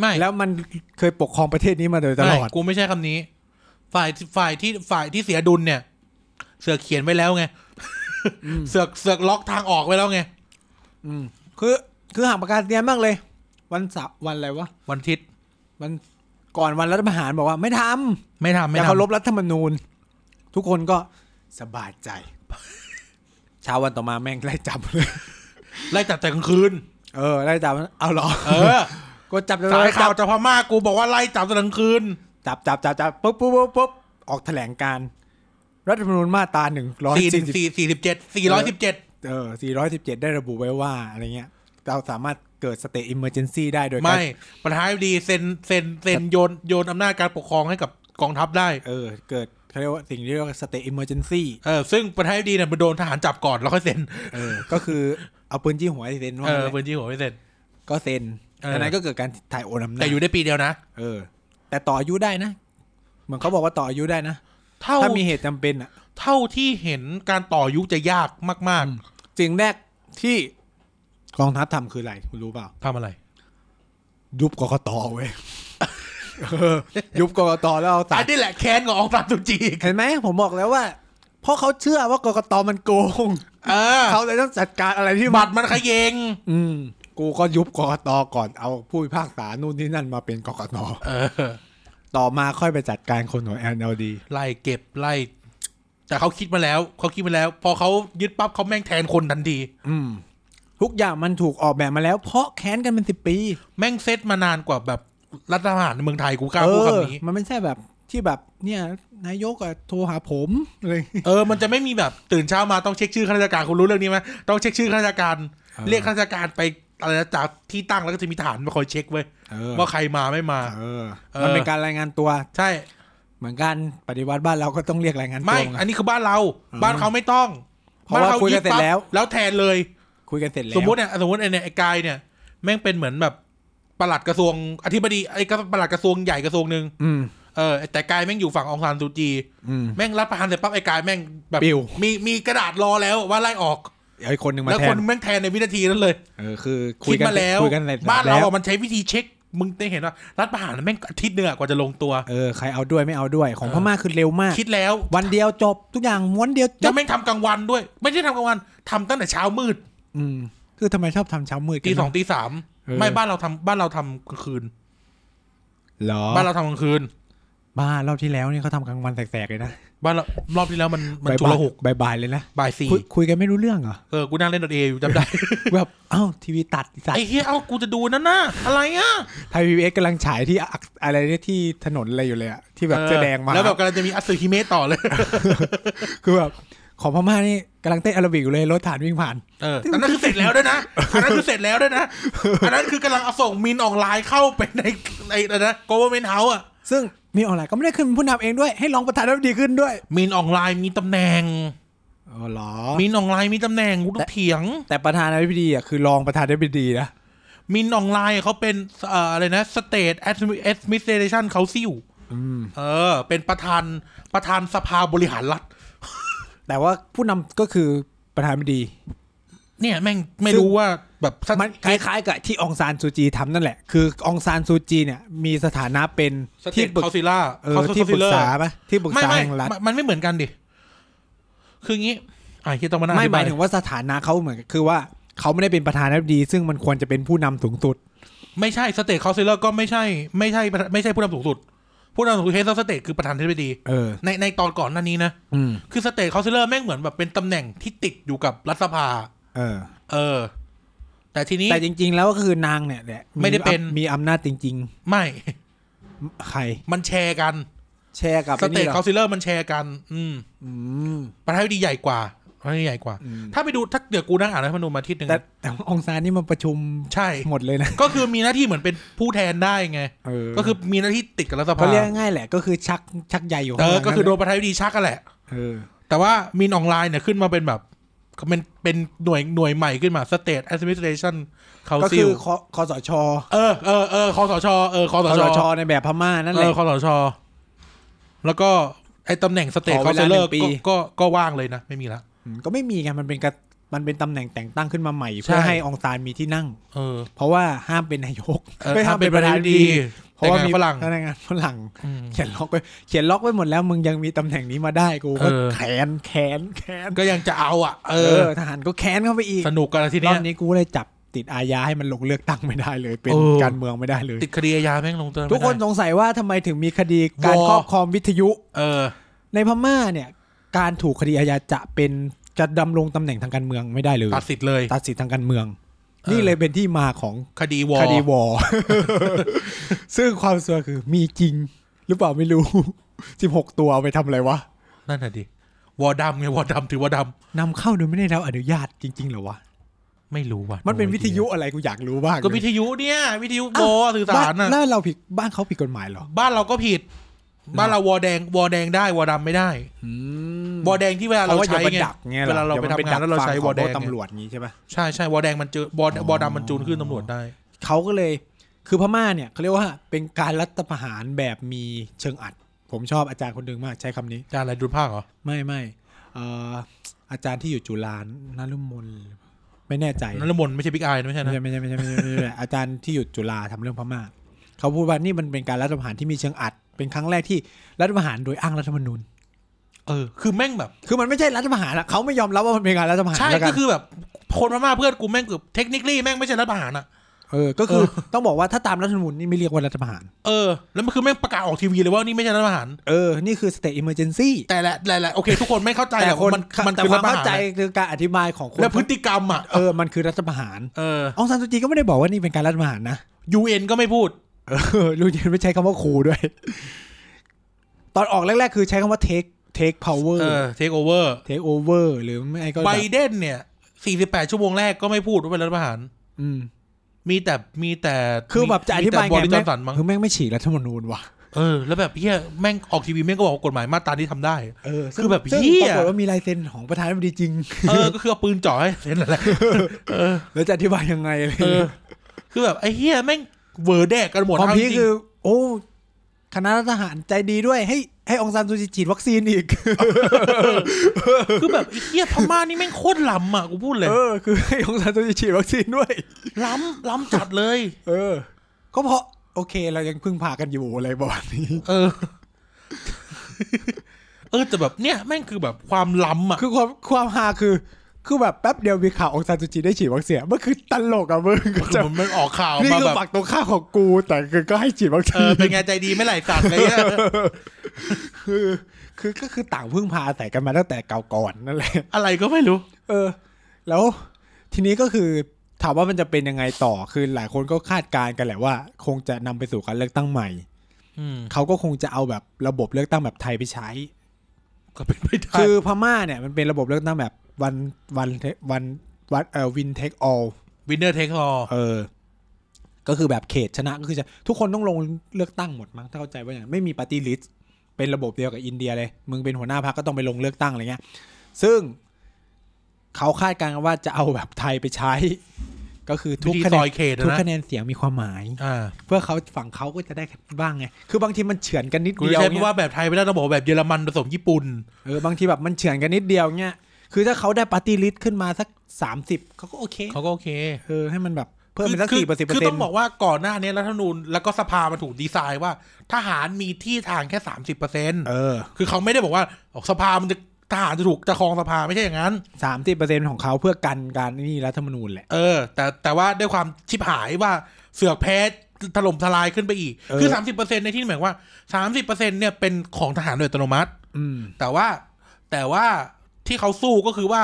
Speaker 1: ไม่
Speaker 2: แล้วมันเคยปกครองประเทศนี้มาโดยตลอด
Speaker 1: ไม่กูไม่ใช่คำนี้ ฝ่ายฝ่ายที่ฝ่ายที่เสียดุลเนี่ย เสือกเขียนไว้แล้วไง เสือกเสือกล็อกทางออกไว้แล้วไง
Speaker 2: อืมคือคือห่างประกาศเนียนมากเลย วันเสาร์วันอะไรวะ
Speaker 1: วันอาทิตย์
Speaker 2: วันก่อนวันรัฐประหารบอกว่าไม่ทำ
Speaker 1: ไม่ทำไม่
Speaker 2: จะ
Speaker 1: ทำ
Speaker 2: เคารพรัฐธรรมนูญ ทุกคนก็สบายใจ เช้าวันต่อมาแม่งไล่จับเลย
Speaker 1: ไล่จับแต่กลางคืน
Speaker 2: เออไล่จับเอาเหรอ
Speaker 1: เออ
Speaker 2: ก็จับจับ
Speaker 1: สาย
Speaker 2: จั
Speaker 1: ข่าว
Speaker 2: บ
Speaker 1: จากพม่ากูบอกว่าไล่จับแต่กลางคืน
Speaker 2: จับจับจับจับปุ๊บปุ๊บปุ๊บปุ๊บออกแถลงการณ์รัฐธรรมนูญมาตราหนึ่งร้อย
Speaker 1: สี่
Speaker 2: สี่สิบ
Speaker 1: สี่สี่สิบเจ็ดสี่ร้อยสิบเจ็ด
Speaker 2: เออสี่ร้อยสิบเจ็ดได้ระบุไว้ว่าอะไรเงี้ย เราสามารถเกิดสเต t อิมเมอร์เจนซีได้โดยการ
Speaker 1: ไม่ประธานาธิบดีเซ็นเซ็นเซ็นโยนโยนอำนาจการปกครองให้กับกองทัพได้
Speaker 2: เออ เกิดเขาเรียกว่าสิ่งที่เรียกว่าสเต t อิมเมอร์เจนซี
Speaker 1: เออซึ่งประธานาธิบดีเนี่ยมันโดนทหารจับก่อนแล้วค่ อยเซ็น
Speaker 2: เออ ก็คือเอาปืนจี้หัวให้เซ็นว่า
Speaker 1: เออ
Speaker 2: งั้นแหละ
Speaker 1: พื้นที่หัวไม่เซ็น
Speaker 2: ก็เซ็น
Speaker 1: เอออั
Speaker 2: อันนั้นก็เกิดการถ่ายโอนอำนา
Speaker 1: แต่
Speaker 2: จ
Speaker 1: อยู่ได้ปีเดียวนะ
Speaker 2: เออ แต่ต่ออายุได้นะ เหมือนเขาบอกว่าต่ออายุได้นะ
Speaker 1: เท่า
Speaker 2: ถ้ามีเหตุจำเป็นอ่ะ
Speaker 1: เท่าที่เห็นการต่อยุคจะยากมาก
Speaker 2: สิ่งแรกที่กองทัพทำคืออะไร คุณรู้เปล่า
Speaker 1: ๆทำอะไร
Speaker 2: ยุบกกตเว้ย เออยุบกกตแล้วเอาสา
Speaker 1: อั
Speaker 2: ร
Speaker 1: นนี้แหละแค้นของอองซานสุจีอีก
Speaker 2: เห็นไหมผมบอกแล้วว่า เพราะเขาเชื่อว่ากกตมันโกง
Speaker 1: เออ
Speaker 2: เขาเลยต้องจัดการอะไรที่
Speaker 1: บัตรมันเขยง
Speaker 2: อืม กูก็ยุบกกตก่อนเอาผู้พิพากษานู่นนี่นั่นมาเป็นกกต
Speaker 1: เออ
Speaker 2: ต่อมาค่อยไปจัดการคนของ NLD
Speaker 1: ไล่เก็บไล่ แต่เขาคิดมาแล้ว เขาคิดมาแล้ว พอเขายึดปั๊บเขาแม่งแทนคนทันที
Speaker 2: อืม ทุกอย่างมันถูกออกแบบมาแล้ว เพราะแค้นกันเป็นสิบปี
Speaker 1: แม่งเซตมานานกว่าแบบรัฐประหารในเมืองไทยกูกล้าพูดคำนี้
Speaker 2: เออมันไม่ใช่แบบที่แบบเนี่ยนายกอะโทรหาผมเลย
Speaker 1: เออ มันจะไม่มีแบบตื่นเช้ามาต้องเช็คชื่อข้าราชการคุณรู้เรื่องนี้ไหมต้องเช็คชื่อข้าราชการ
Speaker 2: เออ
Speaker 1: เรียกข้าราชการไปอะไรนะจากที่ตั้งแล้วก็จะมีฐานมาคอยเช็คเว้ย
Speaker 2: เออ
Speaker 1: ว่าใครมาไม่มา
Speaker 2: เออ
Speaker 1: เออ
Speaker 2: มันเป็นการรายงานตัว
Speaker 1: ใช่
Speaker 2: เหมือนกันปฏิวัติบ้านเราก็ต้องเรียกรายงานตัว
Speaker 1: ไม่
Speaker 2: เหอน
Speaker 1: อั
Speaker 2: กัน
Speaker 1: นนี้คือบ้านเรา บ้านเขาไม่ต้อง
Speaker 2: เพราะว่าคุยกันเสร็จ
Speaker 1: บ้
Speaker 2: แล้ว
Speaker 1: แล้วแทนเลย
Speaker 2: คุยกันเสร็จแล้ว
Speaker 1: สมมติเนี่ย สมมติไอ้เนี่ยไอ้กายเนี่ย แม่งเป็นเหมือนแบบปลัดกระทรวง อธิบดี ไอ้ก็ปลัดกระทรวงใหญ่กระทรวงหนึ่ง
Speaker 2: อืม
Speaker 1: เออ แต่กายแม่งอยู่ฝั่งอองซานซูจี
Speaker 2: อืม
Speaker 1: แม่งรับประหารเสร็จปั๊บไอ้กายแม่งแบบ
Speaker 2: ปิว
Speaker 1: มีมีกระดาษรอแล้วว่าไล่ออก
Speaker 2: เดี๋ยวไอ้คนหนึ่งมา
Speaker 1: แล้ว
Speaker 2: แท
Speaker 1: คน
Speaker 2: น
Speaker 1: แม่งแทนในวินาทีนั้นเลย
Speaker 2: เออคือคุ
Speaker 1: คิด
Speaker 2: ยกัน
Speaker 1: มาแล้ว
Speaker 2: คุยกันเสร็จ
Speaker 1: บ้านเรา
Speaker 2: แล้ว
Speaker 1: อะมันใช้วิธีเช็ค มึงได้เห็นว่ารัฐประหารแม่งอาทิตย์หนึงอะกว่าจะลงตัว
Speaker 2: เออใครเอาด้วยไม่เอาด้วยของพม่าคือเร็วมาก
Speaker 1: คิดแล้ว
Speaker 2: วันเดียวจบทุกอย่างม้วนเดียวจ
Speaker 1: แล้ว
Speaker 2: บ
Speaker 1: แม่งทำกลางวันด้วย ไม่ใช่ทำกลางวันทำตั้งแต่เช้ามืด
Speaker 2: อืมคือทำไมชอบทำเช้ามืดกัน
Speaker 1: ตีสอง
Speaker 2: เนะ
Speaker 1: ตีสาม
Speaker 2: เออ
Speaker 1: ไม่บ้านเราทำบ้านเราทำกลางคืน
Speaker 2: เหรอ
Speaker 1: บ้านเราทำกลางคืน
Speaker 2: บ้านรอบที่แล้วนี่เขาทำกลางวันแสกๆเลยนะ
Speaker 1: บ้านเรารอบที่แล้วมันมัน
Speaker 2: บาย
Speaker 1: จุลหก
Speaker 2: บายบายเลยนะ
Speaker 1: บ่ายสี่
Speaker 2: คุยคุยกันไม่รู้เรื่องเหรอ
Speaker 1: เออกูนั่งเล่นดอทเออยู่จำได้
Speaker 2: แบบอ้าวทีวีตัดสัต
Speaker 1: ไอ้
Speaker 2: ว์
Speaker 1: เฮียเอากูจะดูนั่นน่ะอะไรอ่ะ
Speaker 2: ไทยพีบีเอสกำลังฉายที่อักอะไรเนี่ยที่ถนนอะไรอยู่เลยอะที่แบบเสื้อแดงมา
Speaker 1: แล้วแบบกำลังจะมีอัสซึฮิเมะต่อเลย
Speaker 2: คือแบบของพม่านี่กำลังเต้นแอโรบิกอยู่เลยรถฐานวิ่งผ่าน
Speaker 1: เออแต่นั่นคือเสร็จแล้วด้วยนะ อันนั้นคือเสร็จแล้วด้วยนะ อันนั้นคือกำลังเอาส่งมินออนไลน์เข้าไปในในอะไรนะ government house อ่ะ
Speaker 2: ซึ่งมีออนไลน์ก็ไม่ได้ขึ้นเป็นผู้นำเองด้วย ให้รองประธานาธิบดีขึ้นด้วย
Speaker 1: มินออนไลน์มีตำแหน่ง
Speaker 2: อ๋อเหรอ
Speaker 1: มินออนไลน์มีตำแหน่งกูต้องเถียง
Speaker 2: แต่ประธานาธิบดีอ่ะคือรองประธานาธิบดีนะ
Speaker 1: มินออนไลน์เขาเป็นเอ่ออะไรนะ state administration council เออ เป็นประธานประธานสภาบริหารรัฐ
Speaker 2: แต่ว่าผู้นำก็คือประธานาธิบดี
Speaker 1: เนี่ยแม่งไม่
Speaker 2: ซึ่ง
Speaker 1: รู้ว่าแบบสัก
Speaker 2: มันคล้ายๆกับที่องซานซูจีทำนั่นแหละ คือองซานซูจีเนี่ยมีสถานะเป็น
Speaker 1: สเต
Speaker 2: ที่
Speaker 1: ท
Speaker 2: ปรึก
Speaker 1: คาซิล่า
Speaker 2: เออที่ปรึกษาปะที่ปรึก
Speaker 1: ไม่
Speaker 2: ษา
Speaker 1: ไม่
Speaker 2: แห่งรัฐ
Speaker 1: มันมันไม่เหมือนกันดิ คืองี้อ่ะเฮียต้องมานั่งอ
Speaker 2: ไม่
Speaker 1: ธิบาม
Speaker 2: หาย ยถึงว่าสถานะเขาเหมือนคือว่าเขาไม่ได้เป็นประธานาธิบดี ซึ่งมันควรจะเป็นผู้นำสูงสุด
Speaker 1: ไม่ใช่สเตทคา u ซิลเลอร์ก็ไม่ใช่ไม่ใช่ประธานไม่ใช่ผู้นำสูงสุด ผู้นำสูงสุดเฮดสเตทคือประธานาธิบดี
Speaker 2: เออ
Speaker 1: ในในตอนก่อนหน้านี้นะ
Speaker 2: อืม
Speaker 1: คือสเตทคา u ซิลเลอร์แม่งเหมือนแบบเป็นตำแหน่งที่ติดอยู่กับรัฐสภา
Speaker 2: เออ
Speaker 1: เออ แต่ทีนี้
Speaker 2: แต่จริง ๆ แล้วก็คือนางเนี่ยเนี่ย
Speaker 1: ไม่ได้เป็น
Speaker 2: มีอำนาจจริง
Speaker 1: ไม่
Speaker 2: ๆ ใคร
Speaker 1: มันแชร์กัน
Speaker 2: แชร์กับ
Speaker 1: ส
Speaker 2: ไอ้
Speaker 1: เตท
Speaker 2: นี่หรอ
Speaker 1: คา u ซิลเลอร์มันแชร์กัน อืม
Speaker 2: อืม
Speaker 1: ประธานาธิบดีใหญ่กว่าประธานาธิบดีใหญ่กว่า
Speaker 2: อืม
Speaker 1: ถ้าไปดูถ้าเดี๋ยวกูนั่งอ่านรัฐธรรมนูญมาอาทิศหนึ่ง
Speaker 2: แต่
Speaker 1: นะ
Speaker 2: แต่องซานนี่มันประชุม
Speaker 1: ใช่
Speaker 2: หมดเลยนะ
Speaker 1: ก็คือมีหน้าที่เหมือนเป็นผู้แทนได้ไง
Speaker 2: เออ
Speaker 1: ก็คือมีหน้าที่ติดกับรัฐสภา
Speaker 2: เขาเรียกง่ายๆแหละ ก็คือชักชักใยอยู่
Speaker 1: เอ
Speaker 2: ข้างห
Speaker 1: อ
Speaker 2: ลัง
Speaker 1: ก็คือโด
Speaker 2: นั่
Speaker 1: นป
Speaker 2: นแหละ
Speaker 1: ระธานาธิบดีชักกันแหละ
Speaker 2: เออ
Speaker 1: แต่ว่ามินออนไลน์เนี่ยขึ้นมาเป็นแบบเป็นเป็นหน่วยหน่วยใหม่ขึ้นมา State Administration เขา
Speaker 2: ก็
Speaker 1: ซิ
Speaker 2: คื
Speaker 1: ล
Speaker 2: อคคอสช
Speaker 1: เออเออเออคอสชเออคอส
Speaker 2: คอส
Speaker 1: ช
Speaker 2: ชในแบบพม่านั่นแห
Speaker 1: เอ
Speaker 2: ละ
Speaker 1: อคอสช แล้วก็ไอ้ตำแหน่ง State
Speaker 2: ขอเวลา
Speaker 1: Councilor
Speaker 2: หนึ่งปี
Speaker 1: ก็ก็ก็ว่างเลยนะ ไม่มีละ
Speaker 2: มก็ไม่มีไงมันเป็นกระมันเป็นตำแหน่งแต่งตั้งขึ้นมาใหม่
Speaker 1: ใช่
Speaker 2: เพื่อให้องซานมีที่นั่ง
Speaker 1: เออ
Speaker 2: เพราะว่าห้ามเป็นนายก
Speaker 1: เออ
Speaker 2: ไม่ห้ามเป็นประธานาธิบดี
Speaker 1: เพ
Speaker 2: เพราะ
Speaker 1: ราะ
Speaker 2: ว่า
Speaker 1: ว่า
Speaker 2: มี
Speaker 1: มีฝรั่ง
Speaker 2: พนักงานฝรั่ง
Speaker 1: อืม
Speaker 2: เขียนล็อกไว้เขียนล็อกไว้หมดแล้วมึงยังมีตำแหน่งนี้มาได้กูก็
Speaker 1: เออ
Speaker 2: แขนแขนแขน
Speaker 1: ก็ยังจะเอาอ่ะ เอ
Speaker 2: เอ
Speaker 1: อ
Speaker 2: อทหารก็แขนเข้าไปอีก
Speaker 1: สนุกกันละที
Speaker 2: รอ
Speaker 1: เนี้
Speaker 2: บ
Speaker 1: ย
Speaker 2: นี้กูเลยจับติดอาญาให้มันลงเลือกตั้งไม่ได้เลย เป็น
Speaker 1: เออ
Speaker 2: การเมืองไม่ได้เลย
Speaker 1: ติดคดีอาญาแม่งลงเติม
Speaker 2: ทุกคน
Speaker 1: ไม่ได้
Speaker 2: สงสัยว่าทำไมถึงมีคดีการ
Speaker 1: วอ
Speaker 2: ครอบครองวิทยุ
Speaker 1: เออ
Speaker 2: ในพม่าเนี่ย การถูกคดีอาญาจะเป็นจะดำรงตำแหน่งทางการเมืองไม่ได้เลย
Speaker 1: ตัดสิทธิ์เลย
Speaker 2: ตัดสิทธิ์ทางการเมือง
Speaker 1: ออ
Speaker 2: นี่เลยเป็นที่มาของ
Speaker 1: คดีวอ
Speaker 2: คดีวอร์ ซึ่งความสัวคือมีจริง หรือเปล่าไม่รู้ 16 ตัวเอาไปทำอะไรวะ
Speaker 1: นั่นน่ะดิวอดำไงวอดำถือวอด
Speaker 2: นำเข้าโดยไม่ได้รับอนุญาตจริง ๆ เหรอวะ
Speaker 1: ำไม่รู้ว่ะ
Speaker 2: มันเป็นวิทยุอะไรกูอยากรู้บ้าง
Speaker 1: ก็วิ
Speaker 2: เลย
Speaker 1: ทยุเนี่ย วิทยุโบ
Speaker 2: าว
Speaker 1: สื่อสาร
Speaker 2: บ้า
Speaker 1: น่ะ
Speaker 2: นแล้วเราผิดบ้านเขาผิดกฎหมายเหรอ
Speaker 1: บ้านเราก็ผิด บ้านเราวอแดงวอแดงได้วอดำไม่ได้วอแดงที่เวลา
Speaker 2: เรา
Speaker 1: เรา
Speaker 2: ว่าอย่า
Speaker 1: ใช้
Speaker 2: มา
Speaker 1: ไง
Speaker 2: ดักไงหอ
Speaker 1: เวลาเราไป
Speaker 2: อย่ม
Speaker 1: ทำงานแล้วเราใช้
Speaker 2: ดัก
Speaker 1: ว
Speaker 2: ฟัง
Speaker 1: อแดง
Speaker 2: ของพกตำรวจงี้ใช่ปะ
Speaker 1: ใช่ใช่วอแดงมันเจอวอ
Speaker 2: อ๋อ
Speaker 1: วอดำมันจูนขึ้นตำรวจได้
Speaker 2: เขาก็เลยคือพม่าเนี่ยเขาเรียกว่าเป็นการรัฐประหารแบบมีเชิงอัด ผมชอบอาจารย์คนหนึ่งมากใช้คำนี้
Speaker 1: จานอะไรดูดภาคเหรอ
Speaker 2: ไม่ไม่เอ่ออาจารย์ที่อยู่จุฬานารุมนไม่แน่ใจ
Speaker 1: นั่นละมนไม่ใช่บิ๊กไอนะไม่ใช่นะ
Speaker 2: ไม่ใช่ไม่ใช่ไม่ใช่ไม่ใช่ไม่ใช่ไม่ใช่ อาจารย์ที่อยู่จุฬาทำเรื่องพม่าเขาพูดว่านี่มันเป็นการรัฐประหารที่มีเชิงอัด เป็นครั้งแรกที่รัฐประหารโดยอ้างรัฐธรรมนูญ
Speaker 1: เออ คือแม่งแบบ
Speaker 2: คือมันไม่ใช่รัฐประหารอะเขาไม่ยอมรับว่ามันเป็นการรัฐประหาร
Speaker 1: ใช่
Speaker 2: แล้วกั
Speaker 1: ก็
Speaker 2: น
Speaker 1: คือแบบคนพม่าเพื่อนกูแม่งเกือบเทคนิคลี่แม่งไม่ใช่รัฐประหารอ่ะ
Speaker 2: เออก็คือต้องบอกว่าถ้าตามรัฐธรรมนูญนี่ไม่เรียกว่ารัฐประหาร
Speaker 1: เออ แล้วมันคือแม่งประกาศออกทีวีเลยว่านี่ไม่ใช่รัฐประหาร
Speaker 2: เออ นี่คือ state emergency
Speaker 1: แต่ละแต่ละโอเค ทุกคนไม่เข้าใจ
Speaker 2: แต่
Speaker 1: หรอก
Speaker 2: คน
Speaker 1: มันมัน
Speaker 2: แต่
Speaker 1: คือ
Speaker 2: ควา
Speaker 1: รั
Speaker 2: ม
Speaker 1: ฐประ
Speaker 2: เข้า
Speaker 1: หาร
Speaker 2: ใจ
Speaker 1: นะ
Speaker 2: คือการอธิบายของคน
Speaker 1: และพฤติกรรมอ่ะ
Speaker 2: เออมันคือรัฐประหาร
Speaker 1: เออ
Speaker 2: องซานซูจีก็ไม่ได้บอกว่านี่เป็นการรัฐประหารนะ
Speaker 1: UN ก็ไม่พูด
Speaker 2: เออ ลูเยนไม่ใช้คำว่าครูด้วย ตอนออกแรกๆ คือใช้คำว่า take take
Speaker 1: เอ
Speaker 2: power
Speaker 1: อ take over
Speaker 2: take over หรือไม่ก็แบบ
Speaker 1: ไบเดนเนี่ย 48 ชั่วโมงแรกก็ไม่พูดว่าเป็นรัฐประหาร
Speaker 2: อืม
Speaker 1: มีแต่ มีแต่
Speaker 2: คือแบบจะอธิบาย
Speaker 1: บ
Speaker 2: ไง
Speaker 1: ริจ
Speaker 2: แม่
Speaker 1: อนสันมั้ง
Speaker 2: คือแม่งไม่ฉีกรัฐธรรมนูญว่ะ
Speaker 1: เออ แล้วแบบเฮียแม่งออกทีวีแม่งก็บอกว่ากฎหมายมาตราที่ทำได้
Speaker 2: เออ
Speaker 1: คือแบบ
Speaker 2: ซึ่ง
Speaker 1: เหี้ย
Speaker 2: ปรากฏว่ามีลายเซ็นของประธานาธิบดีจริง
Speaker 1: เออ ก็คือเอาปืนจ่อให้เห็นแหละเออ
Speaker 2: แล้วจะอธิบายยังไงอะไร
Speaker 1: เออ คือแบบไอ้เฮียแม่งเวอร์แดกกันหมด
Speaker 2: ความ
Speaker 1: เาจ
Speaker 2: พีค
Speaker 1: ริงๆ
Speaker 2: คือ โอ้คณะทหารใจดีด้วย ให้ให้องซานซูจีฉีดวัคซีนอีก
Speaker 1: คือแบบไอ้เฮียพม่านี่แม่งโคตรล้ำอ่ะ กูพูดเลย
Speaker 2: เออ คือให้องซานซูจีฉีดวัคซีนด้วย
Speaker 1: ล้ำ ล้ำจัดเลย
Speaker 2: เออ ก็เพราะโอเค เรายังพึ่งพากันอยู่อะไรประมาณนี้
Speaker 1: เอ อ เออ แต่แบบเนี่ยแม่งคือแบบความล้ำอ่ะ
Speaker 2: คือความความฮาคือ คือแบบแป๊บเดียวมีข่าวองซานซูจีได้ฉีดวัคซีนมันคือตลกอะมึงก็
Speaker 1: คือ
Speaker 2: จะ
Speaker 1: มันมันออกข่าว
Speaker 2: นี่
Speaker 1: มา
Speaker 2: คือ
Speaker 1: แบบ
Speaker 2: ฝักตรงข้ามของกู แต่คือก็ให้ฉีดวัค
Speaker 1: เอ
Speaker 2: ซี
Speaker 1: อน เป็นไงใจดีไม่ไหลสัตว์เลยอะ
Speaker 2: คือ คือก็คือต่างพึ่งพาอาศัยกันมาตั้งแต่เก่าก่อนนั่นแหละ
Speaker 1: อะไรก็ไม่รู้
Speaker 2: เออ แล้วทีนี้ก็คือถามว่ามันจะเป็นยังไงต่อ คือหลายคนก็คาดการณ์กันแหละว่า คงจะนำไปสู่การเลือกตั้งใหม่
Speaker 1: อืม
Speaker 2: เขาก็คงจะเอาแบบระบบเลือกตั้งแบบไทยไปใช้
Speaker 1: ก็เป็นไปได้
Speaker 2: คือพม่าเนี่ยมันเป็นระบบเลือกตั้งแบบวันวันวันวันเอ่อวินเทคออล
Speaker 1: วินเนอร์เทคอ
Speaker 2: เออ ก็คือแบบเขตชนะก็คือจะทุกคนต้องลงเลือกตั้งหมดมั้งถ้าเข้าใจว่าอย่างนั้นไม่มีปาร์ตี้ลิสต์เป็นระบบเดียวกับอินเดียเลย มึงเป็นหัวหน้าพรรคก็ต้องไปลงเลือกตั้งอะไรเงี้ย ซึ่งเขาคาดการณ์กันว่าจะเอาแบบไทยไปใช้ ก็คือ
Speaker 1: ทุ
Speaker 2: ทุ
Speaker 1: ก
Speaker 2: ก
Speaker 1: คะ
Speaker 2: คะ
Speaker 1: แน
Speaker 2: แน
Speaker 1: น
Speaker 2: น
Speaker 1: เขต
Speaker 2: ทุก
Speaker 1: นะ
Speaker 2: คะแนนเสียงมีความหมาย
Speaker 1: อ่า
Speaker 2: เพื่อเขาฝั่งเขาก็จะได้บ้างไง คือบางทีมันเฉือนกันนิด
Speaker 1: กู
Speaker 2: เดี
Speaker 1: จะ
Speaker 2: ยว
Speaker 1: ใช้
Speaker 2: เงี้ย
Speaker 1: ว่าแบบไทยไม่ได้ต้องบอกว่าแบบเยอรมันผสมญี่ปุ่น
Speaker 2: เออบางทีแบบมันเฉือนกันนิดเดียวเงี้ย คือถ้าเขาได้ปาร์ตี้ลิสต์ขึ้นมาสักสามสิบเขาก็โอเค
Speaker 1: เขาก็โอเค
Speaker 2: เออให้มันแบบเพิ่มเป็นสัก
Speaker 1: คื
Speaker 2: สี่เปอร์สิบเปอ
Speaker 1: คื
Speaker 2: ร์
Speaker 1: อ
Speaker 2: เซ็น
Speaker 1: ต้อ
Speaker 2: ต์
Speaker 1: งบอกว่าก่อนหน้านี้รัฐธรรมนูญแล้วก็สภามันถูกดีไซน์ว่าทหารมีที่ทางแค่สามสิบเปอร์เซ็นต์
Speaker 2: เออ
Speaker 1: คือเขาไม่ได้บอกว่าออกสภามันจะทหารจะถูกจะครองสภาไม่ใช่อย่างนั้น
Speaker 2: สามสิบเปอร์เซ็นต์ของเขาเพื่อกันการนี่รัฐธรรมนูญแหละ
Speaker 1: เออ แต่แต่ว่าด้วยความชิบหายว่าเสือกแพ้ถล่มทลายขึ้นไปอีก
Speaker 2: เออ
Speaker 1: คือ 30%ในที่นี้หมายความว่า 30%เนี่ยเป็นของทหารโดยอัตโนมัติ
Speaker 2: อืม
Speaker 1: แต่ว่าแต่ว่าที่เขาสู้ก็คือว่า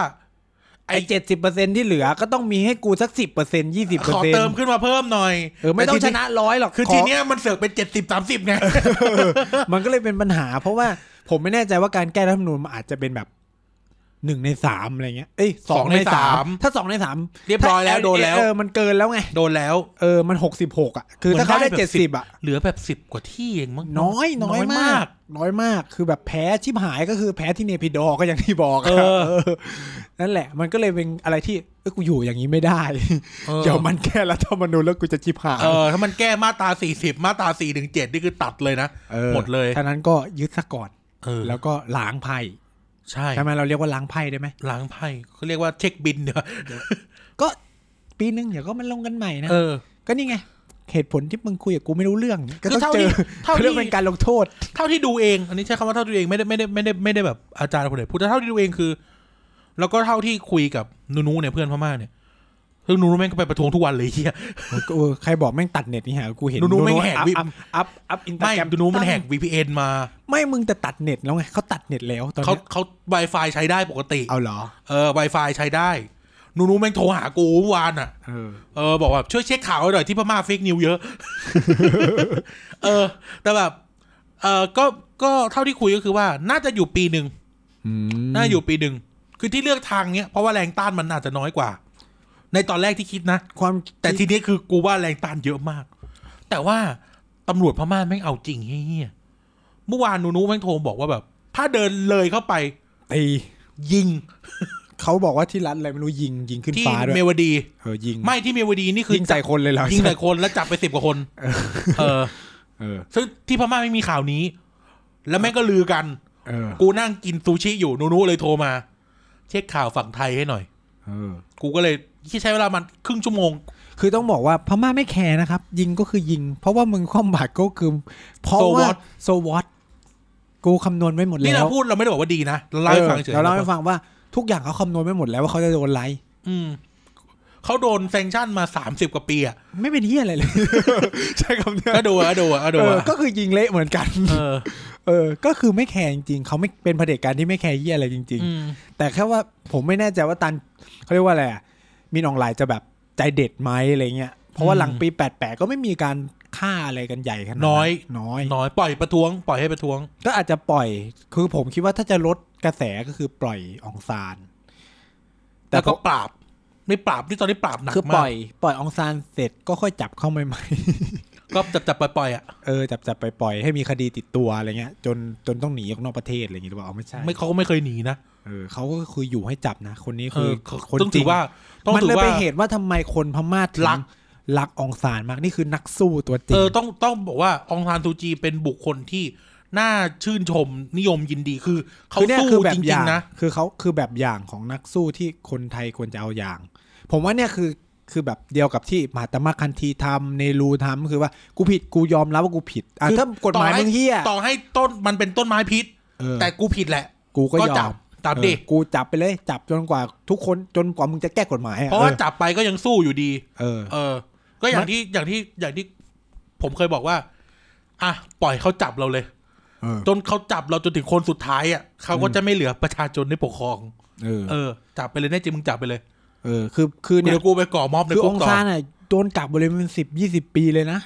Speaker 1: ไอ้
Speaker 2: ไอ้เจ็ดสิบเปอร์เซ็นต์ที่เหลือก็ต้องมีให้กูสักสิบเปอร์เซ็นต์ยี่สิบเปอ
Speaker 1: ข
Speaker 2: ร์
Speaker 1: อ
Speaker 2: เซ็น
Speaker 1: เติม
Speaker 2: ต์
Speaker 1: ขึ้นมาเพิ่มหน่อย
Speaker 2: เออไม่ต้องช
Speaker 1: แต่ที
Speaker 2: นะร้อยหรอก
Speaker 1: คือ
Speaker 2: ข
Speaker 1: ทีเนี้ยมันเสือกเป็น 70 30ไง
Speaker 2: มันก็เลยเป็นปัญหา เพราะว่าผมไม่แน่ใจว่าการแก้รัฐธรรมนูญมันอาจจะเป็นแบบหนึ่งในสามอะไรเงี้ยเอ้ยสอง
Speaker 1: สองใน
Speaker 2: ในสา
Speaker 1: สาม
Speaker 2: มถ้าสองในสาม
Speaker 1: เรียบร้อยแล้ว
Speaker 2: ถ้า
Speaker 1: โดนแล้ว
Speaker 2: เออมันเกินแล้วไง
Speaker 1: โดนแล้ว
Speaker 2: เออมันหกสิบหกอ่ะคือถ้าเขา
Speaker 1: มั
Speaker 2: ได้
Speaker 1: นได้แบบ
Speaker 2: เจ็ดสิบอ่ะ
Speaker 1: เหลือแบบ 10 กว่าที่เองมั้ง
Speaker 2: น้อยน้อยมาก น้อยมากคือแบบแพ้ชิบหายก็คือแพ้ที่เนปิดอร์ก็อย่างที่บอก
Speaker 1: เอ
Speaker 2: อะ
Speaker 1: อ
Speaker 2: เออนั่นแหละ มันก็เลยเป็นอะไรที่เอ้ยกูอยู่อย่างนี้ไม่ได้
Speaker 1: เออ
Speaker 2: เดี๋ยวมันแก้รัฐธรรมนูญแล้วกูจะชิบหาย
Speaker 1: เออถ้ามันแก้มาตรา40 มาตรา417นี่คือตัดเลยนะ
Speaker 2: เออ
Speaker 1: หมดเลย
Speaker 2: ท่านั้นก็ยึดซะก่อน
Speaker 1: เออ
Speaker 2: แล้วก็ล้างไพ่
Speaker 1: ใช่
Speaker 2: ใช่ไหมเราเรียกว่าล้างไพ่ได้ไหม
Speaker 1: ล้างไพ่เขาเรียกว่าเช็คบินเนอะ
Speaker 2: ก็ปีนึงเดี๋ยวก็มันลงกันใหม่นะ
Speaker 1: เออ
Speaker 2: ก็นี่ไงเหตุผลที่มึงคุยกับกูไม่รู้เรื่องก็
Speaker 1: คือ
Speaker 2: ต้อง
Speaker 1: เท่า
Speaker 2: เจ
Speaker 1: ที่
Speaker 2: อ
Speaker 1: เท่า
Speaker 2: เขาเรียก
Speaker 1: ที่
Speaker 2: เป็นการลงโทษ
Speaker 1: เท่าที่ดูเอง อันนี้ใช้คำว่าเท่าที่ดูเองไม่ได้ไม่ได้ไม่ได้ไม่ได้แบบอาจารย์คนไหนพูดแต่เท่าที่ดูเองคือ แล้วก็เท่าที่คุยกับนูนูเนี่ยเพื่อนพม่าเนี่ยเรื่องนูนูแม่งก็ไปประท้วงทุกวันเลยไอ้เฮีย
Speaker 2: ผมก็เออใครบอกแม่งตัดเน็ตนี่ฮะกูเห็น
Speaker 1: ดูดูแม่งแหกวิ
Speaker 2: อัพอัพอัพอินเตอ
Speaker 1: ไม่
Speaker 2: ร์แกรม
Speaker 1: นูนูมันแหก VPN มา
Speaker 2: ไม่มึงแต่ตัดเน็ตแล้วไงเขาตัดเน็ตแล้วตอน
Speaker 1: เขา
Speaker 2: เนี้ย
Speaker 1: เขา Wi-Fi ใช้ได้ปกติ
Speaker 2: เอาเหรอ
Speaker 1: เออ Wi-Fi ใช้ได้นูนูแม่งโทรหากูเมื่อวานอ่ะ
Speaker 2: เออ
Speaker 1: เออบอกว่าช่วยเช็คข่าวให้หน่อยที่พม่าเฟกนิวเยอะ เออ แต่แบบเออก็ก็เท่าที่คุยก็คือว่า น่าจะอยู่ปีหนึ่ง น่าอยู่ปีหนึ่ง คือที่เลือกทางเนี้ย เพราะว่าแรงต้านมันอาจจะน้อยกว่า ในตอนแรกที่คิดนะ
Speaker 2: ความ
Speaker 1: แต่ทีนี้คือกูว่าแรงต้านเยอะมาก แต่ว่าตำรวจพม่าแม่งเอาจริงเฮี้ยๆเมื่อวานนูนูแม่งโทรบอกว่าแบบ ถ้าเดินเลยเข้าไป
Speaker 2: ตี
Speaker 1: ยิง
Speaker 2: เขาบอกว่าที่รัฐอะไรไม่รู้ยิงยิงขึ้น
Speaker 1: ที่
Speaker 2: ฟ้าด้ว
Speaker 1: เม
Speaker 2: ยว
Speaker 1: ดี
Speaker 2: เออยิง
Speaker 1: ไม่ที่เมวดีนี่คือ
Speaker 2: ยิงใส่คนเลยเหรอ
Speaker 1: ยิงหลายคนแล้วจับไปสิบกว่าคน เออ
Speaker 2: เออ
Speaker 1: ซึ่งที่พม่าไม่มีข่าวนี้ แล้วแม่งก็ลือกัน
Speaker 2: เออ
Speaker 1: กูนั่งกินซูชิอยู่นูนูเลยโทรมา เช็คข่าวฝั่งไทยให้หน่อย
Speaker 2: เออ
Speaker 1: กูก็เลยที่ใช้เวลามันครึ่งชั่วโมง
Speaker 2: คือต้องบอกว่าพม่าไม่แคร์นะครับ ยิงก็คือยิง เพราะว่ามึงความบาดก็คือ เพราะ
Speaker 1: So
Speaker 2: ว่า
Speaker 1: what?
Speaker 2: โซวอตกูคำนวณไว้หมดแล้ว
Speaker 1: นี่เราพูดเราไม่ได้บอกว่าดีนะเราเล่าให้ฟังเฉย
Speaker 2: ออเราเล่าให้ฟังว่าทุกอย่างเขาคำนวณไว้หมดแล้วว่าเขาจะโดนไล่
Speaker 1: อืมเขาโดนแซงชั่นมาสามสิบกว่าปี อ่ะ
Speaker 2: ไม่เป็นที่อะไรเลย ใช่คำเนี้ย
Speaker 1: ก็ดูอะก็ดูอะก็ดู
Speaker 2: เออ
Speaker 1: อะ
Speaker 2: ก็คือยิงเละเหมือนกัน
Speaker 1: เออ
Speaker 2: เออ ก็คือไม่แคร์จริงๆเขาไม่เป็นเผด็จการที่ไม่แคร์เยี่ยอะไรจริง ๆ
Speaker 1: อืม
Speaker 2: แต่แค่ว่าผมไม่แน่ใจว่าตันเขาเรียกว่าอะไรอะมินออนไลน์จะแบบใจเด็ดไหมอะไรเงี้ยเพราะว่าหลังปี88ก็ไม่มีการฆ่าอะไรกันใหญ่ขนาดน้อย
Speaker 1: น้อยปล่อยประท้วง ปล่อยให้ประท้วง
Speaker 2: ก็อาจจะปล่อย คือผมคิดว่าถ้าจะลดกระแสก็คือปล่อยอองซาน แต่
Speaker 1: แล้ว
Speaker 2: ก็
Speaker 1: ก็ปราบ ไม่ปราบนี่ตอนนี้ปราบหนัก
Speaker 2: คือป
Speaker 1: มาก
Speaker 2: ล่อยปล่อยอองซานเสร็จก็ค่อยจับเข้าใหม่
Speaker 1: ก็จับจับปล่อยปล่อยๆอ่ะ
Speaker 2: ๆเออจับจับไปปล่อยให้มีคดีติดตัวอะไรเงี้ย จนจนต้องหนีออกนอกประเทศอะไรอย่างงี้หรือเปล่าเอาไม่ใช่
Speaker 1: ไม่เขาก็ไม่เคยหนีนะ
Speaker 2: เออเขาก็คืออยู่ให้จับนะ คนนี้
Speaker 1: เอ
Speaker 2: คือ อ
Speaker 1: เขา
Speaker 2: คน
Speaker 1: ต้อง
Speaker 2: จ
Speaker 1: ถื
Speaker 2: ริ
Speaker 1: อง ว่า ต้อง
Speaker 2: มัน
Speaker 1: ถื
Speaker 2: เล
Speaker 1: อยว่า
Speaker 2: เป็นเหตุว่าทำไมคนพม่าถึง
Speaker 1: รัก
Speaker 2: รักองศานมากนี่คือนักสู้ตัวจริ
Speaker 1: เอง อต้องต้องบอกว่าองซานซูจีเป็นบุคคลที่น่าชื่นชมนิยมยินดีคือเขา
Speaker 2: คือนี่ย
Speaker 1: สู้
Speaker 2: คือแบ
Speaker 1: จ
Speaker 2: บอ
Speaker 1: ริ
Speaker 2: ย่าง ง
Speaker 1: ๆนะ
Speaker 2: คือเขาคือแบบอย่างของนักสู้ที่คนไทยควรจะเอาอย่าง ผมว่าเนี่ยคือคือแบบเดียวกับที่มหาตมะคันธีทำเนรูทำคือว่ากูผิดกูยอมรับว่ากูผิดอ่ะ
Speaker 1: คือ
Speaker 2: ถ้ากฎหมายมึงเฮีย
Speaker 1: ต่อให้ต้นมันเป็นต้นไม้พิษ
Speaker 2: เออ
Speaker 1: แต่กูผิดแหละ
Speaker 2: กูก็
Speaker 1: ก็
Speaker 2: ยอ
Speaker 1: จับ
Speaker 2: ม
Speaker 1: จับดิ
Speaker 2: เออกูจับไปเลย จับจนกว่าทุกคนจนกว่ามึงจะแก้กฎหมายอ
Speaker 1: เพราะว่าจับไปก็ยังสู้อยู่ดี
Speaker 2: เออ
Speaker 1: เออ ก็อย่า
Speaker 2: มั
Speaker 1: ง
Speaker 2: น
Speaker 1: ที่อย่างที่อย่างที่ผมเคยบอกว่า อ่ะ ปล่อยเขาจับเราเลย
Speaker 2: เอ เออ
Speaker 1: จนเขาจับเราจนถึงคนสุดท้ายอ่ะเขาก็จะไม่เหลือประชาชนในปกครอง
Speaker 2: เออ
Speaker 1: เออ จับไปเลยแน่จริงมึงจับไปเลย
Speaker 2: เออคือคือเนี่ย
Speaker 1: เดี๋ยวกูไปก่อม็อบใน
Speaker 2: คือ
Speaker 1: ก๊
Speaker 2: อก ง
Speaker 1: ต่อ
Speaker 2: ซานอ่ะโดนกักบริเวณสิบยี่สิบปีเลยนะ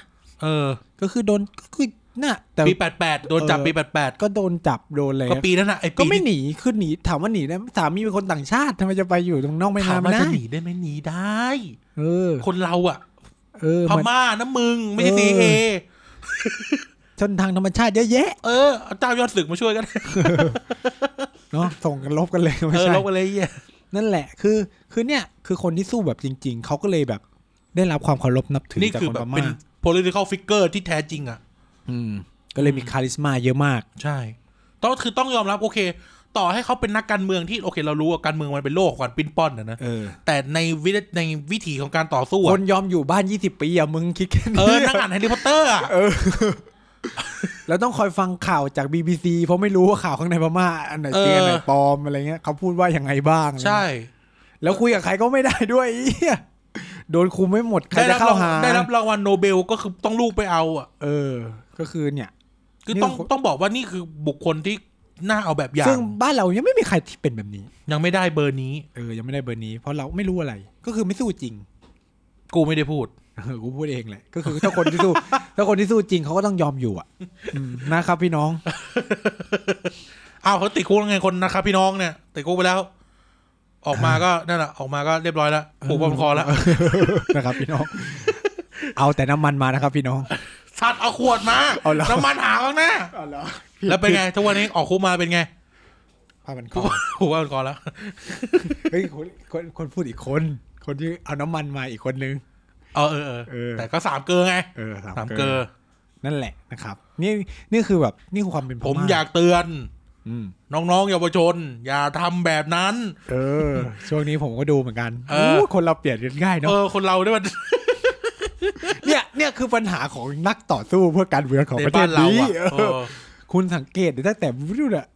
Speaker 1: เออ
Speaker 2: ก็คือโดนก็คือน่ะแต่
Speaker 1: ปีแปดแปดโดนจับ
Speaker 2: เออ
Speaker 1: ปีแปดแปด
Speaker 2: ก็โดนจับโดนอะไร
Speaker 1: ก็
Speaker 2: เงี้ย
Speaker 1: ปีนั้นน่ะไอ้
Speaker 2: ก็
Speaker 1: ปี
Speaker 2: ไม่หนีคือหนีถามว่าหนีได้ไหมสามีเป็นคนต่างชาติทำไมจะไปอยู่ตรงนอกไม่
Speaker 1: ถาม
Speaker 2: น้ำ
Speaker 1: ว่า
Speaker 2: ได้
Speaker 1: จะหนีได้ไหมหนีได้
Speaker 2: เออ
Speaker 1: คนเราอ่ะ
Speaker 2: เออ
Speaker 1: พ
Speaker 2: มัน
Speaker 1: ม่านะมึงไม่ใช่
Speaker 2: เออ
Speaker 1: ซีเอ
Speaker 2: ชนทางธรรมชาติเยอะแยะ
Speaker 1: เออเอาเจ้ายอดศึกมาช่วยกัน
Speaker 2: เนาะส่งกันลบกันเลยไม่
Speaker 1: เออ
Speaker 2: ใช่
Speaker 1: ลบอะไรเงี้ย
Speaker 2: นั่นแหละ คือ คือเนี่ย คือคนที่สู้แบบจริง ๆ เขาก็เลยแบบ ได้รับความเคารพนับถือ
Speaker 1: นี่
Speaker 2: จาก
Speaker 1: คือ
Speaker 2: คน
Speaker 1: แบ
Speaker 2: พ
Speaker 1: บ
Speaker 2: ม่า
Speaker 1: เป็น political figure ที่แท้จริงอ่ะ
Speaker 2: อืม ก็เลยมีคาริสมาเยอะมาก
Speaker 1: ใช่ ต้องคือต้องยอมรับโอเค ต่อให้เขาเป็นนักการเมืองที่โอเค เรารู้ว่าการเมืองมันเป็นโลกก่อนปิ้นป้อนนะนะ
Speaker 2: เออ
Speaker 1: แต่ในวิธีในวิถีของการต่อสู้อะ
Speaker 2: คนยอมอยู่บ้าน 20 ปีอะมึงคิดแค่
Speaker 1: เอ
Speaker 2: นี้
Speaker 1: อ นั่งอ่านแฮร์รี่พอตเตอร์อะ
Speaker 2: แล้วต้องคอยฟังข่าวจาก BBC เพราะไม่รู้ว่าข่าวข้างในพม่าอันไหนจริงอันไหนปลอมอะไรเงี้ยเขาพูดว่ายังไงบ้าง
Speaker 1: ใช่
Speaker 2: แล้วคุยกับใครก็ไม่ได้ด้วย เหี้ยโดนคุมไม่หมดใคร
Speaker 1: ได้
Speaker 2: จะ
Speaker 1: รั
Speaker 2: เข้าร
Speaker 1: บาง
Speaker 2: หา
Speaker 1: ได้รับรางวัลโนเบลก็คือต้องลูกไปเอาอ่ะ
Speaker 2: เออ ก็คือเนี่ย
Speaker 1: คือ
Speaker 2: นี่
Speaker 1: ต้อง
Speaker 2: คน
Speaker 1: ต้องบอกว่านี่คือบุคคลที่น่าเอาแบบอย่า
Speaker 2: ซึ่
Speaker 1: ง
Speaker 2: งบ้านเรายังไม่มีใครที่เป็นแบบนี้
Speaker 1: ยังไม่ได้เบอร์นี้
Speaker 2: เออ ยังไม่ได้เบอร์นี้ เพราะเราไม่รู้อะไร ก็คือไม่สู้จริง
Speaker 1: กูไม่ได้พูด
Speaker 2: เออกูพูดเองแหละก็คือถ้าคนที่สู้ ถ้าคนที่สู้จริงเขาก็ต้องยอมอยู่อ่ะ อืมนะครับพี่น้อง
Speaker 1: เอาวเขาติดคุกแล้วไงคนนะครับพี่น้องเนี่ยติดคุกไปแล้ว ออกมาก็นั่นแหละออกมาก็เรียบร้อยแล้วผูกปมคอแล้ว
Speaker 2: นะครับพี่น้อง เอาแต่น้ำมันมานะครับพี่น้อง
Speaker 1: สัตว์เอาขวดมา
Speaker 2: เอาเหรอ
Speaker 1: น้ำมันหาข้างหน้า แล้วเป็นไงทุกวันนี้ออกคุกมาเป็นไง
Speaker 2: ผ้ามันค
Speaker 1: ผู
Speaker 2: อก
Speaker 1: ผูกว่ามันก่อนแล้ว
Speaker 2: เฮ้ยคนคนคนพูดอีกคน คนที่เอาน้ำมันมาอีกคนนึง
Speaker 1: เออเออเออ
Speaker 2: เออ
Speaker 1: แต่ก็สามเกลอไง
Speaker 2: เออสาม
Speaker 1: สาม
Speaker 2: เก
Speaker 1: เกล
Speaker 2: ล
Speaker 1: อ
Speaker 2: นั่นแหละนะครับ นี่นี่คือแบบนี่คือความเป็นพ
Speaker 1: ผม
Speaker 2: ม่
Speaker 1: อยากเตือน
Speaker 2: อืม
Speaker 1: น้องๆเยาวชน อย่าทำแบบนั้น
Speaker 2: เออ ช่วงนี้ผมก็ดูเหมือนกัน
Speaker 1: เออ
Speaker 2: โอ้คนเราเปลี่ยนกันง่ายเนาะ
Speaker 1: เออคนเราเนี่ยมัน
Speaker 2: เนี่ยเนี่ยคือปัญหาของนักต่อสู้เพื่อการเมืองของ
Speaker 1: ใน
Speaker 2: ประเท
Speaker 1: บ้า
Speaker 2: ศ
Speaker 1: นเรา
Speaker 2: นี้
Speaker 1: อ่ะ
Speaker 2: เออคุณสังเกตดิตั้งแต่ไม่รู้น่ะ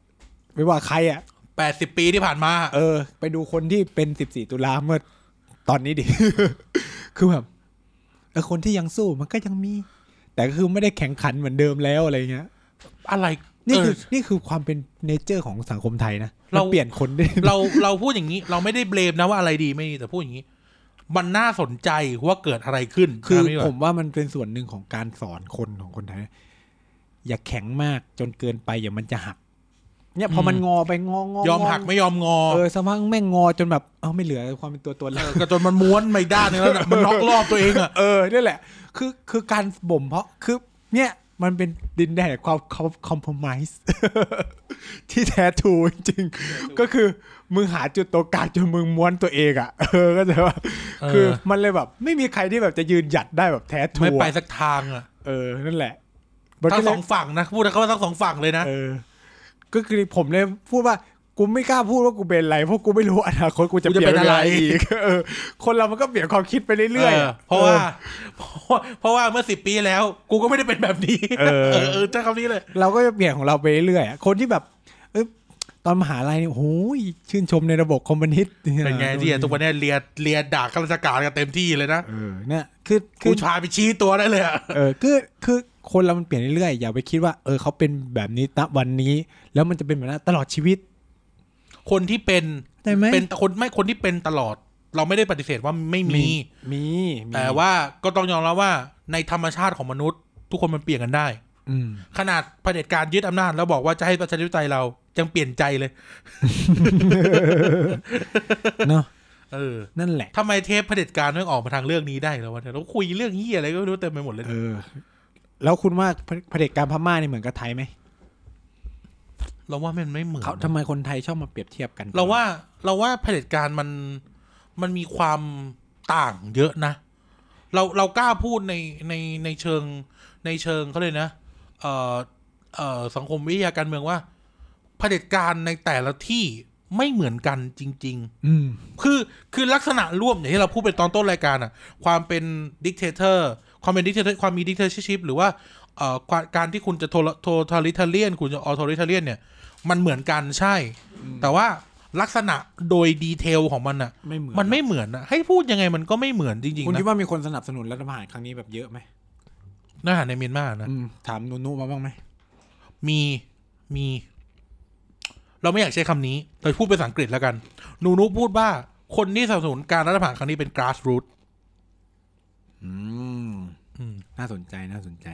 Speaker 2: ไม่ว่าใครอ่ะ
Speaker 1: แปดสิบปีที่ผ่านมา
Speaker 2: เออ ไปดูคนที่เป็น 14 ตุลาเมื่อตอนนี้ดิ คือแบบเออคนที่ยังสู้มันก็ยังมี แต่ก็คือไม่ได้แข่งขันเหมือนเดิมแล้วอะไรเงี้ย
Speaker 1: อะไร
Speaker 2: นี่คือ
Speaker 1: เ
Speaker 2: นี่คือความเป็นเนเจอร์ของสังคมไทยนะ
Speaker 1: เรา
Speaker 2: เราเปลี่ยนคนได้
Speaker 1: เราเราพูดอย่างนี้ เราไม่ได้เบลมนะว่าอะไรดีไม่ดีแต่พูดอย่างนี้ มันน่าสนใจว่าเกิดอะไรขึ้น
Speaker 2: คือ
Speaker 1: นะพี่ว่า
Speaker 2: ผมว่ามันเป็นส่วนหนึ่งของการสอนคนของคนไทยนะอย่าแข็งมากจนเกินไปอย่ามันจะหัก เนี่ยพอมันงอไปงองงง
Speaker 1: ยอมหักไม่ยอมงอ
Speaker 2: เออสักพักแม่งงอจนแบบเอ้าไม่เหลือความเป็นตัวตนแล้ว
Speaker 1: กระจนมันม้วนไม่ด้านนึงแล้วน่ะมันน็อกรอบตัวเอง อ่ะ
Speaker 2: เออนี่แหละ คือคือการบ่มเพาะคือเนี่ยมันเป็นดินแดนแห่งความคอมเพลมไ s ์ ที่แท้ทรูจริงๆ ก็คือมึงหาจุดตรงกลางจนมึงม้วนตัวเองอ่ะ เออก็จะว่า
Speaker 1: เออ
Speaker 2: คือมันเลยแบบ ไม่มีใครที่แบบจะยืนหยัดได้แบบแท้ทรู
Speaker 1: ไม่ไป
Speaker 2: อะ
Speaker 1: สักทางอ่ะ
Speaker 2: เออ นั่นแหละมัน
Speaker 1: ทั้
Speaker 2: ก็
Speaker 1: งส
Speaker 2: เลย
Speaker 1: องฝั่งนะพูดเขาว่าทั้งสองฝั่งเลยนะ
Speaker 2: เออ ก็คือผมเลยพูดว่ากูไม่กล้าพูดว่ากูเป็นอะไรเพราะกูไม่รู้อนาคตกูจะเปลี่ยนอะไรอีกเออ คนเรามันก็เปลี่ยนความคิดไปเรื่อยๆอ
Speaker 1: เพราะว่าเพราะว่า เพราะว่าเมื่อสิบปีแล้ว กูก็ไม่ได้เป็นแบบนี้
Speaker 2: เออ
Speaker 1: เออใช้คำนี้เลย
Speaker 2: เราก็จะเปลี่ยนของเราไปเรื่อยๆอะคนที่แบบ เอยตอนมหาลัยเนี่ยโอ้ยชื่นชมในระบบคอมมิวนิสต์
Speaker 1: เป็นไงที่ทุกวันนี้เรียนเรียนด่าข้าราชการกันเต็มที่เลยนะ
Speaker 2: เออเนี่ยคือคื
Speaker 1: กู
Speaker 2: อ
Speaker 1: ชาไปชี้ตัวได้เลยอะ
Speaker 2: เออคือคือคนเรามันเปลี่ยนเรื่อยๆอย่าไปคิดว่า เออเขาเป็นแบบนี้ณวันนี้ แล้วมันจะเป็นแบบนั้นตลอดชีวิต
Speaker 1: คนที่เป็น
Speaker 2: ได้ไหม
Speaker 1: เป็นคนไม่คนที่เป็นตลอด เราไม่ได้ปฏิเสธว่าไม่มี
Speaker 2: มีมี
Speaker 1: แต่ว่าก็ต้องยอมรับว่าในธรรมชาติของมนุษย์ ทุกคนมันเปลี่ยนกันได้
Speaker 2: อืม
Speaker 1: ขนาดเผด็จการยึดอำนาจแล้วบอกว่าจะให้ประชาธิปไตยเรายังเปลี่ยนใจเลย
Speaker 2: เนาะ
Speaker 1: เออ
Speaker 2: นั่นแหละ
Speaker 1: ทำไมเทปเผด็จการไม่งออกมาทางเรื่องนี้ได้แล้ววะเนี่ยเราคุยเรื่องเฮียอะไรก็ไม่รู้เต็มไปหมดเลย
Speaker 2: เออ แล้วคุณว่าเผเผด็จการพม่าเนี่ยเหมือนกับไทยไหม
Speaker 1: เราว่ามันไม่เหมือน
Speaker 2: เขาทำไมคนไทยชอบมาเปรียบเทียบกัน
Speaker 1: เราว่าเราว่าเผด็จการมันมันมีความต่างเยอะนะ เราเรากล้าพูดในในในเชิงในเชิงเขาเลยนะเอ่อเอ่อสังคมวิทยาการเมืองว่าเผด็จการในแต่ละที่ไม่เหมือนกันจริง
Speaker 2: อืม
Speaker 1: ๆ คือคือลักษณะร่วมอย่างที่เราพูดไปตอนต้นรายการอะความเป็นดิกเตเตอร์ความเป็นดิกเตอร์ความมีดิกเตอร์ชิพหรือว่าเอ่อความการที่คุณจะโทโททาริเทเลียน คุณจะออโทริเทเลียนเนี่ย มันเหมือนกันใช่
Speaker 2: อืม
Speaker 1: แต่ว่าลักษณะโดยดีเทลของมันอะ
Speaker 2: ไม่เหมือน
Speaker 1: มันไม่เหมือนนะให้พูดยังไงมันก็ไม่เหมือนจริง
Speaker 2: คุณ
Speaker 1: ๆ
Speaker 2: คิด
Speaker 1: นะ
Speaker 2: ว่ามีคนสนับสนุนรัฐประหารครั้งนี้แบบเยอะไหม
Speaker 1: น่าหารในเมียนมานะ
Speaker 2: อืมถามนุนุมาบ้างไหม
Speaker 1: มี มี เราไม่อยากใช้คำนี้เราพูดเป็นภาษาอังกฤษแล้วกัน หนูนุพูดว่าคนที่สนับสนุนการรัฐประหารครั้งนี้เป็น grassroots
Speaker 2: อืม
Speaker 1: อืม
Speaker 2: น่าสนใจน่าสนใจ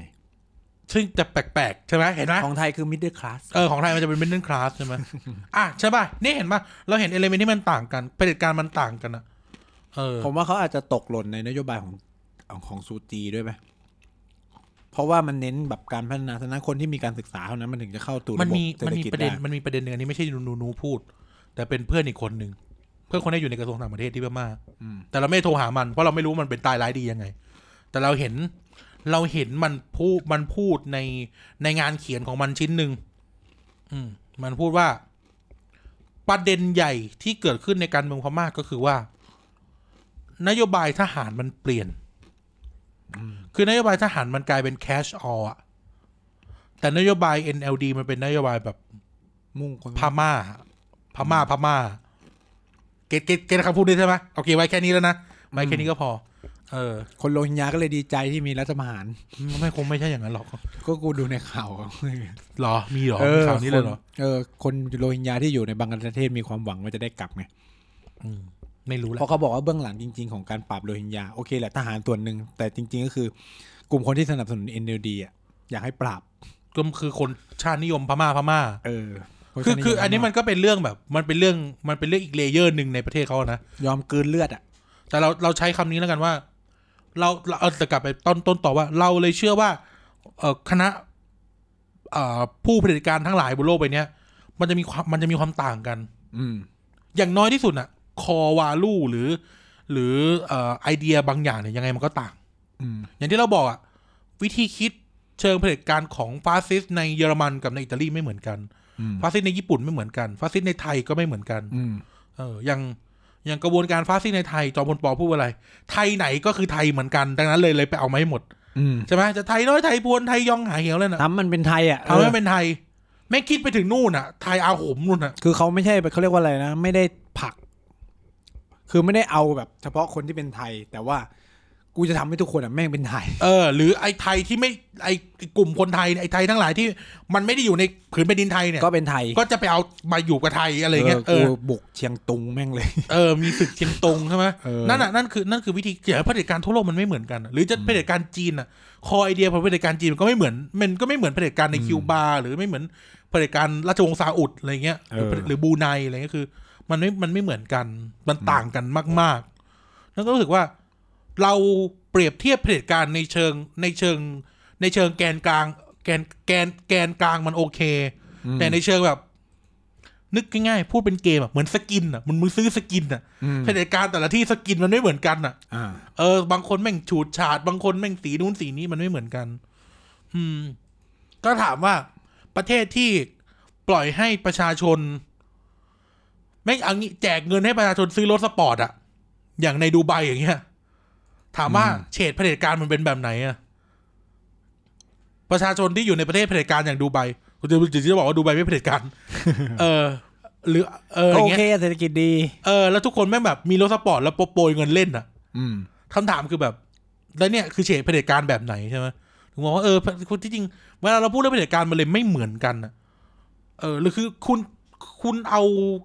Speaker 1: ซึ่งจะแปลกๆ ใช่ไหมเห็นไหม
Speaker 2: ของไทยคือ middle class
Speaker 1: เออของไทยมันจะเป็น middle class ใช่ไหม อ่ะใช่ป่ะ นี่เห็นป่ะ เราเห็นเอลเมนที่มันต่างกันเผด็จการมันต่างกันอะเออ
Speaker 2: ผมว่าเขาอาจจะตกหล่นในนโยบายของของของซูจีด้วยไหมเพราะว่ามันเน้นแบบการพัฒนาทางด้านคนที่มีการศึกษาเท่านั้นมันถึงจะเข้าตู่
Speaker 1: มั
Speaker 2: ระ
Speaker 1: น
Speaker 2: บบ
Speaker 1: มี
Speaker 2: เศรษ
Speaker 1: มัน
Speaker 2: ฐ
Speaker 1: มี
Speaker 2: กิจ
Speaker 1: ประเด็
Speaker 2: ได้
Speaker 1: นมันมีประเด็นหนึ่งอันนี้ไม่ใช่นูนูนูพูด แต่เป็นเพื่อนอีกคนหนึ่งเพื่อนคนที่อยู่ในกระทรวงต่างประเทศที่พม่า
Speaker 2: อืม
Speaker 1: แต่เราไม่โทรหามันเพราะเราไม่รู้มันเป็นตายร้ายดียังไง แต่เราเห็นเราเห็นมันพูดมันพูดในในงานเขียนของมันชิ้นหนึ่งอืม มันพูดว่า ประเด็นใหญ่ที่เกิดขึ้นในการเมืองพม่าก็คือว่า นโยบายทหารมันเปลี่ยน คือนโยบายทหารมันกลายเป็น cash all อะแต่นโยบาย NLD มันเป็นนโยบายแบบ
Speaker 2: มุ่งคน
Speaker 1: พม่า พม่า พม่า เกตเกตเกตคำพูดนี้ใช่ไหมโอเค ไว้แค่นี้แล้วนะ ไว้แค่นี้ก็พอ เออ
Speaker 2: คนโรฮิงญาก็เลยดีใจที่มีรัฐประหาร
Speaker 1: ไม่คงไม่ใช่อย่างนั้นหรอก
Speaker 2: ก็กูดูในข่าวอะ
Speaker 1: หรอ มีหรอมีข่าวนี้เลยเหรอ
Speaker 2: คเออ คนโรฮิงญาที่อยู่ในบังกลาเทศมีความหวังว่าจะได้กลับไง
Speaker 1: อืม ไม่รู้แห
Speaker 2: เพ
Speaker 1: ละ
Speaker 2: ราะเขาบอกว่าเบื้องหลังจริง ๆ ของการปราบโรฮิงญาโอเคแหละทหารส่วนหนึ่ง แต่จริง ๆ ก็คือกลุ่มคนที่สนับสนุน NLD อ่ะอยากให้ปราบ
Speaker 1: ก็คือคนชาตินิยมพม่า พม่า
Speaker 2: เออ
Speaker 1: คือคือ อันนี้มันก็เป็นเรื่องแบบ มันเป็นเรื่อง มันเป็นเรื่องอีกเลเยอร์หนึ่งในประเทศเขานะ
Speaker 2: ยอมกลืนเลือดอ่ะ
Speaker 1: แต่เราเราใช้คำนี้แล้วกันว่า เราเราเอาจะกลับไปต้นต้นต่อว่า เราเลยเชื่อว่า เอ่อคณะ เอ่อผู้เผด็จการทั้งหลายบนโลกใบเนี้ย มันจะมีความมันจะมีความต่างกัน
Speaker 2: อืม
Speaker 1: อย่างน้อยที่สุดอะคอวาลูหรือ หรือเอ่อไอเดียบางอย่างเนี่ยยังไงมันก็ต่าง
Speaker 2: อืม
Speaker 1: อย่างที่เราบอกอะวิธีคิดเชิงเผด็จการของฟาสซิสต์ในเยอรมันกับในอิตาลีไม่เหมือนกัน
Speaker 2: อืม
Speaker 1: ฟาสซิสต์ในญี่ปุ่นไม่เหมือนกันฟาสซิสต์ในไทยก็ไม่เหมือนกัน
Speaker 2: อืม
Speaker 1: เอออย่างอย่างกระบวนการฟาสซิสต์ในไทยจอมพลปอพูดว่าอะไร ไทยไหนก็คือไทยเหมือนกัน ดังนั้นเลยเลยไปเอามาให้หมด
Speaker 2: อืม
Speaker 1: ใช่ไหมจะไทยน้อยไทยพวนไทยยองหาเหี่ยวเลยนะ
Speaker 2: ทำมันเป็นไทยอ่ะ
Speaker 1: ทำให้
Speaker 2: เออ
Speaker 1: เป็นไทย ไม่คิดไปถึงนู่นอะไทยอาหมนู่นอะ
Speaker 2: คือเขาไม่ใช่เขาเรียกว่าอะไรนะ ไม่ได้ผลัก คือไม่ได้เอาแบบ เฉพาะคนที่เป็นไทย แต่ว่ากูจะทำให้ทุกคนอ่ะแม่งเป็นไทย
Speaker 1: เออหรือไอ้ไทยที่ไม่ไอ้กลุ่มคนไทยเนี่ยไอ้ไทยทั้งหลายที่มันไม่ได้อยู่ในผืนแผ่นดินไทยเนี่ย
Speaker 2: ก็เป็นไทย
Speaker 1: ก็จะไปเอามาอยู่กับไทยอะไรเงี้ยเออ
Speaker 2: กูบุกเชียงตุงแม่งเลย
Speaker 1: เออมีศึกเชียงตงใช่ไหม
Speaker 2: เออ
Speaker 1: นั่นอะนั่นคือนั่นคือวิธีเกี่ยวกับเผด็จการทั่วโลกมันไม่เหมือนกันอะหรือจะเผด็จการจีนอะคอไอเดียของเผด็จการจีนมันก็ไม่เหมือนมันก็ไม่เหมือนเผด็จการในคิวบาหรือไม่เหมือนเผด็จการราชวงศ์ซาอุดอะไรเงี้ยหรือ
Speaker 2: เออ
Speaker 1: หรือบรูไนอะไรเงี้ยคือ มันไม่มันไม่เหมือนกันมันต่างกันมากๆแล้วก็รู้สึกว่าเราเปรียบเทียบเผด็จการในเชิงในเชิง ในเชิงแกนกลาง แกนแกนแกนกลางมันโอเค แต่ในเชิงแบบ นึกง่ายๆพูดเป็นเกมอะเหมือนสกินอะมันมึงซื้อสกินอะ
Speaker 2: อืม
Speaker 1: เผด็จการแต่ละที่สกินมันไม่เหมือนกันอะ
Speaker 2: อ่า
Speaker 1: เออบางคนแม่งฉูดฉาด บางคนแม่งสีนู้นสีนี้มันไม่เหมือนกัน อืม ก็ถามว่าประเทศที่ปล่อยให้ประชาชน แม่งเอางี้แจกเงินให้ประชาชนซื้อรถสปอร์ตอะอย่างในดูไบอย่างเงี้ย ถามว่า
Speaker 2: อืม
Speaker 1: เฉดเผด็จการมันเป็นแบบไหนอะประชาชนที่อยู่ในประเทศเผด็จการอย่างดูไบคุณจะจะบอกว่าดูไบไม่เผด็จการ เออ หรือเอออ
Speaker 2: โอย่าง
Speaker 1: เงี้
Speaker 2: เค
Speaker 1: ย
Speaker 2: เศรษฐกิจดี
Speaker 1: เออแล้วทุกคนแม่งแบบมีรถสปอร์ตแล้วโปรยเงินเล่นอะ
Speaker 2: อืม
Speaker 1: คำถามคือแบบ แล้วเนี่ยคือเฉดเผด็จการแบบไหนใช่ไหมถึงบอกว่าเออคุณที่จริงเวลาเราพูดเรื่องเผด็จการมันเลยไม่เหมือนกันอะเออหรือคือคุณคุณเอา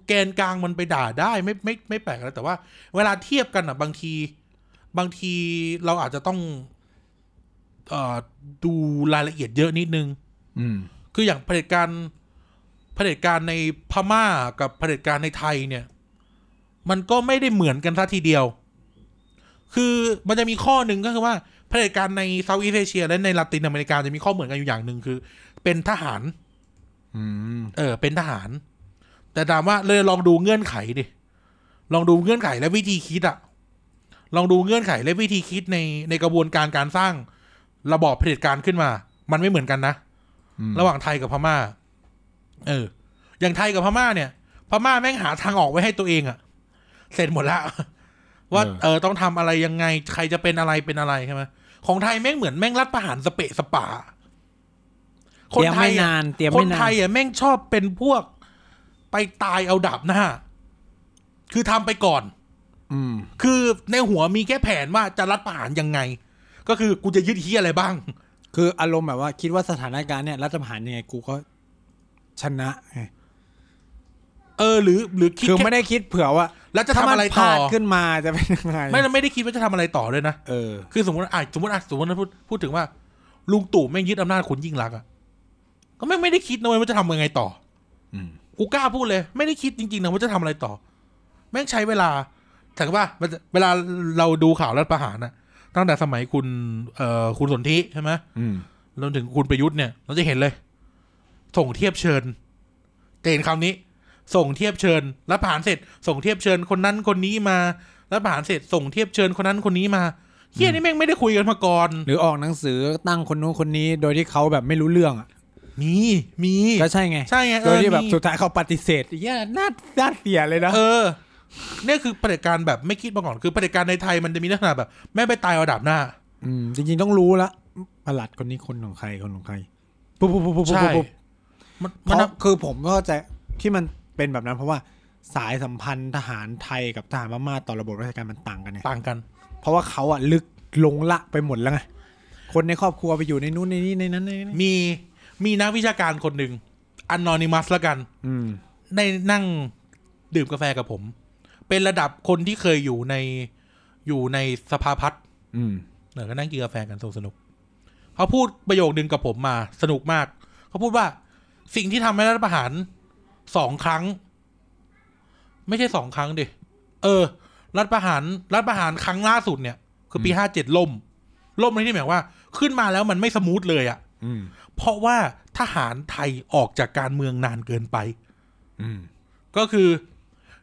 Speaker 1: แกนกลางมันไปด่าได้ไม่ไม่ไม่แปลกแล้วแต่ว่า เวลาเทียบกันอ่ะ บางที บางทีเราอาจจะต้องเอ่อดูรายละเอียดเยอะนิดนึง
Speaker 2: อืม
Speaker 1: คืออย่างเผด็จการเผด็จการในพม่ากับเผด็จการในไทยเนี่ย มันก็ไม่ได้เหมือนกันซะทีเดียว คือมันจะมีข้อหนึ่งก็คือว่าเผด็จการในเซาท์อีสเอเชีย และในลาตินอเมริกาจะมีข้อเหมือนกันอยู่อย่างหนึ่งคือ เป็นทหาร
Speaker 2: อืม
Speaker 1: เออ เป็นทหาร แต่ถามว่าเลยลองดูเงื่อนไขดิ ลองดูเงื่อนไขและวิธีคิดอะลองดูเงื่อนไขและวิธีคิดในในกระบวนการการสร้างระบอบเผด็จการขึ้นมา มันไม่เหมือนกันนะ
Speaker 2: อืม
Speaker 1: ระหว่างไทยกับพม่า เออ อย่างไทยกับพม่าเนี่ย พม่าแม่งหาทางออกไว้ให้ตัวเองอะเสร็จหมดละ ว่า
Speaker 2: เออ
Speaker 1: เออ ต้องทำอะไรยังไง ใครจะเป็นอะไรเป็นอะไรใช่ไหมของไทยแม่งเหมือนแม่งรัดประหารสเปะสปา
Speaker 2: เตรียมไม่นานเตรียม
Speaker 1: ค
Speaker 2: ไม่
Speaker 1: น
Speaker 2: นา
Speaker 1: ไท
Speaker 2: น
Speaker 1: ยอ่ะแม่งชอบเป็นพวกไปตายเอาดาบหน้า คือทำไปก่อน
Speaker 2: อืม
Speaker 1: คือในหัวมีแค่แผนว่าจะรัดประหารยังไง ก็คือกูจะยึดเฮียอะไรบ้าง
Speaker 2: คืออารมณ์แบบว่าคิดว่าสถานการณ์เนี่ยรัฐประหารยังไงกูก็ ชนะไง
Speaker 1: เออ หรือหรือคิด
Speaker 2: คือ
Speaker 1: แค่
Speaker 2: ไม่ได้คิดเผื่อว่า
Speaker 1: แล้วจะทำ
Speaker 2: ถ้ามัน
Speaker 1: อะไร
Speaker 2: พ
Speaker 1: ต่
Speaker 2: ลา
Speaker 1: อ
Speaker 2: ดขึ้นมาจะเป็นยังไง
Speaker 1: ไม่เราไม่ได้คิดว่าจะทำอะไรต่อเลยนะ
Speaker 2: เออ
Speaker 1: คือสมมติอ่ะสมมติอ่ะสมมติพูดพูดถึงว่า ลุงตู่แม่งยึดอำนาจคุณยิ่งรักษณ์อ่ะก็ไม่งไม่ได้คิดนะเว้ยว่าจะทำยังไงต่ออ
Speaker 2: ม
Speaker 1: กูกล้าพูดเลย ไม่ได้คิดจริงๆนะว่าจะทำอะไรต่อ แม่งใช้เวลาถึงป่ะมันจะเวลาเราดูข่าวรัฐประหารนะตั้งแต่สมัยคุณเอ่อคุณสนธิใช่ไหม
Speaker 2: อืม
Speaker 1: รวมถึงคุณประยุทธ์เนี่ย เราจะเห็นเลย ส่งเทียบเชิญจะเห็นคำนี้ ส่งเทียบเชิญรัฐประหารเสร็จ ส่งเทียบเชิญคนนั้นคนนี้มารัฐประหารเสร็จ ส่งเทียบเชิญคนนั้นคนนี้มาเฮียนี่แม่งไม่ได้คุยกันมาก่อน
Speaker 2: หรือออกหนังสือตั้งคนนู้นคนนี้โดยที่เขาแบบไม่รู้เรื่องอะ
Speaker 1: มีมี
Speaker 2: ก็ใช่ไง
Speaker 1: ใช่ไงเอ
Speaker 2: โดย
Speaker 1: อ
Speaker 2: ที่แบบ
Speaker 1: มี
Speaker 2: สุดท้ายเขาปฏิเสธเหี้ยน่าน่าเสียเลยนะ
Speaker 1: เออเนี่ยคือประเผด็จการแบบไม่คิดมาก่อนคือประเผด็จการในไทยมันจะมีลักษณะแบบ แม่ไปตายเอาดาบหน้า
Speaker 2: มจริงๆต้องรู้ละประหลัดคนนี้คนของใครคนของใครปุ๊บปุ๊บปุ๊บปุ๊บ
Speaker 1: ใช่
Speaker 2: ปุ๊บ
Speaker 1: มัน
Speaker 2: เพ
Speaker 1: มัน
Speaker 2: ราะคือผมเข้าใจที่มันเป็นแบบนั้น เพราะว่าสายสัมพันธ์ทหารไทยกับทหารพม่าตอนระบบราชการมันต่างกันเนี่ย
Speaker 1: ต่างกัน
Speaker 2: เพราะว่าเขาอะลึกลงละไปหมดแล้วไงคนในครอบครัวไปอยู่ในนู้นในนี้ในนั้นในนี้
Speaker 1: มีมีนักวิชาการคนหนึ่งอันนอนิมัสละกัน
Speaker 2: อืม
Speaker 1: ได้นั่งดื่มกาแฟกับผม เป็นระดับคนที่เคยอยู่ในอยู่ในสภาพัฒน์
Speaker 2: อืม
Speaker 1: เออก็นั่งกินกาแฟกันสนุกๆเขาพูดประโยคนึงกับผมมาสนุกมาก เขาพูดว่าสิ่งที่ทำให้รัฐประหารสองครั้ง ไม่ใช่สองครั้งดิเออ รัฐประหารรัฐประหารครั้งล่าสุดเนี่ย คือปีห้าเจ็ดล่ม ล่มในที่หมายว่า ขึ้นมาแล้วมันไม่สมูทเลยอะ
Speaker 2: อืม
Speaker 1: เพราะว่าทหารไทยออกจากการเมืองนานเกินไป
Speaker 2: อืม
Speaker 1: ก็คือ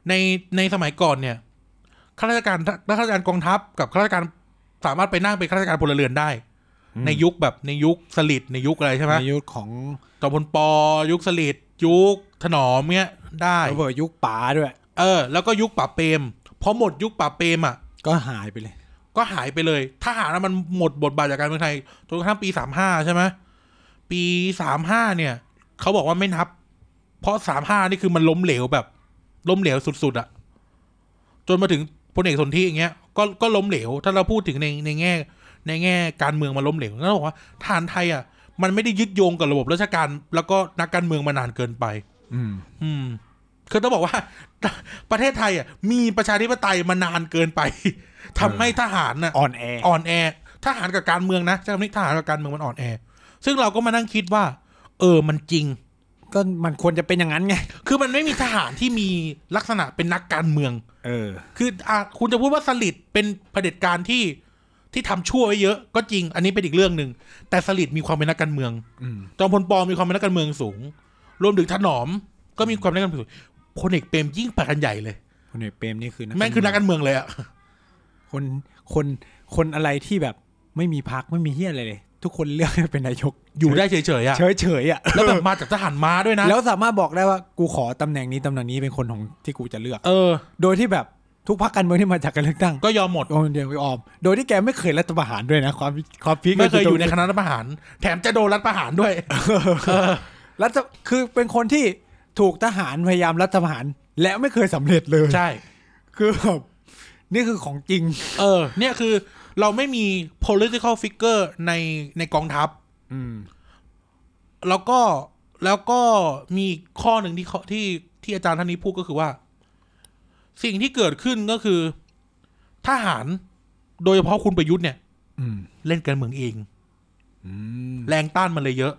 Speaker 1: ในในสมัยก่อนเนี่ยข้าราชการข้าราชการกองทัพกับข้าราชการสามารถไปนั่งเป็นข้าราชการพลเรือนได้ ในยุคแบบในยุคสลิดในยุคอะไรใช่ไหม
Speaker 2: ในยุคของ
Speaker 1: จอมพลปยุคสลิดยุคถนอมเนี้ยได้
Speaker 2: ระเบิดยุคป๋าด้วย
Speaker 1: เออ แล้วก็ยุคป่าบเปรมพอหมดยุคป่าบเปรมอ่ะ
Speaker 2: ก็หายไปเลย
Speaker 1: ก็หายไปเลยทหารน่ะมันหมดบทบาทจากการเมืองไทยจนกระทั่งปีสามห้าใช่ไหมปีสามห้าเนี่ย เขาบอกว่าไม่นับ เพราะสามห้านี่คือมันล้มเหลวแบบ ล้มเหลวสุดๆอะจนมาถึงพลเอกสนธิอย่างเงี้ยก็ก็ล้มเหลว ถ้าเราพูดถึงในในแง่ ในแง่การเมืองมันล้มเหลวก็ต้องบอกว่าทหารไทยอะมันไม่ได้ยึดโยงกับระบบราชการ แล้วก็นักการเมืองมานานเกินไป
Speaker 2: อืม
Speaker 1: อืม คือต้องบอกว่า ประเทศไทยอ่ะ มีประชาธิปไตยมานานเกินไป ทำให้ทหารน่ะ
Speaker 2: อ่อนแอ
Speaker 1: อ่อนแอทหารกับการเมืองนะใช้คำนี้ทหารกับการเมืองมันอ่อนแอ ซึ่งเราก็มานั่งคิดว่า เออมันจริง
Speaker 2: ก็มันควรจะเป็นอย่างนั้นไง
Speaker 1: คือมันไม่มีทหารที่มีลักษณะเป็นนักการเมือง
Speaker 2: เออ
Speaker 1: คืออ่ะคุณจะพูดว่าสลิดเป็นเผด็จการที่ที่ทำชั่วไว้เยอะ ก็จริง อันนี้เป็นอีกเรื่องหนึ่งแต่สลิดมีความเป็นนักการเมือง
Speaker 2: อืม
Speaker 1: จอมพลปอมีความเป็นนักการเมืองสูง รวมถึงถนอม ก็มีความเป็นนักการเมืองสูงพลเอกเปรมยิ่งไปกันใหญ่เลย
Speaker 2: คนเอกเปรมนี่คือ
Speaker 1: แม่งคือนักการเมืองเลยอะ
Speaker 2: คนคนคนอะไรที่แบบไม่มีพักไม่มีเฮียอะไรเลย ทุกคนเลือกให้เป็นนายก
Speaker 1: อยู่ได้เฉยๆอะ
Speaker 2: เฉยเฉยๆอ่ะ
Speaker 1: แล้วแบบมาจากทหารม้าด้วยนะ
Speaker 2: แล้วสามารถบอกได้ว่ากูขอตำแหน่งนี้ตำแหน่งนี้เป็นคนของที่กูจะเลือก
Speaker 1: เออ
Speaker 2: โดยที่แบบทุกพรรคการเมืองที่มาจากการเลือกตั้งก็
Speaker 1: ก็ยอมหมด
Speaker 2: โอนเดียวไปออม โดยที่แกไม่เคยรัฐประหารด้วยนะ ความความพีค
Speaker 1: ไม่เคยอยู่ใน
Speaker 2: ตรง
Speaker 1: คณะรัฐประหาร แถมจะโดนรัฐประหารด้วย
Speaker 2: รัฐคือเป็นคนที่ถูกทหารพยายามรัฐประหาร และไม่เคยสำเร็จเลย
Speaker 1: ใช่
Speaker 2: คือแบบนี่คือของจริง
Speaker 1: เออ เนี่ยคือเราไม่มี political figure ในในกองทัพ
Speaker 2: อืม
Speaker 1: แล้วก็แล้วก็มีอีกข้อหนึ่งที่เขาที่ที่อาจารย์ท่านนี้พูดก็คือว่า สิ่งที่เกิดขึ้นก็คือ ทหาร โดยเฉพาะคุณประยุทธ์เนี่ย
Speaker 2: อืม
Speaker 1: เล่นการเมืองเอง
Speaker 2: อืม
Speaker 1: แรงต้านมันเลยเยอะ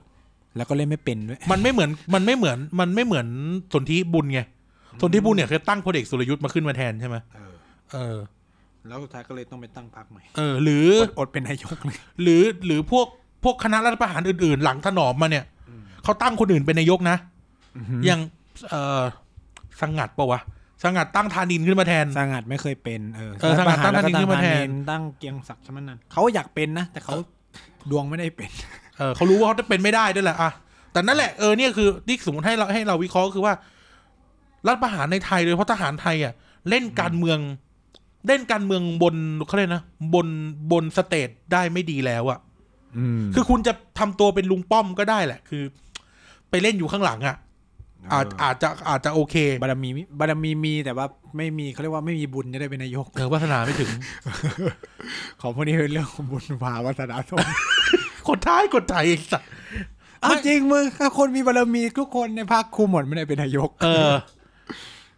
Speaker 2: แล้วก็เล่นไม่เป็นด้วย
Speaker 1: มันไม่เหมือนมันไม่เหมือนมันไม่เหมือนสนธิบุญไงสนธิบุญเนี่ยเคยตั้งพลเอกสุรยุทธ์มาขึ้นมาแทนใช่ไหมเออ
Speaker 2: แล้วสุดท้ายก็เลยต้องไปตั้งพรรคใหม่
Speaker 1: เออ หรือ
Speaker 2: อดเป็นนายกเลย
Speaker 1: หรือหรือพวกพวกคณะรัฐประหารอื่น ๆ หลังถนอมมาเนี่ยเขาตั้งคนอื่นเป็นนายกนะอย่างเออสงัดปะวะสงัดตั้งธานินขึ้นมาแทน
Speaker 2: สงัดไม่เคยเป็นเออ
Speaker 1: เออสงัดตั้ง
Speaker 2: รัฐประหร
Speaker 1: ท่านนี้ขึ้นมาแทน
Speaker 2: รัฐประหรตั้งเกียงศักดิ์ชมันนันท์เขาอยากเป็นนะแต่เขาดวงไม่ได้เป็น
Speaker 1: เออเขารู้ว่าเขาจะเป็นไม่ได้ด้วยแหละอ่ะแต่นั่นแหละเออเนี่ยคือที่สมมติให้เราให้เราวิเคราะห์ก็คือว่า รัฐประหารในไทยโดยเฉพาะทหารไทยอ่ะเล่นการเมือง เล่นการเมืองบนเขาเรียกนะบนบนสเตทได้ไม่ดีแล้วอ่ะ คือคุณจะทำตัวเป็นลุงป้อมก็ได้แหละ คือ ไปเล่นอยู่ข้างหลังอ่ะ อาจอาจจะอาจจะโอเค
Speaker 2: บารมีมิบารมีมีแต่ว่าไม่มีเขาเรียกว่าไม่มีบุญจะได้เป็นนายก
Speaker 1: เออวาสนาไม่ถึง
Speaker 2: ของพวกนี้เป็นเรื่องของบุญวาวัฒนธรรม
Speaker 1: คนท้ายคนไทยไอ้สัตว์
Speaker 2: เอาจริงมึงถ้าคนมีบารมีทุกคนในภาคครูหมดไม่ได้เป็นนายก
Speaker 1: เออ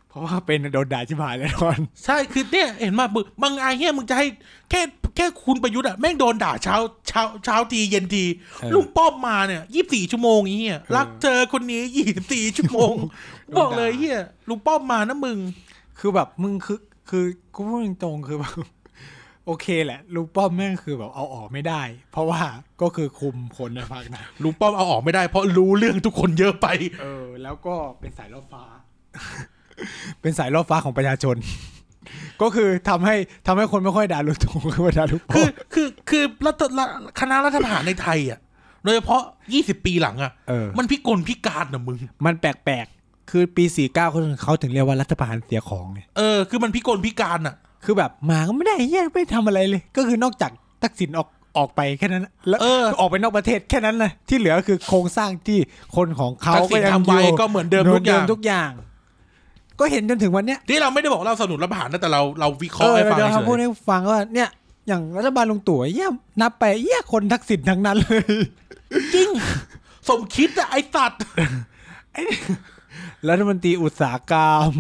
Speaker 2: เพราะว่าเป็นโดนด่าชิบหายแน่นอน
Speaker 1: ใช่ คือเนี่ยเห็นมาบึบางอาเฮียมึงจะให้แค่แค่คุณประยุทธ์อะแม่งโดนด่าเช้าเช้าเช้าทีเย็นที
Speaker 2: เออ
Speaker 1: ลุงป้อมมาเนี่ยยี่สิบสี่ชั่วโมงไอ้เฮียรักเธอคนนี้ยี่สิบสี่ชั่วโมง
Speaker 2: โดน
Speaker 1: บ
Speaker 2: ด่า
Speaker 1: อกเลยเฮียลุงป้อมมานะมึง
Speaker 2: คือแบบมึงคือคือกูพูดตรงๆคือแบบ โอเคแหละลุงป้อมแม่งคือแบบเอาออกไม่ได้ เพราะว่าก็คือคุมคนในภาคนั้น
Speaker 1: ลุงป้อมเอาออกไม่ได้เพราะรู้เรื่องทุกคนเยอะไป
Speaker 2: เออ แล้วก็เป็นสายล่อฟ้า เป็นสายล่อฟ้าของประชาชน ก็คือทำให้ทำให้คนไม่ค่อยด่าลุง ตู่คือว่าด่าลุงป้
Speaker 1: คือ อ
Speaker 2: ม
Speaker 1: คือคือรัฐรัฐคณะรัฐประหารในไทยอ่ะโดยเฉพาะยี่สิบปีหลังอ่ะ
Speaker 2: เออ
Speaker 1: มันพิกลพิการนะมึง
Speaker 2: มันแปลกๆ คือปี 49เขาถึงเขาถึงเรียกว่ารัฐประหารเสียของไง
Speaker 1: เออ คือมันพิกลพิการอ่ะ
Speaker 2: คือแบบมาก็ไม่ได้เหี้ยไม่ทำอะไรเลย ก็คือนอกจากทักษิณออกออกไปแค่นั้นนะแล้ว
Speaker 1: เออ
Speaker 2: ออกไปนอกประเทศแค่นั้นนะที่เหลือคือโครงสร้างที่คนของเขา
Speaker 1: ทักษิ
Speaker 2: ก็
Speaker 1: ณ
Speaker 2: ยัง
Speaker 1: ทำ
Speaker 2: อ
Speaker 1: ไว้
Speaker 2: ยู่
Speaker 1: ก็เหมือนเดิมทุกอย่าง
Speaker 2: ทุกอย่าง ก็เห็นจนถึงวันเนี้ย
Speaker 1: ที่เราไม่ได้บอกเราสนับสนุนรัฐประหารนะแต่เราเราวิเค
Speaker 2: เอ
Speaker 1: ราะห์
Speaker 2: อ
Speaker 1: ให้ฟัง
Speaker 2: เดี๋ยว
Speaker 1: เฉ
Speaker 2: เขาพูด
Speaker 1: ย
Speaker 2: ให้ฟังว่าเนี่ยอย่างรัฐบาลลุงตู่เยี่ยนับไปเยี่ยคนทักษิณทั้งนั้นเลย
Speaker 1: ๆจริง สมคิดอะไอสัตว์
Speaker 2: รัฐมนตรีอุตสาหกรรม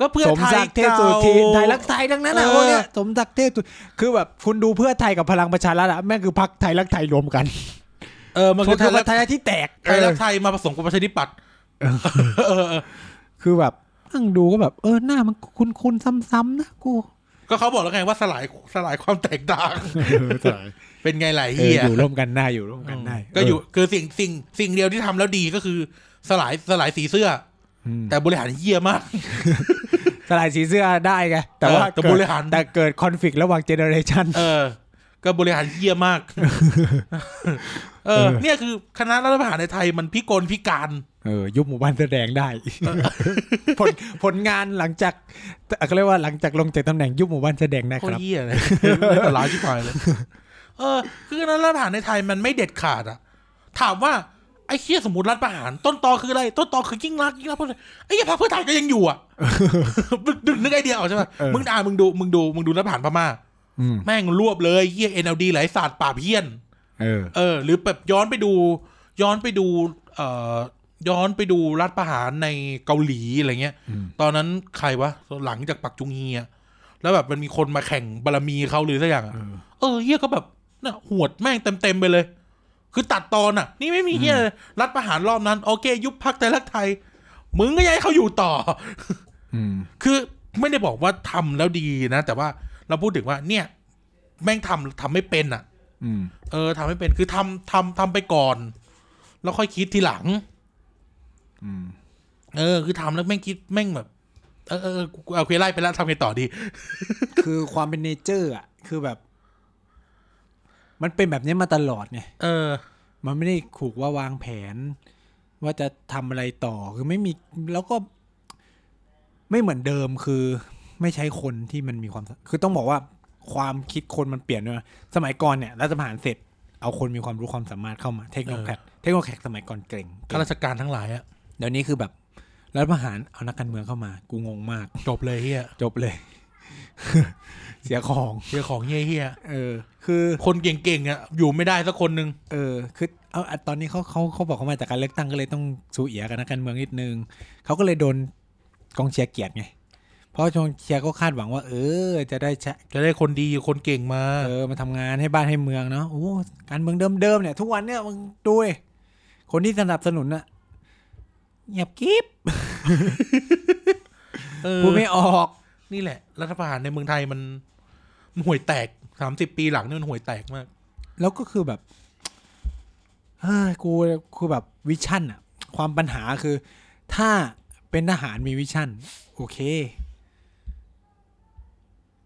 Speaker 1: ก็เพื่อ
Speaker 2: สม
Speaker 1: ไทย
Speaker 2: ศักดิ์เทพสุทินไทยรักไทยทั้งนั้นอ่ะ
Speaker 1: เออ
Speaker 2: พวกเนี้ยสมศักดิ์เทพสุคือแบบคุณดูเพื่อไทยกับพลังประชารัฐอะแม่งคือพักไทยรักไทยรวมกัน
Speaker 1: เออมัน
Speaker 2: คื
Speaker 1: คือ อ
Speaker 2: ไท
Speaker 1: ไท
Speaker 2: ย
Speaker 1: ยรัก
Speaker 2: รักไทยที่แตก
Speaker 1: ไทยรักไทยมาผสมกับประชาธิปัตย์เออเออ
Speaker 2: คือแบบนั่งดูก็แบบเออหน้ามันคุ้นๆซ้ำๆนะกู
Speaker 1: ก็เขาบอกแล้วไงว่าสลายสลายความแตกต่าง เป็นไงไหลาย
Speaker 2: เอ
Speaker 1: เฮี
Speaker 2: อย อยู่ร่วมกันได้อยู่ร่วมกันได้
Speaker 1: ก็อยู่คือสิ่งสิ่งสิ่งเดียวที่ทำแล้วดีก็คือสลายสลายสีเสื้อ
Speaker 2: อืม
Speaker 1: แต่บริหารเยี่ยมาก
Speaker 2: สลายสีเสื้อได้ไงแต่ว่า
Speaker 1: เออแต่
Speaker 2: เกิด
Speaker 1: บริหาร
Speaker 2: แต่เกิดคอนฟ lict ระหว่างเจเนอเรชัน
Speaker 1: เออ ก็บริหารเยี่ยมาก เออ
Speaker 2: เออ
Speaker 1: เนี่ยคือคณะรัฐประหารในไทยมันพิกลพิการ
Speaker 2: เออยุบหมู่บ้านเสื้อแดงได้ ผลผลงานหลังจากเอ่อเขาเรียกว่าหลังจากลงจากตำแหน่งยุบหมู่บ้านเสื้อแดงได้
Speaker 1: โค
Speaker 2: ค
Speaker 1: ต
Speaker 2: รั
Speaker 1: ร
Speaker 2: บ
Speaker 1: เยี่ยเลยไม่แต่ร้ายชิบหายเลย เออ คือคณะรัฐประหารในไทยมันไม่เด็ดขาดอะถามว่าไอ้เคียสมมติรัฐประหาร ต้นตอคืออะไร ต้นตอคือยิ่งรักษณ์ยิ่งรักษณ์เพื่อไทยไอ้เหี้ยพรรคเพื่อไทยก็ยังอยู่อะมึงดึงนึกไอเดียออกใช่ไหม
Speaker 2: เออ
Speaker 1: มึงอ่ามึงดูมึงดูมึงดูรัฐประหารพม่า
Speaker 2: อืม
Speaker 1: แม่งรวบเลยเยี่ยเอ็นเอลดีไหลศาสตร์ป่าบเพี้ยน
Speaker 2: เออ
Speaker 1: เออ หรือแบบย้อนไปดู ย้อนไปดู เอ่อ ย้อนไปดูรัฐประหารในเกาหลีอะไรเงี้ย
Speaker 2: อืม
Speaker 1: ตอนนั้นใครวะหลังจากปักจุงเฮียแล้วแบบมันมีคนมาแข่งบารมีเขาหรือสักอย่างอะ
Speaker 2: เออ
Speaker 1: เออเฮียก็แบบน่ะหวดแม่งเต็มๆไปเลย คือตัดตอนอ่ะ นี่ไม่มีเฮียเลยรัฐประหารรอบนั้น โอเค ยุบพักไทยรักไทย มึงก็ยังให้เขาอยู่ต่อ
Speaker 2: อืม
Speaker 1: คือไม่ได้บอกว่าทำแล้วดีนะ แต่ว่าเราพูดถึงว่าเนี่ย แม่งทำทำไม่เป็นอ่ะ
Speaker 2: อืม
Speaker 1: เออทำให้เป็นคือทำทำทำไปก่อน แล้วค่อยคิดทีหลัง
Speaker 2: อืม
Speaker 1: เออ คือทำแล้วแม่งคิดแม่งแบบ เออเออเออกูเอาเคไล่ไปแล้วทำไงต่อดี
Speaker 2: คือความเป็นเนเจอร์อ่ะ คือแบบ มันเป็นแบบนี้มาตลอดไง
Speaker 1: เออ
Speaker 2: มันไม่ได้ถูกว่าวางแผน ว่าจะทำอะไรต่อคือไม่มีแล้วก็ ไม่เหมือนเดิมคือ ไม่ใช้คนที่มันมีความสาคือต้องบอกว่าความคิดคนมันเปลี่ยนด้วยนะสมัยก่อนเนี่ยรัฐประหารเสร็จ เอาคนมีความรู้ความสามารถเข้ามาเทคโนแครดเทคโนแครดสมัยก่อนเก่งเก่
Speaker 1: ข้าง ราชการทั้งหลายอะ
Speaker 2: เดี๋ยวนี้คือแบบรัฐประหารเอานักการเมืองเข้ามา กูงงมาก
Speaker 1: จบเลยเฮีย
Speaker 2: จบเลย เสียของ
Speaker 1: เฮียของเฮียเฮีย
Speaker 2: เออ คือ
Speaker 1: คนเก่งๆอะอยู่ไม่ได้สักคนหนึ่ง
Speaker 2: เออคือเอาอ่ะตอนนี้เขาเขาเขาบอกเขามาจากการเลือกตั้งก็เลยต้องสูเอียกันนะการเมืองนิดนึงเขาก็เลยโดนกองเชียร์เกลียดไง เพราะกองเชียร์ก็คาดหวังว่า เออ จะได้ชะ
Speaker 1: จะได้คนดีคนเก่งมา
Speaker 2: เออมาทำงานให้บ้านให้เมืองเนาะโอ้การเมืองเดิมๆเนี่ย ทุกวันเนี่ยมึงดูดิคนที่สนับสนุนน่ะเงียบกิ๊บ
Speaker 1: เออ
Speaker 2: พูดไม่ออก
Speaker 1: นี่แหละ รัฐประหารในเมืองไทยมันมันห่วยแตกสามสิบปีหลังนี่มันห่วยแตกมาก
Speaker 2: แล้วก็คือแบบ เฮ้ยกูคือแบบวิชั่นอะความปัญหาคือ ถ้าเป็นทหารมีวิชั่น โอเค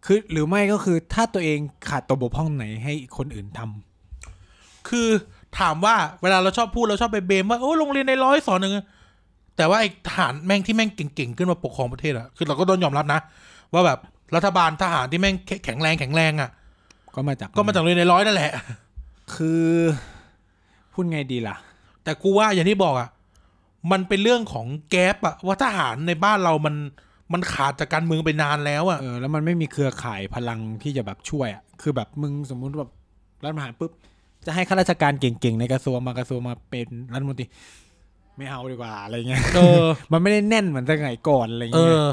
Speaker 2: คือหรือไม่ก็คือถ้าตัวเองขาดตัวบกพร่องไหนให้คนอื่นทำ
Speaker 1: คือถามว่าเวลาเราชอบพูดเราชอบไปเบมว่าโอ้โรงเรียนในร้อยสอนหนึ่งแต่ว่าไอ้ทหารแม่งที่แม่งเก่งๆขึ้นมาปกครองประเทศอะคือเราก็ต้องยอมรับนะ ว่าแบบรัฐบาลทหารที่แม่งแข็งแรงแข็งแรงอะ
Speaker 2: ก็มาจาก
Speaker 1: ก็มาจากโรงเรียนในร้อยนั่นแหละ
Speaker 2: คือ พูดไงดีล่ะ
Speaker 1: แต่กูว่าอย่างที่บอกอะมันเป็นเรื่องของแก๊ปอะว่าทหารในบ้านเรามันมันขาดจากการเมืองไปนานแล้วอะ
Speaker 2: เออแล้วมันไม่มีเครือข่ายพลังที่จะแบบช่วยอะคือแบบมึงสมมุติแบบรัฐประหารปุ๊บ จะให้ข้าราชการเก่งๆในกระทรวงมากระทรวงมาเป็นรัฐมนตรี ไม่เอาดีกว่าอะไรเงี้ย
Speaker 1: เออ
Speaker 2: มันไม่ได้แน่นเหมือนสมัยก่อนอะไร
Speaker 1: เอ
Speaker 2: เงี้ย
Speaker 1: อ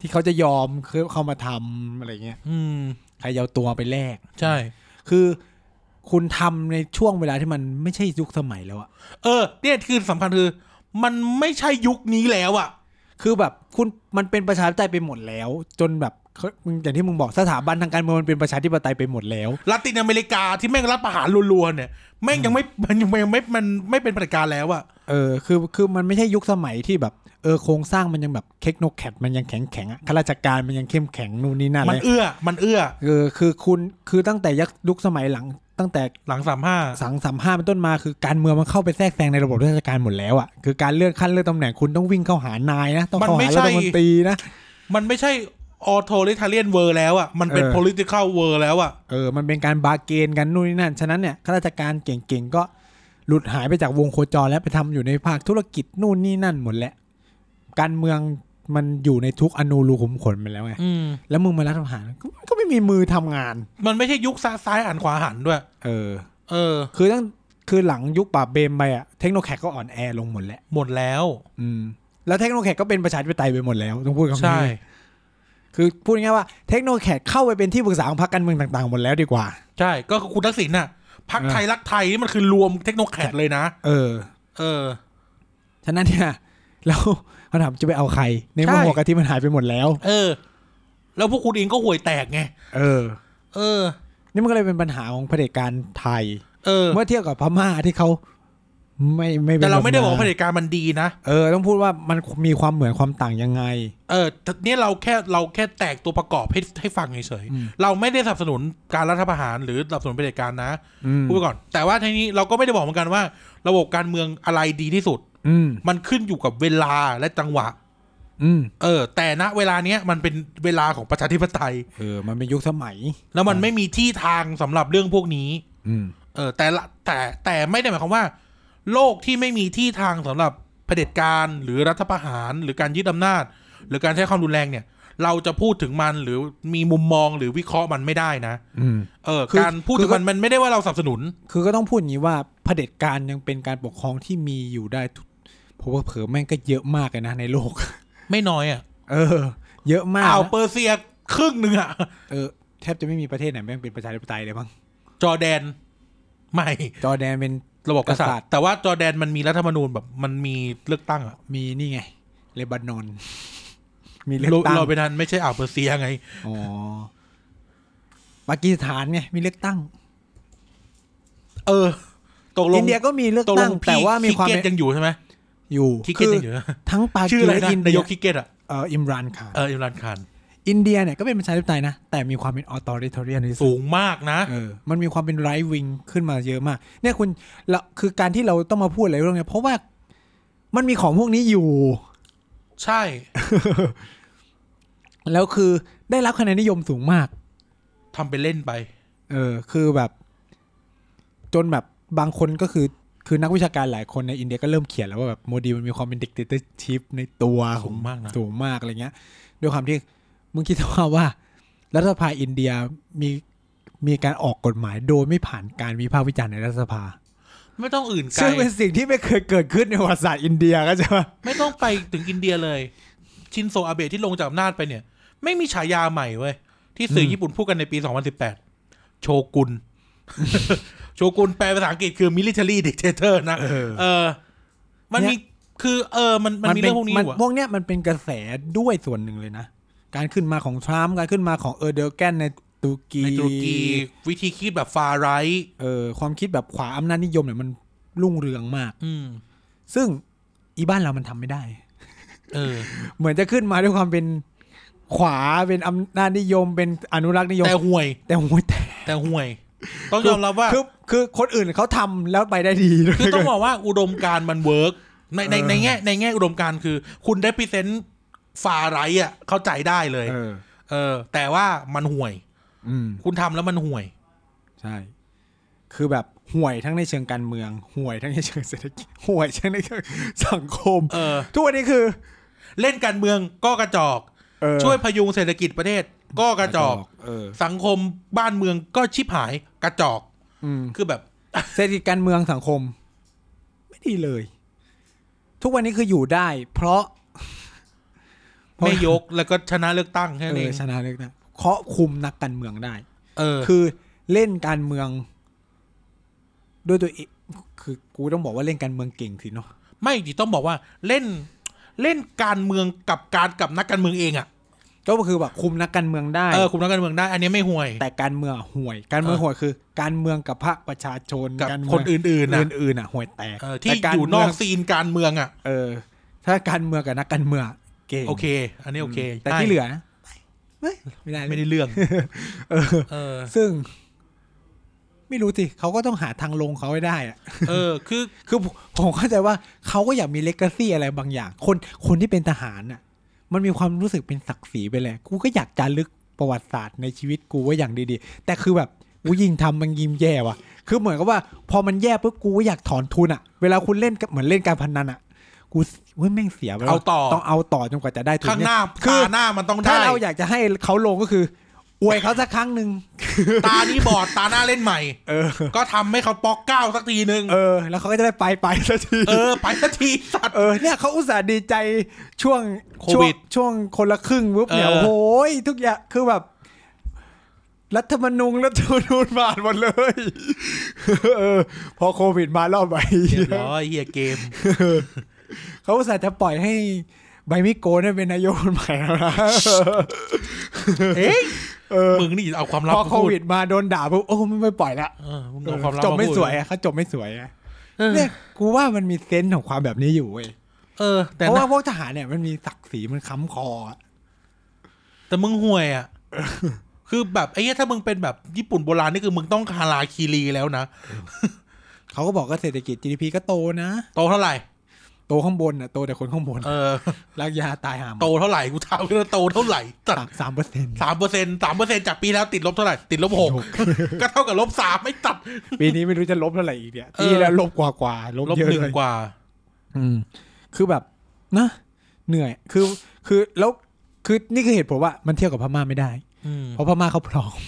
Speaker 2: ที่เขาจะยอมคือเขามาทำอะไรเงี้ย
Speaker 1: อืม
Speaker 2: ใครจะเอาตัวไปแลก
Speaker 1: ใช่
Speaker 2: คือคุณทำในช่วงเวลาที่มันไม่ใช่ยุคสมัยแล้วอะ
Speaker 1: เออ เนี่ยคือสำคัญคือ มันไม่ใช่ยุคนี้แล้วอะ
Speaker 2: คือแบบคุณมันเป็นประชาธิปไตยไปหมดแล้ว จนแบบเขามึงอย่างที่มึงบอกสถาบันทางการเมืองมันเป็นประชาธิปไตยไปหมดแล้ว
Speaker 1: ลาตินอเมริกาที่แม่งรัฐประหารรัวๆเนี่ยแม่งยังไม่มันยังไม่ไม่มันไม่เป็นปฏิการแล้วอะ
Speaker 2: เออคือคือมันไม่ใช่ยุคสมัยที่แบบเออโครงสร้างมันยังแบบเทคโนแคดมันยังแข็งแข็งๆอะข้าราชการมันยังเข้มแข็งนู่นนี่นั่น
Speaker 1: มั
Speaker 2: เล
Speaker 1: น
Speaker 2: ย
Speaker 1: เอื้อ มันเอื้อ
Speaker 2: เออคือคุณคือตั้งแต่ยุคสมัยหลัง ตั้งแต่
Speaker 1: หลังสามห้า
Speaker 2: สังสามห้าเป็นต้นมาคือการเมืองมันเข้าไปแทรกแซงในระบบราชการหมดแล้วอ่ะคือการเลื่อนขั้นเลื่อนตำแหน่งคุณต้องวิ่งเข้าหานายนะต้องเข้าหารัฐมนตรีนะ
Speaker 1: มันไม่ใช่ออโตลิทาเลียนเวอร์แล้วอะมันเป็น
Speaker 2: เออ
Speaker 1: political เวอร์แล้วอะ
Speaker 2: เออมันเป็นการบาร์เกนกันนู่นนี่นั่นฉะนั้นเนี่ยข้าราชการเก่งๆก็หลุดหายไปจากวงโคจรแล้วไปทำอยู่ในภาคธุรกิจนู่นนี่นั่นหมดแล้วการเมืองมันอยู่ในทุกอนูรูขุมขนไปแล้วไง
Speaker 1: อืม
Speaker 2: แล้วมึงมารัฐประหารก็ก็ไม่มีมือทำงาน
Speaker 1: มันไม่ใช่ยุคซ้ายซ้ายอ่านขวาหันด้วย
Speaker 2: เออ
Speaker 1: เออ
Speaker 2: คือตั้งคือหลังยุคป่าบเบมไปอะเทคโนแครก็อ่อนแอลงหมดแหละ
Speaker 1: หมดแล้ว
Speaker 2: อืม แล้วเทคโนแครก็เป็นประชาธิปไตยไปหมดแล้ว ต้องพูดคำ
Speaker 1: ใช่
Speaker 2: นี้คือพูดง่ายๆว่าเทคโนแครเข้าไปเป็นที่ปรึกษาของพรรคการเมืองต่างๆหมดแล้วดีกว่า
Speaker 1: ใช่ ก็คือคุณทักษิณน่ะพัก
Speaker 2: เออ
Speaker 1: ไทยรักไทยนี่มันคือรวมเทคโนแครดเลยนะ
Speaker 2: เออ
Speaker 1: เออ
Speaker 2: ฉะนั้นเนี่ยแล้วคำถามจะไปเอาใคร ในเมื่อ
Speaker 1: ใช่
Speaker 2: หัวกะทิมันหายไปหมดแล้ว
Speaker 1: เออ แล้วพวกคุณเองก็ห่วยแตกไง
Speaker 2: เออ
Speaker 1: เออ
Speaker 2: นี่มันก็เลยเป็นปัญหาของเผด็จการไทย
Speaker 1: เออ
Speaker 2: เมื่อเทียบกับพม่าที่เขาไม่ไม่ป็น
Speaker 1: แต่เราไม่ได้บอกว่า
Speaker 2: แบ
Speaker 1: เผ
Speaker 2: บนั้
Speaker 1: ด็
Speaker 2: น
Speaker 1: จการมันดีนะ
Speaker 2: เออ ต้องพูดว่ามันมีความเหมือนความต่างยังไง
Speaker 1: เออแต่เนี่ยเราแค่เราแค่แตกตัวประกอบให้ให้ฟังเฉย
Speaker 2: อืม
Speaker 1: ๆ เราไม่ได้สนับสนุนการรัฐประหารหรือสนับสนุนเผด็จการนะ
Speaker 2: อืม
Speaker 1: พูดไปก่อน แต่ว่าทีนี้เราก็ไม่ได้บอกเหมือนกันว่า ระบบการเมืองอะไรดีที่สุด
Speaker 2: อืม
Speaker 1: มันขึ้นอยู่กับเวลาและจังหวะ
Speaker 2: อืม
Speaker 1: เออ แต่ณเวลาเนี้ยมันเป็นเวลาของประชาธิปไตย
Speaker 2: เออ มันเป็นยุคสมัย
Speaker 1: แล้วมันไม่มีที่ทางสำหรับเรื่องพวกนี้
Speaker 2: อืม
Speaker 1: เออ แต่ละแต่แต่ไม่ได้หมายความว่า โลกที่ไม่มีที่ทางสำหรับเผด็จการหรือรัฐประหารหรือการยึดอำนาจ หรือการใช้ความรุนแรงเนี่ย เราจะพูดถึงมันหรือมีมุมมองหรือวิเคราะห์มันไม่ได้นะ
Speaker 2: อืม
Speaker 1: เออ
Speaker 2: คือ
Speaker 1: การพูดถึงมันมันไม่ได้ว่าเราสนับสนุน
Speaker 2: คือก็ต้องพูดอย่างนี้ว่าเผด็จการยังเป็นการปกครองที่มีอยู่ได้ทุกผมว่าเผลอแม่งก็เยอะมากเลยนะในโลก
Speaker 1: ไม่น้อยอ่ะ
Speaker 2: เออ เยอะมาก
Speaker 1: อ่าว
Speaker 2: นะ
Speaker 1: เปอร์เซียครึ่งหนึ่งอ่ะ
Speaker 2: เออ แทบจะไม่มีประเทศไหนแม่งเป็นประชาธิปไตยเลยมั้ง
Speaker 1: จอร์แดนไม่
Speaker 2: จอร์แดนเป็น
Speaker 1: ระบบกษัต
Speaker 2: กษัต
Speaker 1: ริ
Speaker 2: ริย์
Speaker 1: ย์ แต่ว่าจอร์แดนมันมีรัฐธรรมนูญแบบมันมีเลือกตั้งอ่ะ
Speaker 2: มีนี่ไง เลบานอน มีเลือกตั้ง
Speaker 1: เราไปนั้นไม่ใช่อ่าวเปอร์เซียไง
Speaker 2: อ๋อ ปากีสถานไง มีเลือกตั้ง
Speaker 1: เออ ตกลง
Speaker 2: อินเดียก็มีเลือก
Speaker 1: ตกล
Speaker 2: ตั้ง
Speaker 1: งพี่
Speaker 2: แต่ว่ามีความ
Speaker 1: คิกเก็ต
Speaker 2: เป็น
Speaker 1: ยังอยู่ใช่ไหม
Speaker 2: อยู่
Speaker 1: คิกเก็
Speaker 2: คื
Speaker 1: ต
Speaker 2: อ
Speaker 1: ยังอยู่นะ
Speaker 2: ทั้งปา
Speaker 1: ชื่อ
Speaker 2: กี
Speaker 1: อะไรนะ
Speaker 2: และอิน
Speaker 1: นา
Speaker 2: เดี
Speaker 1: ย
Speaker 2: ย
Speaker 1: กคิกเก็ตอ่ะ
Speaker 2: เอ่ออิมรานค่ะ
Speaker 1: เอออิมรันคาน
Speaker 2: อินเดียเนี่ยก็เป็นประชาธิปไตยนะ แต่มีความเป็นออโตเรทเรียนในสู
Speaker 1: สูงมากนะ
Speaker 2: เออ มันมีความเป็นไรวิงขึ้นมาเยอะมาก เนี่ยคุณเราคือการที่เราต้องมาพูดอะไรเรื่องเนี้ยเพราะว่ามันมีของพวกนี้อยู่
Speaker 1: ใช่
Speaker 2: แล้วคือได้รับคะแนนนิยมสูงมาก
Speaker 1: ทำไปเล่นไป
Speaker 2: เออ คือแบบ จนแบบบางคนก็คือ คือนักวิชาการหลายคนในอินเดียก็เริ่มเขียนแล้วว่าแบบโมดีมันมีความเป็นดิกเตอร์ชิพในตัวขอ
Speaker 1: สูงมากนะ
Speaker 2: สูงมากอะไรเงี้ย ด้วยความที่มึงคิดว่าว่า รัฐสภาอินเดียมีมีการออกกฎหมายโดยไม่ผ่านการวิพากษ์วิจารณ์ในรัฐสภา
Speaker 1: ไม่ต้องอื่นไกล
Speaker 2: ซึ่งเป็นสิ่งที่ไม่เคยเกิดขึ้นในประวัติศาสตร์อินเดียก็จะว่า
Speaker 1: ไม่ต้องไปถึงอินเดียเลย ชินโซอาเบะที่ลงจากอำนาจไปเนี่ย ไม่มีฉายาใหม่เว้ย ที่สื่อญี่ปุ่นพูดกันในปี 2018 โชกุ น โชกุนแปลภาษาอังกฤษคือ military dictator นะ เออ มันมี คือ เออ มัน มันมี
Speaker 2: ป็
Speaker 1: เรื่องพวกนี้อยู่
Speaker 2: พ
Speaker 1: อะ
Speaker 2: วกเนี้ยมันเป็นกระแสด้วยส่วนหนึ่งเลยนะ การขึ้นมาของทรัมป์การขึ้นมาของเออร์เดอร์แกนในตุรกี
Speaker 1: ในตุรกีวิธีคิดแบบฟาไรท์
Speaker 2: เออความคิดแบบขวาอำนาจนิยมเนี่ยมันรุ่งเรืองมาก
Speaker 1: อืม
Speaker 2: ซึ่งอีบ้านเรามันทำไม่ได้
Speaker 1: เออ
Speaker 2: เหมือนจะขึ้นมาด้วยความเป็นขวาเป็นอำนาจนิยม เป็นอนุรักษ์นิยม
Speaker 1: แต่ห่วย
Speaker 2: แต่โอ้ยแต่
Speaker 1: แต่ห่วย ต้องยอมรับว่า
Speaker 2: คือคือคนอื่นเขาทำแล้วไปได้ดีเลย
Speaker 1: คือต้องบอกว่าอุดมการณ์มันเวิร์กในใน
Speaker 2: เออ
Speaker 1: ในแง่ในแง่อุดมการณ์คือ คุณได้พรีเซนต์ฟาไรท์อ่ะ เข้าใจได้เลย
Speaker 2: เออ
Speaker 1: เออ แต่ว่ามันห่วย
Speaker 2: อืม
Speaker 1: คุณทำแล้วมันห่วย
Speaker 2: ใช่ คือแบบห่วยทั้งในเชิงการเมือง ห่วยทั้งในเชิงเศรษฐกิจ ห่วยทั้งในเชิงสังคม
Speaker 1: เออ
Speaker 2: ทุกวันนี้คือ
Speaker 1: เล่นการเมืองก็กระจอก
Speaker 2: เออ
Speaker 1: ช่วยพยุงเศรษฐกิจประเทศก็กระจอก
Speaker 2: เออ
Speaker 1: สังคมบ้านเมืองก็ชิบหายกระจอก
Speaker 2: อืม
Speaker 1: คือแบบ
Speaker 2: เศรษฐกิจการเมืองสังคม ไม่ดีเลย ทุกวันนี้คืออยู่ได้ เพราะ
Speaker 1: ไม่ยกแล้วก็ชนะเลือกตั้งแค่
Speaker 2: เอ
Speaker 1: นั้นเอ
Speaker 2: อง ชนะเลือกตั้งเคาะคุมนักการเมืองได้
Speaker 1: เออ
Speaker 2: คือเล่นการเมือง ด้วยตัวเองคือกูต้องบอกว่าเล่นการเมืองเก่งสิเนาะ
Speaker 1: ไม่ดิต้องบอกว่าเล่นเล่นการเมืองกับการกับนักการเมืองเองอ่ะ
Speaker 2: ก็คือแบบคุมนักการเมืองได้
Speaker 1: เออคุมนักการเมืองได้ อันนี้ไม่ห่วย
Speaker 2: แต่การเมืองอะห่วย การเมือง
Speaker 1: เออ
Speaker 2: ห่วยคือ การเมืองกับภาคประชาชน
Speaker 1: กับ
Speaker 2: การเมืง
Speaker 1: คนอื่นๆนะ
Speaker 2: อื่นๆอ่ะห่วยแตก
Speaker 1: เออที่
Speaker 2: แต่การ
Speaker 1: อยู่นอก
Speaker 2: เมืง
Speaker 1: ซีนการเมืองอ่ะ
Speaker 2: เออ ถ้าการเมืองกับนักการเมืองอะเก่ง
Speaker 1: โอเค อันนี้โอเค
Speaker 2: แต่
Speaker 1: ได้
Speaker 2: ที่เหลือนะเฮ้ยไม่ได้
Speaker 1: ไม่
Speaker 2: ไม่ได้
Speaker 1: ได้เรื่อง
Speaker 2: เออ
Speaker 1: เออ
Speaker 2: ซึ่ง ไม่รู้สิเขาก็ต้องหาทางลงเขาให้ได้อะ
Speaker 1: เออ คือ
Speaker 2: คือผมผมเข้าใจว่าเขาก็อยากมีเลกาซี่อะไรบางอย่าง คนคนที่เป็นทหารน่ะ มันมีความรู้สึกเป็นศักดิ์ศรีไปเลย กูก็อยากจารึกประวัติศาสตร์ในชีวิตกูไว่าอย่างดีๆ แต่คือแบบกูยิงทำมันยิงแย่ว่ะ คือเหมือนกับว่า พอมันแย่ปุ๊บกูก็อยากถอนทุนอ่ะ เวลาคุณเล่นกับเหมือนเล่นการพนันอ่ะ กูเว้ยแม่งเสียไปแล้ว
Speaker 1: เอาต่อ
Speaker 2: ต้องเอาต่อจนกว่าจะได้ทุน
Speaker 1: ข้างห
Speaker 2: เนี่ย
Speaker 1: น้า
Speaker 2: คือ
Speaker 1: ตาหน้ามันต้อง
Speaker 2: ถ้า
Speaker 1: ได้
Speaker 2: เราอยากจะให้เขาลงก็คือ อวยเขาสักครั้งหนึ่ง
Speaker 1: ตานี้บอดตาหน้าเล่นใหม่
Speaker 2: เออ
Speaker 1: ก็ทำให้เขาป๊อกเก้าสักทีนึง
Speaker 2: เออ แล้วเขาก็จะได้ไปไปสักที
Speaker 1: เออ ไปสักทีสัตว์
Speaker 2: เออเนี่ยเขาอุตส่าห์ดีใจช่วง
Speaker 1: โค
Speaker 2: ช่ว
Speaker 1: วิ
Speaker 2: ง
Speaker 1: ด
Speaker 2: ช่วงคนละครึ่งปุ๊บเนี่ย
Speaker 1: เออ
Speaker 2: โอ้โหยทุกอย่างคือแบบ รัฐธรรมนูญรัฐธรรมนูญผ่านหมดเลย เออพอโควิดมารอบใบ
Speaker 1: เรียบร้อยเฮียเกม
Speaker 2: เขาอุตส่าห์จะปล่อยให้ใบมิโกะเนี่ยเป็นนายกคนใหม่แล้วนะ
Speaker 1: เอ้ย
Speaker 2: เออ
Speaker 1: มึงนี่เอาความลับ
Speaker 2: พอ
Speaker 1: มา
Speaker 2: โค
Speaker 1: พูด
Speaker 2: วิดมาโดนด่าปุ๊บโอ้ไม่ไม่ปล่อยละ
Speaker 1: เออมึงเอาความลับ
Speaker 2: จบไม่
Speaker 1: าพูด
Speaker 2: สวยอะเขาจบไม่สวยอะ
Speaker 1: เออ
Speaker 2: เนี่ยกูว่ามันมีเซนส์ของความแบบนี้อยู่เว้ย
Speaker 1: เออ แต่
Speaker 2: เพราะ
Speaker 1: นะ
Speaker 2: ว่าพวกทหารเนี่ยมันมีศักดิ์ศรีมันค้ำคออะ
Speaker 1: แต่มึงห่วยอ่ะ คือแบบไอ้เหี้ยถ้ามึงเป็นแบบญี่ปุ่นโบราณนี่คือมึงต้องคาราคีรีแล้วนะ
Speaker 2: เขาก็บอกว่าเศรษฐกิจ GDP ก็โตนะ
Speaker 1: โตเท่าไหร่
Speaker 2: โตข้างบนน่ะโตแต่คนข้างบน
Speaker 1: เออ
Speaker 2: รากยาตายหาม
Speaker 1: โตเท่าไหร่ กูถามว่าโตเท่าไหร่จัด
Speaker 2: สามเปอร์เซ็นต์
Speaker 1: สามเปอร์เซ็นต์สามเปอร์เซ็นต์จากปีแล้วติดลบเท่าไหร่ ติดลบหก ก็เท่ากับลบสามไม่ตัด
Speaker 2: ปีนี้ไม่รู้จะลบเท่าไหร่อีกเนี่ย
Speaker 1: เออ
Speaker 2: ปีแล้วลบกว่ากว่าลบ
Speaker 1: ลบ
Speaker 2: เยอะ
Speaker 1: หนึ่ง
Speaker 2: เลย
Speaker 1: กว่า
Speaker 2: อืม คือแบบนะเหนื่อย คือคือแล้วคือนี่คือเหตุผลว่ามันเที่ยวกับพม่าไม่ได้
Speaker 1: อืม
Speaker 2: เพราะพม่าเขาพร้อม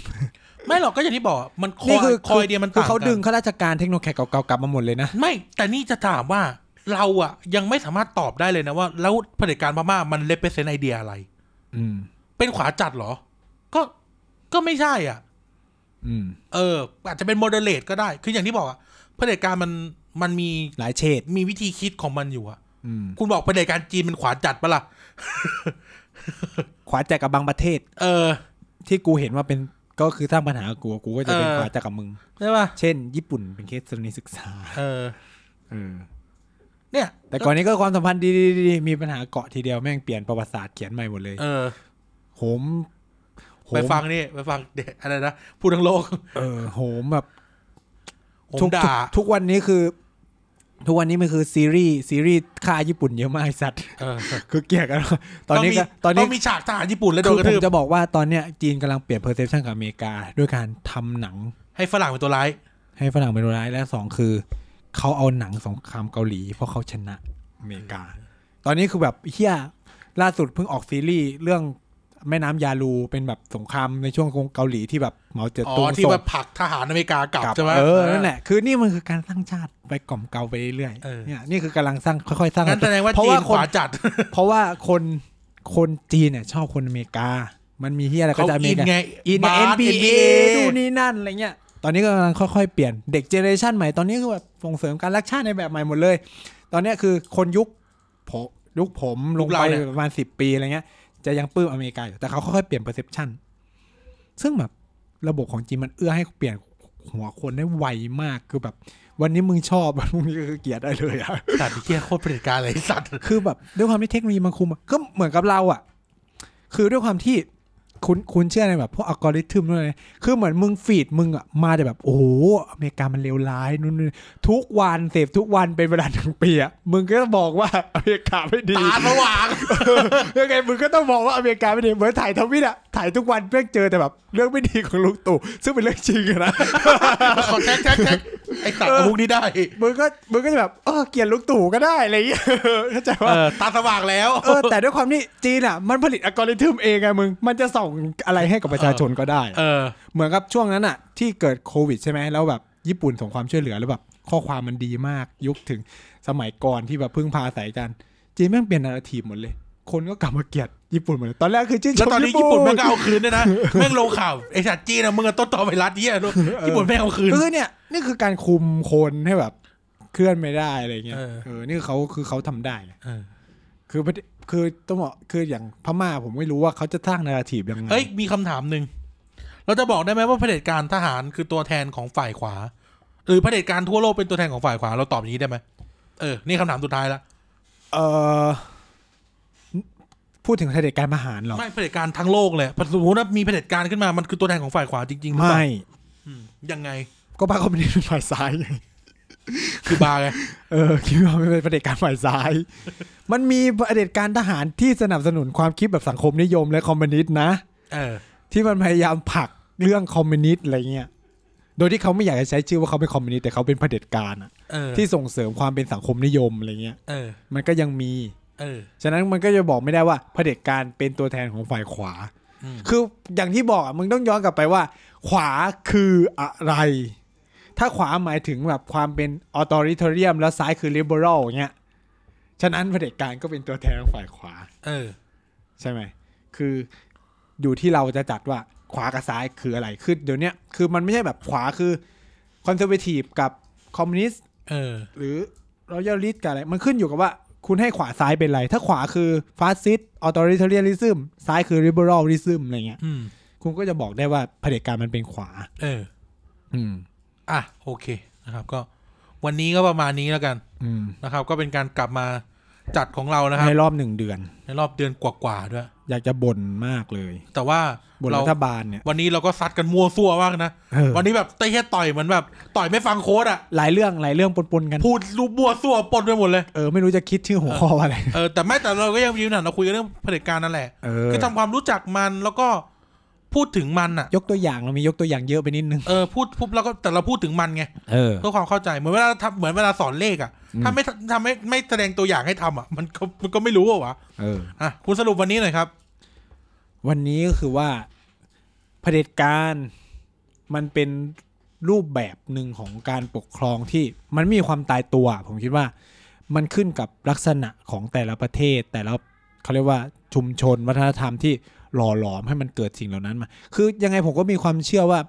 Speaker 1: ไม่หรอกก็อย่างที่บอกอะมันคอ
Speaker 2: นี่
Speaker 1: ยคอยเดียวมัน
Speaker 2: คื
Speaker 1: ต่า
Speaker 2: อง เขา
Speaker 1: กั
Speaker 2: ดึ
Speaker 1: น
Speaker 2: งข้าราชการเทคโนแครเก่าๆกลับมาหมดเลยนะ
Speaker 1: ไม่ แต่นี่จะถามว่าเราอะยังไม่สามารถตอบได้เลยนะว่า แล้วเผด็จการพม่ามันเลเปเซนไอเดียอะไร
Speaker 2: อืม
Speaker 1: เป็นขวาจัดเหรอ ก็ก็ไม่ใช่อ่ะ
Speaker 2: อืม
Speaker 1: เออ อาจจะเป็นโมเดเลตก็ได้ คืออย่างที่บอกอะเผด็จการมันมันมี
Speaker 2: หลายเฉด
Speaker 1: มีวิธีคิดของมันอยู่อะ
Speaker 2: อืม
Speaker 1: คุณบอกเผด็จการจีนเป็นขวาจัดปะล่ะ
Speaker 2: ขวาแจกกับบางประเทศ
Speaker 1: เออ
Speaker 2: ที่กูเห็นว่าเป็นก็คือสร้างปัญหากับกูกูก็จะเป็น
Speaker 1: เออ
Speaker 2: ขวาแจกกับมึง
Speaker 1: ใช่ป่ะ
Speaker 2: เช่น ญี่ปุ่นเป็นเคสสนิศึกษา
Speaker 1: เออ เนี่ย
Speaker 2: แต่ก่อนนี้ก็ความสัมพันธ์ดีๆมีปัญหาเกาะทีเดียวแม่งเปลี่ยนประวัติศาสตร์เขียนใหม่หมดเลย
Speaker 1: เออ
Speaker 2: โหมโหม
Speaker 1: ไปฟังนี่ไปฟังเด็กอะไรนะพูดทั้งโลก
Speaker 2: เออโหมแบบ
Speaker 1: ผม
Speaker 2: ทุก
Speaker 1: ด่า
Speaker 2: ทุกทุกวันนี้คือ ทุกวันนี้มันคือซีรีส์ซีรีส์ค่าญี่ปุ่นเยอะมากไอ้สัตว์
Speaker 1: เออ
Speaker 2: คือเกลียดกันตอนนี้ก็ตอนนี้
Speaker 1: งมีฉากทหารญี่ปุ่นแล้วโด
Speaker 2: คื
Speaker 1: น
Speaker 2: อก
Speaker 1: ระ
Speaker 2: ผ
Speaker 1: ทื
Speaker 2: ม
Speaker 1: บ
Speaker 2: จะบอกว่าตอนเนี้ยจีนกำลังเปลี่ยนเพอร์เซพชันกับอเมริกา ด้วยการทำหนัง
Speaker 1: ให้ฝรั่งเป็นตัวร้าย
Speaker 2: ให้ฝรั่งเป็นตัวร้ายและสองคือเขาเอาหนังสงครามเกาหลี เพราะเขาชนะอเมริกา ตอนนี้คือแบบเฮียล่าสุดเพิ่งออกซีรีส์เรื่องแม่น้ำยาลูเป็นแบบสงครามในช่วงของเกาหลีที่แบบเหมาเจ๋อ
Speaker 1: อ๋
Speaker 2: ตุ
Speaker 1: องที่
Speaker 2: ส่ง
Speaker 1: ว่าผลักทหารอเมริกากลับ
Speaker 2: กับ
Speaker 1: ใช่ไหม
Speaker 2: เออนั่นแหละคือนี่มันคือการสร้างชาติไปกล่อมเกลาไปเรื่อย
Speaker 1: เออ
Speaker 2: ๆเนี่ยนี่คือกำลังสร้างค่อยๆสร้าง
Speaker 1: งั้นแสดงว่า
Speaker 2: เพราะ
Speaker 1: จี
Speaker 2: ว่าน
Speaker 1: ข
Speaker 2: คน
Speaker 1: วาจัด
Speaker 2: เพราะว่าคนคนจีนเนี่ยชอบคนอเมริกา มันมีเฮียอะไรก็
Speaker 1: เขา
Speaker 2: จะอเม
Speaker 1: อิ
Speaker 2: ริ
Speaker 1: น
Speaker 2: กา
Speaker 1: ไง
Speaker 2: อิน
Speaker 1: บาส
Speaker 2: เ
Speaker 1: NBA
Speaker 2: ดูนี่นั่นอะไรเงี้ยตอนนี้ก็กำลังค่อยๆเปลี่ยนเด็กเจเนอเรชันใหม่ตอนนี้คือแบบส่งเสริมการรักชาติในแบบใหม่หมดเลย ตอนเนี้ยคือคนยุคผมยุคผมลง
Speaker 1: ยุคเรา
Speaker 2: ไป
Speaker 1: เนี่ย
Speaker 2: ประมาณสิบปีอะไรเงี้ย จะยังปลื้มอเมริกาอยู่แต่เขาค่อยๆเปลี่ยน perception ซึ่งแบบระบบของจีนมันเอื้อให้เปลี่ยนหัวคนได้ไวมากคือแบบ วันนี้มึงชอบ วันพรุ่งนี้ก็คือเกลียดได้เลยอะ
Speaker 1: สัตว์ไอ้เหี้ยโคตรเผด็จการเลยไอ้สัตว์
Speaker 2: คือแบบด้วยความที่เทคโนโลยีมันคุมอะก็เหมือนกับเราอะคือด้วยความที่คุณคุณเชื่อในแบบพวกอัลกอริทึมด้วยนะคือเหมือนมึงฟีดมึงอะมาแต่แบบโอ้โหอเมริกามันเลวร้ายนู่นนี่ทุกวันเสพทุกวันเป็นเวลาทั้งปีอะมึงก็บอกว่าอเมริกาไม่ดี
Speaker 1: ตาสว่าง
Speaker 2: ยังไงมึงก็ต้องมองว่าอเมริกาไม่ดีเหมือนถ่ายทวิตอะถ่ายทุกวันเพื่อเจอแต่แบบเรื่องไม่ดีของลุงตู่ซึ่งเป็นเรื่องจริงอะนะ
Speaker 1: ขอแท็กแท็กแท็กไอ้สัตว์
Speaker 2: เออ
Speaker 1: เอามุกนี้ได้
Speaker 2: มึงก็มึงก็จะแบบเออเกลียดลุงตู่ก็ได้อะไรอย่างเงี้ ยเข้าใจ
Speaker 1: เอ
Speaker 2: ว่า
Speaker 1: อ ตาสว่างแล้ว
Speaker 2: เออแต่ด้วยความที่จีนอะมันผลิตอัลกอริทึมเองไงมึงมันจะส่งอะไรให้กับประชาชนก็ได้
Speaker 1: เออ
Speaker 2: เหมือนกับช่วงนั้นอะที่เกิดโควิดใช่ไหมแล้วแบบ ญี่ปุ่นส่งความช่วยเหลือแล้วแบบข้อความมันดีมากยุคถึงสมัยก่อนที่แบบพึ่งพาสายกัน จีนแม่งเปลี่ยนนาราทีฟหมดเลย คนก็กลับมาเกลียดญี่ปุ่นหมดเลยตอนแรกคือชื่นช
Speaker 1: แล้ว
Speaker 2: ม
Speaker 1: ตอนนี้
Speaker 2: ญี่
Speaker 1: ญี่
Speaker 2: ปุ่
Speaker 1: ปุ่
Speaker 2: น
Speaker 1: นแม่งก็เอาคืนด้วยนะ แม่งลงข่าวไอ้สัตว์จีนอะมึงอะต้นต่อไวรัสเนี่ยรู้ญี่ปุ่นแม่งเอาคืน
Speaker 2: เออเนี่ยนี่คือการคุมคนให้แบบเคลื่อนไม่ได้อะไรเงี้ย
Speaker 1: เออ
Speaker 2: เออนี่คือเขาคือเขาทำได้
Speaker 1: เออ
Speaker 2: คือประเทศคือต้องบอกคืออย่างพม่าผมไม่รู้ว่าเขาจะสร้างนาราทีฟยังไง
Speaker 1: เอ้ยมีคำถามหนึ่งเราจะบอกได้ไหมว่าเผด็จการทหารคือตัวแทนของฝ่ายขวา หรือเผด็จการทั่วโลกเป็นตัวแทนของฝ่ายขวาเราตอบอย่างนี้ได้ไหมเออนี่คำถามสุดท้ายละ
Speaker 2: เออพูดถึงเผด็จการทหารเหรอ
Speaker 1: ไม่เผด็จการทั้งโลกเลยสมมติว่ามีเผด็จการขึ้นมามันคือตัวแทนของฝ่ายขวาจริงๆหรือเปล่า
Speaker 2: ไม่
Speaker 1: อืมยังไง
Speaker 2: ก็พรรคคอมมิวนิสต์เป็นฝ่ายซ้ายไง
Speaker 1: คือบาร์ไง
Speaker 2: เออคิดว่ามันเป็นประเผด็จการฝ่ายซ้าย มันมีประเผด็จการทหารที่สนับสนุนความคิดแบบสังคมนิยมและคอมมิวนิสต์นะ
Speaker 1: เออ
Speaker 2: ที่มันพยายามผลักเรื่องคอมมิวนิสต์อะไรเงี้ยโดยที่เขาไม่อยากจะใช้ชื่อว่าเขาเป็นคอมมิวนิสต์แต่เขาเป็นเผด็จการอะ
Speaker 1: เออ
Speaker 2: ที่ส่งเสริมความเป็นสังคมนิยมอะไรเงี้ย
Speaker 1: เออ
Speaker 2: มันก็ยังมี
Speaker 1: เออ
Speaker 2: ฉะนั้นมันก็จะบอกไม่ได้ว่าเผด็จการเป็นตัวแทนของฝ่ายขวา
Speaker 1: อืม
Speaker 2: คืออย่างที่บอกอ่ะมึงต้องย้อนกลับไปว่า ขวาคืออะไร ถ้าขวาหมายถึงแบบความเป็นออโตริเทเรียมแล้วซ้ายคือลิเบอรัลเงี้ย ฉะนั้นเผด็จการก็เป็นตัวแทนของฝ่ายขวา
Speaker 1: เออ
Speaker 2: ใช่ไหม คืออยู่ที่เราจะจัดว่าขวากับซ้ายคืออะไร คือเดี๋ยวเนี้ยคือมันไม่ใช่แบบขวาคือคอนเซอร์เวทีฟกับคอมมิวนิสต
Speaker 1: เออ
Speaker 2: หรือรอยัลลิสกับอะไร มันขึ้นอยู่กับว่าคุณให้ขวาซ้ายเป็นอะไร ถ้าขวาคือฟาสซิสออโตริเทเรียลิซึมซ้ายคือริเบอรัลลิซึมอะไรเงี้ย
Speaker 1: อืม
Speaker 2: คุณก็จะบอกได้ว่าเผด็จการมันเป็นขวา
Speaker 1: เออ
Speaker 2: อืม
Speaker 1: อ่ะ โอเค นะครับ ก็ วันนี้ก็ประมาณนี้แล้วกัน
Speaker 2: อืม
Speaker 1: นะครับ ก็เป็นการกลับมาจัดของเรานะครับ
Speaker 2: ในรอบหนึ่งเดือน
Speaker 1: ในรอบเดือนกว่าๆด้วย
Speaker 2: อยากจะบ่นมากเลย
Speaker 1: แต่ว่า
Speaker 2: บ่น
Speaker 1: เรา
Speaker 2: รัฐบาลเนี่ย
Speaker 1: วันนี้เราก็ซัดกันมั่วซั่วมากนะ
Speaker 2: เออ
Speaker 1: วันนี้แบบเตะแค่ต่อยเหมือนแบบ ต่อยไม่ฟังโค้ดอ่ะ
Speaker 2: หลายเรื่องหลายเรื่องปนๆกัน
Speaker 1: พูดรูปบัวซั่วปนไปหมดเลย
Speaker 2: เออ ไม่รู้จะคิดชื่อหัวข้อว่าอะไร
Speaker 1: เออ แต่ไม่แต่เราก็ยังยืนหนันเราคุยกันเรื่องเผด็จการนั่นแหละ
Speaker 2: เออ
Speaker 1: คือทำความรู้จักมันแล้วก็พูดถึงมันอ่ะ
Speaker 2: ยกตัวอย่างเรามียกตัวอย่างเยอะไปนิดนึง
Speaker 1: เออ พูดปุ๊บแล้วก็แต่เราพูดถึงมันไง
Speaker 2: เออ
Speaker 1: เพื่อความเข้าใจเหมือนเวลาทำเหมือนเวลาสอนเลขอ่ะ ถ้าไม่ทำไม่ไม่แสดงตัวอย่างให้ทำอ่ะ มันก็มันก็ไม่รู้อะวะ
Speaker 2: เออ
Speaker 1: อ่ะคุณสรุปวันนี้หน่อยครับ
Speaker 2: วันนี้ก็คือว่าเผด็จการมันเป็นรูปแบบหนึ่งของการปกครองที่มันไม่มีความตายตัว ผมคิดว่ามันขึ้นกับลักษณะของแต่ละประเทศ แต่ละเขาเรียกว่าชุมชนวัฒนธรรมที่หล่อหลอมให้มันเกิดสิ่งเหล่านั้นมา คือยังไงผมก็มีความเชื่อว่า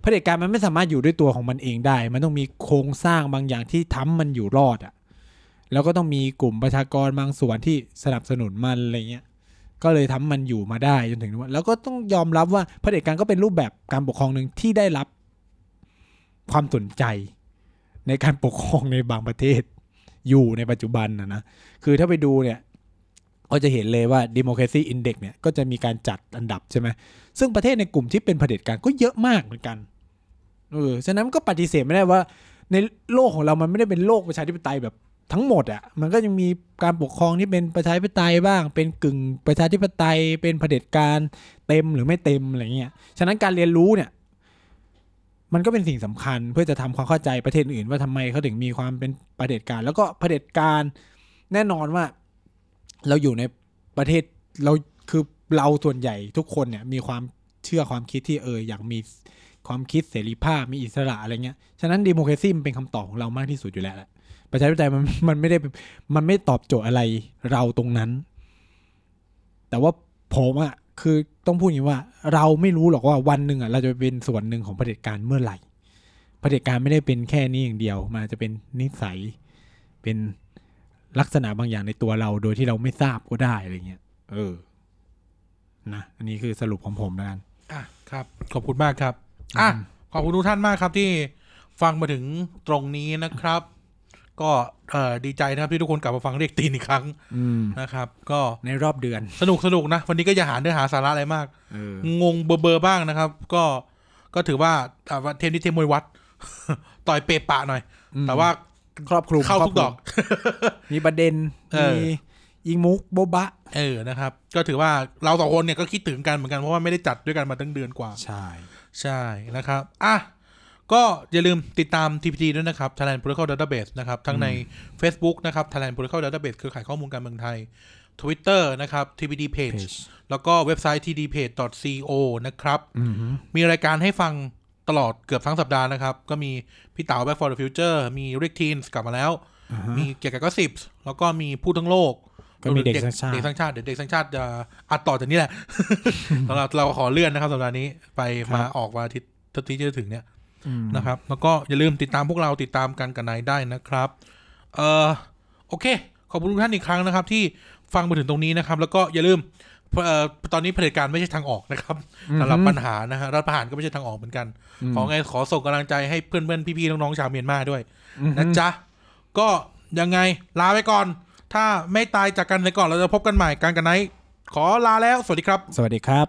Speaker 2: เผด็จการมันไม่สามารถอยู่ด้วยตัวของมันเองได้ มันต้องมีโครงสร้างบางอย่างที่ทำมันอยู่รอดอะ่ะแล้วก็ต้องมีกลุ่มประชากรบางส่วนที่สนับสนุนมันอะไรเงี้ย ก็เลยทำให้มันอยู่มาได้จนถึงทุกวันแล้วก็ต้องยอมรับว่าเผด็จการก็เป็นรูปแบบการปกครองหนึ่งที่ได้รับความสนใจ ในการปกครองในบางประเทศอยู่ในปัจจุบันนะนะคือถ้าไปดูเนี่ยก็จะเห็นเลยว่า Democracy Index เนี่ยก็จะมีการจัดอันดับใช่ไหมซึ่งประเทศในกลุ่มที่เป็นเผด็จการก็เยอะมากเหมือนกันเออฉะนั้นก็ปฏิเสธไม่ได้ว่า ในโลกของเรามันไม่ได้เป็นโลกประชาธิปไตยแบบ ทั้งหมดอะ่ะมันก็ยังมีการปกครองที่เป็นประชาธิปไตยบ้าง เป็นกึ่งประชาธิปไตย เป็นเผด็จการเต็มหรือไม่เต็มอะไรเงี้ยฉะนั้นการเรียนรู้เนี่ย มันก็เป็นสิ่งสำคัญเพื่อจะทำความเข้าใจประเทศอื่นว่าทำไมเขาถึงมีความเป็นเผด็จการ แล้วก็เผด็จการแน่นอนว่า เราอยู่ในประเทศเราคือเราส่วนใหญ่ทุกคนเนี่ย มีความเชื่อความคิดที่เอออยากมีความคิดเสรีภาพมีอิสระอะไรเงี้ยฉะนั้นดิโมครซีมันเป็นคำตอบของเรามากที่สุดอยู่แล้วแหละ ประชาธิปไตยมัน มันไม่ได้เป็นมันไม่ตอบโจทย์อะไรเราตรงนั้น แต่ว่าผมอะคือต้องพูดอย่างนี้ว่า เราไม่รู้หรอกว่าวันหนึ่งอะเราจะไปเป็นส่วนหนึ่งของเผด็จการเมื่อไหร่เผด็จการไม่ได้เป็นแค่นี้อย่างเดียว มันอาจจะเป็นนิสัยเป็นลักษณะบางอย่างในตัวเราโดยที่เราไม่ทราบก็ได้อะไรเงี้ยเออนะอันนี้คือสรุปของผมแล้วกัน
Speaker 1: อ่ะครับ ขอบคุณมากครับ อ่ะ
Speaker 2: อืม
Speaker 1: ขอบคุณทุกท่านมากครับที่ฟังมาถึงตรงนี้นะครับ ก็เอ่อดีใจนะครับที่ทุกคนกลับมาฟังเรียกตีนอีกครั้ง
Speaker 2: อืม
Speaker 1: นะครับ ก็
Speaker 2: ในรอบเดือน
Speaker 1: สนุกสนุกนะ วันนี้ก็อย่าหาเนื้อหาสาระอะไรมาก
Speaker 2: เออ
Speaker 1: งงเบอร์เบอร์บ้างนะครับ ก็ก็ถือว่าอ่ะว่าเทมนี้เทมมวยวัด ต่อยเปะปะหน่อย
Speaker 2: อืม
Speaker 1: แต่ว่า
Speaker 2: ครอบคลุม
Speaker 1: เข้าทุก
Speaker 2: ค
Speaker 1: ด
Speaker 2: ร
Speaker 1: อบ ก
Speaker 2: คลุมมีประเด็น
Speaker 1: เออ
Speaker 2: มียิงมุกโบ๊ะบะ
Speaker 1: เออ นะครับ ก็ถือว่าเราสองคนเนี่ยก็คิดถึงกันเหมือนกัน เพราะว่าไม่ได้จัดด้วยกันมาตั้งเดือนกว่า
Speaker 2: ใช่
Speaker 1: ใช่นะครับ อ่ะ ก็อย่าลืมติดตาม TPT ด้วยนะครับ Thailand Protocol Database นะครับ ทั้งใน Facebook นะครับ Thailand Protocol Database เครือข่ายข้อมูลการเมืองไทย Twitter นะครับ TPD Page
Speaker 2: Page
Speaker 1: แล้วก็เว็บไซต์ tdpage.co นะครับ
Speaker 2: อืม
Speaker 1: มีรายการให้ฟัง ตลอดเกือบทั้งสัปดาห์นะครับ ก็มีพี่เต๋า Back for the Future มีริกทีนกลับมาแล้ว
Speaker 2: อ่าฮะ
Speaker 1: มีเกียร์กบก็สิบแล้วก็มีผู้ทั้งโลก
Speaker 2: ก็มีเด็กสร้างชาติ
Speaker 1: เด็กสร้างชาติเดี๋ยวเด็กสร้างชาติจะอัดต่อจากนี้แหละ สำหรับเราขอเลื่อนนะครับสัปดาห์นี้ไปมาออกวันอาทิตย์ที่จะถึงเนี่ย
Speaker 2: อืม
Speaker 1: นะครับแล้วก็อย่าลืมติดตามพวกเราติดตามกันกันไหนได้นะครับเอ่อโอเค ขอบคุณทุกท่านอีกครั้งนะครับ ที่ฟังมาถึงตรงนี้นะครับ แล้วก็อย่าลืมเอ่อตอนนี้เผด็จการไม่ใช่ทางออกนะครับสำหรับปัญหานะฮะรัฐประหารก็ไม่ใช่ทางออกเหมือนกันขอไงขอส่งกำลังใจให้เพื่อนๆพี่ๆน้องๆชาวเมียนมาด้วยนะจ๊ะก็ยังไงลาไปก่อน ถ้าไม่ตายจากกันไปก่อนเราจะพบกันใหม่การกันไหนขอลาแล้วสวัสดีครับ
Speaker 2: สวัสดีครับ